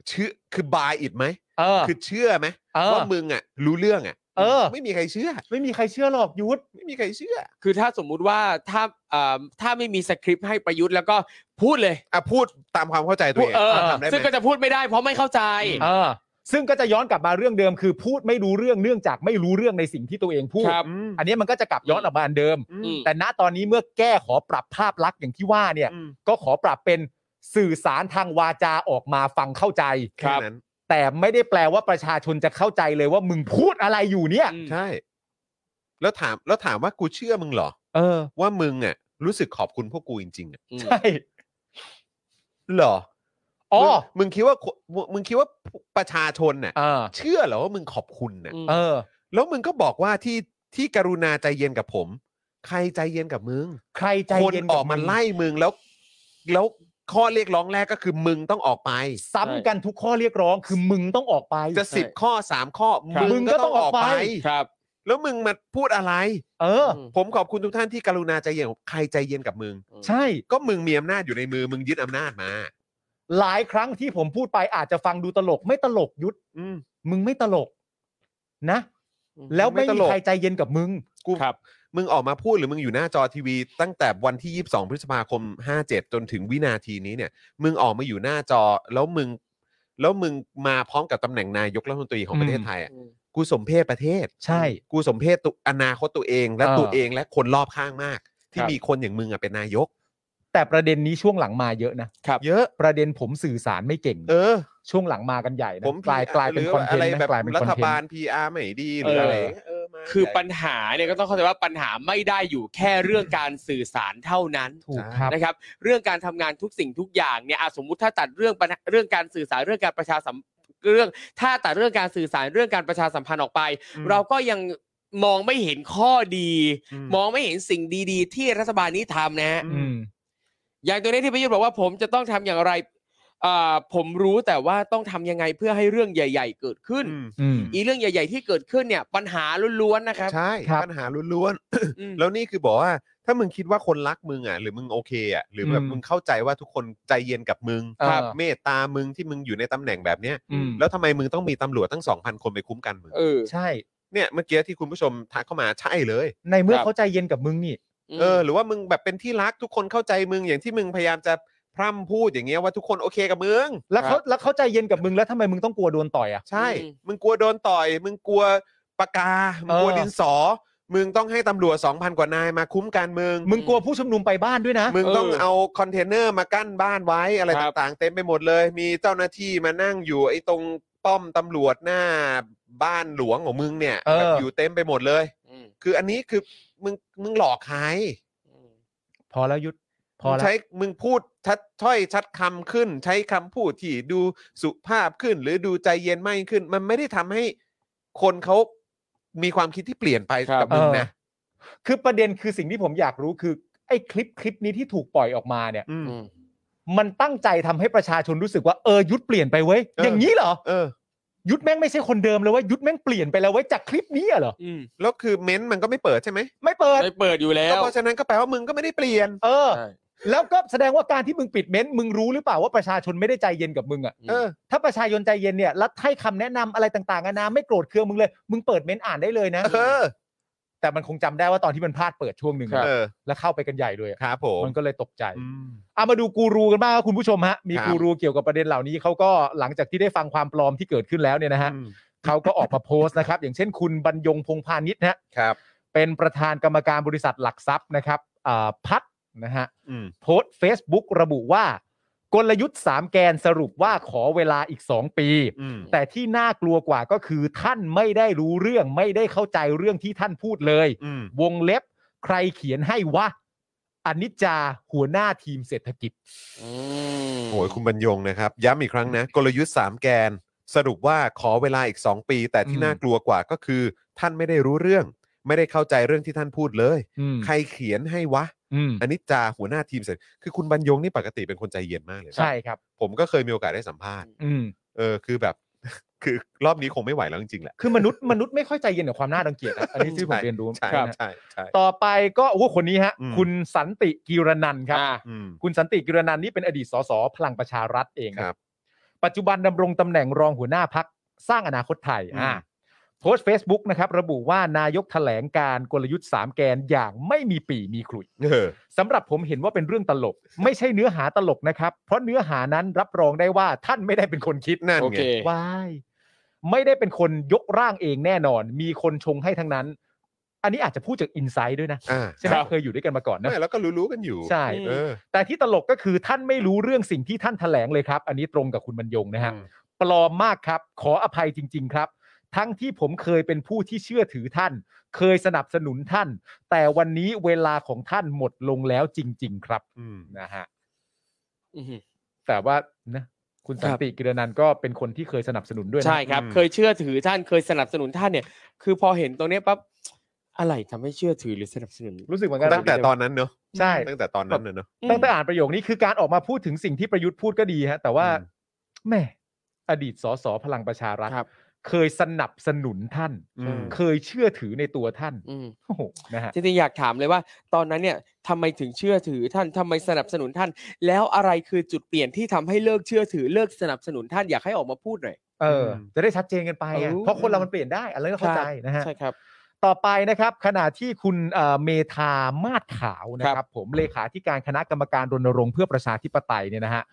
[SPEAKER 2] เชื่อคือบายอิดไหม
[SPEAKER 3] เออ
[SPEAKER 2] คือเชื่อไหม
[SPEAKER 3] เออ
[SPEAKER 2] ว่ามึงอ่ะ รู้เรื่องอ่ะ
[SPEAKER 3] เอ เออ
[SPEAKER 2] ไม่มีใครเชื่อ
[SPEAKER 3] ไม่มีใครเชื่อหรอกยุทธ
[SPEAKER 2] ไม่มีใครเชื่อ
[SPEAKER 4] คือถ้าสมมุติว่าถ้าเอ่อถ้าไม่มีสคริปต์ให้ประยุทธ์แล้วก็พูดเลย
[SPEAKER 2] อ่ะพูดตามความเข้าใจตัว
[SPEAKER 4] พูด
[SPEAKER 2] เอง
[SPEAKER 4] เออ
[SPEAKER 2] ทำได้ไห
[SPEAKER 4] ซึ่ง
[SPEAKER 2] ม
[SPEAKER 4] ก็จะพูดไม่ได้เพราะไม่เข้าใจ
[SPEAKER 3] เออซึ่งก็จะย้อนกลับมาเรื่องเดิมคือพูดไม่รู้เรื่องเนื่องจากไม่รู้เรื่องในสิ่งที่ตัวเองพูด
[SPEAKER 4] ครับ
[SPEAKER 2] อืม
[SPEAKER 3] อันนี้มันก็จะกลับย้อนออกมาอันเดิม
[SPEAKER 2] อื
[SPEAKER 4] อื
[SPEAKER 2] ม
[SPEAKER 4] ม
[SPEAKER 3] แต่ณตอนนี้เมื่อแก้ขอปรับภาพลักษณ์อย่างที่ว่าเนี่ย
[SPEAKER 2] อืม
[SPEAKER 3] ก็ขอปรับเป็นสื่อสารทางวาจาออกมาฟังเข้าใจ
[SPEAKER 2] แค่นั้น
[SPEAKER 3] แต่ไม่ได้แปลว่าประชาชนจะเข้าใจเลยว่ามึงพูดอะไรอยู่เนี่ย
[SPEAKER 4] อืม
[SPEAKER 2] ใช่ แล้วถามแล้วถามว่ากูเชื่อมึงเหรอ
[SPEAKER 3] เออ
[SPEAKER 2] ว่ามึงอ่ะรู้สึกขอบคุณพวกกูจริงๆอ่ะ
[SPEAKER 3] ใช่
[SPEAKER 2] เหรอ
[SPEAKER 3] อ๋อ
[SPEAKER 2] มึงมึงคิดว่ามึงมึงคิดว่าประชาชนน่ะ
[SPEAKER 3] เออ
[SPEAKER 2] เชื่อเหรอว่ามึงขอบคุณน่ะ
[SPEAKER 3] เออ
[SPEAKER 2] แล้วมึงก็บอกว่าที่ที่กรุณาใจเย็นกับผม ใครใจเย็นกับมึง
[SPEAKER 3] ใครใจ
[SPEAKER 2] คน
[SPEAKER 3] เย็น
[SPEAKER 2] ออกมาไล่มึงแล้ว แล้วข้อเรียกร้องแรกก็คือมึงต้องออกไป
[SPEAKER 3] ซ้ำกันทุกข้อเรียกร้องคือมึงต้องออกไป
[SPEAKER 2] จะสิบข้อสามข้อ
[SPEAKER 3] ครับ
[SPEAKER 2] มึงก็ต้องออก
[SPEAKER 3] มึงก็ต้องออก
[SPEAKER 2] ไป
[SPEAKER 3] ไป
[SPEAKER 4] ครับ
[SPEAKER 2] แล้วมึงมาพูดอะไร
[SPEAKER 3] เออ
[SPEAKER 4] อืม
[SPEAKER 2] ผมขอบคุณทุกท่านที่กรุณาใจเย็นกับใครใจเย็นกับมึง
[SPEAKER 3] ใช่
[SPEAKER 2] ก็มึงมีอำนาจอยู่ในมือมึงยึดอำนาจมา
[SPEAKER 3] หลายครั้งที่ผมพูดไปอาจจะฟังดูตลกไม่ตลกยุทธ
[SPEAKER 2] อืม
[SPEAKER 3] มึงไม่ตลก นะ
[SPEAKER 4] อืม
[SPEAKER 3] แล้วไม่
[SPEAKER 2] ไม่ต
[SPEAKER 3] มี
[SPEAKER 2] ลก
[SPEAKER 3] ใครใจเย็นกับมึง
[SPEAKER 2] กู
[SPEAKER 4] ครับ
[SPEAKER 2] มึงออกมาพูดหรือมึงอยู่หน้าจอทีวี ตั้งแต่วันที่ 22 พฤษภาคม 57 จนถึงวินาทีนี้เนี่ย มึงออกมาอยู่หน้าจอแล้วมึง แล้วมึงมาพร้อมกับตำแหน่งนายกรัฐมนตรีของประเทศไทยอ่ะกูสมเพศประเทศ
[SPEAKER 3] ใช่
[SPEAKER 2] กูสมเพศตัวอนาคตตัวเองและ
[SPEAKER 3] เออ
[SPEAKER 2] ตัวเองและคนรอบข้างมาก ที่
[SPEAKER 4] ครับ
[SPEAKER 2] มีคนอย่างมึงอ่ะเป็นนายก
[SPEAKER 3] แต่ประเด็นนี้ช่วงหลังมาเยอะนะ
[SPEAKER 2] เยอะ
[SPEAKER 3] ประเด็นผมสื่อสารไม่เก่ง
[SPEAKER 2] เออ
[SPEAKER 3] ช่วงหลังมากันใหญ่นะ
[SPEAKER 2] ผม
[SPEAKER 3] กลายกลายเป็น
[SPEAKER 2] หรื
[SPEAKER 3] คอนเทน
[SPEAKER 2] ไร
[SPEAKER 3] ต์นะ
[SPEAKER 2] แบบ
[SPEAKER 3] กลายเป็น
[SPEAKER 2] รั
[SPEAKER 3] คอน
[SPEAKER 2] ฐ
[SPEAKER 3] เทน
[SPEAKER 2] บาล
[SPEAKER 3] ต์
[SPEAKER 2] PR ไม่ดีหรืออะไรเออมา
[SPEAKER 4] คือ
[SPEAKER 2] ใหญ่
[SPEAKER 4] ปัญหาเนี่ยก็ต้องเข้าใจว่าปัญหาไม่ได้อยู่แค่เรื่องการสื่อสารเท่านั้น
[SPEAKER 3] ถูกครับ
[SPEAKER 4] นะครับเรื่องการทำงานทุกสิ่งทุกอย่างเนี่ยอ่ะสมมุติถ้าตัดเรื่องปัญหาเรื่องการสื่อสารเรื่องการประชาสัมเรื่อง ถ้าตัดเรื่องการสื่อสารเรื่องการประชาสัมพันธ์ออกไป
[SPEAKER 2] อืม
[SPEAKER 4] เราก็ยังมองไม่เห็นข้อดี
[SPEAKER 2] อืม
[SPEAKER 4] มองไม่เห็นสิ่งดี ๆ ที่รัฐบาลนี้ทำนะฮะ
[SPEAKER 3] อืม
[SPEAKER 4] อย่างตัวนี้ที่ประยุทธ์บอกว่าผมจะต้องทำอย่างไรอ่าผมรู้แต่ว่าต้องทำยังไงเพื่อให้เรื่องใหญ่ ๆ เกิดขึ้น
[SPEAKER 2] อืม
[SPEAKER 3] อืม
[SPEAKER 4] อีเรื่องใหญ่ ๆ ที่เกิดขึ้นเนี่ยปัญหาล้วนๆนะครับ
[SPEAKER 2] ใช่
[SPEAKER 3] ครับ
[SPEAKER 2] ปัญหาล้วน
[SPEAKER 4] อืม
[SPEAKER 2] ๆ แล้วนี่คือบอกว่า ถ้ามึงคิดว่าคนรักมึงอ่ะหรือมึงโอเคอ่ะหรือแบบ
[SPEAKER 3] อืม
[SPEAKER 2] มึงเข้าใจว่าทุกคนใจเย็นกับมึง
[SPEAKER 3] ครับ
[SPEAKER 2] เมตตามึงที่มึงอยู่ในตำแหน่งแบบเนี้ย
[SPEAKER 3] อืม
[SPEAKER 2] แล้วทำไมมึงต้องมีตำรวจตั้งสองพันคนไปคุ้มกันมึง
[SPEAKER 4] เออ
[SPEAKER 3] ใช่
[SPEAKER 2] เนี่ยเมื่อกี้ที่คุณผู้ชมทักเข้ามาใช่เลย
[SPEAKER 3] ในเมื่อเขาใจเย็นกับมึงนี่
[SPEAKER 2] เออหรือว่ามึงแบบเป็นที่รักทุกคนเข้าใจมึงอย่างที่มึงพยายามจะพร่ำพูดอย่างเงี้ยว่าทุกคนโอเคกับมึง
[SPEAKER 3] แล้วเขาแล้วเขาใจเย็นกับมึงแล้วทำไมมึงต้องกลัวโดนต่อยอ่ะ
[SPEAKER 2] ใช่
[SPEAKER 4] อืม
[SPEAKER 2] มึงกลัวโดนต่อย มึงกลัวปากกา มึงกลัว
[SPEAKER 3] เออ
[SPEAKER 2] ดินสอ มึงต้องให้ตำรวจ2,000 กว่านายมาคุ้มกันมึง
[SPEAKER 3] มึงกลัวผู้ชุมนุมไปบ้านด้วยนะ
[SPEAKER 2] มึง
[SPEAKER 4] เออ
[SPEAKER 2] ต้องเอาคอนเทนเนอร์มากั้นบ้านไว้อะไร
[SPEAKER 4] ครับ
[SPEAKER 2] ต่างๆ เต็มไปหมดเลย มีเจ้าหน้าที่มานั่งอยู่ไอ้ตรงป้อมตำรวจหน้าบ้านหลวงของมึงเนี่ย
[SPEAKER 3] เออ
[SPEAKER 2] แบบอยู่เต็มไปหมดเลย
[SPEAKER 4] อืม
[SPEAKER 2] คืออันนี้คือมึงมึงหลอกใคร
[SPEAKER 4] อืม
[SPEAKER 3] พอแล้วยุทธพอแล้ว
[SPEAKER 2] ใช้มึงพูดชัดถ้อยชัดคำขึ้น ใช้คำพูดที่ดูสุภาพขึ้น หรือดูใจเย็นมากยิ่งขึ้น มันไม่ได้ทำให้คนเขามีความคิดที่เปลี่ยนไป
[SPEAKER 4] ครับ
[SPEAKER 2] กับมึงนะ
[SPEAKER 3] เออคือประเด็นคือสิ่งที่ผมอยากรู้คือไอ้คลิปคลิปนี้ที่ถูกปล่อยออกมาเนี่ย
[SPEAKER 2] อืม
[SPEAKER 4] อืม
[SPEAKER 3] มันตั้งใจทำให้ประชาชนรู้สึกว่าเออยุทธเปลี่ยนไปเว้ย
[SPEAKER 2] เออ
[SPEAKER 3] อ
[SPEAKER 2] อ
[SPEAKER 3] ย่างนี้เหรอ
[SPEAKER 2] เออ
[SPEAKER 3] ยุทธแม่งไม่ใช่คนเดิมเลยเว่ายุทธแม่งเปลี่ยนไปแล้วเว้ยจากคลิปนี้อะเหรอ
[SPEAKER 4] อืม
[SPEAKER 2] แล้วคือเม้นต์มันก็ไม่เปิดใช่ไหม
[SPEAKER 3] ไม่เปิด
[SPEAKER 4] ไม่เปิดอยู่แล้
[SPEAKER 2] ก็
[SPEAKER 4] ว
[SPEAKER 2] เพราะฉะนั้นก็แปลว่ามึงก็ไม่ได้เปลี่ยน
[SPEAKER 3] เออ
[SPEAKER 4] ใช่
[SPEAKER 3] แล้วก็แสดงว่าการที่มึงปิดเม้นต์มึงรู้หรือเปล่าว่าประชาชนไม่ได้ใจเย็นกับมึงอ่ะ
[SPEAKER 2] เออ
[SPEAKER 3] ถ้าประชาชนใจเย็นเนี่ยรัฐให้คำแนะนำอะไรต่างๆนานาไม่โกรธเคืองมึงเลย มึงเปิดเม้นต์อ่านได้เลยนะ
[SPEAKER 2] เออ
[SPEAKER 3] แต่มันคงจำได้ว่าตอนที่มันพลาดเปิดช่วงหนึ่ง
[SPEAKER 4] ครับ
[SPEAKER 2] เออ
[SPEAKER 3] แล้วเข้าไปกันใหญ่ด้วยอะ
[SPEAKER 2] ครับผม
[SPEAKER 3] มันก็เลยตกใจ
[SPEAKER 2] อืม
[SPEAKER 3] เอามาดูกูรูกันบ้างครับคุณผู้ชมฮะมี
[SPEAKER 2] ครับ
[SPEAKER 3] กูรูเกี่ยวกับประเด็นเหล่านี้เขาก็หลังจากที่ได้ฟังความปลอมที่เกิดขึ้นแล้วเนี่ยนะฮะ
[SPEAKER 2] อืม
[SPEAKER 3] เขาก็ออกมาโพสต์นะครับ อย่างเช่นคุณบรรยงพงพาณิชย์นะฮะ
[SPEAKER 2] ครับ
[SPEAKER 3] เป็นประธานกรรมการบริษัทหลักทรัพย์นะครับอ่าพัดนะฮะ
[SPEAKER 2] อืม
[SPEAKER 3] โพสต์ Facebook ระบุว่ากลยุทธ์ 3 แกนสรุปว่าขอเวลาอีก 2 ปี
[SPEAKER 2] อืม
[SPEAKER 3] แต่ที่น่ากลัวกว่าก็คือท่านไม่ได้รู้เรื่องไม่ได้เข้าใจเรื่องที่ท่านพูดเลย
[SPEAKER 2] อืม
[SPEAKER 3] วงเล็บใครเขียนให้วะอนิจจาหัวหน้าทีมเศรษฐกิจ
[SPEAKER 4] อืม
[SPEAKER 2] โอ้ยคุณบรรยงนะครับ ย้ำอีกครั้งนะ กลยุทธ์ 3 แกน สรุปว่าขอเวลาอีก 2 ปี แต่ที่
[SPEAKER 3] อืม
[SPEAKER 2] น่ากลัวกว่าก็คือ ท่านไม่ได้รู้เรื่อง ไม่ได้เข้าใจเรื่องที่ท่านพูดเลย
[SPEAKER 3] อืม
[SPEAKER 2] ใครเขียนให้วะ
[SPEAKER 3] อืม
[SPEAKER 2] อันนี้จาหัวหน้าทีมเสร็จคือคุณบรรยงนี่ปกติเป็นคนใจเย็นมากเลยนะ
[SPEAKER 3] ใช่ครับ
[SPEAKER 2] ผมก็เคยมีโอกาสได้สัมภาษณ์
[SPEAKER 3] อืม
[SPEAKER 2] เออคือแบบ คือรอบนี้คงไม่ไหวแล้วจริงๆแหละ
[SPEAKER 3] คือมนุษย์มนุษย์ไม่ค่อยใจเย็นกับความน่ารังเกียจนะอันนี้ที่ผมเรียนรู้
[SPEAKER 2] ใช่
[SPEAKER 3] ครับ
[SPEAKER 2] ใช่ใช่
[SPEAKER 3] ต่อไปก็โอ้โหคนนี้ฮะ
[SPEAKER 2] อืม
[SPEAKER 3] คุณสันติกิรนันท์ครับ
[SPEAKER 4] อ่า
[SPEAKER 2] อืม
[SPEAKER 3] คุณสันติกิรนันท์นี่เป็นอดีตสสพลังประชารัฐเอง
[SPEAKER 2] ครับ
[SPEAKER 3] ปัจจุบันดำรงตำแหน่งรองหัวหน้าพักสร้างอนาคตไทย
[SPEAKER 2] อืม
[SPEAKER 3] อ่า โพสต์ Facebook นะครับระบุว่านายกแถลงการกลยุทธ์ 3 แกนอย่างไม่มีปีมีขลุย
[SPEAKER 2] เออ
[SPEAKER 3] สำหรับผมเห็นว่าเป็นเรื่องตลก ไม่ใช่เนื้อหาตลกนะครับ เพราะเนื้อหานั้นรับรองได้ว่าท่านไม่ได้เป็นคนคิด
[SPEAKER 2] นั่น
[SPEAKER 4] โอ
[SPEAKER 2] ไง
[SPEAKER 4] เค
[SPEAKER 3] ว้ายไม่ได้เป็นคนยกร่างเองแน่นอน มีคนชงให้ทั้งนั้น อันนี้อาจจะพูดจากอินไซด์ด้วยนะ
[SPEAKER 2] อ่า
[SPEAKER 3] ใช่ไหม
[SPEAKER 4] ครับ
[SPEAKER 3] เคยอยู่ด้วยกันมาก่อนนะ
[SPEAKER 2] ไม่แล้วก็รู้ๆกันอยู่
[SPEAKER 3] ใช่
[SPEAKER 4] อืม
[SPEAKER 2] เออ
[SPEAKER 3] แต่ที่ตลกก็คือท่านไม่รู้เรื่องสิ่งที่ท่านแถลงเลยครับ อันนี้ตรงกับคุณบรรยงนะฮะ
[SPEAKER 2] อืม
[SPEAKER 3] ปลอมมากครับ ขออภัยจริง ๆ ครับ ทั้งที่ผมเคยเป็นผู้ที่เชื่อถือท่าน เคยสนับสนุนท่าน แต่วันนี้เวลาของท่านหมดลงแล้วจริง ๆ ครับ
[SPEAKER 2] อืม
[SPEAKER 3] นะฮะ
[SPEAKER 4] อื้อหือ
[SPEAKER 3] แต่ว่านะคุณสันติกิรนันท์ก็เป็นคนที่เคยสนับสนุนด้วยนะ
[SPEAKER 4] ใช่ครับ เคยเชื่อถือท่านเคยสนับสนุนท่านเนี่ย คือพอเห็นตรงเนี้ยปั๊บอะไรทำให้เชื่อถือหรือสนับสนุน
[SPEAKER 3] รู้สึกเหมือนกันนะ
[SPEAKER 2] ตั้งแต่ตอนนั้นเนอะ
[SPEAKER 3] ใช่
[SPEAKER 2] ตั้งแต่ตอนนั้นน่ะเนอะ
[SPEAKER 3] ตั้งแต่อ่านประโยคนี้คือการออกมาพูดถึงสิ่งที่ประยุทธ์พูดก็ดีฮะแต่ว่า
[SPEAKER 2] อืม
[SPEAKER 3] แหม่อดีตสสพลังประชารัฐ
[SPEAKER 4] ครับ
[SPEAKER 3] เคยสนับสนุนท่าน
[SPEAKER 2] อืม
[SPEAKER 3] เคยเชื่อถือในตัวท่าน
[SPEAKER 4] อืม
[SPEAKER 3] โอ้โหนะฮะ
[SPEAKER 4] จริงๆอยากถามเลยว่า ตอนนั้นเนี่ยทำไมถึงเชื่อถือท่านทำไมสนับสนุนท่าน แล้วอะไรคือจุดเปลี่ยนที่ทำให้เลิกเชื่อถือเลิกสนับสนุนท่านอยากให้ออกมาพูดหน่อย
[SPEAKER 3] เอออ จะได้ชัดเจนกันไปอะ
[SPEAKER 4] เออ
[SPEAKER 3] เพราะคนเรามันเปลี่ยนได้อะไรก็เข้าใจนะฮะ
[SPEAKER 4] ใช่ครับ
[SPEAKER 3] ต่อไปนะครับขณะที่คุณเอ่อเมธามาศขาวนะค
[SPEAKER 4] ครั
[SPEAKER 3] รับบ ผมเลขาธิการคณะกรรมการรณรงค์เพื่อประชาธิปไตยเนี่ยนะฮะ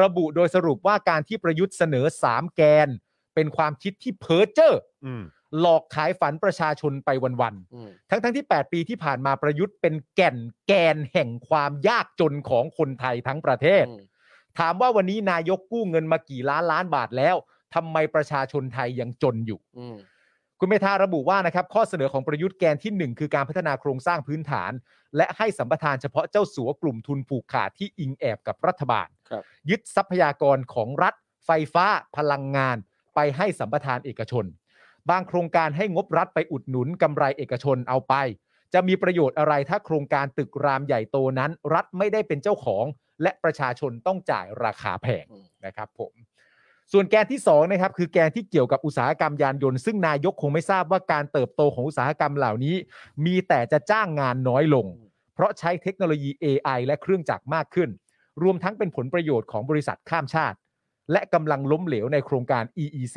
[SPEAKER 3] ระบุโดยสรุปว่าการที่ประยุทธ์เสนอ 3 แกน เป็นความคิดที่เพ้อเจ้ออ
[SPEAKER 2] ม
[SPEAKER 3] หลอกขายฝันประชาชนไปวัน
[SPEAKER 4] อืม
[SPEAKER 3] ๆทั้งๆที่ 8 ปีที่ผ่านมาประยุทธ์เป็นแก่นแกนแห่งความยากจนของคนไทยทั้งประเทศ
[SPEAKER 4] อืม
[SPEAKER 3] ถามว่าวันนี้นายกกู้เงินมากี่ล้านล้านบาทแล้วทำไมประชาชนไทยยังจนอยู่
[SPEAKER 4] อืม
[SPEAKER 3] คุณเมธาระบุว่านะครับข้อเสนอของประยุทธ์แกนที่ 1 คือการพัฒนาโครงสร้างพื้นฐาน และให้สัมปทานเฉพาะเจ้าสัวกลุ่มทุนผูกขาดที่อิงแอบกับรัฐบาล
[SPEAKER 4] ครับ
[SPEAKER 3] ยึดทรัพยากรของรัฐ ไฟฟ้า พลังงาน ไปให้สัมปทานเอกชน บางโครงการให้งบรัฐไปอุดหนุนกำไรเอกชนเอาไป จะมีประโยชน์อะไรถ้าโครงการตึกรามใหญ่โตนั้น รัฐไม่ได้เป็นเจ้าของ และประชาชนต้องจ่ายราคาแพง นะครับผมส่วนแกนที่2นะครับคือแกนที่เกี่ยวกับอุตสาหกรรมยานยนต์ซึ่งนายกคงไม่ทราบว่าการเติบโตของอุตสาหกรรมเหล่านี้ มีแต่จะจ้างงานน้อยลง เพราะใช้เทคโนโลยี AI และเครื่องจักรมากขึ้น รวมทั้งเป็นผลประโยชน์ของบริษัทข้ามชาติ และกำลังล้มเหลวในโครงการ EEC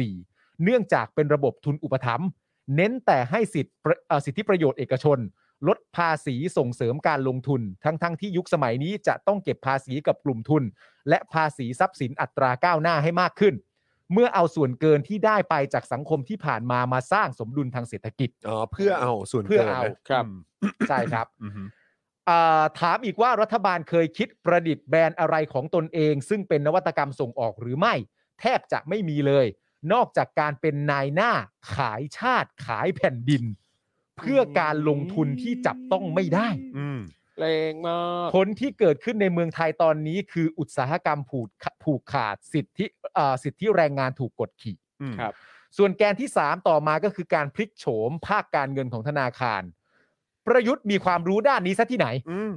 [SPEAKER 3] เนื่องจากเป็นระบบทุนอุปถัมภ์เน้นแต่ให้สิทธิประเอ่อสิทธิประโยชน์เอกชน ลดภาษีส่งเสริมการลงทุน ทั้งๆทที่ยุคสมัยนี้จะต้องเก็บภาษีกับกลุ่มทุน และภาษีทรัพย์สินอัตราก้าวหน้าให้มากขึ้น เมื่อเอาส่วนเกินที่ได้ไปจากสังคมที่ผ่านมามาสร้างสมดุลทางเศรษฐกิจ
[SPEAKER 2] อ๋อเพื่อเอาส่วน
[SPEAKER 3] เพื่อ
[SPEAKER 2] กินนะ
[SPEAKER 3] เอา
[SPEAKER 4] ครับ
[SPEAKER 3] ใช่ครับ
[SPEAKER 2] อืมอืม
[SPEAKER 3] อ่าถามอีกว่ารัฐบาลเคยคิดประดิษฐ์แบรนด์อะไรของตนเอง ซึ่งเป็นนวัตกรรมส่งออกหรือไม่ แทบจะไม่มีเลย นอกจากการเป็นนายหน้าขายชาติขายแผ่นดิน เพื่อการลงทุนที่จับต้องไม่ได้
[SPEAKER 2] อืม
[SPEAKER 4] แรงมาก
[SPEAKER 3] ผลที่เกิดขึ้นในเมืองไทยตอนนี้คืออุตสาหกรรมผูกผูกขาดสิทธิอ่าสิทธิแรงงานถูกกดขี่
[SPEAKER 2] อืม
[SPEAKER 4] ครับ
[SPEAKER 3] ส่วนแกนที่ 3 ต่อมาก็คือการพลิกโฉมภาคการเงินของธนาคาร ประยุทธ์มีความรู้ด้านนี้ซะที่ไหน
[SPEAKER 2] อืม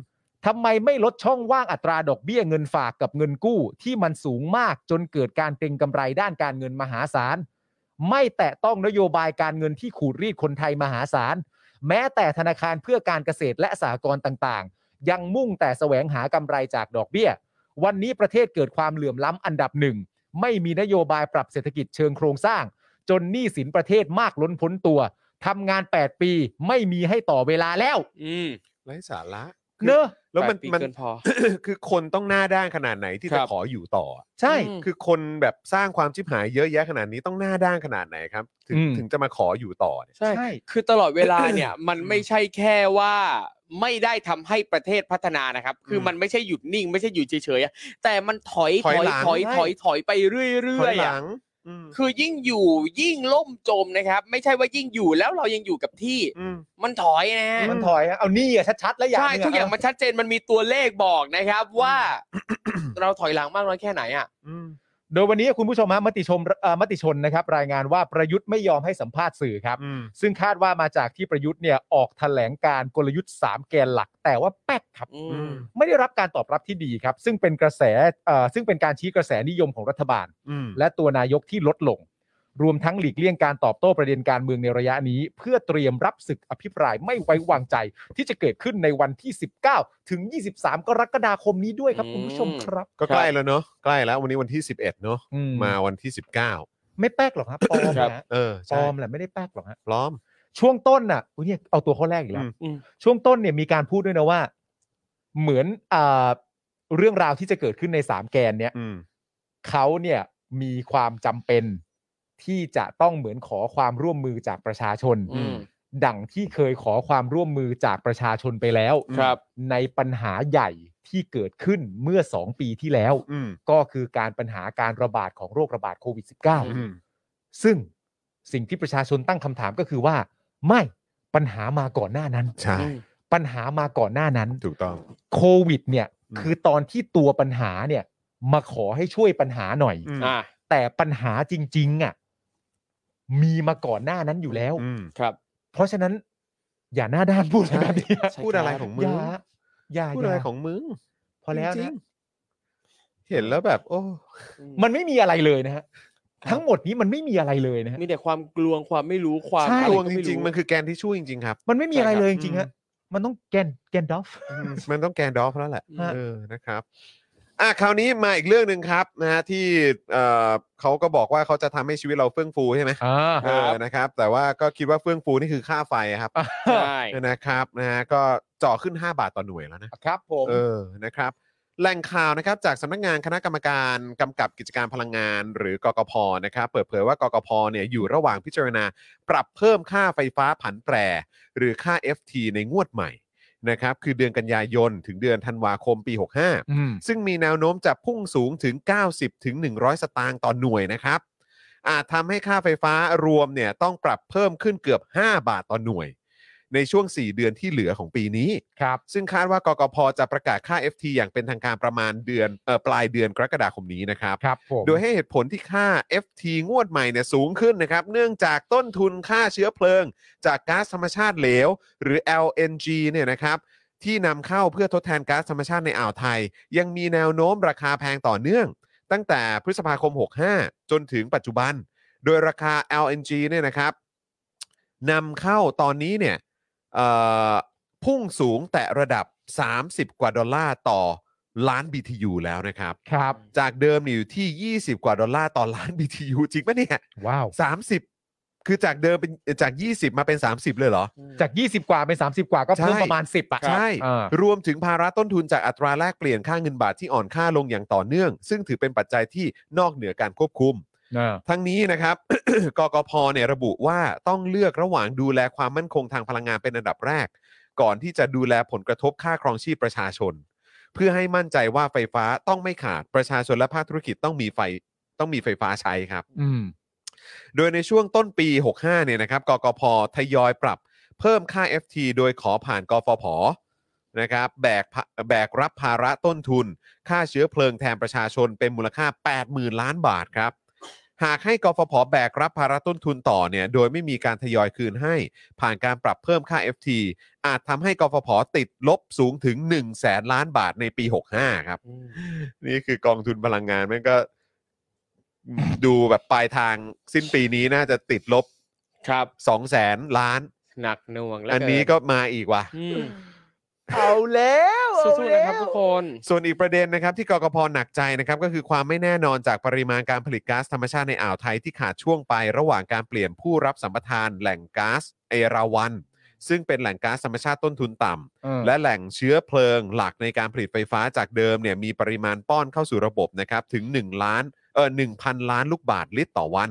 [SPEAKER 3] ทำไมไม่ลดช่องว่างอัตราดอกเบี้ยเงินฝากกับเงินกู้ ที่มันสูงมากจนเกิดการเก็งกำไรด้านการเงินมหาศาล ไม่แตะต้องนโยบายการเงินที่ขูดรีดคนไทยมหาศาล แม้แต่ธนาคารเพื่อการเกษตรและสหกรณ์ต่างๆ ยังมุ่งแต่แสวงหากำไรจากดอกเบี้ย วันนี้ประเทศเกิดความเหลื่อมล้ำอันดับหนึ่ง ไม่มีนโยบายปรับเศรษฐกิจเชิงโครงสร้าง จนหนี้สินประเทศมากล้นพ้นตัวทำงาน 8 ปีไม่มีให้ต่อเวลาแล้ว
[SPEAKER 4] อืม
[SPEAKER 2] ไร้สาระ
[SPEAKER 3] เนอะ
[SPEAKER 2] แล้วมัน
[SPEAKER 4] ปดปี
[SPEAKER 2] มัน
[SPEAKER 4] เกินพอ
[SPEAKER 2] คือคนต้องหน้าด้านขนาดไหนที่
[SPEAKER 4] ครั
[SPEAKER 2] จะ
[SPEAKER 4] บ
[SPEAKER 2] ขออยู่ต่อ
[SPEAKER 3] ใช่
[SPEAKER 4] อืม
[SPEAKER 2] คือคนแบบสร้างความชิบหายเยอะแยะขนาดนี้ต้องหน้าด้านขนาดไหนครับ ถึง
[SPEAKER 3] อืม
[SPEAKER 2] ถึงจะมาขออยู่ต่อเนี่ย
[SPEAKER 4] ใช่
[SPEAKER 3] ใช่
[SPEAKER 4] คือตลอดเวลาเนี่ย มันไม่ใช่แค่ว่าไม่ได้ทำให้ประเทศพัฒนานะครับ คือมันไม่ใช่หยุดนิ่ง ไม่ใช่อยู่เฉยๆอะแต่มันถอย
[SPEAKER 2] ถ
[SPEAKER 4] ถ
[SPEAKER 2] อย
[SPEAKER 4] อย
[SPEAKER 2] หลัง
[SPEAKER 4] ถอยถอยถอยไป
[SPEAKER 2] ถ
[SPEAKER 4] เรื่อ
[SPEAKER 2] อย ย
[SPEAKER 4] ๆ
[SPEAKER 2] ห
[SPEAKER 4] อะ
[SPEAKER 2] ลังอืม
[SPEAKER 4] คือยิ่งอยู่ยิ่งล่มจมนะครับ ไม่ใช่ว่ายิ่งอยู่แล้วเรายังอยู่กับที่
[SPEAKER 2] อืม
[SPEAKER 4] มันถอยนะฮะ
[SPEAKER 3] มันถอยฮะเอานี่อะชัดๆ แล้วอย่าง
[SPEAKER 4] ใช่
[SPEAKER 3] หะ
[SPEAKER 4] ทุกอย่าง
[SPEAKER 3] เ
[SPEAKER 4] มันชัดเจนมันมีตัวเลขบอกนะครับว่า เราถอยหลังมากน้อยแค่ไหนอ่ะ
[SPEAKER 2] อืม
[SPEAKER 3] โดยวันนี้คุณผู้ชมฮะมติชมเอ่อมติชนนะครับ รายงานว่าประยุทธ์ไม่ยอมให้สัมภาษณ์สื่อครับ
[SPEAKER 2] อืม
[SPEAKER 3] ซึ่งคาดว่ามาจากที่ประยุทธ์เนี่ยออกแถลงการกลยุทธ์ 3 แกนหลัก แต่ว่าแป๊กครับ
[SPEAKER 4] อื
[SPEAKER 2] อื
[SPEAKER 4] ม
[SPEAKER 2] ม
[SPEAKER 3] ไม่ได้รับการตอบรับที่ดีครับ ซึ่งเป็นกระแสเอ่อซึ่งเป็นการชี้กระแสนิยมของรัฐบาล
[SPEAKER 2] อืม
[SPEAKER 3] และตัวนายกที่ลดลง รวมทั้งหลีกเลี่ยงการตอบโต้ประเด็นการเมืองในระยะนี้ เพื่อเตรียมรับศึกอภิปรายไม่ไว้วางใจ ที่จะเกิดขึ้นในวันที่ 19 ถึง 23 กรกฎาคมนี้ด้วยครับคุณผู้ชมครับ
[SPEAKER 2] ก็ใกล้แล้วเนอะใกล้แล้ววันนี้วันที่ 11เนอะ
[SPEAKER 3] อื
[SPEAKER 2] มาวันที่ 19
[SPEAKER 3] ไม่แป๊กหรอกครับปลอมนะฮะ
[SPEAKER 2] เออ
[SPEAKER 3] ปล
[SPEAKER 2] ใช่
[SPEAKER 3] อมแหละไม่ได้แป๊กหรอกฮะ
[SPEAKER 2] ปลอม
[SPEAKER 3] ช่วงต้นน่ะอุ้ยเนี่ยเอาตัวข้อแรกอีกแล้ว
[SPEAKER 2] อืม
[SPEAKER 4] อืม
[SPEAKER 3] ช่วงต้นเนี่ยมีการพูดด้วยนะว่า เหมือนอ่าเรื่องราวที่จะเกิดขึ้นในสามแกนเนี่ย
[SPEAKER 2] อืม
[SPEAKER 3] เขาเนี่ยมีความจำเป็นที่จะต้องเหมือนขอความร่วมมือจากประชาชน
[SPEAKER 4] อืม
[SPEAKER 3] ดังที่เคยขอความร่วมมือจากประชาชนไปแล้ว
[SPEAKER 4] ครับ
[SPEAKER 3] ในปัญหาใหญ่ที่เกิดขึ้นเมื่อ 2 ปีที่แล้ว
[SPEAKER 2] อืม
[SPEAKER 3] ก็คือการปัญหาการระบาดของโรคระบาดโควิด
[SPEAKER 2] อืม
[SPEAKER 3] -19 ซึ่งสิ่งที่ประชาชนตั้งคำถามก็คือว่า ไม่ปัญหามาก่อนหน้านั้น
[SPEAKER 2] ใช่
[SPEAKER 3] ปัญหามาก่อนหน้านั้น
[SPEAKER 2] ถูกต้อง
[SPEAKER 3] โควิดเนี่ย
[SPEAKER 2] อืม
[SPEAKER 3] คือตอนที่ตัวปัญหาเนี่ยมาขอให้ช่วยปัญหาหน่อย
[SPEAKER 2] อืม
[SPEAKER 4] อ่า
[SPEAKER 3] แต่ปัญหาจริงๆอ่ะมีมาก่อนหน้านั้นอยู่แล้ว
[SPEAKER 2] อืม
[SPEAKER 4] ครับ
[SPEAKER 3] เพราะฉะนั้น อย่าหน้าด้านพูดอะไรแบบนี้
[SPEAKER 4] ใช่
[SPEAKER 2] พูดอะไรของมึ
[SPEAKER 3] อง ย่าอย่า
[SPEAKER 2] พูดอะไร
[SPEAKER 3] ย่า
[SPEAKER 2] ของมึง
[SPEAKER 3] พอแล้ว
[SPEAKER 2] จริ
[SPEAKER 3] นะ
[SPEAKER 2] งๆเห็นแล้วแบบ โอ้
[SPEAKER 3] มันไม่มีอะไรเลยนะฮะทั้งหมดนี้มันไม่มีอะไรเลยนะฮะ
[SPEAKER 4] มีแต่ความกลวงความไม่รู้ความ
[SPEAKER 3] ใช่
[SPEAKER 4] อะ
[SPEAKER 2] กล
[SPEAKER 4] ไก็
[SPEAKER 2] วงจ
[SPEAKER 4] ไ
[SPEAKER 2] ริงๆ มันคือแกนที่ช่วยจริง ๆ ครับ
[SPEAKER 3] มันไม่มีอะไรเลยจริ
[SPEAKER 2] อื
[SPEAKER 3] งๆ
[SPEAKER 2] ม
[SPEAKER 3] ฮะมันต้องแกนแกนดอฟ
[SPEAKER 2] มันต้องแกนดอฟแล้วแหละ
[SPEAKER 3] ฮะ
[SPEAKER 2] เออนะครับ อ่ะคราวนี้มาอีกเรื่องหนึ่งครับนะฮะที่เอ่อเขาก็บอกว่าเขาจะทำให้ชีวิตเราเฟื่องฟูใช่ไหม
[SPEAKER 3] อ่า
[SPEAKER 2] เออนะครับ แต่ว่าก็คิดว่าเฟื่องฟูนี่คือค่าไฟอะครับ
[SPEAKER 4] ใช่
[SPEAKER 2] นะครับนะฮะก็เจ่อขึ้น 5 บาทต่อหน่วยแล้วนะ
[SPEAKER 3] ครับผม
[SPEAKER 2] เออ นะครับ แหล่งข่าวนะครับจากสำนักงานคณะกรรมการกำกับกิจการพลังงานหรือกกพนะครับเปิดเผยว่ากกพเนี่ยอยู่ระหว่างพิจารณา ปรับเพิ่มค่าไฟฟ้าผันแปร หรือค่า FT ในงวดใหม่นะครับคือเดือนกันยายน ถึงเดือนธันวาคมปี
[SPEAKER 3] อืม
[SPEAKER 2] 65 ซึ่งมีแนวโน้มจะพุ่งสูงถึง 90 ถึง 100 สตางค์ต่อหน่วยนะครับ อาจทำให้ค่าไฟฟ้ารวมเนี่ยต้องปรับเพิ่มขึ้นเกือบ 5 บาทต่อหน่วย ในช่วง 4 เดือนที่เหลือของปีนี้
[SPEAKER 3] ครับ
[SPEAKER 2] ซึ่งคาดว่ากกพจะประกาศค่า FT อย่างเป็นทางการประมาณเดือนเอ่อปลายเดือนกรกฎาคมนี้นะครับ
[SPEAKER 3] ครับผม
[SPEAKER 2] โดยให้เหตุผลที่ค่า FT งวดใหม่เนี่ยสูงขึ้นนะครับ เนื่องจากต้นทุนค่าเชื้อเพลิง จากก๊าซธรรมชาติเหลว หรือ LNG เนี่ยนะครับ ที่นำเข้าเพื่อทดแทนก๊าซธรรมชาติในอ่าวไทย ยังมีแนวโน้มราคาแพงต่อเนื่อง ตั้งแต่พฤษภาคม 65 จนถึงปัจจุบัน โดยราคา LNG เนี่ยนะครับนำเข้าตอนนี้เนี่ยเอ่อพุ่งสูงแต่ระดับ 30 กว่าดอลลาร์ต่อล้าน BTU แล้วนะครับ
[SPEAKER 3] ครับ
[SPEAKER 2] จากเดิมเนี่ยอยู่ที่ 20 กว่าดอลลาร์ต่อล้าน BTU จริงปะเนี่ย
[SPEAKER 3] ว้าว
[SPEAKER 2] 30 คือจากเดิมเป็นจาก 20 มาเป็น 30 เลยเหรอ
[SPEAKER 3] จาก 20 กว่าเป็น 30 กว่าก็เพิ่ม
[SPEAKER 2] ใช่
[SPEAKER 3] ประมาณ 10อ่ะ
[SPEAKER 2] ใช่
[SPEAKER 3] อ่าร
[SPEAKER 2] วมถึงภาระต้นทุนจากอัตราแลกเปลี่ยนค่าเงินบาทที่อ่อนค่าลงอย่างต่อเนื่อง ซึ่งถือเป็นปัจจัยที่นอกเหนือการควบคุม
[SPEAKER 3] อ่า
[SPEAKER 2] ทั้งนี้นะครับ กกพเนี่ยระบุว่าต้องเลือกระหว่างดูแลความมั่นคงทางพลังงานเป็นอันดับแรก ก่อนที่จะดูแลผลกระทบค่าครองชีพประชาชน เพื่อให้มั่นใจว่าไฟฟ้าต้องไม่ขาดประชาชนและภาคธุรกิจต้องมีไฟต้องมีไฟฟ้าใช้ครับ
[SPEAKER 3] อืม
[SPEAKER 2] โดยในช่วงต้นปี 65 เนี่ยนะครับ กกพ ทยอยปรับเพิ่มค่า FT โดยขอผ่านกฟผ นะครับ แบกพะแบกรับภาระต้นทุน ค่าเชื้อเพลิงแทนประชาชนเป็นมูลค่า 80,000 ล้านบาทครับ หากให้กฟผ แบกรับภาระต้นทุนต่อเนี่ย โดยไม่มีการทยอยคืนให้ ผ่านการปรับเพิ่มค่า FT อาจทำให้กฟผ ติดลบสูงถึง 1 0 0 0 0แสนล้านบาทในปี 65 ครับ นี่คือกองทุนพลังงาน มันก็ ดูแบบปลายทางสิ้นปีนี้น่าจะติดลบ
[SPEAKER 4] ครับ
[SPEAKER 2] สองแสนล้าน
[SPEAKER 4] หนักหน่วงเหลื
[SPEAKER 2] อันนี้ก็มาอีกว่ะ
[SPEAKER 4] อืม
[SPEAKER 3] เอาแล้ว
[SPEAKER 4] สู้ๆนะครับทุกคน
[SPEAKER 2] ส่วนอีกประเด็นนะครับที่กกพหนักใจนะครับก็คือความไม่แน่นอนจากปริมาณการผลิตก๊าซธรรมชาติในอ่าวไทยที่ขาดช่วงไประหว่างการเปลี่ยนผู้รับสัมปทานแหล่งก๊าซเอราวัน ซึ่งเป็นแหล่งก๊าซธรรมชาติต้นทุนต่ำ และแหล่งเชื้อเพลิงหลักในการผลิตไฟฟ้าจากเดิมเนี่ยมีปริมาณป้อนเข้าสู่ระบบนะครับถึง 1 ล้านเออ1,000 ล้านลูกบาทลิตรต่อวัน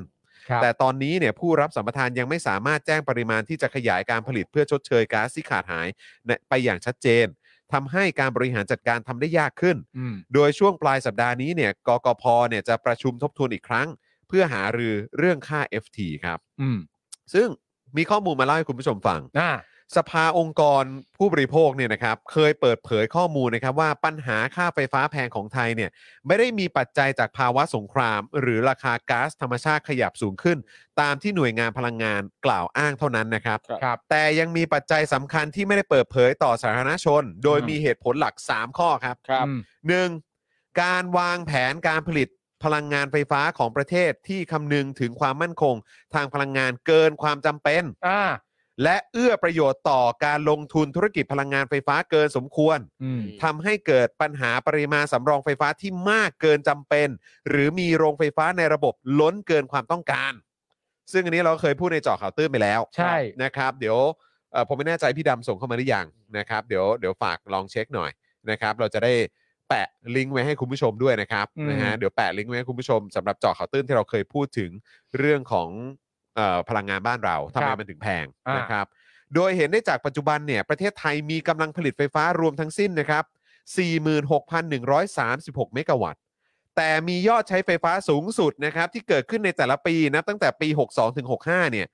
[SPEAKER 3] ครับ
[SPEAKER 2] แต่ตอนนี้เนี่ยผู้รับสัมปทานยังไม่สามารถแจ้งปริมาณที่จะขยายการผลิตเพื่อชดเชยก๊าซที่ขาดหายในไปอย่างชัดเจนทำให้การบริหารจัดการทำได้ยากขึ้น
[SPEAKER 3] อืม
[SPEAKER 2] โดยช่วงปลายสัปดาห์นี้เนี่ยกกพเนี่ยจะประชุมทบทวนอีกครั้ง เพื่อหารือเรื่องค่า FT ครับ
[SPEAKER 3] อืม
[SPEAKER 2] ซึ่งมีข้อมูลมาเล่าให้คุณผู้ชมฟัง
[SPEAKER 3] อ่า
[SPEAKER 2] สภาองค์กรผู้บริโภคเนี่ยนะครับเคยเปิดเผยข้อมูลนะครับว่าปัญหาค่าไฟฟ้าแพงของไทยเนี่ยไม่ได้มีปัจจัยจากภาวะสงคราม หรือราคาก๊าซธรรมชาติขยับสูงขึ้น ตามที่หน่วยงานพลังงานกล่าวอ้างเท่านั้นนะครับ
[SPEAKER 3] ครับ
[SPEAKER 2] แต่ยังมีปัจจัยสำคัญที่ไม่ได้เปิดเผยต่อสาธารณชน โดย
[SPEAKER 3] อืม
[SPEAKER 2] มีเหตุผลหลัก 3 ข้อครับ
[SPEAKER 4] ครับ
[SPEAKER 3] อืม
[SPEAKER 2] 1. การวางแผนการผลิตพลังงานไฟฟ้าของประเทศที่คำนึงถึงความมั่นคง ทางพลังงานเกินความจำเป็น
[SPEAKER 3] อ่า
[SPEAKER 2] และเอื้อประโยชน์ต่อการลงทุนธุรกิจพลังงานไฟฟ้าเกินสมควร
[SPEAKER 3] อืม
[SPEAKER 2] ทำให้เกิดปัญหาปริมาณสำรองไฟฟ้าที่มากเกินจำเป็น หรือมีโรงไฟฟ้าในระบบล้นเกินความต้องการ ซึ่งอันนี้เราเคยพูดในเจาะข่าวตื้นไปแล้ว
[SPEAKER 3] ใช่
[SPEAKER 2] นะครับ เดี๋ยวเอ่อผมไม่แน่ใจพี่ดำส่งเข้ามาหรือยังนะครับ เดี๋ยวเดี๋ยวฝากลองเช็คหน่อยนะครับ เราจะได้แปะลิงก์ไว้ให้คุณผู้ชมด้วยนะครับนะฮะเดี๋ยวแปะลิงก์ไว้ให้คุณผู้ชมสำหรับเจาะข่าวตื้นที่เราเคยพูดถึงเรื่องของเออพลังงานบ้านเราทำไมมันถึงแพง
[SPEAKER 3] อ่าน
[SPEAKER 2] นะครับ โดยเห็นได้จากปัจจุบันเนี่ยประเทศไทยมีกำลังผลิตไฟฟ้ารวมทั้งสิ้นนะครับ 46,136 เมกะวัตต์ แต่มียอดใช้ไฟฟ้าสูงสุดนะครับที่เกิดขึ้นในแต่ละปีนะตั้งแต่ปี 62ถึง65 เนี่ย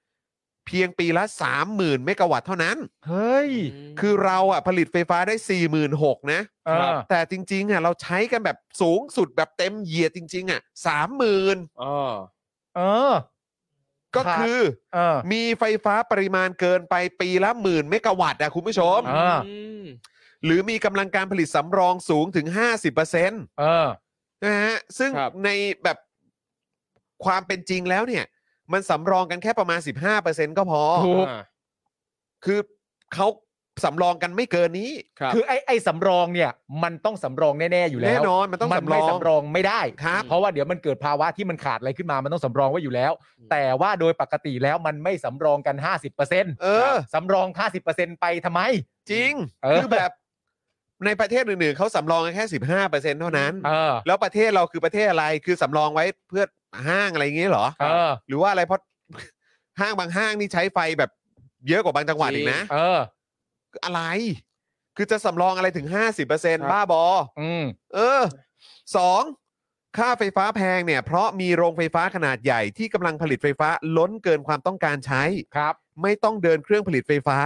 [SPEAKER 2] เพียงปีละ 30,000 เมกะวัตต์เท่านั้น
[SPEAKER 3] เฮ้ย
[SPEAKER 2] คือเราอ่ะผลิตไฟฟ้าได้ 46,000นะ
[SPEAKER 3] อ่า
[SPEAKER 2] แต่จริงๆอ่ะเราใช้กันแบบสูงสุดแบบเต็มเหยียดจริง ๆอ่ะ30,000
[SPEAKER 4] เออ
[SPEAKER 3] เออ
[SPEAKER 2] ก็
[SPEAKER 3] ครับ
[SPEAKER 2] คือ
[SPEAKER 3] เออ
[SPEAKER 2] มีไฟฟ้าปริมาณเกินไปปีละหมื่นเมกะวัตต์อะคุณผู้ชม
[SPEAKER 3] อ่า
[SPEAKER 2] หรือมีกำลังการผลิตสำรองสูงถึง 50%
[SPEAKER 3] เออ
[SPEAKER 2] นะฮะซึ่ง
[SPEAKER 4] ครับ
[SPEAKER 2] ในแบบความเป็นจริงแล้วเนี่ย มันสำรองกันแค่ประมาณ 15%ก็พอ
[SPEAKER 3] ถูก
[SPEAKER 4] อ่า
[SPEAKER 2] คือเขาสำรองกันไม่เกินนี้
[SPEAKER 4] ครับ
[SPEAKER 3] คือไอ้ไอ้สำรองเนี่ย มันต้องสำรองแน่ ๆ อยู่แล้ว
[SPEAKER 2] แน่นอนมันต้อง
[SPEAKER 3] มั
[SPEAKER 2] สำร
[SPEAKER 3] ไม่
[SPEAKER 2] อง
[SPEAKER 3] สำรองไม่ได้
[SPEAKER 2] ครับ
[SPEAKER 3] เพราะว่าเดี๋ยวมันเกิดภาวะที่มันขาดอะไรขึ้นมามันต้องสำรองไว้อยู่แล้ว
[SPEAKER 4] อืม
[SPEAKER 3] แต่ว่าโดยปกติแล้วมันไม่สำรองกัน 50%
[SPEAKER 2] เออ
[SPEAKER 3] สำรอง 50%ไปทำไม
[SPEAKER 2] จริง
[SPEAKER 3] เออ
[SPEAKER 2] คือแบบในประเทศอื่นๆเขาสำรองกันแค่ 15%เท่านั้น
[SPEAKER 3] เออ
[SPEAKER 2] แล้วประเทศเราคือประเทศอะไรคือสำรองไว้เพื่อห้างอะไรอย่างเงี้ยเหรอ
[SPEAKER 3] เออ
[SPEAKER 2] หรือว่าอะไรเพ ราะ ห้างบางห้างนี่ใช้ไฟแบบเยอะกว่าบางจังหวัดอีกนะ
[SPEAKER 3] เออ
[SPEAKER 2] อะไร คือจะสำรองอะไรถึง 50%
[SPEAKER 4] ครับ
[SPEAKER 2] บ้าบอ
[SPEAKER 3] อืม
[SPEAKER 2] เออสองค่าไฟฟ้าแพงเนี่ย เพราะมีโรงไฟฟ้าขนาดใหญ่ที่กำลังผลิตไฟฟ้าล้นเกินความต้องการใช้
[SPEAKER 3] ครับ
[SPEAKER 2] ไม่ต้องเดินเครื่องผลิตไฟฟ้า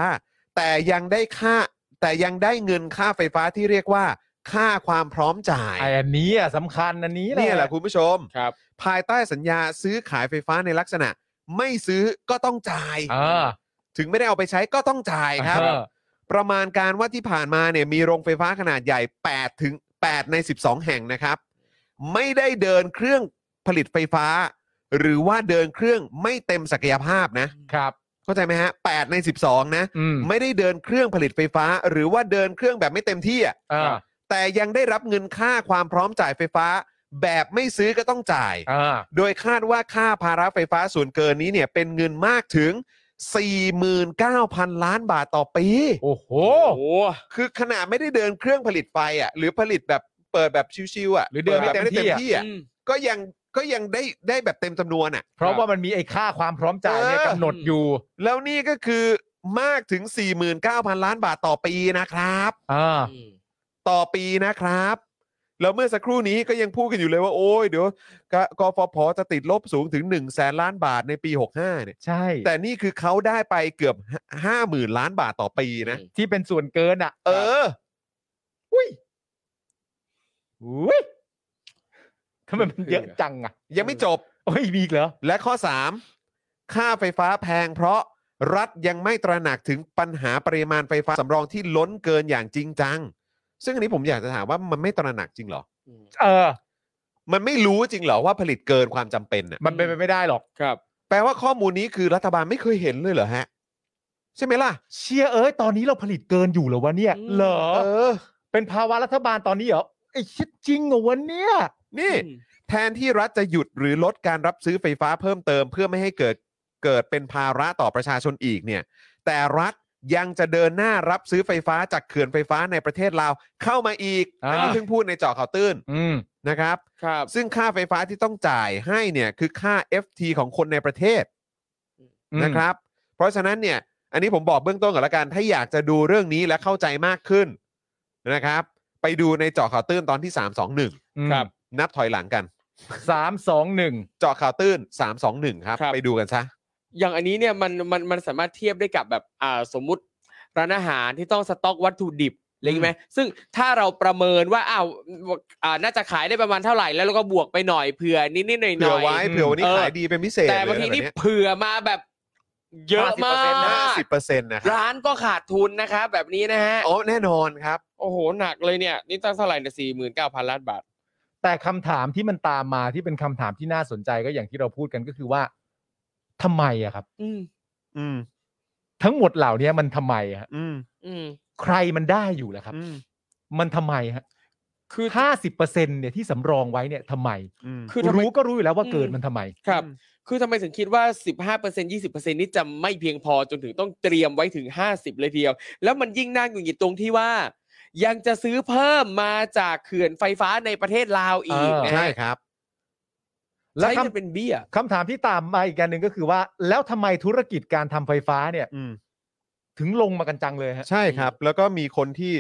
[SPEAKER 2] แต่ยังได้ค่า แต่ยังได้เงินค่าไฟฟ้าที่เรียกว่า ค่าความพร้อมจ่าย
[SPEAKER 3] ไอ้อันนี้อะสำคัญอันนี้แหละ
[SPEAKER 2] เนี่ยแหละคุณผู้ชม
[SPEAKER 4] ครับ
[SPEAKER 2] ภายใต้สัญญาซื้อขายไฟฟ้าในลักษณะ ไม่ซื้อก็ต้องจ่าย
[SPEAKER 3] เออ
[SPEAKER 2] ถึงไม่ได้เอาไปใช้ก็ต้องจ่ายครับ
[SPEAKER 3] เออ
[SPEAKER 2] ประมาณการว่าที่ผ่านมาเนี่ยมีโรงไฟฟ้าขนาดใหญ่ 8 ถึง 8 ใน 12 แห่งนะครับ ไม่ได้เดินเครื่องผลิตไฟฟ้า หรือว่าเดินเครื่องไม่เต็มศักยภาพนะ
[SPEAKER 3] ครับ
[SPEAKER 2] เข้าใจไหมฮะ 8 ใน 12 นะ
[SPEAKER 3] อืม
[SPEAKER 2] ไม่ได้เดินเครื่องผลิตไฟฟ้า หรือว่าเดินเครื่องแบบไม่เต็มที่อ่ะ
[SPEAKER 3] เออ
[SPEAKER 2] แต่ยังได้รับเงินค่าความพร้อมจ่ายไฟฟ้า แบบไม่ซื้อก็ต้องจ่าย
[SPEAKER 3] เออ
[SPEAKER 2] โดยคาดว่าค่าภาระไฟฟ้าส่วนเกินนี้เนี่ยเป็นเงินมากถึง 49,000 ล้านบาทต่อปี
[SPEAKER 3] โอ้โห
[SPEAKER 4] โอ้
[SPEAKER 2] คือขนาดไม่ได้เดินเครื่องผลิตไฟอ่ะหรือผลิตแบบเปิดแบบชิวๆอ่ะ
[SPEAKER 3] หรือเดินไม่เต็มที่อ่ะ
[SPEAKER 2] อ่ะก็ยังก็ยังได้ได้แบบเต็มจำนวนอ่ะ
[SPEAKER 3] เพราะว่ามันมีไอ้ค่าความพร้อมจ่ายเนี่ย
[SPEAKER 2] เออ
[SPEAKER 3] กำหนดอยู่
[SPEAKER 2] แล้วนี่ก็คือมากถึง 49,000 ล้านบาทต่อปีนะครับ
[SPEAKER 3] เออ
[SPEAKER 2] ต่อปีนะครับ แล้วเมื่อสักครู่นี้ก็ยังพูดกันอยู่เลยว่า โอ้ยเดี๋ยวกกฟผจะติดลบสูงถึง1 0 0 0 0แสนล้านบาทในปี 65เนี่ย
[SPEAKER 3] ใช่
[SPEAKER 2] แต่นี่คือเขาได้ไปเกือบ 50,000 ล้านบาทต่อปีนะ
[SPEAKER 4] อืม
[SPEAKER 3] ที่เป็นส่วนเกินอ่ะ
[SPEAKER 2] เออ
[SPEAKER 3] อุ้ยทำไมมันเยอะจังอ่ะ
[SPEAKER 2] ยังไม่จบ
[SPEAKER 3] โอ้ยมีอีกเหรอ
[SPEAKER 2] และข้อ 3 ค่าไฟฟ้าแพงเพราะรัฐยังไม่ตระหนักถึงปัญหาปริมาณไฟฟ้าสำรองที่ล้นเกินอย่างจริงจัง ซึ่งอันนี้ผมอยากจะถามว่ามันไม่ตระหนักจริงเหรอ
[SPEAKER 3] เออ
[SPEAKER 2] มันไม่รู้จริงเหรอว่าผลิตเกินความจำเป็นน่ะ
[SPEAKER 3] มันเป็นไปไม่ได้หรอก
[SPEAKER 4] ครับ
[SPEAKER 2] แปลว่าข้อมูลนี้คือรัฐบาลไม่เคยเห็นเลยเหรอฮะ ใช่ไหมล่ะ
[SPEAKER 3] เชียเอ้ยตอนนี้เราผลิตเกินอยู่เหรอวะเนี่ย
[SPEAKER 4] อืม
[SPEAKER 3] เหรอ
[SPEAKER 2] เออ
[SPEAKER 3] เป็นภาวะรัฐบาลตอนนี้เหรอไอ้ชิดจริงเหรอวะเนี่ย
[SPEAKER 2] นี่ แทนที่รัฐจะหยุดหรือลดการรับซื้อไฟฟ้าเพิ่มเติม เพื่อไม่ให้เกิดเกิดเป็นภาระต่อประชาชนอีกเนี่ย แต่รัฐยังจะเดินหน้ารับซื้อไฟฟ้าจากเขื่อนไฟฟ้าในประเทศลาวเข้ามาอีก
[SPEAKER 3] อ่า
[SPEAKER 2] อันนี้เพิ่งพูดในเจาะข่าวตื้น
[SPEAKER 3] อืม
[SPEAKER 2] นะครับ
[SPEAKER 4] ครับ
[SPEAKER 2] ซึ่งค่าไฟฟ้าที่ต้องจ่ายให้เนี่ยคือค่า FT ของคนในประเทศนะครับ เพราะฉะนั้นเนี่ย อันนี้ผมบอกเบื้องต้นก่อนละกัน ถ้าอยากจะดูเรื่องนี้และเข้าใจมากขึ้นนะครับ ไปดูในเจาะข่าวตื้นตอนที่ 321
[SPEAKER 3] ครับ
[SPEAKER 2] นับถอยหลังกัน
[SPEAKER 3] สามสองหนึ่ง
[SPEAKER 2] เจาะข่าวตื้น 321 ครับ
[SPEAKER 4] ครับ
[SPEAKER 2] ไปดูกันซะ
[SPEAKER 4] อย่างอันนี้เนี่ยมันมันมันสามารถเทียบได้กับแบบอ่าสมมุติร้านอาหารที่ต้องสต็อกวัตถุดิบอะไรอย่างงี้ไหมซึ่งถ้าเราประเมินว่าอ้าวอ่าน่าจะขายได้ประมาณเท่าไหร่แล้วเราก็บวกไปหน่อยเผื่อนิดนิดๆหน่อยห
[SPEAKER 2] เผื่
[SPEAKER 4] น่
[SPEAKER 2] อ
[SPEAKER 4] อย
[SPEAKER 2] ไว้เผื่อวันนี้
[SPEAKER 4] เออ
[SPEAKER 2] ขายดีเป็นพิเศษ
[SPEAKER 4] แต่บางทีนี่เผื่อมาแบบเยอะมา
[SPEAKER 2] ห้าก สิบเปอร์เซ็นต์นะครับ
[SPEAKER 4] ร้านก็ขาดทุนนะครับแบบนี้นะฮะ
[SPEAKER 2] โอ้แน่นอนครับ
[SPEAKER 4] โอ้โหหนักเลยเนี่ยนี่ตั้งเท่าไหร่เนี่ยสี่หมื่นเก้าพันล้านบาท
[SPEAKER 3] แต่คำถามที่มันตามมาที่เป็นคำถามที่น่าสนใจก็อย่างที่เราพูดกันก็คือว่าทำไมอะครับ
[SPEAKER 4] อืม
[SPEAKER 2] อืม
[SPEAKER 3] ทั้งหมดเหล่านี้มันทำไมฮะ
[SPEAKER 2] อืม
[SPEAKER 4] อืม
[SPEAKER 3] ใครมันได้อยู่ล่ะครับ
[SPEAKER 2] อืม
[SPEAKER 3] มันทำไมฮะคือห้าสิบเปอร์เซ็นเนี่ยที่สำรองไว้เนี่ยทำไม
[SPEAKER 2] อืม
[SPEAKER 4] คือทำไม
[SPEAKER 3] รู้ก็รู้อยู่แล้วว่าเกิน
[SPEAKER 4] อืม
[SPEAKER 3] มันทำไม
[SPEAKER 4] ครับ คือทำไมถึงคิดว่า 15% 20%นี่จะไม่เพียงพอจนถึงต้องเตรียมไว้ถึง 50 เลยทีเดียว แล้วมันยิ่งน่าหงุดหงิดตรงที่ว่า ยังจะซื้อเพิ่มมาจากเขื่อนไฟฟ้าในประเทศลาวอีก
[SPEAKER 3] เออ
[SPEAKER 4] นะ
[SPEAKER 2] ใช่
[SPEAKER 4] ฮะ
[SPEAKER 2] ครับ
[SPEAKER 3] แล้ว
[SPEAKER 4] ใช้
[SPEAKER 3] ค
[SPEAKER 4] กันเป็นเบี้ย
[SPEAKER 3] ำคำถามที่ตามมาอีกการหนึ่งก็คือว่า แล้วทำไมธุรกิจการทำไฟฟ้าเนี่ย
[SPEAKER 2] อืม
[SPEAKER 3] ถึงลงมากันจังเลยฮะ
[SPEAKER 2] ใช่ครับ แล้วก็มีคนที่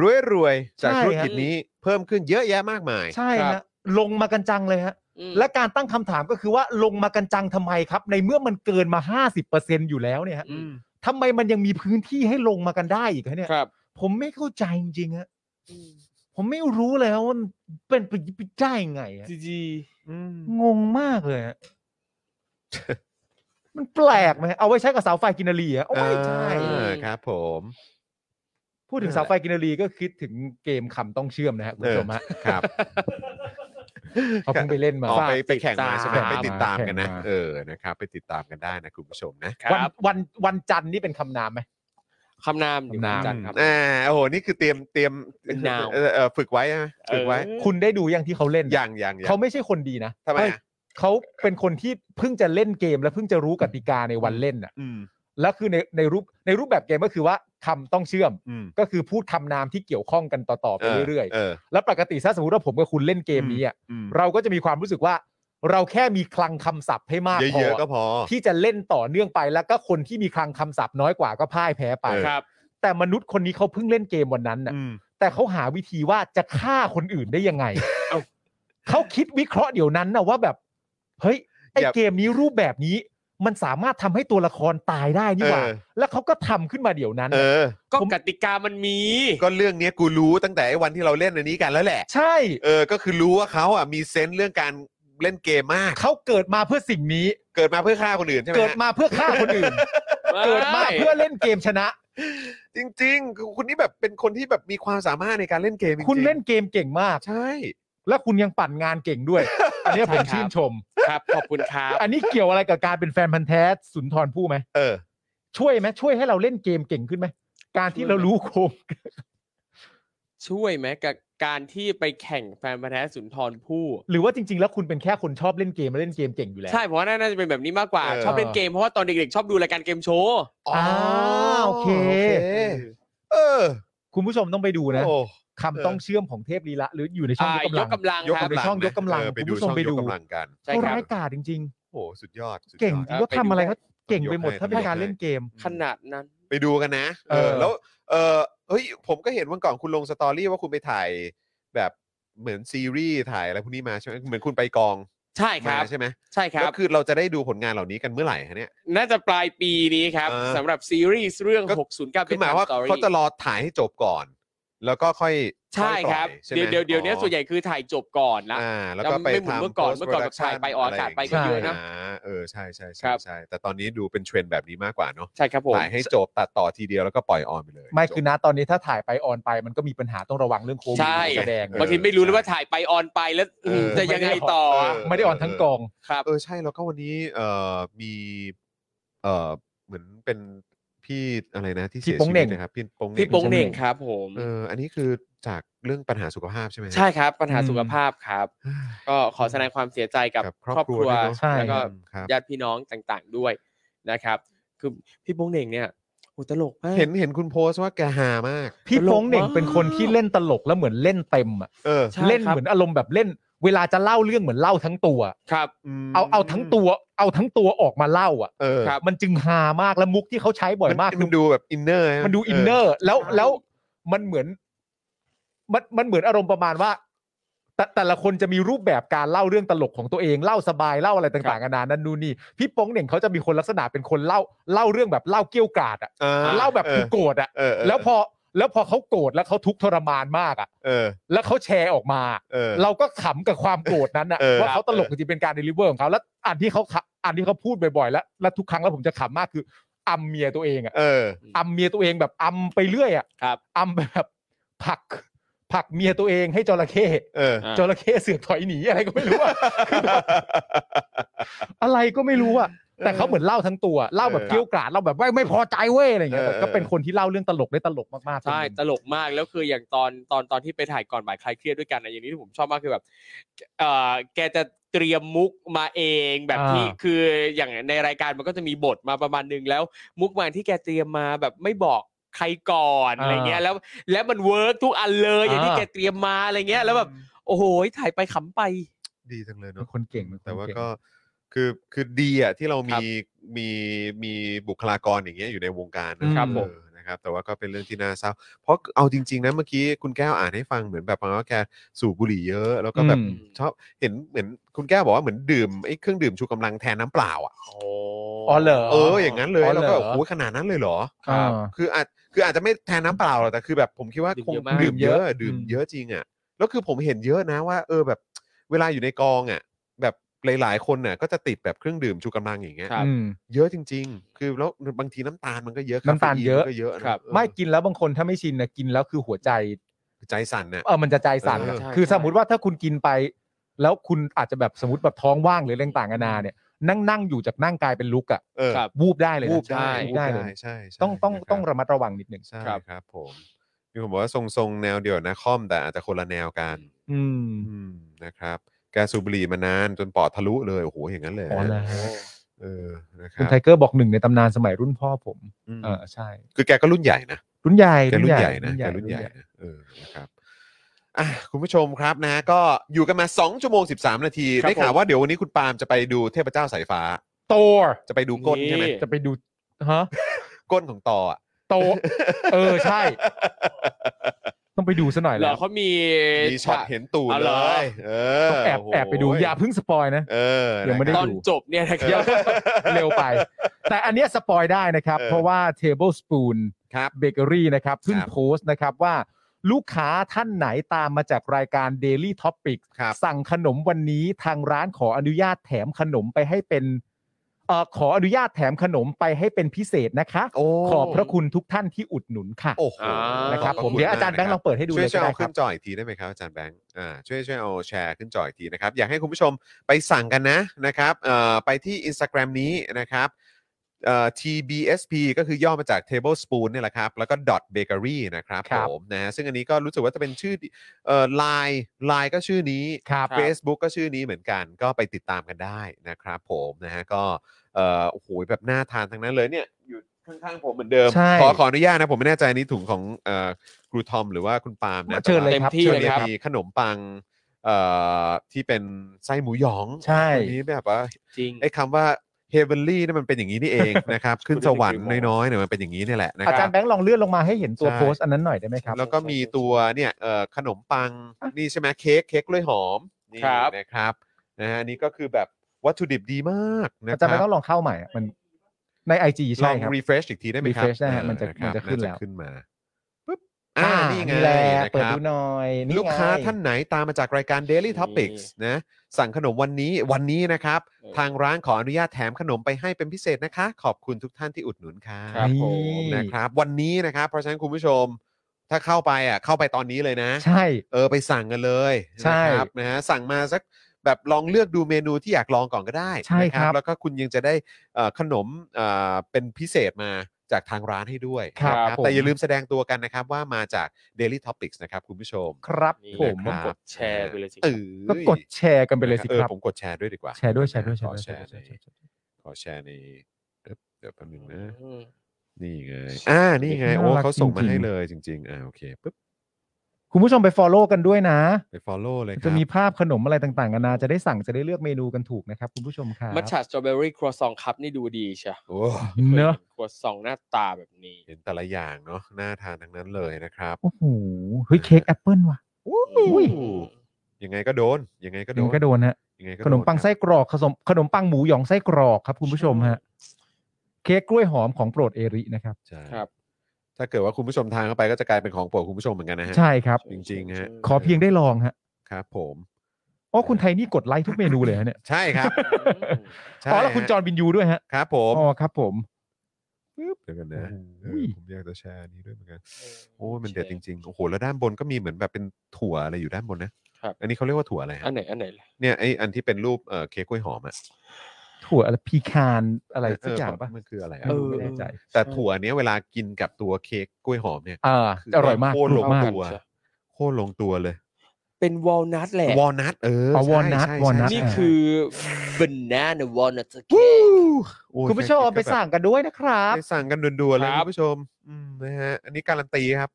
[SPEAKER 2] รวยรวยๆจาก
[SPEAKER 3] ใช่
[SPEAKER 2] ธุรกิจนี้เพิ่มขึ้นเยอะแยะมากมาย
[SPEAKER 3] ใช่
[SPEAKER 4] ครั
[SPEAKER 3] ฮะ
[SPEAKER 4] บ
[SPEAKER 3] ลงมากันจังเลยฮะ
[SPEAKER 4] อืม
[SPEAKER 3] และการตั้งคำถามก็คือว่าลงมากันจังทำไมครับ ในเมื่อมันเกินมา 50%อยู่แล้วเนี่ยฮะ
[SPEAKER 4] อืม
[SPEAKER 3] ทำไมมันยังมีพื้นที่ให้ลงมากันได้อีกฮะเนี่ย
[SPEAKER 4] ครับ
[SPEAKER 3] ผมไม่เข้าใจจริงๆฮะผมไม่รู้เลยฮะว่ามันเป็นไปได้ยังไงฮะ
[SPEAKER 4] จีจี
[SPEAKER 3] งงมากเลย ฮะ มันแปลกไหมฮะเอาไว้ใช้กับเสาไฟกินนารีอะโอ้ยใช่
[SPEAKER 2] อ่าครับผม
[SPEAKER 3] พูดถึงเสาไฟกินนารีก็คิดถึงเกมคำต้องเชื่อมนะฮะคุณผู้ชมฮะ
[SPEAKER 2] ครับ
[SPEAKER 3] เขาเพิ่งไปเล่นมา
[SPEAKER 2] เอาไปไปแข่งมาใช่ไหม
[SPEAKER 3] ฝาก
[SPEAKER 2] ไป
[SPEAKER 3] ติ
[SPEAKER 2] ติด
[SPEAKER 3] ด
[SPEAKER 2] ตา
[SPEAKER 3] ตาม ม
[SPEAKER 2] กันนะ
[SPEAKER 3] แข่งมา
[SPEAKER 2] เออนะครับ ไปติดตามกันได้นะคุณผู้ชมนะ
[SPEAKER 4] ค
[SPEAKER 3] วัน
[SPEAKER 4] รับ
[SPEAKER 3] วันวันจันทร์นี่เป็นคำนามไหม
[SPEAKER 4] คำนามเดี๋ยว
[SPEAKER 3] คำนาม
[SPEAKER 4] จัดครับ
[SPEAKER 2] อ่าโอ้โหนี่คือเตรียมเตรียม
[SPEAKER 4] Now
[SPEAKER 2] เออเออฝึกไว้ใช่ไหมฝึกไว้
[SPEAKER 4] เออ
[SPEAKER 3] คุณได้ดูยังที่เขาเล่น
[SPEAKER 2] อย่างอย่างอย่าง
[SPEAKER 3] เขาไม่ใช่คนดีนะ
[SPEAKER 2] ทำไม
[SPEAKER 3] เอ้ย
[SPEAKER 2] อ่ะ
[SPEAKER 3] เขาเป็นคนที่เพิ่งจะเล่นเกมและเพิ่งจะรู้กติกาในวันเล่นน่ะ
[SPEAKER 2] อืม
[SPEAKER 3] แล้วคือในในรูปในรูปแบบเกมก็คือว่าคำต้องเชื่อม
[SPEAKER 2] อืม
[SPEAKER 3] ก็คือพูดคำนามที่เกี่ยวข้องกันต่อๆไปเรื่อย
[SPEAKER 2] เออ
[SPEAKER 3] ๆ แล้วปกติถ้าสมมติว่าผมกับคุณเล่นเกมนี้อ่ะ
[SPEAKER 2] อืม
[SPEAKER 3] เราก็จะมีความรู้สึกว่า เราแค่มีคลังคำศัพท์ให้มากพ
[SPEAKER 2] เยอะๆก็พอ
[SPEAKER 3] ที่จะเล่นต่อเนื่องไปแล้วก็คนที่มีคลังคำศัพท์น้อยกว่าก็พ่ายแพ้ไป
[SPEAKER 2] เออ
[SPEAKER 4] ครับ
[SPEAKER 3] แต่มนุษย์คนนี้เขาเพิ่งเล่นเกมวันนั้นน่ะ
[SPEAKER 2] อืม
[SPEAKER 3] แต่เขาหาวิธีว่าจะฆ่าคนอื่นได้ยังไง เขาคิดวิเคราะห์เดี๋ยวนั้นนะว่าแบบ เฮ้ย ไอเกมนี้รูปแบบนี้ มันสามารถทำให้ตัวละครตายได้นี่หว่า
[SPEAKER 2] เออ
[SPEAKER 3] แล้วเขาก็ทำขึ้นมาเดี๋ยวนั้น
[SPEAKER 2] เออ
[SPEAKER 4] ก็
[SPEAKER 3] ผม
[SPEAKER 4] กติกามันมี
[SPEAKER 2] ก็เรื่องเนี้ยกูรู้ตั้งแต่ไอ้วันที่เราเล่นอันนี้กันแล้วแหละ
[SPEAKER 3] ใช่
[SPEAKER 2] เออ ก็คือรู้ว่าเขาอ่ะมีเซนส์เรื่องการเล่นเกมมาก
[SPEAKER 3] เขาเกิดมาเพื่อสิ่งนี้
[SPEAKER 2] เกิดมาเพื่อฆ่าคนอื่นใช่ไหม
[SPEAKER 3] เกิด
[SPEAKER 2] ฮะ
[SPEAKER 3] มาเพื่อฆ่าคนอื่น เกิดมาเพื่อเล่นเกมชนะ
[SPEAKER 2] จริงๆคือคุณนี่แบบเป็นคนที่แบบมีความสามารถในการเล่นเกมจริงๆ
[SPEAKER 3] คุณเล่นเกมเก่งมาก
[SPEAKER 2] ใช่
[SPEAKER 3] และคุณยังปั่นงานเก่งด้วย อันเนี้ยผม
[SPEAKER 4] ใช่ครับ
[SPEAKER 3] ชื่นชม
[SPEAKER 4] ครับ ขอบคุณครับ
[SPEAKER 3] อันนี้เกี่ยวอะไรกับการเป็นแฟนพันธ์แท้สุนทรภู่ไหม
[SPEAKER 2] เออ
[SPEAKER 3] ช่วยไหมช่วยให้เราเล่นเกมเก่งขึ้นไหม การที่เรารู้โครง
[SPEAKER 4] ช่วยไหมกับการที่ไปแข่งแฟนพันธ์แท้สุนทรภู่
[SPEAKER 3] หรือว่าจริงๆ แล้วคุณเป็นแค่คนชอบเล่นเกมและเล่นเกมเก่งอยู่แล้ว
[SPEAKER 4] ใช่ผมว่าน่าจะเป็นแบบนี้มากกว่า
[SPEAKER 2] เออ
[SPEAKER 4] ชอบเล่นเกมเพราะว่าตอนเด็กๆ ชอบดูรายการเกมโชว์
[SPEAKER 3] อ่าโอเค
[SPEAKER 2] เออ
[SPEAKER 3] คุณผู้ชมต้องไปดูนะ
[SPEAKER 2] โอ้
[SPEAKER 3] คำต้องเชื่อมของเทพลีละ หรืออยู่ในช่อง
[SPEAKER 4] อ่าย
[SPEAKER 3] กกำลัง
[SPEAKER 4] กกำลัง
[SPEAKER 2] ยก
[SPEAKER 4] ครับ
[SPEAKER 2] กำลัง
[SPEAKER 3] ช่องยกกำลัง
[SPEAKER 2] เออไปดู
[SPEAKER 3] คุณผู้ช
[SPEAKER 2] ช่
[SPEAKER 3] ม
[SPEAKER 2] อง
[SPEAKER 3] ไป
[SPEAKER 2] ย
[SPEAKER 3] ดู
[SPEAKER 2] กกำลังกัน
[SPEAKER 4] ใช่
[SPEAKER 3] เขา
[SPEAKER 4] ครับ
[SPEAKER 3] ร้ายกาจจริง
[SPEAKER 2] โอ้โหสุดยอดสุด
[SPEAKER 3] ๆ เก่ง
[SPEAKER 2] ยอด
[SPEAKER 3] จริงก็
[SPEAKER 4] ไป
[SPEAKER 3] ทำ
[SPEAKER 4] ดู
[SPEAKER 3] อะไรเขาเก่งไปหมด
[SPEAKER 2] ยกให้
[SPEAKER 3] ถ้าเป็นการเล่นเกม
[SPEAKER 4] ขนาดนั้น
[SPEAKER 2] ไปดูกันนะเอ
[SPEAKER 3] เอ
[SPEAKER 2] อ
[SPEAKER 3] อ
[SPEAKER 2] แล้วเออเฮ้ยผมก็เห็นวันก่อนคุณลงสตอรี่ว่าคุณไปถ่ายแบบเหมือนซีรีส์ถ่ายอะไรพวกนี้มาใช่ไหมเหมือนคุณไปกอง
[SPEAKER 4] ใช่ค
[SPEAKER 2] มา
[SPEAKER 4] รับ
[SPEAKER 2] ใช่ไหม
[SPEAKER 4] ใช่ครั
[SPEAKER 2] ก็
[SPEAKER 4] บ
[SPEAKER 2] คือเราจะได้ดูผลงานเหล่านี้กันเมื่อไหร่ฮะเนี่ย
[SPEAKER 4] น่าจะปลายปีนี้ครับ
[SPEAKER 2] เออ
[SPEAKER 4] สำหรับซีรีส์เรื่อง
[SPEAKER 2] ก็
[SPEAKER 4] 609
[SPEAKER 2] คื
[SPEAKER 4] เป็
[SPEAKER 2] อน หมายว่าเขาจะรอถ่ายให้จบก่อน แล้วก็ค่อย
[SPEAKER 4] ใช่
[SPEAKER 2] อยปล่อย
[SPEAKER 4] ครับ
[SPEAKER 2] ใช่ไหม
[SPEAKER 4] เดี๋ยวเดี๋ยวเดี๋ยวเนี้ย
[SPEAKER 2] อ๋อ
[SPEAKER 4] ส่วนใหญ่คือถ่ายจบก่อนละ
[SPEAKER 2] อ่าแล้วก็ไป
[SPEAKER 4] ไม่เหมือน
[SPEAKER 2] ทำ
[SPEAKER 4] เมื่อก่อน
[SPEAKER 2] post
[SPEAKER 4] เมื่อก่อนแบบ
[SPEAKER 2] production
[SPEAKER 4] ถ่ายไปออกอากาศไปก็เยอะนะ
[SPEAKER 2] ไรางงี้เออใช่ใช่
[SPEAKER 4] ค
[SPEAKER 2] ใช่
[SPEAKER 4] รับ
[SPEAKER 2] ใช่แต่ตอนนี้ดูเป็นเทรนด์แบบนี้มากกว่าเนาะ
[SPEAKER 4] ใช่ครับผม
[SPEAKER 2] ถ่ายให้จบตัดต่อทีเดียวแล้วก็ปล่อยออนไปเลย
[SPEAKER 3] ไม่
[SPEAKER 2] จบ
[SPEAKER 3] คือนะตอนนี้ถ้าถ่ายไปออนไปมันก็มีปัญหาต้องระวังเรื่องโควิด
[SPEAKER 4] ใช่
[SPEAKER 3] แสดง
[SPEAKER 2] เออบ
[SPEAKER 4] างทีไม่รู้เลยว่าถ่ายไปออนไปแล้ว
[SPEAKER 2] เออ
[SPEAKER 4] จะยังไงต่อ
[SPEAKER 2] เออ
[SPEAKER 3] ไม่ได้ออนทั้งกอง
[SPEAKER 4] ครับ
[SPEAKER 2] เออใช่แล้วก็วันนี้เอ่อมีเอ่อเหมือนเป็นพี่อะไรนะที่
[SPEAKER 3] พี่
[SPEAKER 2] เสีย
[SPEAKER 3] โป๊ง
[SPEAKER 2] ชี
[SPEAKER 3] เหน่
[SPEAKER 2] วิต
[SPEAKER 3] ง
[SPEAKER 2] นะครับพี่โปงเหน่ง
[SPEAKER 4] พี่โป้งเหน่ง
[SPEAKER 2] ใช่ไหม
[SPEAKER 4] ครับผม
[SPEAKER 2] เอออันนี้คือจากเรื่องปัญหาสุขภาพใช่ไหมฮะ
[SPEAKER 4] ใช่ครับปัญหา
[SPEAKER 3] อืม
[SPEAKER 4] สุขภาพครับ ก็ขอแสดงความเสียใจกับ
[SPEAKER 2] กับค
[SPEAKER 4] ค
[SPEAKER 2] ร
[SPEAKER 4] ร
[SPEAKER 2] อบ
[SPEAKER 4] อบ
[SPEAKER 2] ค
[SPEAKER 4] ค
[SPEAKER 2] รัว
[SPEAKER 4] รัว
[SPEAKER 2] ด้วยเนอะ
[SPEAKER 3] ใช่
[SPEAKER 4] แล้วก็
[SPEAKER 2] ครับ
[SPEAKER 4] ญาติพี่น้องต่างๆด้วยนะครับ คือพี่โป้งเหน่งเนี่ยโหตลกมาก
[SPEAKER 2] เห็นเห็นคุณโพสต์ว่าแกหามาก
[SPEAKER 3] พี่โป้งเหน่ง
[SPEAKER 4] ตลกมาก
[SPEAKER 3] เป็นคนที่เล่นตลกแล้วเหมือนเล่นเต็มอะ
[SPEAKER 2] เออ
[SPEAKER 4] ใช่
[SPEAKER 3] เล่น
[SPEAKER 4] ครับ
[SPEAKER 3] เหมือนอารมณ์แบบเล่น เวลาจะเล่าเรื่องเหมือนเล่าทั้งตัว
[SPEAKER 4] ครับ
[SPEAKER 2] ม
[SPEAKER 3] เอาเอาทั้งตัว เอาทั้งตัวออกมาเล่าอ่ะ
[SPEAKER 2] เออ
[SPEAKER 4] ครับ
[SPEAKER 3] มันจึงฮามากและมุกที่เขาใช้บ่อยมาก
[SPEAKER 2] มั
[SPEAKER 3] คื
[SPEAKER 2] น
[SPEAKER 3] อ
[SPEAKER 2] ดูแบบอินเนอร์
[SPEAKER 3] มันดูอินเนอร์แล้วแล้วมันเหมือนมันมันเหมือนอารมณ์ประมาณว่า แต่แต่ละคนจะมีรูปแบบการเล่าเรื่องตลกของตัวเองเล่าสบายเล่าอะไรต่างๆนานานั่นนู่นนี่พี่โป้งเหน่งเขาจะมีคนลักษณะเป็นคนเล่าเล่าเรื่องแบบเล่าเกี้ยวกราดอะเล่าแบบคือโกรธอะ
[SPEAKER 2] เออเออ
[SPEAKER 3] แล้วพอแล้วพอเขาโกรธแล้วเขาทุกข์ทรมานมากอะ
[SPEAKER 2] เออ
[SPEAKER 3] แล้วเขาแชร์ออกมา
[SPEAKER 2] เออ
[SPEAKER 3] เราก็ขำกับความโกรธนั้นอะ
[SPEAKER 2] เออค
[SPEAKER 3] ว่า
[SPEAKER 2] รับ
[SPEAKER 3] เขาตลกจริงๆเป็นการเดลิเวอร์ของเขาแล้วอันที่เขาขะอันที่เขาพูดบ่อยๆแล้วแล้วทุกครั้งแล้วผมจะขำมากคืออัมเมียตัวเองอะ
[SPEAKER 2] เออ
[SPEAKER 3] อำเมียตัวเองแบบอำไปเรื่อยอ่ะ
[SPEAKER 4] ครับ
[SPEAKER 3] อำแบบผลักผลักเมียตัวเองให้จระเข้
[SPEAKER 2] เออ
[SPEAKER 4] อ่า
[SPEAKER 3] จระเข้เสือกถอยหนีอะไรก็ไม่รู้อะ อะไรก็ไม่รู้อ่ะ แต่เขาเหมือนเล่าทั้งตัวเล่าแบบ
[SPEAKER 2] เออ
[SPEAKER 3] เกรี้ยวกราดเล่าแบบว่าไม่พอใจเว้ยอะไรอย่างเงี้ย
[SPEAKER 2] เออ
[SPEAKER 3] ก็เป็นคนที่เล่าเรื่องตลกได้ตลกมากๆ
[SPEAKER 4] ใช่
[SPEAKER 3] เป็น
[SPEAKER 4] ตลกมากแล้วคืออย่างตอนตอนตอนที่ไปถ่ายก่อนบ่ายคลายเครียดด้วยกันนะอย่างนี้ที่ผมชอบมากคือแบบเอ่อแกจะเตรียมมุกมาเองแบบที่คืออย่างในรายการมันก็จะมีบทมาประมาณนึงแล้ว มุกบางที่แกเตรียมมาแบบไม่บอกใครก่อนอะไรเงี้ยแล้วแล้วมันเวิร์กทุกอันเลยอย่างที่แกเตรียมมาอะไรเงี้ยแล้วแบบโอ้โหถ่ายไปขำไป
[SPEAKER 2] ดีจังเลย
[SPEAKER 3] เป็น
[SPEAKER 2] เนาะ
[SPEAKER 3] คนเก่งเป็นคน
[SPEAKER 2] แต่ว่า
[SPEAKER 3] เง
[SPEAKER 2] ก็คือคือดีอ่ะที่เรา
[SPEAKER 4] ครั
[SPEAKER 2] มี
[SPEAKER 4] บ
[SPEAKER 2] มีมีบุคลากรอย่างเงี้ยอยู่ในวงการนะครับ
[SPEAKER 3] ผม
[SPEAKER 2] เออนะครับ แต่ว่าก็เป็นเรื่องที่น่าเศร้า เพราะเอาจริง ๆนะเมื่อกี้คุณแก้วอ่านให้ฟังเหมือนแบบประมาณว่าแกสูบบุหรี่เยอะ แล้วก็แบบ
[SPEAKER 3] อืม
[SPEAKER 2] ชอบเห็นเหมือนคุณแก้วบอกว่าเหมือนดื่มไอ้เครื่องดื่มชูกำลังแทนน้ำเปล่าอ่ะ
[SPEAKER 3] อ๋อเหรอ
[SPEAKER 2] เอออย่างนั้นเลย
[SPEAKER 3] อ๋อเหรอ
[SPEAKER 2] แล้วก็โอ้โหขนาดนั้นเลยเหรอ
[SPEAKER 3] อ่า
[SPEAKER 2] คืออาจคืออาจจะไม่แทนน้ำเปล่าหรอกแต่คือแบบผมคิดว่าคง
[SPEAKER 4] ดื่มเยอะมาก
[SPEAKER 2] ดื่มเยอะดื่
[SPEAKER 3] อืม
[SPEAKER 2] มเยอะจริงอ่ะแล้วคือผมเห็นเยอะนะว่า เออแบบเวลาอยู่ในกองอ่ะแบบหลายๆคนน่ะก็จะติดแบบเครื่องดื่มชูกำลังอย่างเงี้ย
[SPEAKER 4] ครับ
[SPEAKER 3] อืม
[SPEAKER 2] เยอะจริง ๆ คือแล้วบางทีน้ำตาลมันก็เยอะ
[SPEAKER 3] น้ำตาลเยอะ
[SPEAKER 2] คฟนมันก็เยอะนะครับ เออ
[SPEAKER 3] ไม่กินแล้วบางคนถ้าไม่ชินนะกินแล้วคือหัวใจ
[SPEAKER 2] ใจสั่นน่ะ
[SPEAKER 3] เออมันจะใจสั่น
[SPEAKER 2] เออ
[SPEAKER 3] อะ
[SPEAKER 4] ใช่
[SPEAKER 3] คือ
[SPEAKER 4] ใช่
[SPEAKER 3] สมมติว่าถ้าคุณกินไป แล้วคุณอาจจะแบบสมมติแบบท้องว่างหรืออะไรต่างกันานาเนี่ยนั่งนั่งอยู่จากนั่งกลายเป็นลุกอะ
[SPEAKER 2] เออ
[SPEAKER 4] ครับ
[SPEAKER 3] วูบได้เลยนะ
[SPEAKER 2] วูบได้
[SPEAKER 3] วู
[SPEAKER 2] วู
[SPEAKER 3] บบได้
[SPEAKER 2] ได้
[SPEAKER 3] เลย
[SPEAKER 2] ใช่ใช่
[SPEAKER 3] ต้องต้อง
[SPEAKER 2] นคบ
[SPEAKER 3] ต้องระมัดระวังนิดหนึ่ง
[SPEAKER 2] ใช่
[SPEAKER 4] ครับ
[SPEAKER 2] ครับผมมีคนบอกว่าทรงๆแนวเดียวนะคอมแต่อาจจะคนละแนวกัน
[SPEAKER 3] อืม
[SPEAKER 2] อืมนะครับแกสูบบุหรี่มานานจนปอดทะลุเลยโอ้โหอย่างนั้นเลย
[SPEAKER 3] อ๋อแล้ว
[SPEAKER 2] เออนะค
[SPEAKER 3] คุณ
[SPEAKER 2] รับ
[SPEAKER 3] ไทเกอร์บอกหนึ่งในตำนานสมัยรุ่นพ่อผม
[SPEAKER 2] อืม
[SPEAKER 3] เออใช่
[SPEAKER 2] คือแกก็รุ่นใหญ่นะ
[SPEAKER 3] รุ่นใหญ่
[SPEAKER 2] แกรุ่นใหญ่นะ แก
[SPEAKER 3] รุ่
[SPEAKER 2] รุ่
[SPEAKER 3] น
[SPEAKER 2] น
[SPEAKER 3] ให
[SPEAKER 2] ให
[SPEAKER 3] ญ่
[SPEAKER 2] ญ่นะเออ นะครับ อ่ะ คุณผู้ชมครับนะ ก็อยู่กันมา 2 ชั่วโมง 13 นาที
[SPEAKER 4] ครับ
[SPEAKER 2] ได้ข่าว
[SPEAKER 4] ผม
[SPEAKER 2] ว่าเดี๋ยววันนี้คุณปาล์มจะไปดูเทพเจ้าสายฟ้า
[SPEAKER 3] โต
[SPEAKER 2] จะไปดูก้นใช่ไหม
[SPEAKER 4] นี่
[SPEAKER 3] จะไปดูฮะ
[SPEAKER 2] ก้นของต่ออะ
[SPEAKER 3] โต เออใช่ ต้องไปดูซะหน่อย
[SPEAKER 4] เหร
[SPEAKER 3] แล้
[SPEAKER 4] อ
[SPEAKER 3] ว
[SPEAKER 4] เขามี
[SPEAKER 2] มีช็อตเห็นตูด
[SPEAKER 4] เอาเห
[SPEAKER 2] เล
[SPEAKER 4] รอ
[SPEAKER 2] ย เออ
[SPEAKER 3] ต้องแอบ
[SPEAKER 2] โโห
[SPEAKER 3] แอบไปดูอย่าเพิ่งสปอยนะ
[SPEAKER 2] เออ
[SPEAKER 3] ยังไม่ได้
[SPEAKER 2] นะ
[SPEAKER 4] ต
[SPEAKER 2] ค
[SPEAKER 4] อ
[SPEAKER 2] รับ
[SPEAKER 4] นจบเนี่ยนะค
[SPEAKER 3] เดี๋ย
[SPEAKER 4] รั
[SPEAKER 3] ว
[SPEAKER 4] บ
[SPEAKER 3] เร็วไป แต่อันเนี้ยสปอยได้นะครับ
[SPEAKER 2] เออ
[SPEAKER 3] เพราะว่า Table Spoon
[SPEAKER 2] ครับ
[SPEAKER 3] เบเกอรี่นะครับเพิ่ง
[SPEAKER 2] ครับ
[SPEAKER 3] โพสต์นะครับว่า ลูกค้าท่านไหนตามมาจากรายการ Daily Topic
[SPEAKER 2] ครับ
[SPEAKER 3] สั่งขนมวันนี้ทางร้านขออนุญาตแถมขนมไปให้เป็นเอ่อขออนุญาตแถมขนมไปให้เป็นพิเศษนะคะ
[SPEAKER 2] โอ้
[SPEAKER 3] ขอบพระคุณทุกท่านที่อุดหนุนค่ะ
[SPEAKER 2] โอ้โห
[SPEAKER 4] อ่า
[SPEAKER 3] นะครับ
[SPEAKER 2] ข
[SPEAKER 3] ผ
[SPEAKER 2] พณ
[SPEAKER 3] มเดี๋ยวอาจารย์แบงค์ล
[SPEAKER 2] ม
[SPEAKER 3] อก งเปิดให้
[SPEAKER 2] นะค
[SPEAKER 3] ดู
[SPEAKER 2] รับ
[SPEAKER 3] เล
[SPEAKER 2] ช่วย ยช่วยเอา
[SPEAKER 3] ก็ได้ครั
[SPEAKER 2] ขึ้
[SPEAKER 3] บ
[SPEAKER 2] นจออีกทีได้ไหมครับอาจารย์แบงค์อ่าช่วยช่วยเอาแชร์ขึ้นจออีกทีนะครับ อยากให้คุณผู้ชมไปสั่งกันนะนะครับเอ่อไปที่ Instagram นี้นะครับเอ่อ TBSP ก็คือย่อมาจาก Table Spoon เนี่ยแหละครับ แล้วก็ dot bakery นะครับ
[SPEAKER 3] ครับ
[SPEAKER 2] ผมนะฮะซึ่งอันนี้ก็รู้สึกว่าจะเป็นชื่อเอ่อไลน์ไลน์ก็ชื่อนี้
[SPEAKER 3] ครับ
[SPEAKER 2] Facebook ก็ชื่อนี้เหมือนกันก็ไปติดตามกันได้นะครับผมนะฮะก็เอ่อโอ้โหแบบน่าทานทั้งนั้นเลยเนี่ยอยู่ข้างๆผมเหมือนเดิม
[SPEAKER 3] ใช่
[SPEAKER 2] ขอขออนุญาตนะผมไม่แน่ใจอันนี้ถุงของเอ่อครูทอมหรือว่าคุณปาล์มนะ
[SPEAKER 3] เชิญเลย
[SPEAKER 2] แต่ว่า
[SPEAKER 3] ครับ
[SPEAKER 2] เชิญ
[SPEAKER 3] เชิญเลยครับ
[SPEAKER 2] มีขนมปังเอ่อที่เป็นไส้หมูหยอง
[SPEAKER 3] ใช่
[SPEAKER 2] อันนี้แบบว่า
[SPEAKER 4] จริง
[SPEAKER 2] ไอ้คำว่าเฮเ e นลี่นี่ยมันเป็นอย่างนี้นี่เอง นะครับขึ้นสวรรค์น้อยๆเนี่ยมันเป็นอย่างนี้เนี่ยแหละนะค
[SPEAKER 3] อา
[SPEAKER 2] รับ
[SPEAKER 3] จารย์แบงค์ลองเลื่อนลงมาให้เห็นตัว
[SPEAKER 2] ใช่
[SPEAKER 3] โพสต์อันนั้นหน่อยได้ไหมครับ
[SPEAKER 2] แล้วก็มีตัวเนี่ยเอ่อขนมปังนี่ใช่ไหมเค้กเค้กกล้วยหอมนี่
[SPEAKER 4] ครับ
[SPEAKER 2] นะครับนะฮะอันนี้ก็คือแบบวัตถุดิบดีมากนะค
[SPEAKER 3] อาจารย์
[SPEAKER 2] รั
[SPEAKER 3] ไม่
[SPEAKER 2] บ
[SPEAKER 3] ต้องลองเข้าใหม่อะมันในไอจี
[SPEAKER 2] ล
[SPEAKER 3] ใช่
[SPEAKER 2] อง
[SPEAKER 3] ครับ
[SPEAKER 2] รีเฟรชอีกทีได้ไหมครับ
[SPEAKER 3] refresh ได้ฮะ
[SPEAKER 2] เออ
[SPEAKER 3] มันจะ
[SPEAKER 2] ครับ
[SPEAKER 3] มันจะขึ้นแล้ว
[SPEAKER 2] าขึ้นมาปึ๊บอ่านี่ไง
[SPEAKER 3] แหละ
[SPEAKER 2] นะ
[SPEAKER 3] เปิด
[SPEAKER 2] ครับ
[SPEAKER 3] ดูหน่อยนี่ไง
[SPEAKER 2] ลูกค้าท่านไหนตามมาจากรายการ Daily
[SPEAKER 4] นี่
[SPEAKER 2] Topics นะสั่งขนมวันนี้วันนี้นะครับ
[SPEAKER 4] เออ
[SPEAKER 2] ทางร้านขออนุญาตแถมขนมไปให้เป็นพิเศษนะคะ ขอบคุณทุกท่านที่อุดหนุนค่ะ
[SPEAKER 4] ครับผม
[SPEAKER 3] นี่
[SPEAKER 2] นะครับ วันนี้นะครับ เพราะฉะนั้นคุณผู้ชม ถ้าเข้าไปอ่ะเข้าไปตอนนี้เลยนะ
[SPEAKER 3] ใช่
[SPEAKER 2] เออไปสั่งกันเลย
[SPEAKER 3] ใช่
[SPEAKER 2] นะครับนะฮะสั่งมาสักแบบลองเลือกดูเมนูที่อยากลองก่อนก็ได้
[SPEAKER 3] ใช่
[SPEAKER 2] นะครับ แล้วก็คุณยังจะได้เอ่อขนมเอ่อเป็นพิเศษมาจากทางร้านให้ด้วย
[SPEAKER 3] ครับ
[SPEAKER 2] นะ
[SPEAKER 3] ผม
[SPEAKER 2] แต่อย่าลืมแสดงตัวกันนะครับว่ามาจาก Daily Topics นะครับคุณผู้ชม
[SPEAKER 3] ครับ
[SPEAKER 4] นี่
[SPEAKER 3] ผม
[SPEAKER 2] นะครับ
[SPEAKER 4] ก็กดแชร์ไปเลยสิ
[SPEAKER 2] เออ
[SPEAKER 3] ก็กดแชร์กันไปเลยสิ
[SPEAKER 2] เอ
[SPEAKER 3] ค
[SPEAKER 2] อ
[SPEAKER 3] รับ
[SPEAKER 2] ผมกดแชร์ด้วยดีกว่า
[SPEAKER 3] แชร์ด้วยแชร์ด้วยแช
[SPEAKER 2] ข
[SPEAKER 3] ร์
[SPEAKER 2] อ
[SPEAKER 3] ด้วย
[SPEAKER 2] แชร์ในขอแชร์ในเดี๋ยวเดี๋ยวแป๊บนึงนะนี่ไงอ่านี่ไงโอ้
[SPEAKER 3] น่ารัก
[SPEAKER 2] เขาส่งมา
[SPEAKER 3] จริงๆ
[SPEAKER 2] ให้เลยจริง ๆอ่าโอเคปึ๊บ
[SPEAKER 3] คุณผู้ชมไป follow กันด้วยนะ
[SPEAKER 2] ไป follow เลยครับ
[SPEAKER 3] จะมีภาพขนมอะไรต่างๆกันานาจะได้สั่งจะได้เลือกเมนูกันถูกนะครับ คุณผู้ชมครับ
[SPEAKER 4] มัทฉะสตรอเบอรี่ครัวซองครับนี่ดูดีใช่
[SPEAKER 2] โอ้
[SPEAKER 3] เนอะ
[SPEAKER 4] ครัวซองหน้าตาแบบนี้
[SPEAKER 2] เห็นแต่ละอย่างเนาะน่าทานทั้งนั้นเลยนะครับ
[SPEAKER 3] โอ้โหเฮ้ยเค้กแอปเปิลว่ะ อุ้ย
[SPEAKER 2] ยังไงก็โดน ยังไงก็โด
[SPEAKER 3] เดี๋ยวน ก็โดนฮะ
[SPEAKER 2] ยังไงก็
[SPEAKER 3] ขนมปังไส้กรอกขนมขนมปังหมูหยองไส้กรอกครับคุณผู้ชมฮะเค้กกล้วยหอมของโปรดเอรินะครับ
[SPEAKER 2] ใช่
[SPEAKER 4] ครับ
[SPEAKER 2] ถ้าเกิดว่าคุณผู้ชมทานเข้าไปก็จะกลายเป็นของโปรดคุณผู้ชมเหมือนกันนะฮะ
[SPEAKER 3] ใช่ครับ
[SPEAKER 2] จริงๆฮะ
[SPEAKER 3] ขอเพียงได้ลองฮะ
[SPEAKER 2] ครับผม
[SPEAKER 3] โอ้คุณไทยนี่กดไลค์ทุกเมนูเลยฮะเนี่ย
[SPEAKER 2] ใช่ ครับใช่
[SPEAKER 3] อ๋อแล้วคุณจอร์นบินยูด้วยฮะ
[SPEAKER 2] ครับผม
[SPEAKER 3] อ๋อครับผม
[SPEAKER 2] เดี๋ยวกันนะเออ
[SPEAKER 3] โอ้ย
[SPEAKER 2] ผมอยากจะแชร์อันนี้ด้วยเหมือนกันโอ้ยมันเด็ดจริงๆโอ้โหแล้วด้านบนก็มีเหมือนแบบเป็นถั่วอะไรอยู่ด้านบนนะครับ อันนี้เขาเรียกว่าถั่วอะไรฮะ
[SPEAKER 4] อันไหนอันไหนล่ะ
[SPEAKER 2] เนี่ยไออันที่เป็นรูปเอ่อเค้กกล้วยหอมอะ
[SPEAKER 3] ถั่วอะไรพีคานอะไรสักอย่างปะ
[SPEAKER 2] มันคืออะไระ
[SPEAKER 3] เออ
[SPEAKER 2] ไม่แน่ใจ แต่ถั่วเนี้ยเวลากินกับตัวเค้กกล้วยหอมเนี่ย
[SPEAKER 3] อ่า
[SPEAKER 2] คื
[SPEAKER 3] อร่อยมาก
[SPEAKER 2] โคตรลง
[SPEAKER 3] มาก
[SPEAKER 2] ตัวโคตรลงตัวเลย
[SPEAKER 4] เป็นวอลนัทแหละ
[SPEAKER 2] วอลนัทเออ
[SPEAKER 3] เอา
[SPEAKER 2] ใช่
[SPEAKER 3] walnut
[SPEAKER 2] ใช่ใช่
[SPEAKER 4] นี่
[SPEAKER 3] walnut ะ
[SPEAKER 4] คือ banana walnut
[SPEAKER 2] วู้
[SPEAKER 4] cake
[SPEAKER 2] โอ้ย
[SPEAKER 3] คุณผู้ชม
[SPEAKER 2] แค่
[SPEAKER 3] ไปสั่งกันด้วยนะครับ
[SPEAKER 2] ไปสั่งกันด่วนๆเลย
[SPEAKER 4] ครั
[SPEAKER 2] คุ
[SPEAKER 4] บ
[SPEAKER 2] ณผู้ชมอืมนะฮะอันนี้การันตีครับ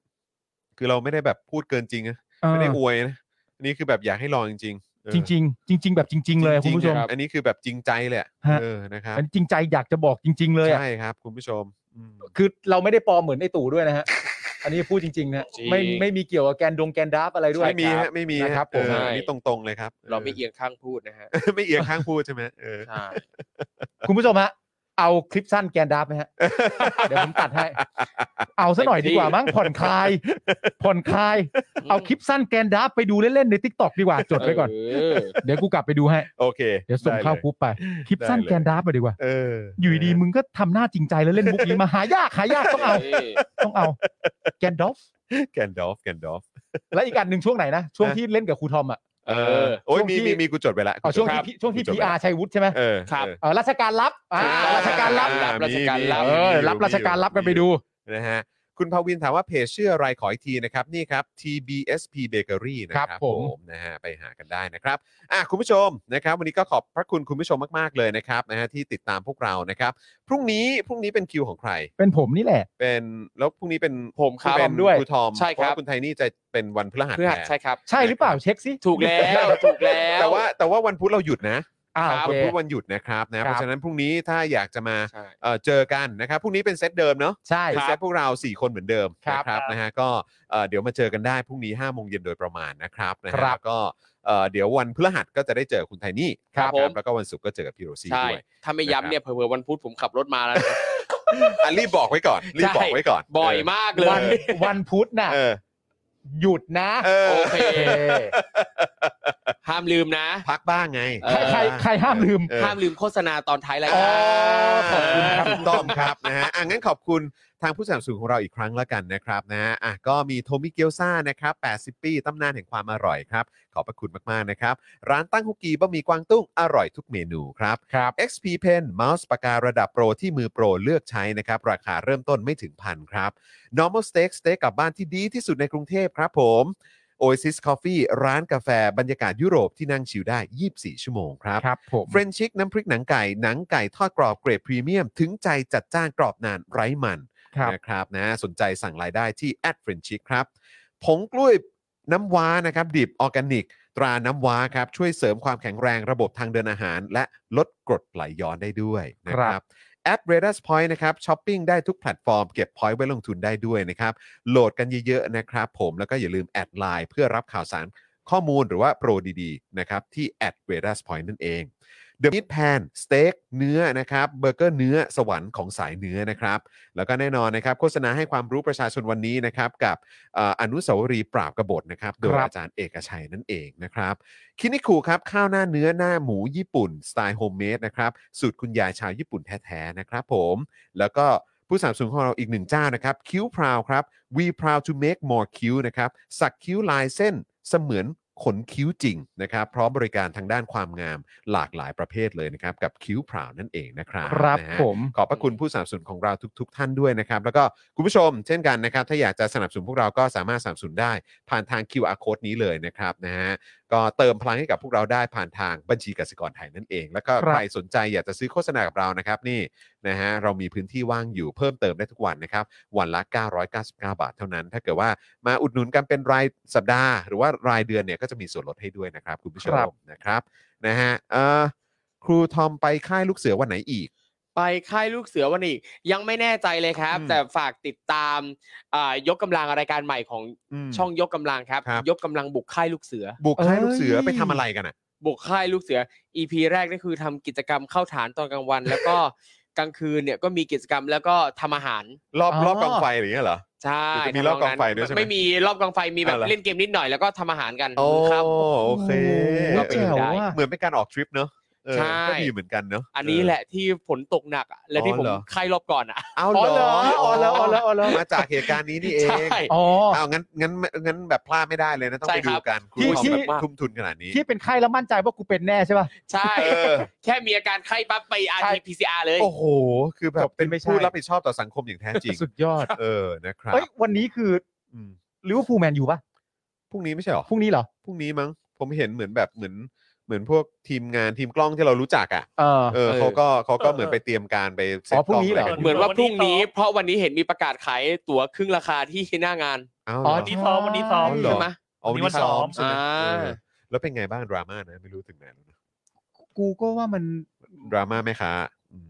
[SPEAKER 2] คือเราไม่ได้แบบพูดเกินจริงนะไม่ได้อวยนะอันนี้คือแบบอยากให้ลองจริงๆเออ
[SPEAKER 3] จริงจริงๆจริง ๆ แบบจริง ๆ เลยคุณผู้
[SPEAKER 2] จ
[SPEAKER 3] ชม
[SPEAKER 2] ริงๆนะอันนี้คือแบบจริงใจเลยอะ
[SPEAKER 3] ฮะ
[SPEAKER 2] เออนะครับ
[SPEAKER 3] อันนี้จริงใจอยากจะบอกจริง ๆ เลยอะ
[SPEAKER 2] ใช่ครับ คุณผู้ชมอืม
[SPEAKER 3] คือเราไม่ได้ปลอมเหมือนไอ้ตู่ด้วยนะฮะ อันนี้พูดจริงๆนะ
[SPEAKER 4] จริง
[SPEAKER 3] ไม่ไม่มีเกี่ยวกับแกนดงแกนดับอะไรด้วย
[SPEAKER 2] ไม่มีฮะไม่มีฮ
[SPEAKER 3] นะครับผม
[SPEAKER 2] เออ
[SPEAKER 4] ใช่
[SPEAKER 2] อันนี้ตรงๆเลยครับ
[SPEAKER 4] เราไม่เอียงข้างพูดนะฮะ
[SPEAKER 2] เออไม่เอียง ข้างพูดใช่ไหมเออ
[SPEAKER 4] ใช่
[SPEAKER 3] คุณผู้ชมฮะเอาคลิปสั้นแกนดับไหมฮะ เดี๋ยวผมตัดให้ เอาซะหน่อยดีกว่ามั้งผ่อนคลาย ผ่อนคลาย เอาคลิปสั้นแกนดับไปดูเล่นๆในทิกตอกดีกว่าจดไว้ก่อน
[SPEAKER 4] เอ
[SPEAKER 3] เดี๋ยวกูกลับไปดูให้
[SPEAKER 2] โอเค
[SPEAKER 3] เดี๋ยวส่ง
[SPEAKER 2] ไล
[SPEAKER 3] เข้าคุปไป คลิปสั้น
[SPEAKER 2] ได้เลย
[SPEAKER 3] แกนดับไปดีกว่า
[SPEAKER 2] เออ
[SPEAKER 3] อ
[SPEAKER 2] อยู่
[SPEAKER 3] ดีๆมึงก็ทำหน้าจริงใจแล้วเล่นมุกนี้มาหายากหายากต้องเอา ต้องเอา แกนดอฟ
[SPEAKER 2] แกนดอฟแกนดอฟ
[SPEAKER 3] และอีกอันหนึ่งช่วงไหนนะ ช่วงที่เล่นกับครูทอมอ่ะ
[SPEAKER 2] เออโอ้ย
[SPEAKER 3] ช่วง
[SPEAKER 2] มี
[SPEAKER 3] ที่
[SPEAKER 2] มีมีกูจดไปละ
[SPEAKER 3] อ๋อช่วงที่
[SPEAKER 2] กูจด
[SPEAKER 3] พี่ช่วงที่
[SPEAKER 2] กูจด
[SPEAKER 3] พี
[SPEAKER 2] ไป
[SPEAKER 3] อา
[SPEAKER 2] ละ
[SPEAKER 3] ร์ชัยวุฒิใช่ไหม
[SPEAKER 2] เออ
[SPEAKER 4] ครับ
[SPEAKER 2] เออ
[SPEAKER 3] เออราชการรับอ่า
[SPEAKER 4] อ่า
[SPEAKER 3] ราชการรับ
[SPEAKER 4] อ่า
[SPEAKER 2] มี
[SPEAKER 4] ราชการลับ
[SPEAKER 3] เออรับราชการรับกันไปดู
[SPEAKER 2] นะฮะคุณภาวินถามว่าเพจชื่ออะไรขออีกทีนะครับ นี่ครับ TBSP Bakery นะค
[SPEAKER 3] ครั
[SPEAKER 2] รับบ
[SPEAKER 3] ผม
[SPEAKER 2] นะฮะไปหากันได้นะครับอ่ะคุณผู้ชมนะครับ วันนี้ก็ขอบพระคุณคุณผู้ชมมากๆเลยนะครับนะฮะที่ติดตามพวกเรานะครับ พรุ่งนี้พรุ่งนี้เป็นคิวของใคร
[SPEAKER 3] เป็นผมนี่แหละ
[SPEAKER 2] เป็นแล้วพรุ่งนี้เป็น
[SPEAKER 4] ผมครับ
[SPEAKER 2] เป็น
[SPEAKER 3] ผมด้วย
[SPEAKER 2] คุณทอม
[SPEAKER 4] ใช่ค
[SPEAKER 2] เพาะ
[SPEAKER 4] รับ
[SPEAKER 2] ว่าคุณไทนี่จะเป็นวันพฤหัส
[SPEAKER 4] เพื่อ
[SPEAKER 2] แทน
[SPEAKER 4] ใช่ครับ
[SPEAKER 3] ใช่หรือเปล่าเช็คสิ
[SPEAKER 4] ถูกแล้วถูกแล้ว
[SPEAKER 2] แต่ว่าแต่ว่าวันพุธเราหยุดนะ
[SPEAKER 3] อ่า
[SPEAKER 4] ครับ
[SPEAKER 2] วั
[SPEAKER 3] โอ
[SPEAKER 2] น
[SPEAKER 3] เค
[SPEAKER 2] พุธวันหยุดนะครับนะเพ
[SPEAKER 3] ครั
[SPEAKER 2] ราะ
[SPEAKER 3] บ
[SPEAKER 2] ฉะนั้นพรุ่งนี้ถ้าอยากจะมา
[SPEAKER 4] ใช่
[SPEAKER 2] เอ่อเจอกันนะครับพรุ่งนี้เป็นเซตเดิมเนาะ
[SPEAKER 3] ใช่
[SPEAKER 2] เป็นเซตพวกเรา 4 คนเหมือนเดิม
[SPEAKER 3] ครับ
[SPEAKER 2] นะครับนะฮะก็เอ่อเดี๋ยวมาเจอกันได้พรุ่งนี้5โมงเย็นโดยประมาณนะครับนะฮะ
[SPEAKER 3] ครับ
[SPEAKER 2] แล้วก็เอ่อเดี๋ยววันพฤหัสก็จะได้เจอคุณไทนี่
[SPEAKER 4] ครับผม
[SPEAKER 2] แล้วก็วันศุกร์ก็เจอกับพี่โรซี่
[SPEAKER 4] ใช่
[SPEAKER 2] ด้วย
[SPEAKER 4] ถ้าไม่
[SPEAKER 2] นะครับ
[SPEAKER 4] ย้ำเนี่ยเผื่อๆวันพุธผมขับรถมาแล้วนะ
[SPEAKER 2] อ่ะรีบบอกไว้ก่อนรีบบอกไว้ก่อน
[SPEAKER 4] บ่อยมากเล
[SPEAKER 3] วั
[SPEAKER 4] ย
[SPEAKER 3] นวันพุธน่ะ
[SPEAKER 2] เออ
[SPEAKER 3] หยุดนะ
[SPEAKER 2] เออ
[SPEAKER 4] โอเค
[SPEAKER 3] โอเค
[SPEAKER 4] ห้ามลืมนะ
[SPEAKER 2] พักบ้างไง
[SPEAKER 4] เอ
[SPEAKER 3] ใคร
[SPEAKER 4] อ
[SPEAKER 3] ใครใครห้ามลืม
[SPEAKER 2] เออ
[SPEAKER 4] ห้ามลืมโฆษณาตอนท้ายราย
[SPEAKER 2] อ๋อข
[SPEAKER 4] การ
[SPEAKER 2] อบคุณครับถูกต้องครับนะฮะอ่ะงั้นขอบคุณทางผู้สนับสนุนของเราอีกครั้งละกันนะครับนะฮะอ่ะก็มีโทมิเกียวซ่านะครับ 80 ปีตำนานแห่งความอร่อยครับ ขอบพระคุณมาก ๆ นะครับ ร้านตั้งฮกกีบะหมี่กวางตุ้งอร่อยทุกเมนูครับ
[SPEAKER 3] ครับ
[SPEAKER 2] XP Pen เมาส์ปากการะดับโปรที่มือโปรเลือกใช้นะครับ ราคาเริ่มต้นไม่ถึงพันครับ Normal Steak สเต็กกลับบ้านที่ดีที่สุดในกรุงเทพครับผม Oasis Coffee ร้านกาแฟบรรยากาศยุโรปที่นั่งชิลได้ 24 ชั่วโมงครับ
[SPEAKER 3] ครับผม
[SPEAKER 2] เฟรนชิกน้ำพริกหนังไก่ หนังไก่ทอดกรอบเกรดพรีเมียม ถึงใจจัดจ้านกรอบนานไร้มัน
[SPEAKER 3] ครับ
[SPEAKER 2] นะครับนะสนใจสั่งรายได้ที่แอดเฟรนชิกครับผงกล้วยน้ำว้านะครับ ดิบออร์แกนิก ตราน้ำว้าครับ ช่วยเสริมความแข็งแรงระบบทางเดินอาหาร และลดกรดไหลย้อนได้ด้วยนะครับแอป r a d a r Point นะครับช้อปปิ้งได้ทุกแพลตฟอร์มเก็บ point ไว้ลงทุนได้ด้วยนะครับ โหลดกันเยอะๆนะครับผมแล้วก็อย่าลืมแอดไลน์เพื่อรับข่าวสารข้อมูลหรือว่าโปรดีๆนะครับที่แอด r a d a r Point นั่นเอง เดอะมิตแพนสเต็กเนื้อนะครับเบอร์เกอร์เนื้อสวรรค์ของสายเนื้อนะครับ แล้วก็แน่นอนนะครับ โฆษณาให้ความรู้ประชาชนวันนี้นะครับ กับเอ่ออนุสาวรีย์ปราบกบฏนะครับ โดย
[SPEAKER 3] ครับ
[SPEAKER 2] อาจารย์เอกชัยนั่นเองนะครับ คินิคุครับ ข้าวหน้าเนื้อหน้าหมูญี่ปุ่น สไตล์โฮมเมดนะครับ สูตรคุณยายชาวญี่ปุ่นแท้ ๆ นะครับผม แล้วก็ผู้สนับสนุนของเราอีกหนึ่งเจ้านะครับคิ้วพราวครับ we proud to make more คิ้วนะครับสักคิ้วลายเส้นเสมือนขนคิ้วจริงนะครับ พร้อมบริการทางด้านความงามหลากหลายประเภทเลยนะครับ กับคิ้วพราวนั่นเองนะครับ
[SPEAKER 3] ครับ
[SPEAKER 2] นะฮะ
[SPEAKER 3] ผม
[SPEAKER 2] ขอบพระคุณผู้สนับสนุนของเราทุกๆทท่านด้วยนะครับ แล้วก็คุณผู้ชมเช่นกันนะครับ ถ้าอยากจะสนับสนุนพวกเราก็สามารถสนับสนุนได้ผ่านทาง QR code นี้เลยนะครับนะฮะก็เติมพลังให้กับพวกเราได้ผ่านทางบัญชีกสิกรไทยนั่นเอง แล้วก็
[SPEAKER 3] ครับ
[SPEAKER 2] ใครสนใจอยากจะซื้อโฆษณากับเรานะครับนี่นะฮะเรามีพื้นที่ว่างอยู่เพิ่มเติมได้ทุกวันนะครับ วันละ 999 บาทเท่านั้น ถ้าเกิดว่ามาอุดหนุนกันเป็นรายสัปดาห์ หรือว่ารายเดือนเนี่ยก็จะมีส่วนลดให้ด้วยนะครับคุณผู้ชมนะครับนะฮะเอ่อครูทอมไปค่ายลูกเสือวันไหนอีก
[SPEAKER 4] ไปค่ายลูกเสือวันนี้ ยังไม่แน่ใจเลยครับ
[SPEAKER 2] อืม
[SPEAKER 4] แต่ฝากติดตามอ่ายกกำลังรายการใหม่ของ
[SPEAKER 2] ม
[SPEAKER 4] ช่องยกกำลังครับ
[SPEAKER 2] ครับ
[SPEAKER 4] ยกกำลังบุกค่ายลูกเสือ
[SPEAKER 2] บุกค่ายลูกเสือ
[SPEAKER 3] เอ้ย
[SPEAKER 2] ไปทำอะไรกันอ่ะ
[SPEAKER 4] บุกค่ายลูกเสือ EP แรกนี่คือทำกิจกรรมเข้าฐานตอนกลางวัน แล้วก็กลางคืนเนี่ยก็มีกิจกรรมแล้วก็ทำอาหาร
[SPEAKER 2] รอบ
[SPEAKER 3] อ๋อ
[SPEAKER 2] รอบกองไฟหรือเงี้ยเหรอ
[SPEAKER 4] ใช่
[SPEAKER 2] เดี๋ยวจะมี
[SPEAKER 4] ทำ
[SPEAKER 2] รอบกองไฟ
[SPEAKER 4] นั้น
[SPEAKER 2] ด้วยใช่ไหม
[SPEAKER 4] ไม่มีรอบกองไฟมีแบบ
[SPEAKER 2] อะไร
[SPEAKER 4] เล่นเกมนิดหน่อยแล้วก็ทำอาหารกัน
[SPEAKER 2] โอ้
[SPEAKER 4] ครับ
[SPEAKER 2] โอเค
[SPEAKER 3] โอ้โห
[SPEAKER 4] ก็ป็น
[SPEAKER 3] แจ๋ว
[SPEAKER 4] ได้
[SPEAKER 3] อ่ะ
[SPEAKER 2] เหมือนเป็นการออกทริปเนอะ เออ
[SPEAKER 4] ใช่
[SPEAKER 2] ก็ดีเหมือนกันเนาะ
[SPEAKER 4] อันนี้แหละที่ฝนตกหนักอะและที่ผม
[SPEAKER 2] อ๋อเหรอ
[SPEAKER 4] ไข้รอบก่อนอ่ะ
[SPEAKER 2] เอาเหรอ
[SPEAKER 3] อ๋อเหรออ๋อเหรออ๋อเหรอ
[SPEAKER 2] มาจากเหตุการณ์นี้นี่เอง
[SPEAKER 4] ใช่
[SPEAKER 3] อ๋อ
[SPEAKER 2] เอางั้นงั้นงั้นแบบพลาดไม่ได้เลยนะ ต้อง
[SPEAKER 4] ใช่
[SPEAKER 2] ไป
[SPEAKER 4] ค
[SPEAKER 2] ดู
[SPEAKER 4] รับ
[SPEAKER 2] กันคุณ
[SPEAKER 3] ที่
[SPEAKER 2] ผู้ชม
[SPEAKER 3] ที่
[SPEAKER 2] แบบทุ่มทุนขนาดนี้
[SPEAKER 3] ที่เป็นไข้แล้วมั่นใจว่ากูเป็นแน่ใช่ป่ะ
[SPEAKER 4] ใช่
[SPEAKER 2] เออ
[SPEAKER 4] แค่มีอาการไข้ปั๊บไป
[SPEAKER 3] ใช่
[SPEAKER 4] rt pcr เลย
[SPEAKER 2] โอ้โห คือแบ
[SPEAKER 3] จ
[SPEAKER 2] บบ
[SPEAKER 3] เป็
[SPEAKER 2] เป็น น
[SPEAKER 3] ไม่ใช่
[SPEAKER 2] ผู้รับผิดชอบต่อสังคมอย่างแท้จริง
[SPEAKER 3] สุดยอด
[SPEAKER 2] เออนะครับ
[SPEAKER 3] เอ้ยวันนี้คือ
[SPEAKER 2] อืม
[SPEAKER 3] ลิเวอร์พูลแมนยูป่ะ
[SPEAKER 2] พรุ่งนี้ไม่ใช่หรอ
[SPEAKER 3] พรุ่งนี้เหรอ
[SPEAKER 2] พรุ่งนี้มั้งผมเห็นเหมือนแบบเหมือนเหมือนพวกทีมงานทีมกล้องที่เรารู้จักอ่ะ
[SPEAKER 3] เออ
[SPEAKER 2] เออ
[SPEAKER 4] เออ
[SPEAKER 2] เขาก็เขาก็
[SPEAKER 8] เออ
[SPEAKER 2] เหมือนไปเตรียมการไปเซ็ต
[SPEAKER 3] อ๋อพรุ่งนี้
[SPEAKER 2] กล้ะไกั
[SPEAKER 3] เหรอ
[SPEAKER 4] เหมือนว่าพรุ่งนี้ เพราะวันนี้เห็นมีประกาศขายตั๋วครึ่งราคาที่หน้างาน
[SPEAKER 2] อ้าว
[SPEAKER 3] อ๋อ
[SPEAKER 2] เหรอ
[SPEAKER 8] ที่ซ้อมวันนี้ซ้อม
[SPEAKER 2] อ๋อเหร
[SPEAKER 4] ใช่ไหม
[SPEAKER 2] อ๋อวันนี้
[SPEAKER 8] วันนี้วันซ้
[SPEAKER 2] ซ้อ
[SPEAKER 8] อ
[SPEAKER 2] ม
[SPEAKER 8] ม
[SPEAKER 2] ใช่ไหม
[SPEAKER 4] อ่า
[SPEAKER 2] เออแล้วเป็นไงบ้างดราม่านะไม่รู้ถึงไหนแล้วนะ
[SPEAKER 3] กูก็ว่ามัน
[SPEAKER 2] ดราม่าแม่ค้าอืม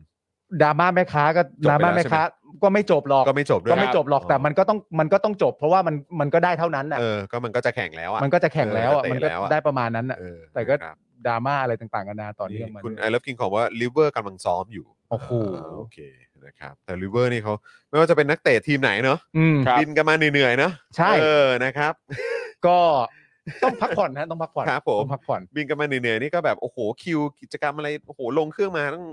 [SPEAKER 3] ดราม่าแม่ค้าก็
[SPEAKER 2] จบไป
[SPEAKER 3] ดราม่า
[SPEAKER 2] แล้ว
[SPEAKER 3] แม่
[SPEAKER 2] ใช่ไหม
[SPEAKER 3] ค้าก็ไม่จบหรอก
[SPEAKER 2] ก็ไม่จบด้วย
[SPEAKER 3] ก็ไม่
[SPEAKER 2] นะ
[SPEAKER 3] จบหรอกแต่มันก็ต้องมันก็ต้องจบ เพราะว่ามันมันก็ได้เท่านั้นน่ะ
[SPEAKER 2] เออ ก็มันก็จะแข่งแล้วอ่ะ
[SPEAKER 3] มันก็จะแข่งแล้วอ่ะ
[SPEAKER 2] เออ
[SPEAKER 3] มัน
[SPEAKER 2] จะเตะแล้
[SPEAKER 3] ก็
[SPEAKER 2] วอะ
[SPEAKER 3] ได้ประมาณนั้นน่ะ
[SPEAKER 2] เออ
[SPEAKER 3] แต่ก็
[SPEAKER 2] ครับ
[SPEAKER 3] ดราม่าอะไรต่างๆกันานาต่อเนื่องมา
[SPEAKER 2] คุณไอ
[SPEAKER 3] ด้วย
[SPEAKER 2] เลิฟกินของว่าลิเวอร์กำลังซ้อมอยู่
[SPEAKER 3] โอ้โห
[SPEAKER 2] าโอเคนะครับแต่ลิเวอร์นี่เขาไม่ว่าจะเป็นนักเตะทีมไหนเนาะ
[SPEAKER 3] อืม
[SPEAKER 2] บินกันมาเหนื่อยๆเนาะ
[SPEAKER 3] ใช่
[SPEAKER 2] เออนะครับ
[SPEAKER 3] ก็ต้องพักผ่อนนะต้องพักผ่อน
[SPEAKER 2] ครับผม
[SPEAKER 3] ต้องพักผ่อน
[SPEAKER 2] บินกันมาเหนื่อยๆนี่ก็แบบโอ้โหคิวกิจกรรมอะไรโอ้โหลงเครื่องมาต้อง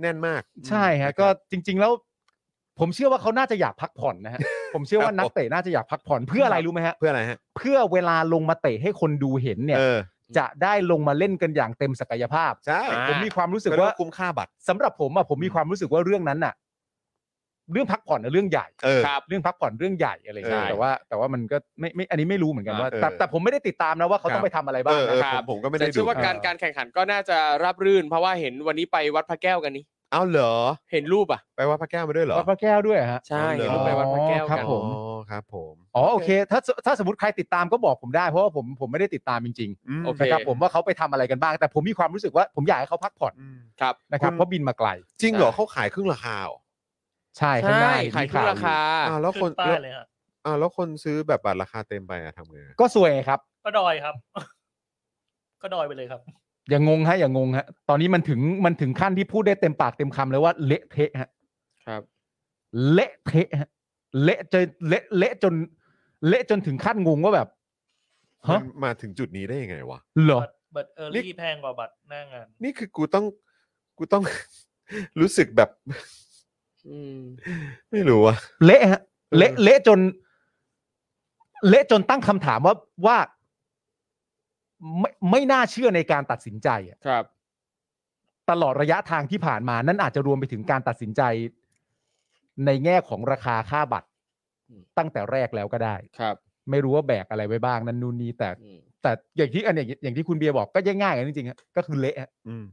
[SPEAKER 2] แน่นมาก
[SPEAKER 3] ใช่
[SPEAKER 2] นค
[SPEAKER 3] ฮะ
[SPEAKER 2] รับ
[SPEAKER 3] ก็จริง ๆ แล้ว ผมเชื่อว่าเขาน่าจะอยากพักผ่อนนะฮะ ผมเชื่อว่านักเตะน่าจะอยากพักผ่อนเพื่ออะไร
[SPEAKER 2] ครับ
[SPEAKER 3] รู้ไหมฮะ
[SPEAKER 2] เพื่ออะไรฮะ
[SPEAKER 3] เพื่อเวลาลงมาเตะให้คนดูเห็นเนี่ย
[SPEAKER 2] เออ
[SPEAKER 3] จะได้ลงมาเล่นกันอย่างเต็มศักยภาพ
[SPEAKER 2] ใช่
[SPEAKER 3] ผมมีความรู้สึก
[SPEAKER 2] เรีย
[SPEAKER 3] ว่า
[SPEAKER 2] คุ้มค่าบัตร
[SPEAKER 3] สำหรับผมอะผมมีความรู้สึกว่าเรื่องนั้นน่ะ เรื่องพักผ่อนน่ะเรื่องใหญ่
[SPEAKER 2] เออ
[SPEAKER 3] เรื่องพักผ่อนเรื่องใหญ่อะไรอย่างเงี้ย
[SPEAKER 2] ใช่
[SPEAKER 3] แต่ว่า แต่ว่ามันก็ไม่ไม่อันนี้ไม่รู้เหมือนกันว่า
[SPEAKER 2] เออ
[SPEAKER 3] แต่แต่ผมไม่ได้ติดตามนะว่าเขา
[SPEAKER 2] ครับ
[SPEAKER 3] ต้องไปทำอะไร
[SPEAKER 2] เอ
[SPEAKER 3] บ้าง
[SPEAKER 2] อเอ
[SPEAKER 3] นะ
[SPEAKER 2] อ
[SPEAKER 3] ค
[SPEAKER 2] ผ
[SPEAKER 3] รับ
[SPEAKER 2] มผมก็ไม่
[SPEAKER 4] แต่
[SPEAKER 2] ได้
[SPEAKER 4] เชื่
[SPEAKER 2] ดู
[SPEAKER 4] อว่าการ
[SPEAKER 3] เออ
[SPEAKER 4] การแข่งขันก็น่าจะราบรื่น เพราะว่าเห็นวันนี้ไปวัดพระแก้วกันนี่
[SPEAKER 2] เอาเหรอ
[SPEAKER 4] เห็นรูปอ่ะ
[SPEAKER 2] ไปว่าพระแก้วมาด้วยเหรอ
[SPEAKER 3] วัดพระแก้วด้วยฮะ
[SPEAKER 4] ใช่
[SPEAKER 2] เหรอ
[SPEAKER 4] เห็นรูปไปวัดพระแก้ว
[SPEAKER 3] ครั
[SPEAKER 4] กับ น
[SPEAKER 3] ผม
[SPEAKER 2] อ๋อครับผม
[SPEAKER 3] อ๋อโอเคถ้าถ้าสมมติใครติดตามก็บอกผมได้เพราะว่าผมผมไม่ได้ติดตามจริง
[SPEAKER 2] อืม
[SPEAKER 4] โอเค
[SPEAKER 3] ๆนะครับผมว่าเขาไปทำอะไรกันบ้าง แต่ผมมีความรู้สึกว่าผมอยากให้เขาพักผ่อน
[SPEAKER 2] อืม
[SPEAKER 4] ครับ
[SPEAKER 3] นะครับ
[SPEAKER 2] คุณ
[SPEAKER 3] เพราะบินมาไกล
[SPEAKER 2] จริงเหรอ
[SPEAKER 4] ใช่
[SPEAKER 2] เขาขายครึ่งราคาเหรอ
[SPEAKER 3] ใช่ข้างห
[SPEAKER 4] ใช่
[SPEAKER 3] น้า
[SPEAKER 4] ขาย
[SPEAKER 3] มี
[SPEAKER 4] ครึ่งราคา
[SPEAKER 2] อ้าวแล้ว
[SPEAKER 8] ขึ้
[SPEAKER 2] คน
[SPEAKER 8] นป้ายเลยครับ
[SPEAKER 2] อ้าวแล้วคนซื้อแบบบัตรราคาเต็มไปอะทำไงอะ
[SPEAKER 3] ก็สวยครับ
[SPEAKER 8] ก็ดอยครับ ก็ดอยไปเลยครับ
[SPEAKER 3] อย่างงงฮะอย่างงงฮะตอนนี้มันถึงมันถึงขั้นที่พูดได้เต็มปากเต็มคำเลยว่าเละเทะฮะ
[SPEAKER 4] ครับ
[SPEAKER 3] เละเทะฮะเละจนเละเละจน เละจนถึงขั้นงงว่าแบบฮะ
[SPEAKER 2] มันมาถึงจุดนี้ได้ยังไงวะ
[SPEAKER 3] เหรอ
[SPEAKER 8] บัตรบัตรเออ
[SPEAKER 2] นี่
[SPEAKER 8] รี่แพงกว่าบัตรหน้างาน
[SPEAKER 2] นี่คือกูต้องกูต้อง รู้สึกแบบ
[SPEAKER 4] อืม
[SPEAKER 2] ไม่รู้อะ
[SPEAKER 3] เละฮะ
[SPEAKER 2] เออ
[SPEAKER 3] เละเละจน เละจนตั้งคำถามว่าว่า ไม่ไม่น่าเชื่อในการตัดสินใจอะ
[SPEAKER 4] ครับ
[SPEAKER 3] ตลอดระยะทางที่ผ่านมา นั่นอาจจะรวมไปถึงการตัดสินใจ ในแง่ของราคาค่าบัตร ตั้งแต่แรกแล้วก็ได้
[SPEAKER 4] ครับ
[SPEAKER 3] ไม่รู้ว่าแบกอะไรไว้บ้างนั่นนู่นนี่แต่
[SPEAKER 4] อืม
[SPEAKER 3] แต่อย่างที่อันอย่างอย่างที่คุณเบียร์บอกก็ง่ายๆกันจริงๆฮะก็คือเละฮะ
[SPEAKER 2] อืม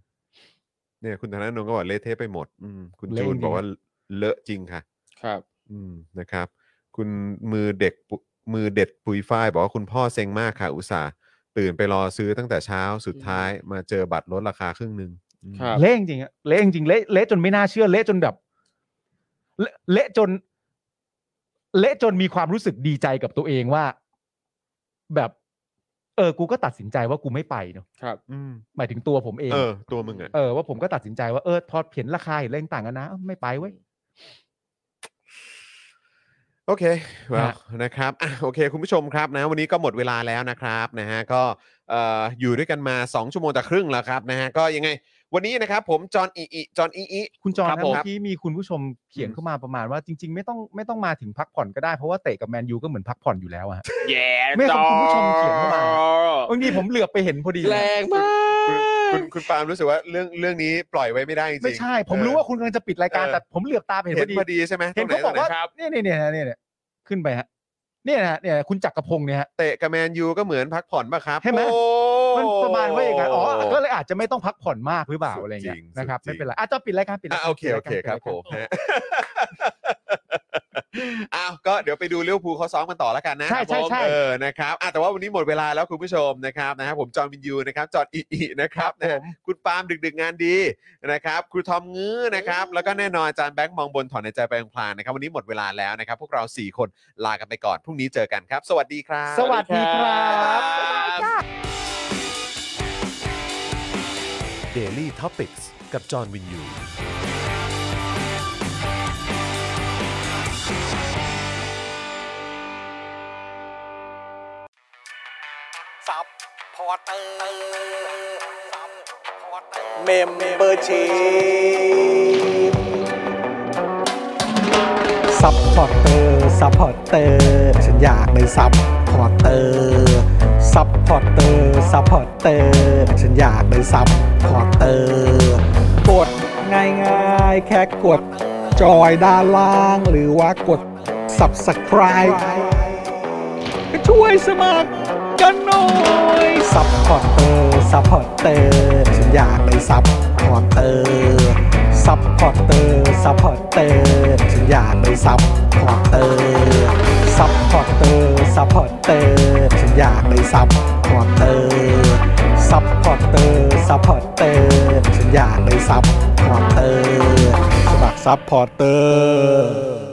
[SPEAKER 2] เนี่ยคุณธนาโนนก็บอกเละเทะไปหมด อืมคุณ
[SPEAKER 3] เละ
[SPEAKER 2] จูน
[SPEAKER 3] จริง
[SPEAKER 2] บอกว่า
[SPEAKER 3] ครับ
[SPEAKER 2] เลอะจริงค่ะ
[SPEAKER 4] ครับ
[SPEAKER 2] อืมนะครับ คุณมือเด็กปุมือเด็ดปุยฝ้ายบอกว่าคุณพ่อเซ็งมากค่ะ อุตส่าห์ตื่นไปรอซื้อตั้งแต่เช้าสุดท้าย มาเจอบัตรลดราคาครึ่งหนึ่งอืม
[SPEAKER 4] ครับ
[SPEAKER 3] เละจริงๆฮะเละจริงๆเละเละจนไม่น่าเชื่อ เละจนแบบเละเละจน เละจนมีความรู้สึกดีใจกับตัวเองว่า แบบ เออ กูก็ตัดสินใจว่ากูไม่ไปเนอะ
[SPEAKER 4] ครับ
[SPEAKER 2] อืม
[SPEAKER 3] หมายถึงตัวผมเอง
[SPEAKER 2] เออ ตัวมึงอ่ะ
[SPEAKER 3] เออว่าผมก็ตัดสินใจว่าเออพอเห็นราคาเห็นอะไรต่างกันนะเอ้าไม่ไปเว้ย
[SPEAKER 2] โอเค well
[SPEAKER 3] ฮะ
[SPEAKER 2] นะครับอ่ะโอเค คุณผู้ชมครับนะ วันนี้ก็หมดเวลาแล้วนะครับนะฮะก็เอ่ออยู่ด้วยกันมา 2 ชั่วโมงแต่ครึ่งแล้วครับนะฮะก็ยังไง วันนี้นะครับ ผมจอห์นอีอีจอห์นอีอี
[SPEAKER 3] คุณจอห์น
[SPEAKER 2] ครับ
[SPEAKER 3] นะ
[SPEAKER 2] ผม
[SPEAKER 3] เมื่อกี้มีคุณผู้ชมเขียน
[SPEAKER 2] อืม
[SPEAKER 3] เข้ามาประมาณว่าจริง ๆ ไม่ต้องไม่ต้องมาถึงพักผ่อนก็ได้เพราะว่าเตะกับแมนยูก็เหมือนพักผ่อนอยู่แล้วอะฮะ
[SPEAKER 4] แย่
[SPEAKER 3] ไม่ขอบคุณผู้ชมเขียนเข้ามา
[SPEAKER 4] จอบ
[SPEAKER 3] างทีผมเหลือบไปเห็นพอดี
[SPEAKER 4] แรงมาก
[SPEAKER 2] คุณคุณปาล์มรู้สึกว่าเรื่องเรื่องนี้ปล่อยไว้ไม่ได้จริง
[SPEAKER 3] ไม่ใช่
[SPEAKER 2] เออ
[SPEAKER 3] ผมรู้ว่าคุณกำลังจะปิดรายการ
[SPEAKER 2] เออ
[SPEAKER 3] แต่ผมเหลือบตาไปเห็น
[SPEAKER 2] เห็น
[SPEAKER 3] พอดี
[SPEAKER 2] พอดีใช่ไหม
[SPEAKER 3] เห็นเขา
[SPEAKER 2] ต
[SPEAKER 3] บ
[SPEAKER 2] ร
[SPEAKER 3] อง ก
[SPEAKER 2] ไหน
[SPEAKER 3] ว่า
[SPEAKER 2] ตรงไหน
[SPEAKER 3] เนี่ยเนี่ยเนี่ยเนี่ยเนี่ยขึ้นไปฮะเนี่ยนะฮะเนี่ยคุณจักรพงษ์เนี่ยฮะ
[SPEAKER 2] เตะกับแมนยูก็เหมือนพักผ่อนป่ะครับ
[SPEAKER 3] ใช่ไหม
[SPEAKER 2] โอ้
[SPEAKER 3] มันประมาณว่าอย่างนั้นอ๋อก็เลยอาจจะไม่ต้องพักผ่อนมากหรือเปล่า
[SPEAKER 2] สุด
[SPEAKER 3] อะไร
[SPEAKER 2] จ
[SPEAKER 3] เงี้
[SPEAKER 2] ริ
[SPEAKER 3] ย
[SPEAKER 2] ง
[SPEAKER 3] นะครับ
[SPEAKER 2] สุดจริ
[SPEAKER 3] ไม่
[SPEAKER 2] ง
[SPEAKER 3] เป็นไรอ่ะจะปิดรายการปิดราย
[SPEAKER 2] อ่ะ
[SPEAKER 3] การ
[SPEAKER 2] โอเคโอ
[SPEAKER 3] ปิดราย
[SPEAKER 2] เค
[SPEAKER 3] การ
[SPEAKER 2] คั
[SPEAKER 3] ปิดาย
[SPEAKER 2] บ
[SPEAKER 3] กา
[SPEAKER 2] ผม ฮะ อ้าวก็เดี๋ยวไปดูลิเวอร์พูลเขาซ้อมกันต่อแล้วกันนะ
[SPEAKER 3] ใช่ใช่ใช่
[SPEAKER 2] เออนะครับอ่ะแต่ว่าวันนี้หมดเวลาแล้วคุณผู้ชมนะครับนะฮะผมจอห์นวินยูนะครับจอห์นอิอินะครับนะฮะคุณปาล์มดึกๆงานดีนะครับครูทอมงื้อนะครับแล้วก็แน่นอนอาจารย์แบงค์มองบนถอนในใจไปพลางๆนะครับวันนี้หมดเวลาแล้วนะครับ พวกเราสี่คนลากันไปก่อนพรุ่งนี้เจอกันครับ สวัสดีครับ
[SPEAKER 3] สวัสดีครับ
[SPEAKER 4] บ
[SPEAKER 1] Daily Topics กับจอห์นวินยู
[SPEAKER 9] ซัพพอร์เตอร์ซัพพอ
[SPEAKER 6] เมมเบอร์ชีซัพพอร์เตอร์ซัพพอร์เตอร์ฉันอยากได้ซัพพอร์เตอร์ซัพพอร์เตอร์ซัพพอร์เตอร์ฉันอยากได้ซัพพอร์เตอร์กดง่ายๆ แค่กดจอยด้านล่าง หรือว่ากด subscribe ก็ช่วยสมัครกันหน่อยซัพพอร์เตอร์ซัพพอร์เตอร์ฉันอยากได้ซัพพอร์เตอร์ซัพพอร์เตอร์ซัพพอร์เตอร์ฉันอยากได้ซัพพอร์เตอร์ซัพพอร์เตอร์ซัพพอร์เตอร์ฉันอยากได้ซัพพอร์เตอร์ซัพพอร์เตอร์ซัพพอร์เตอร์ฉันอยากได้ซัพพอร์เตอร์สมัครซัพพอร์เตอร์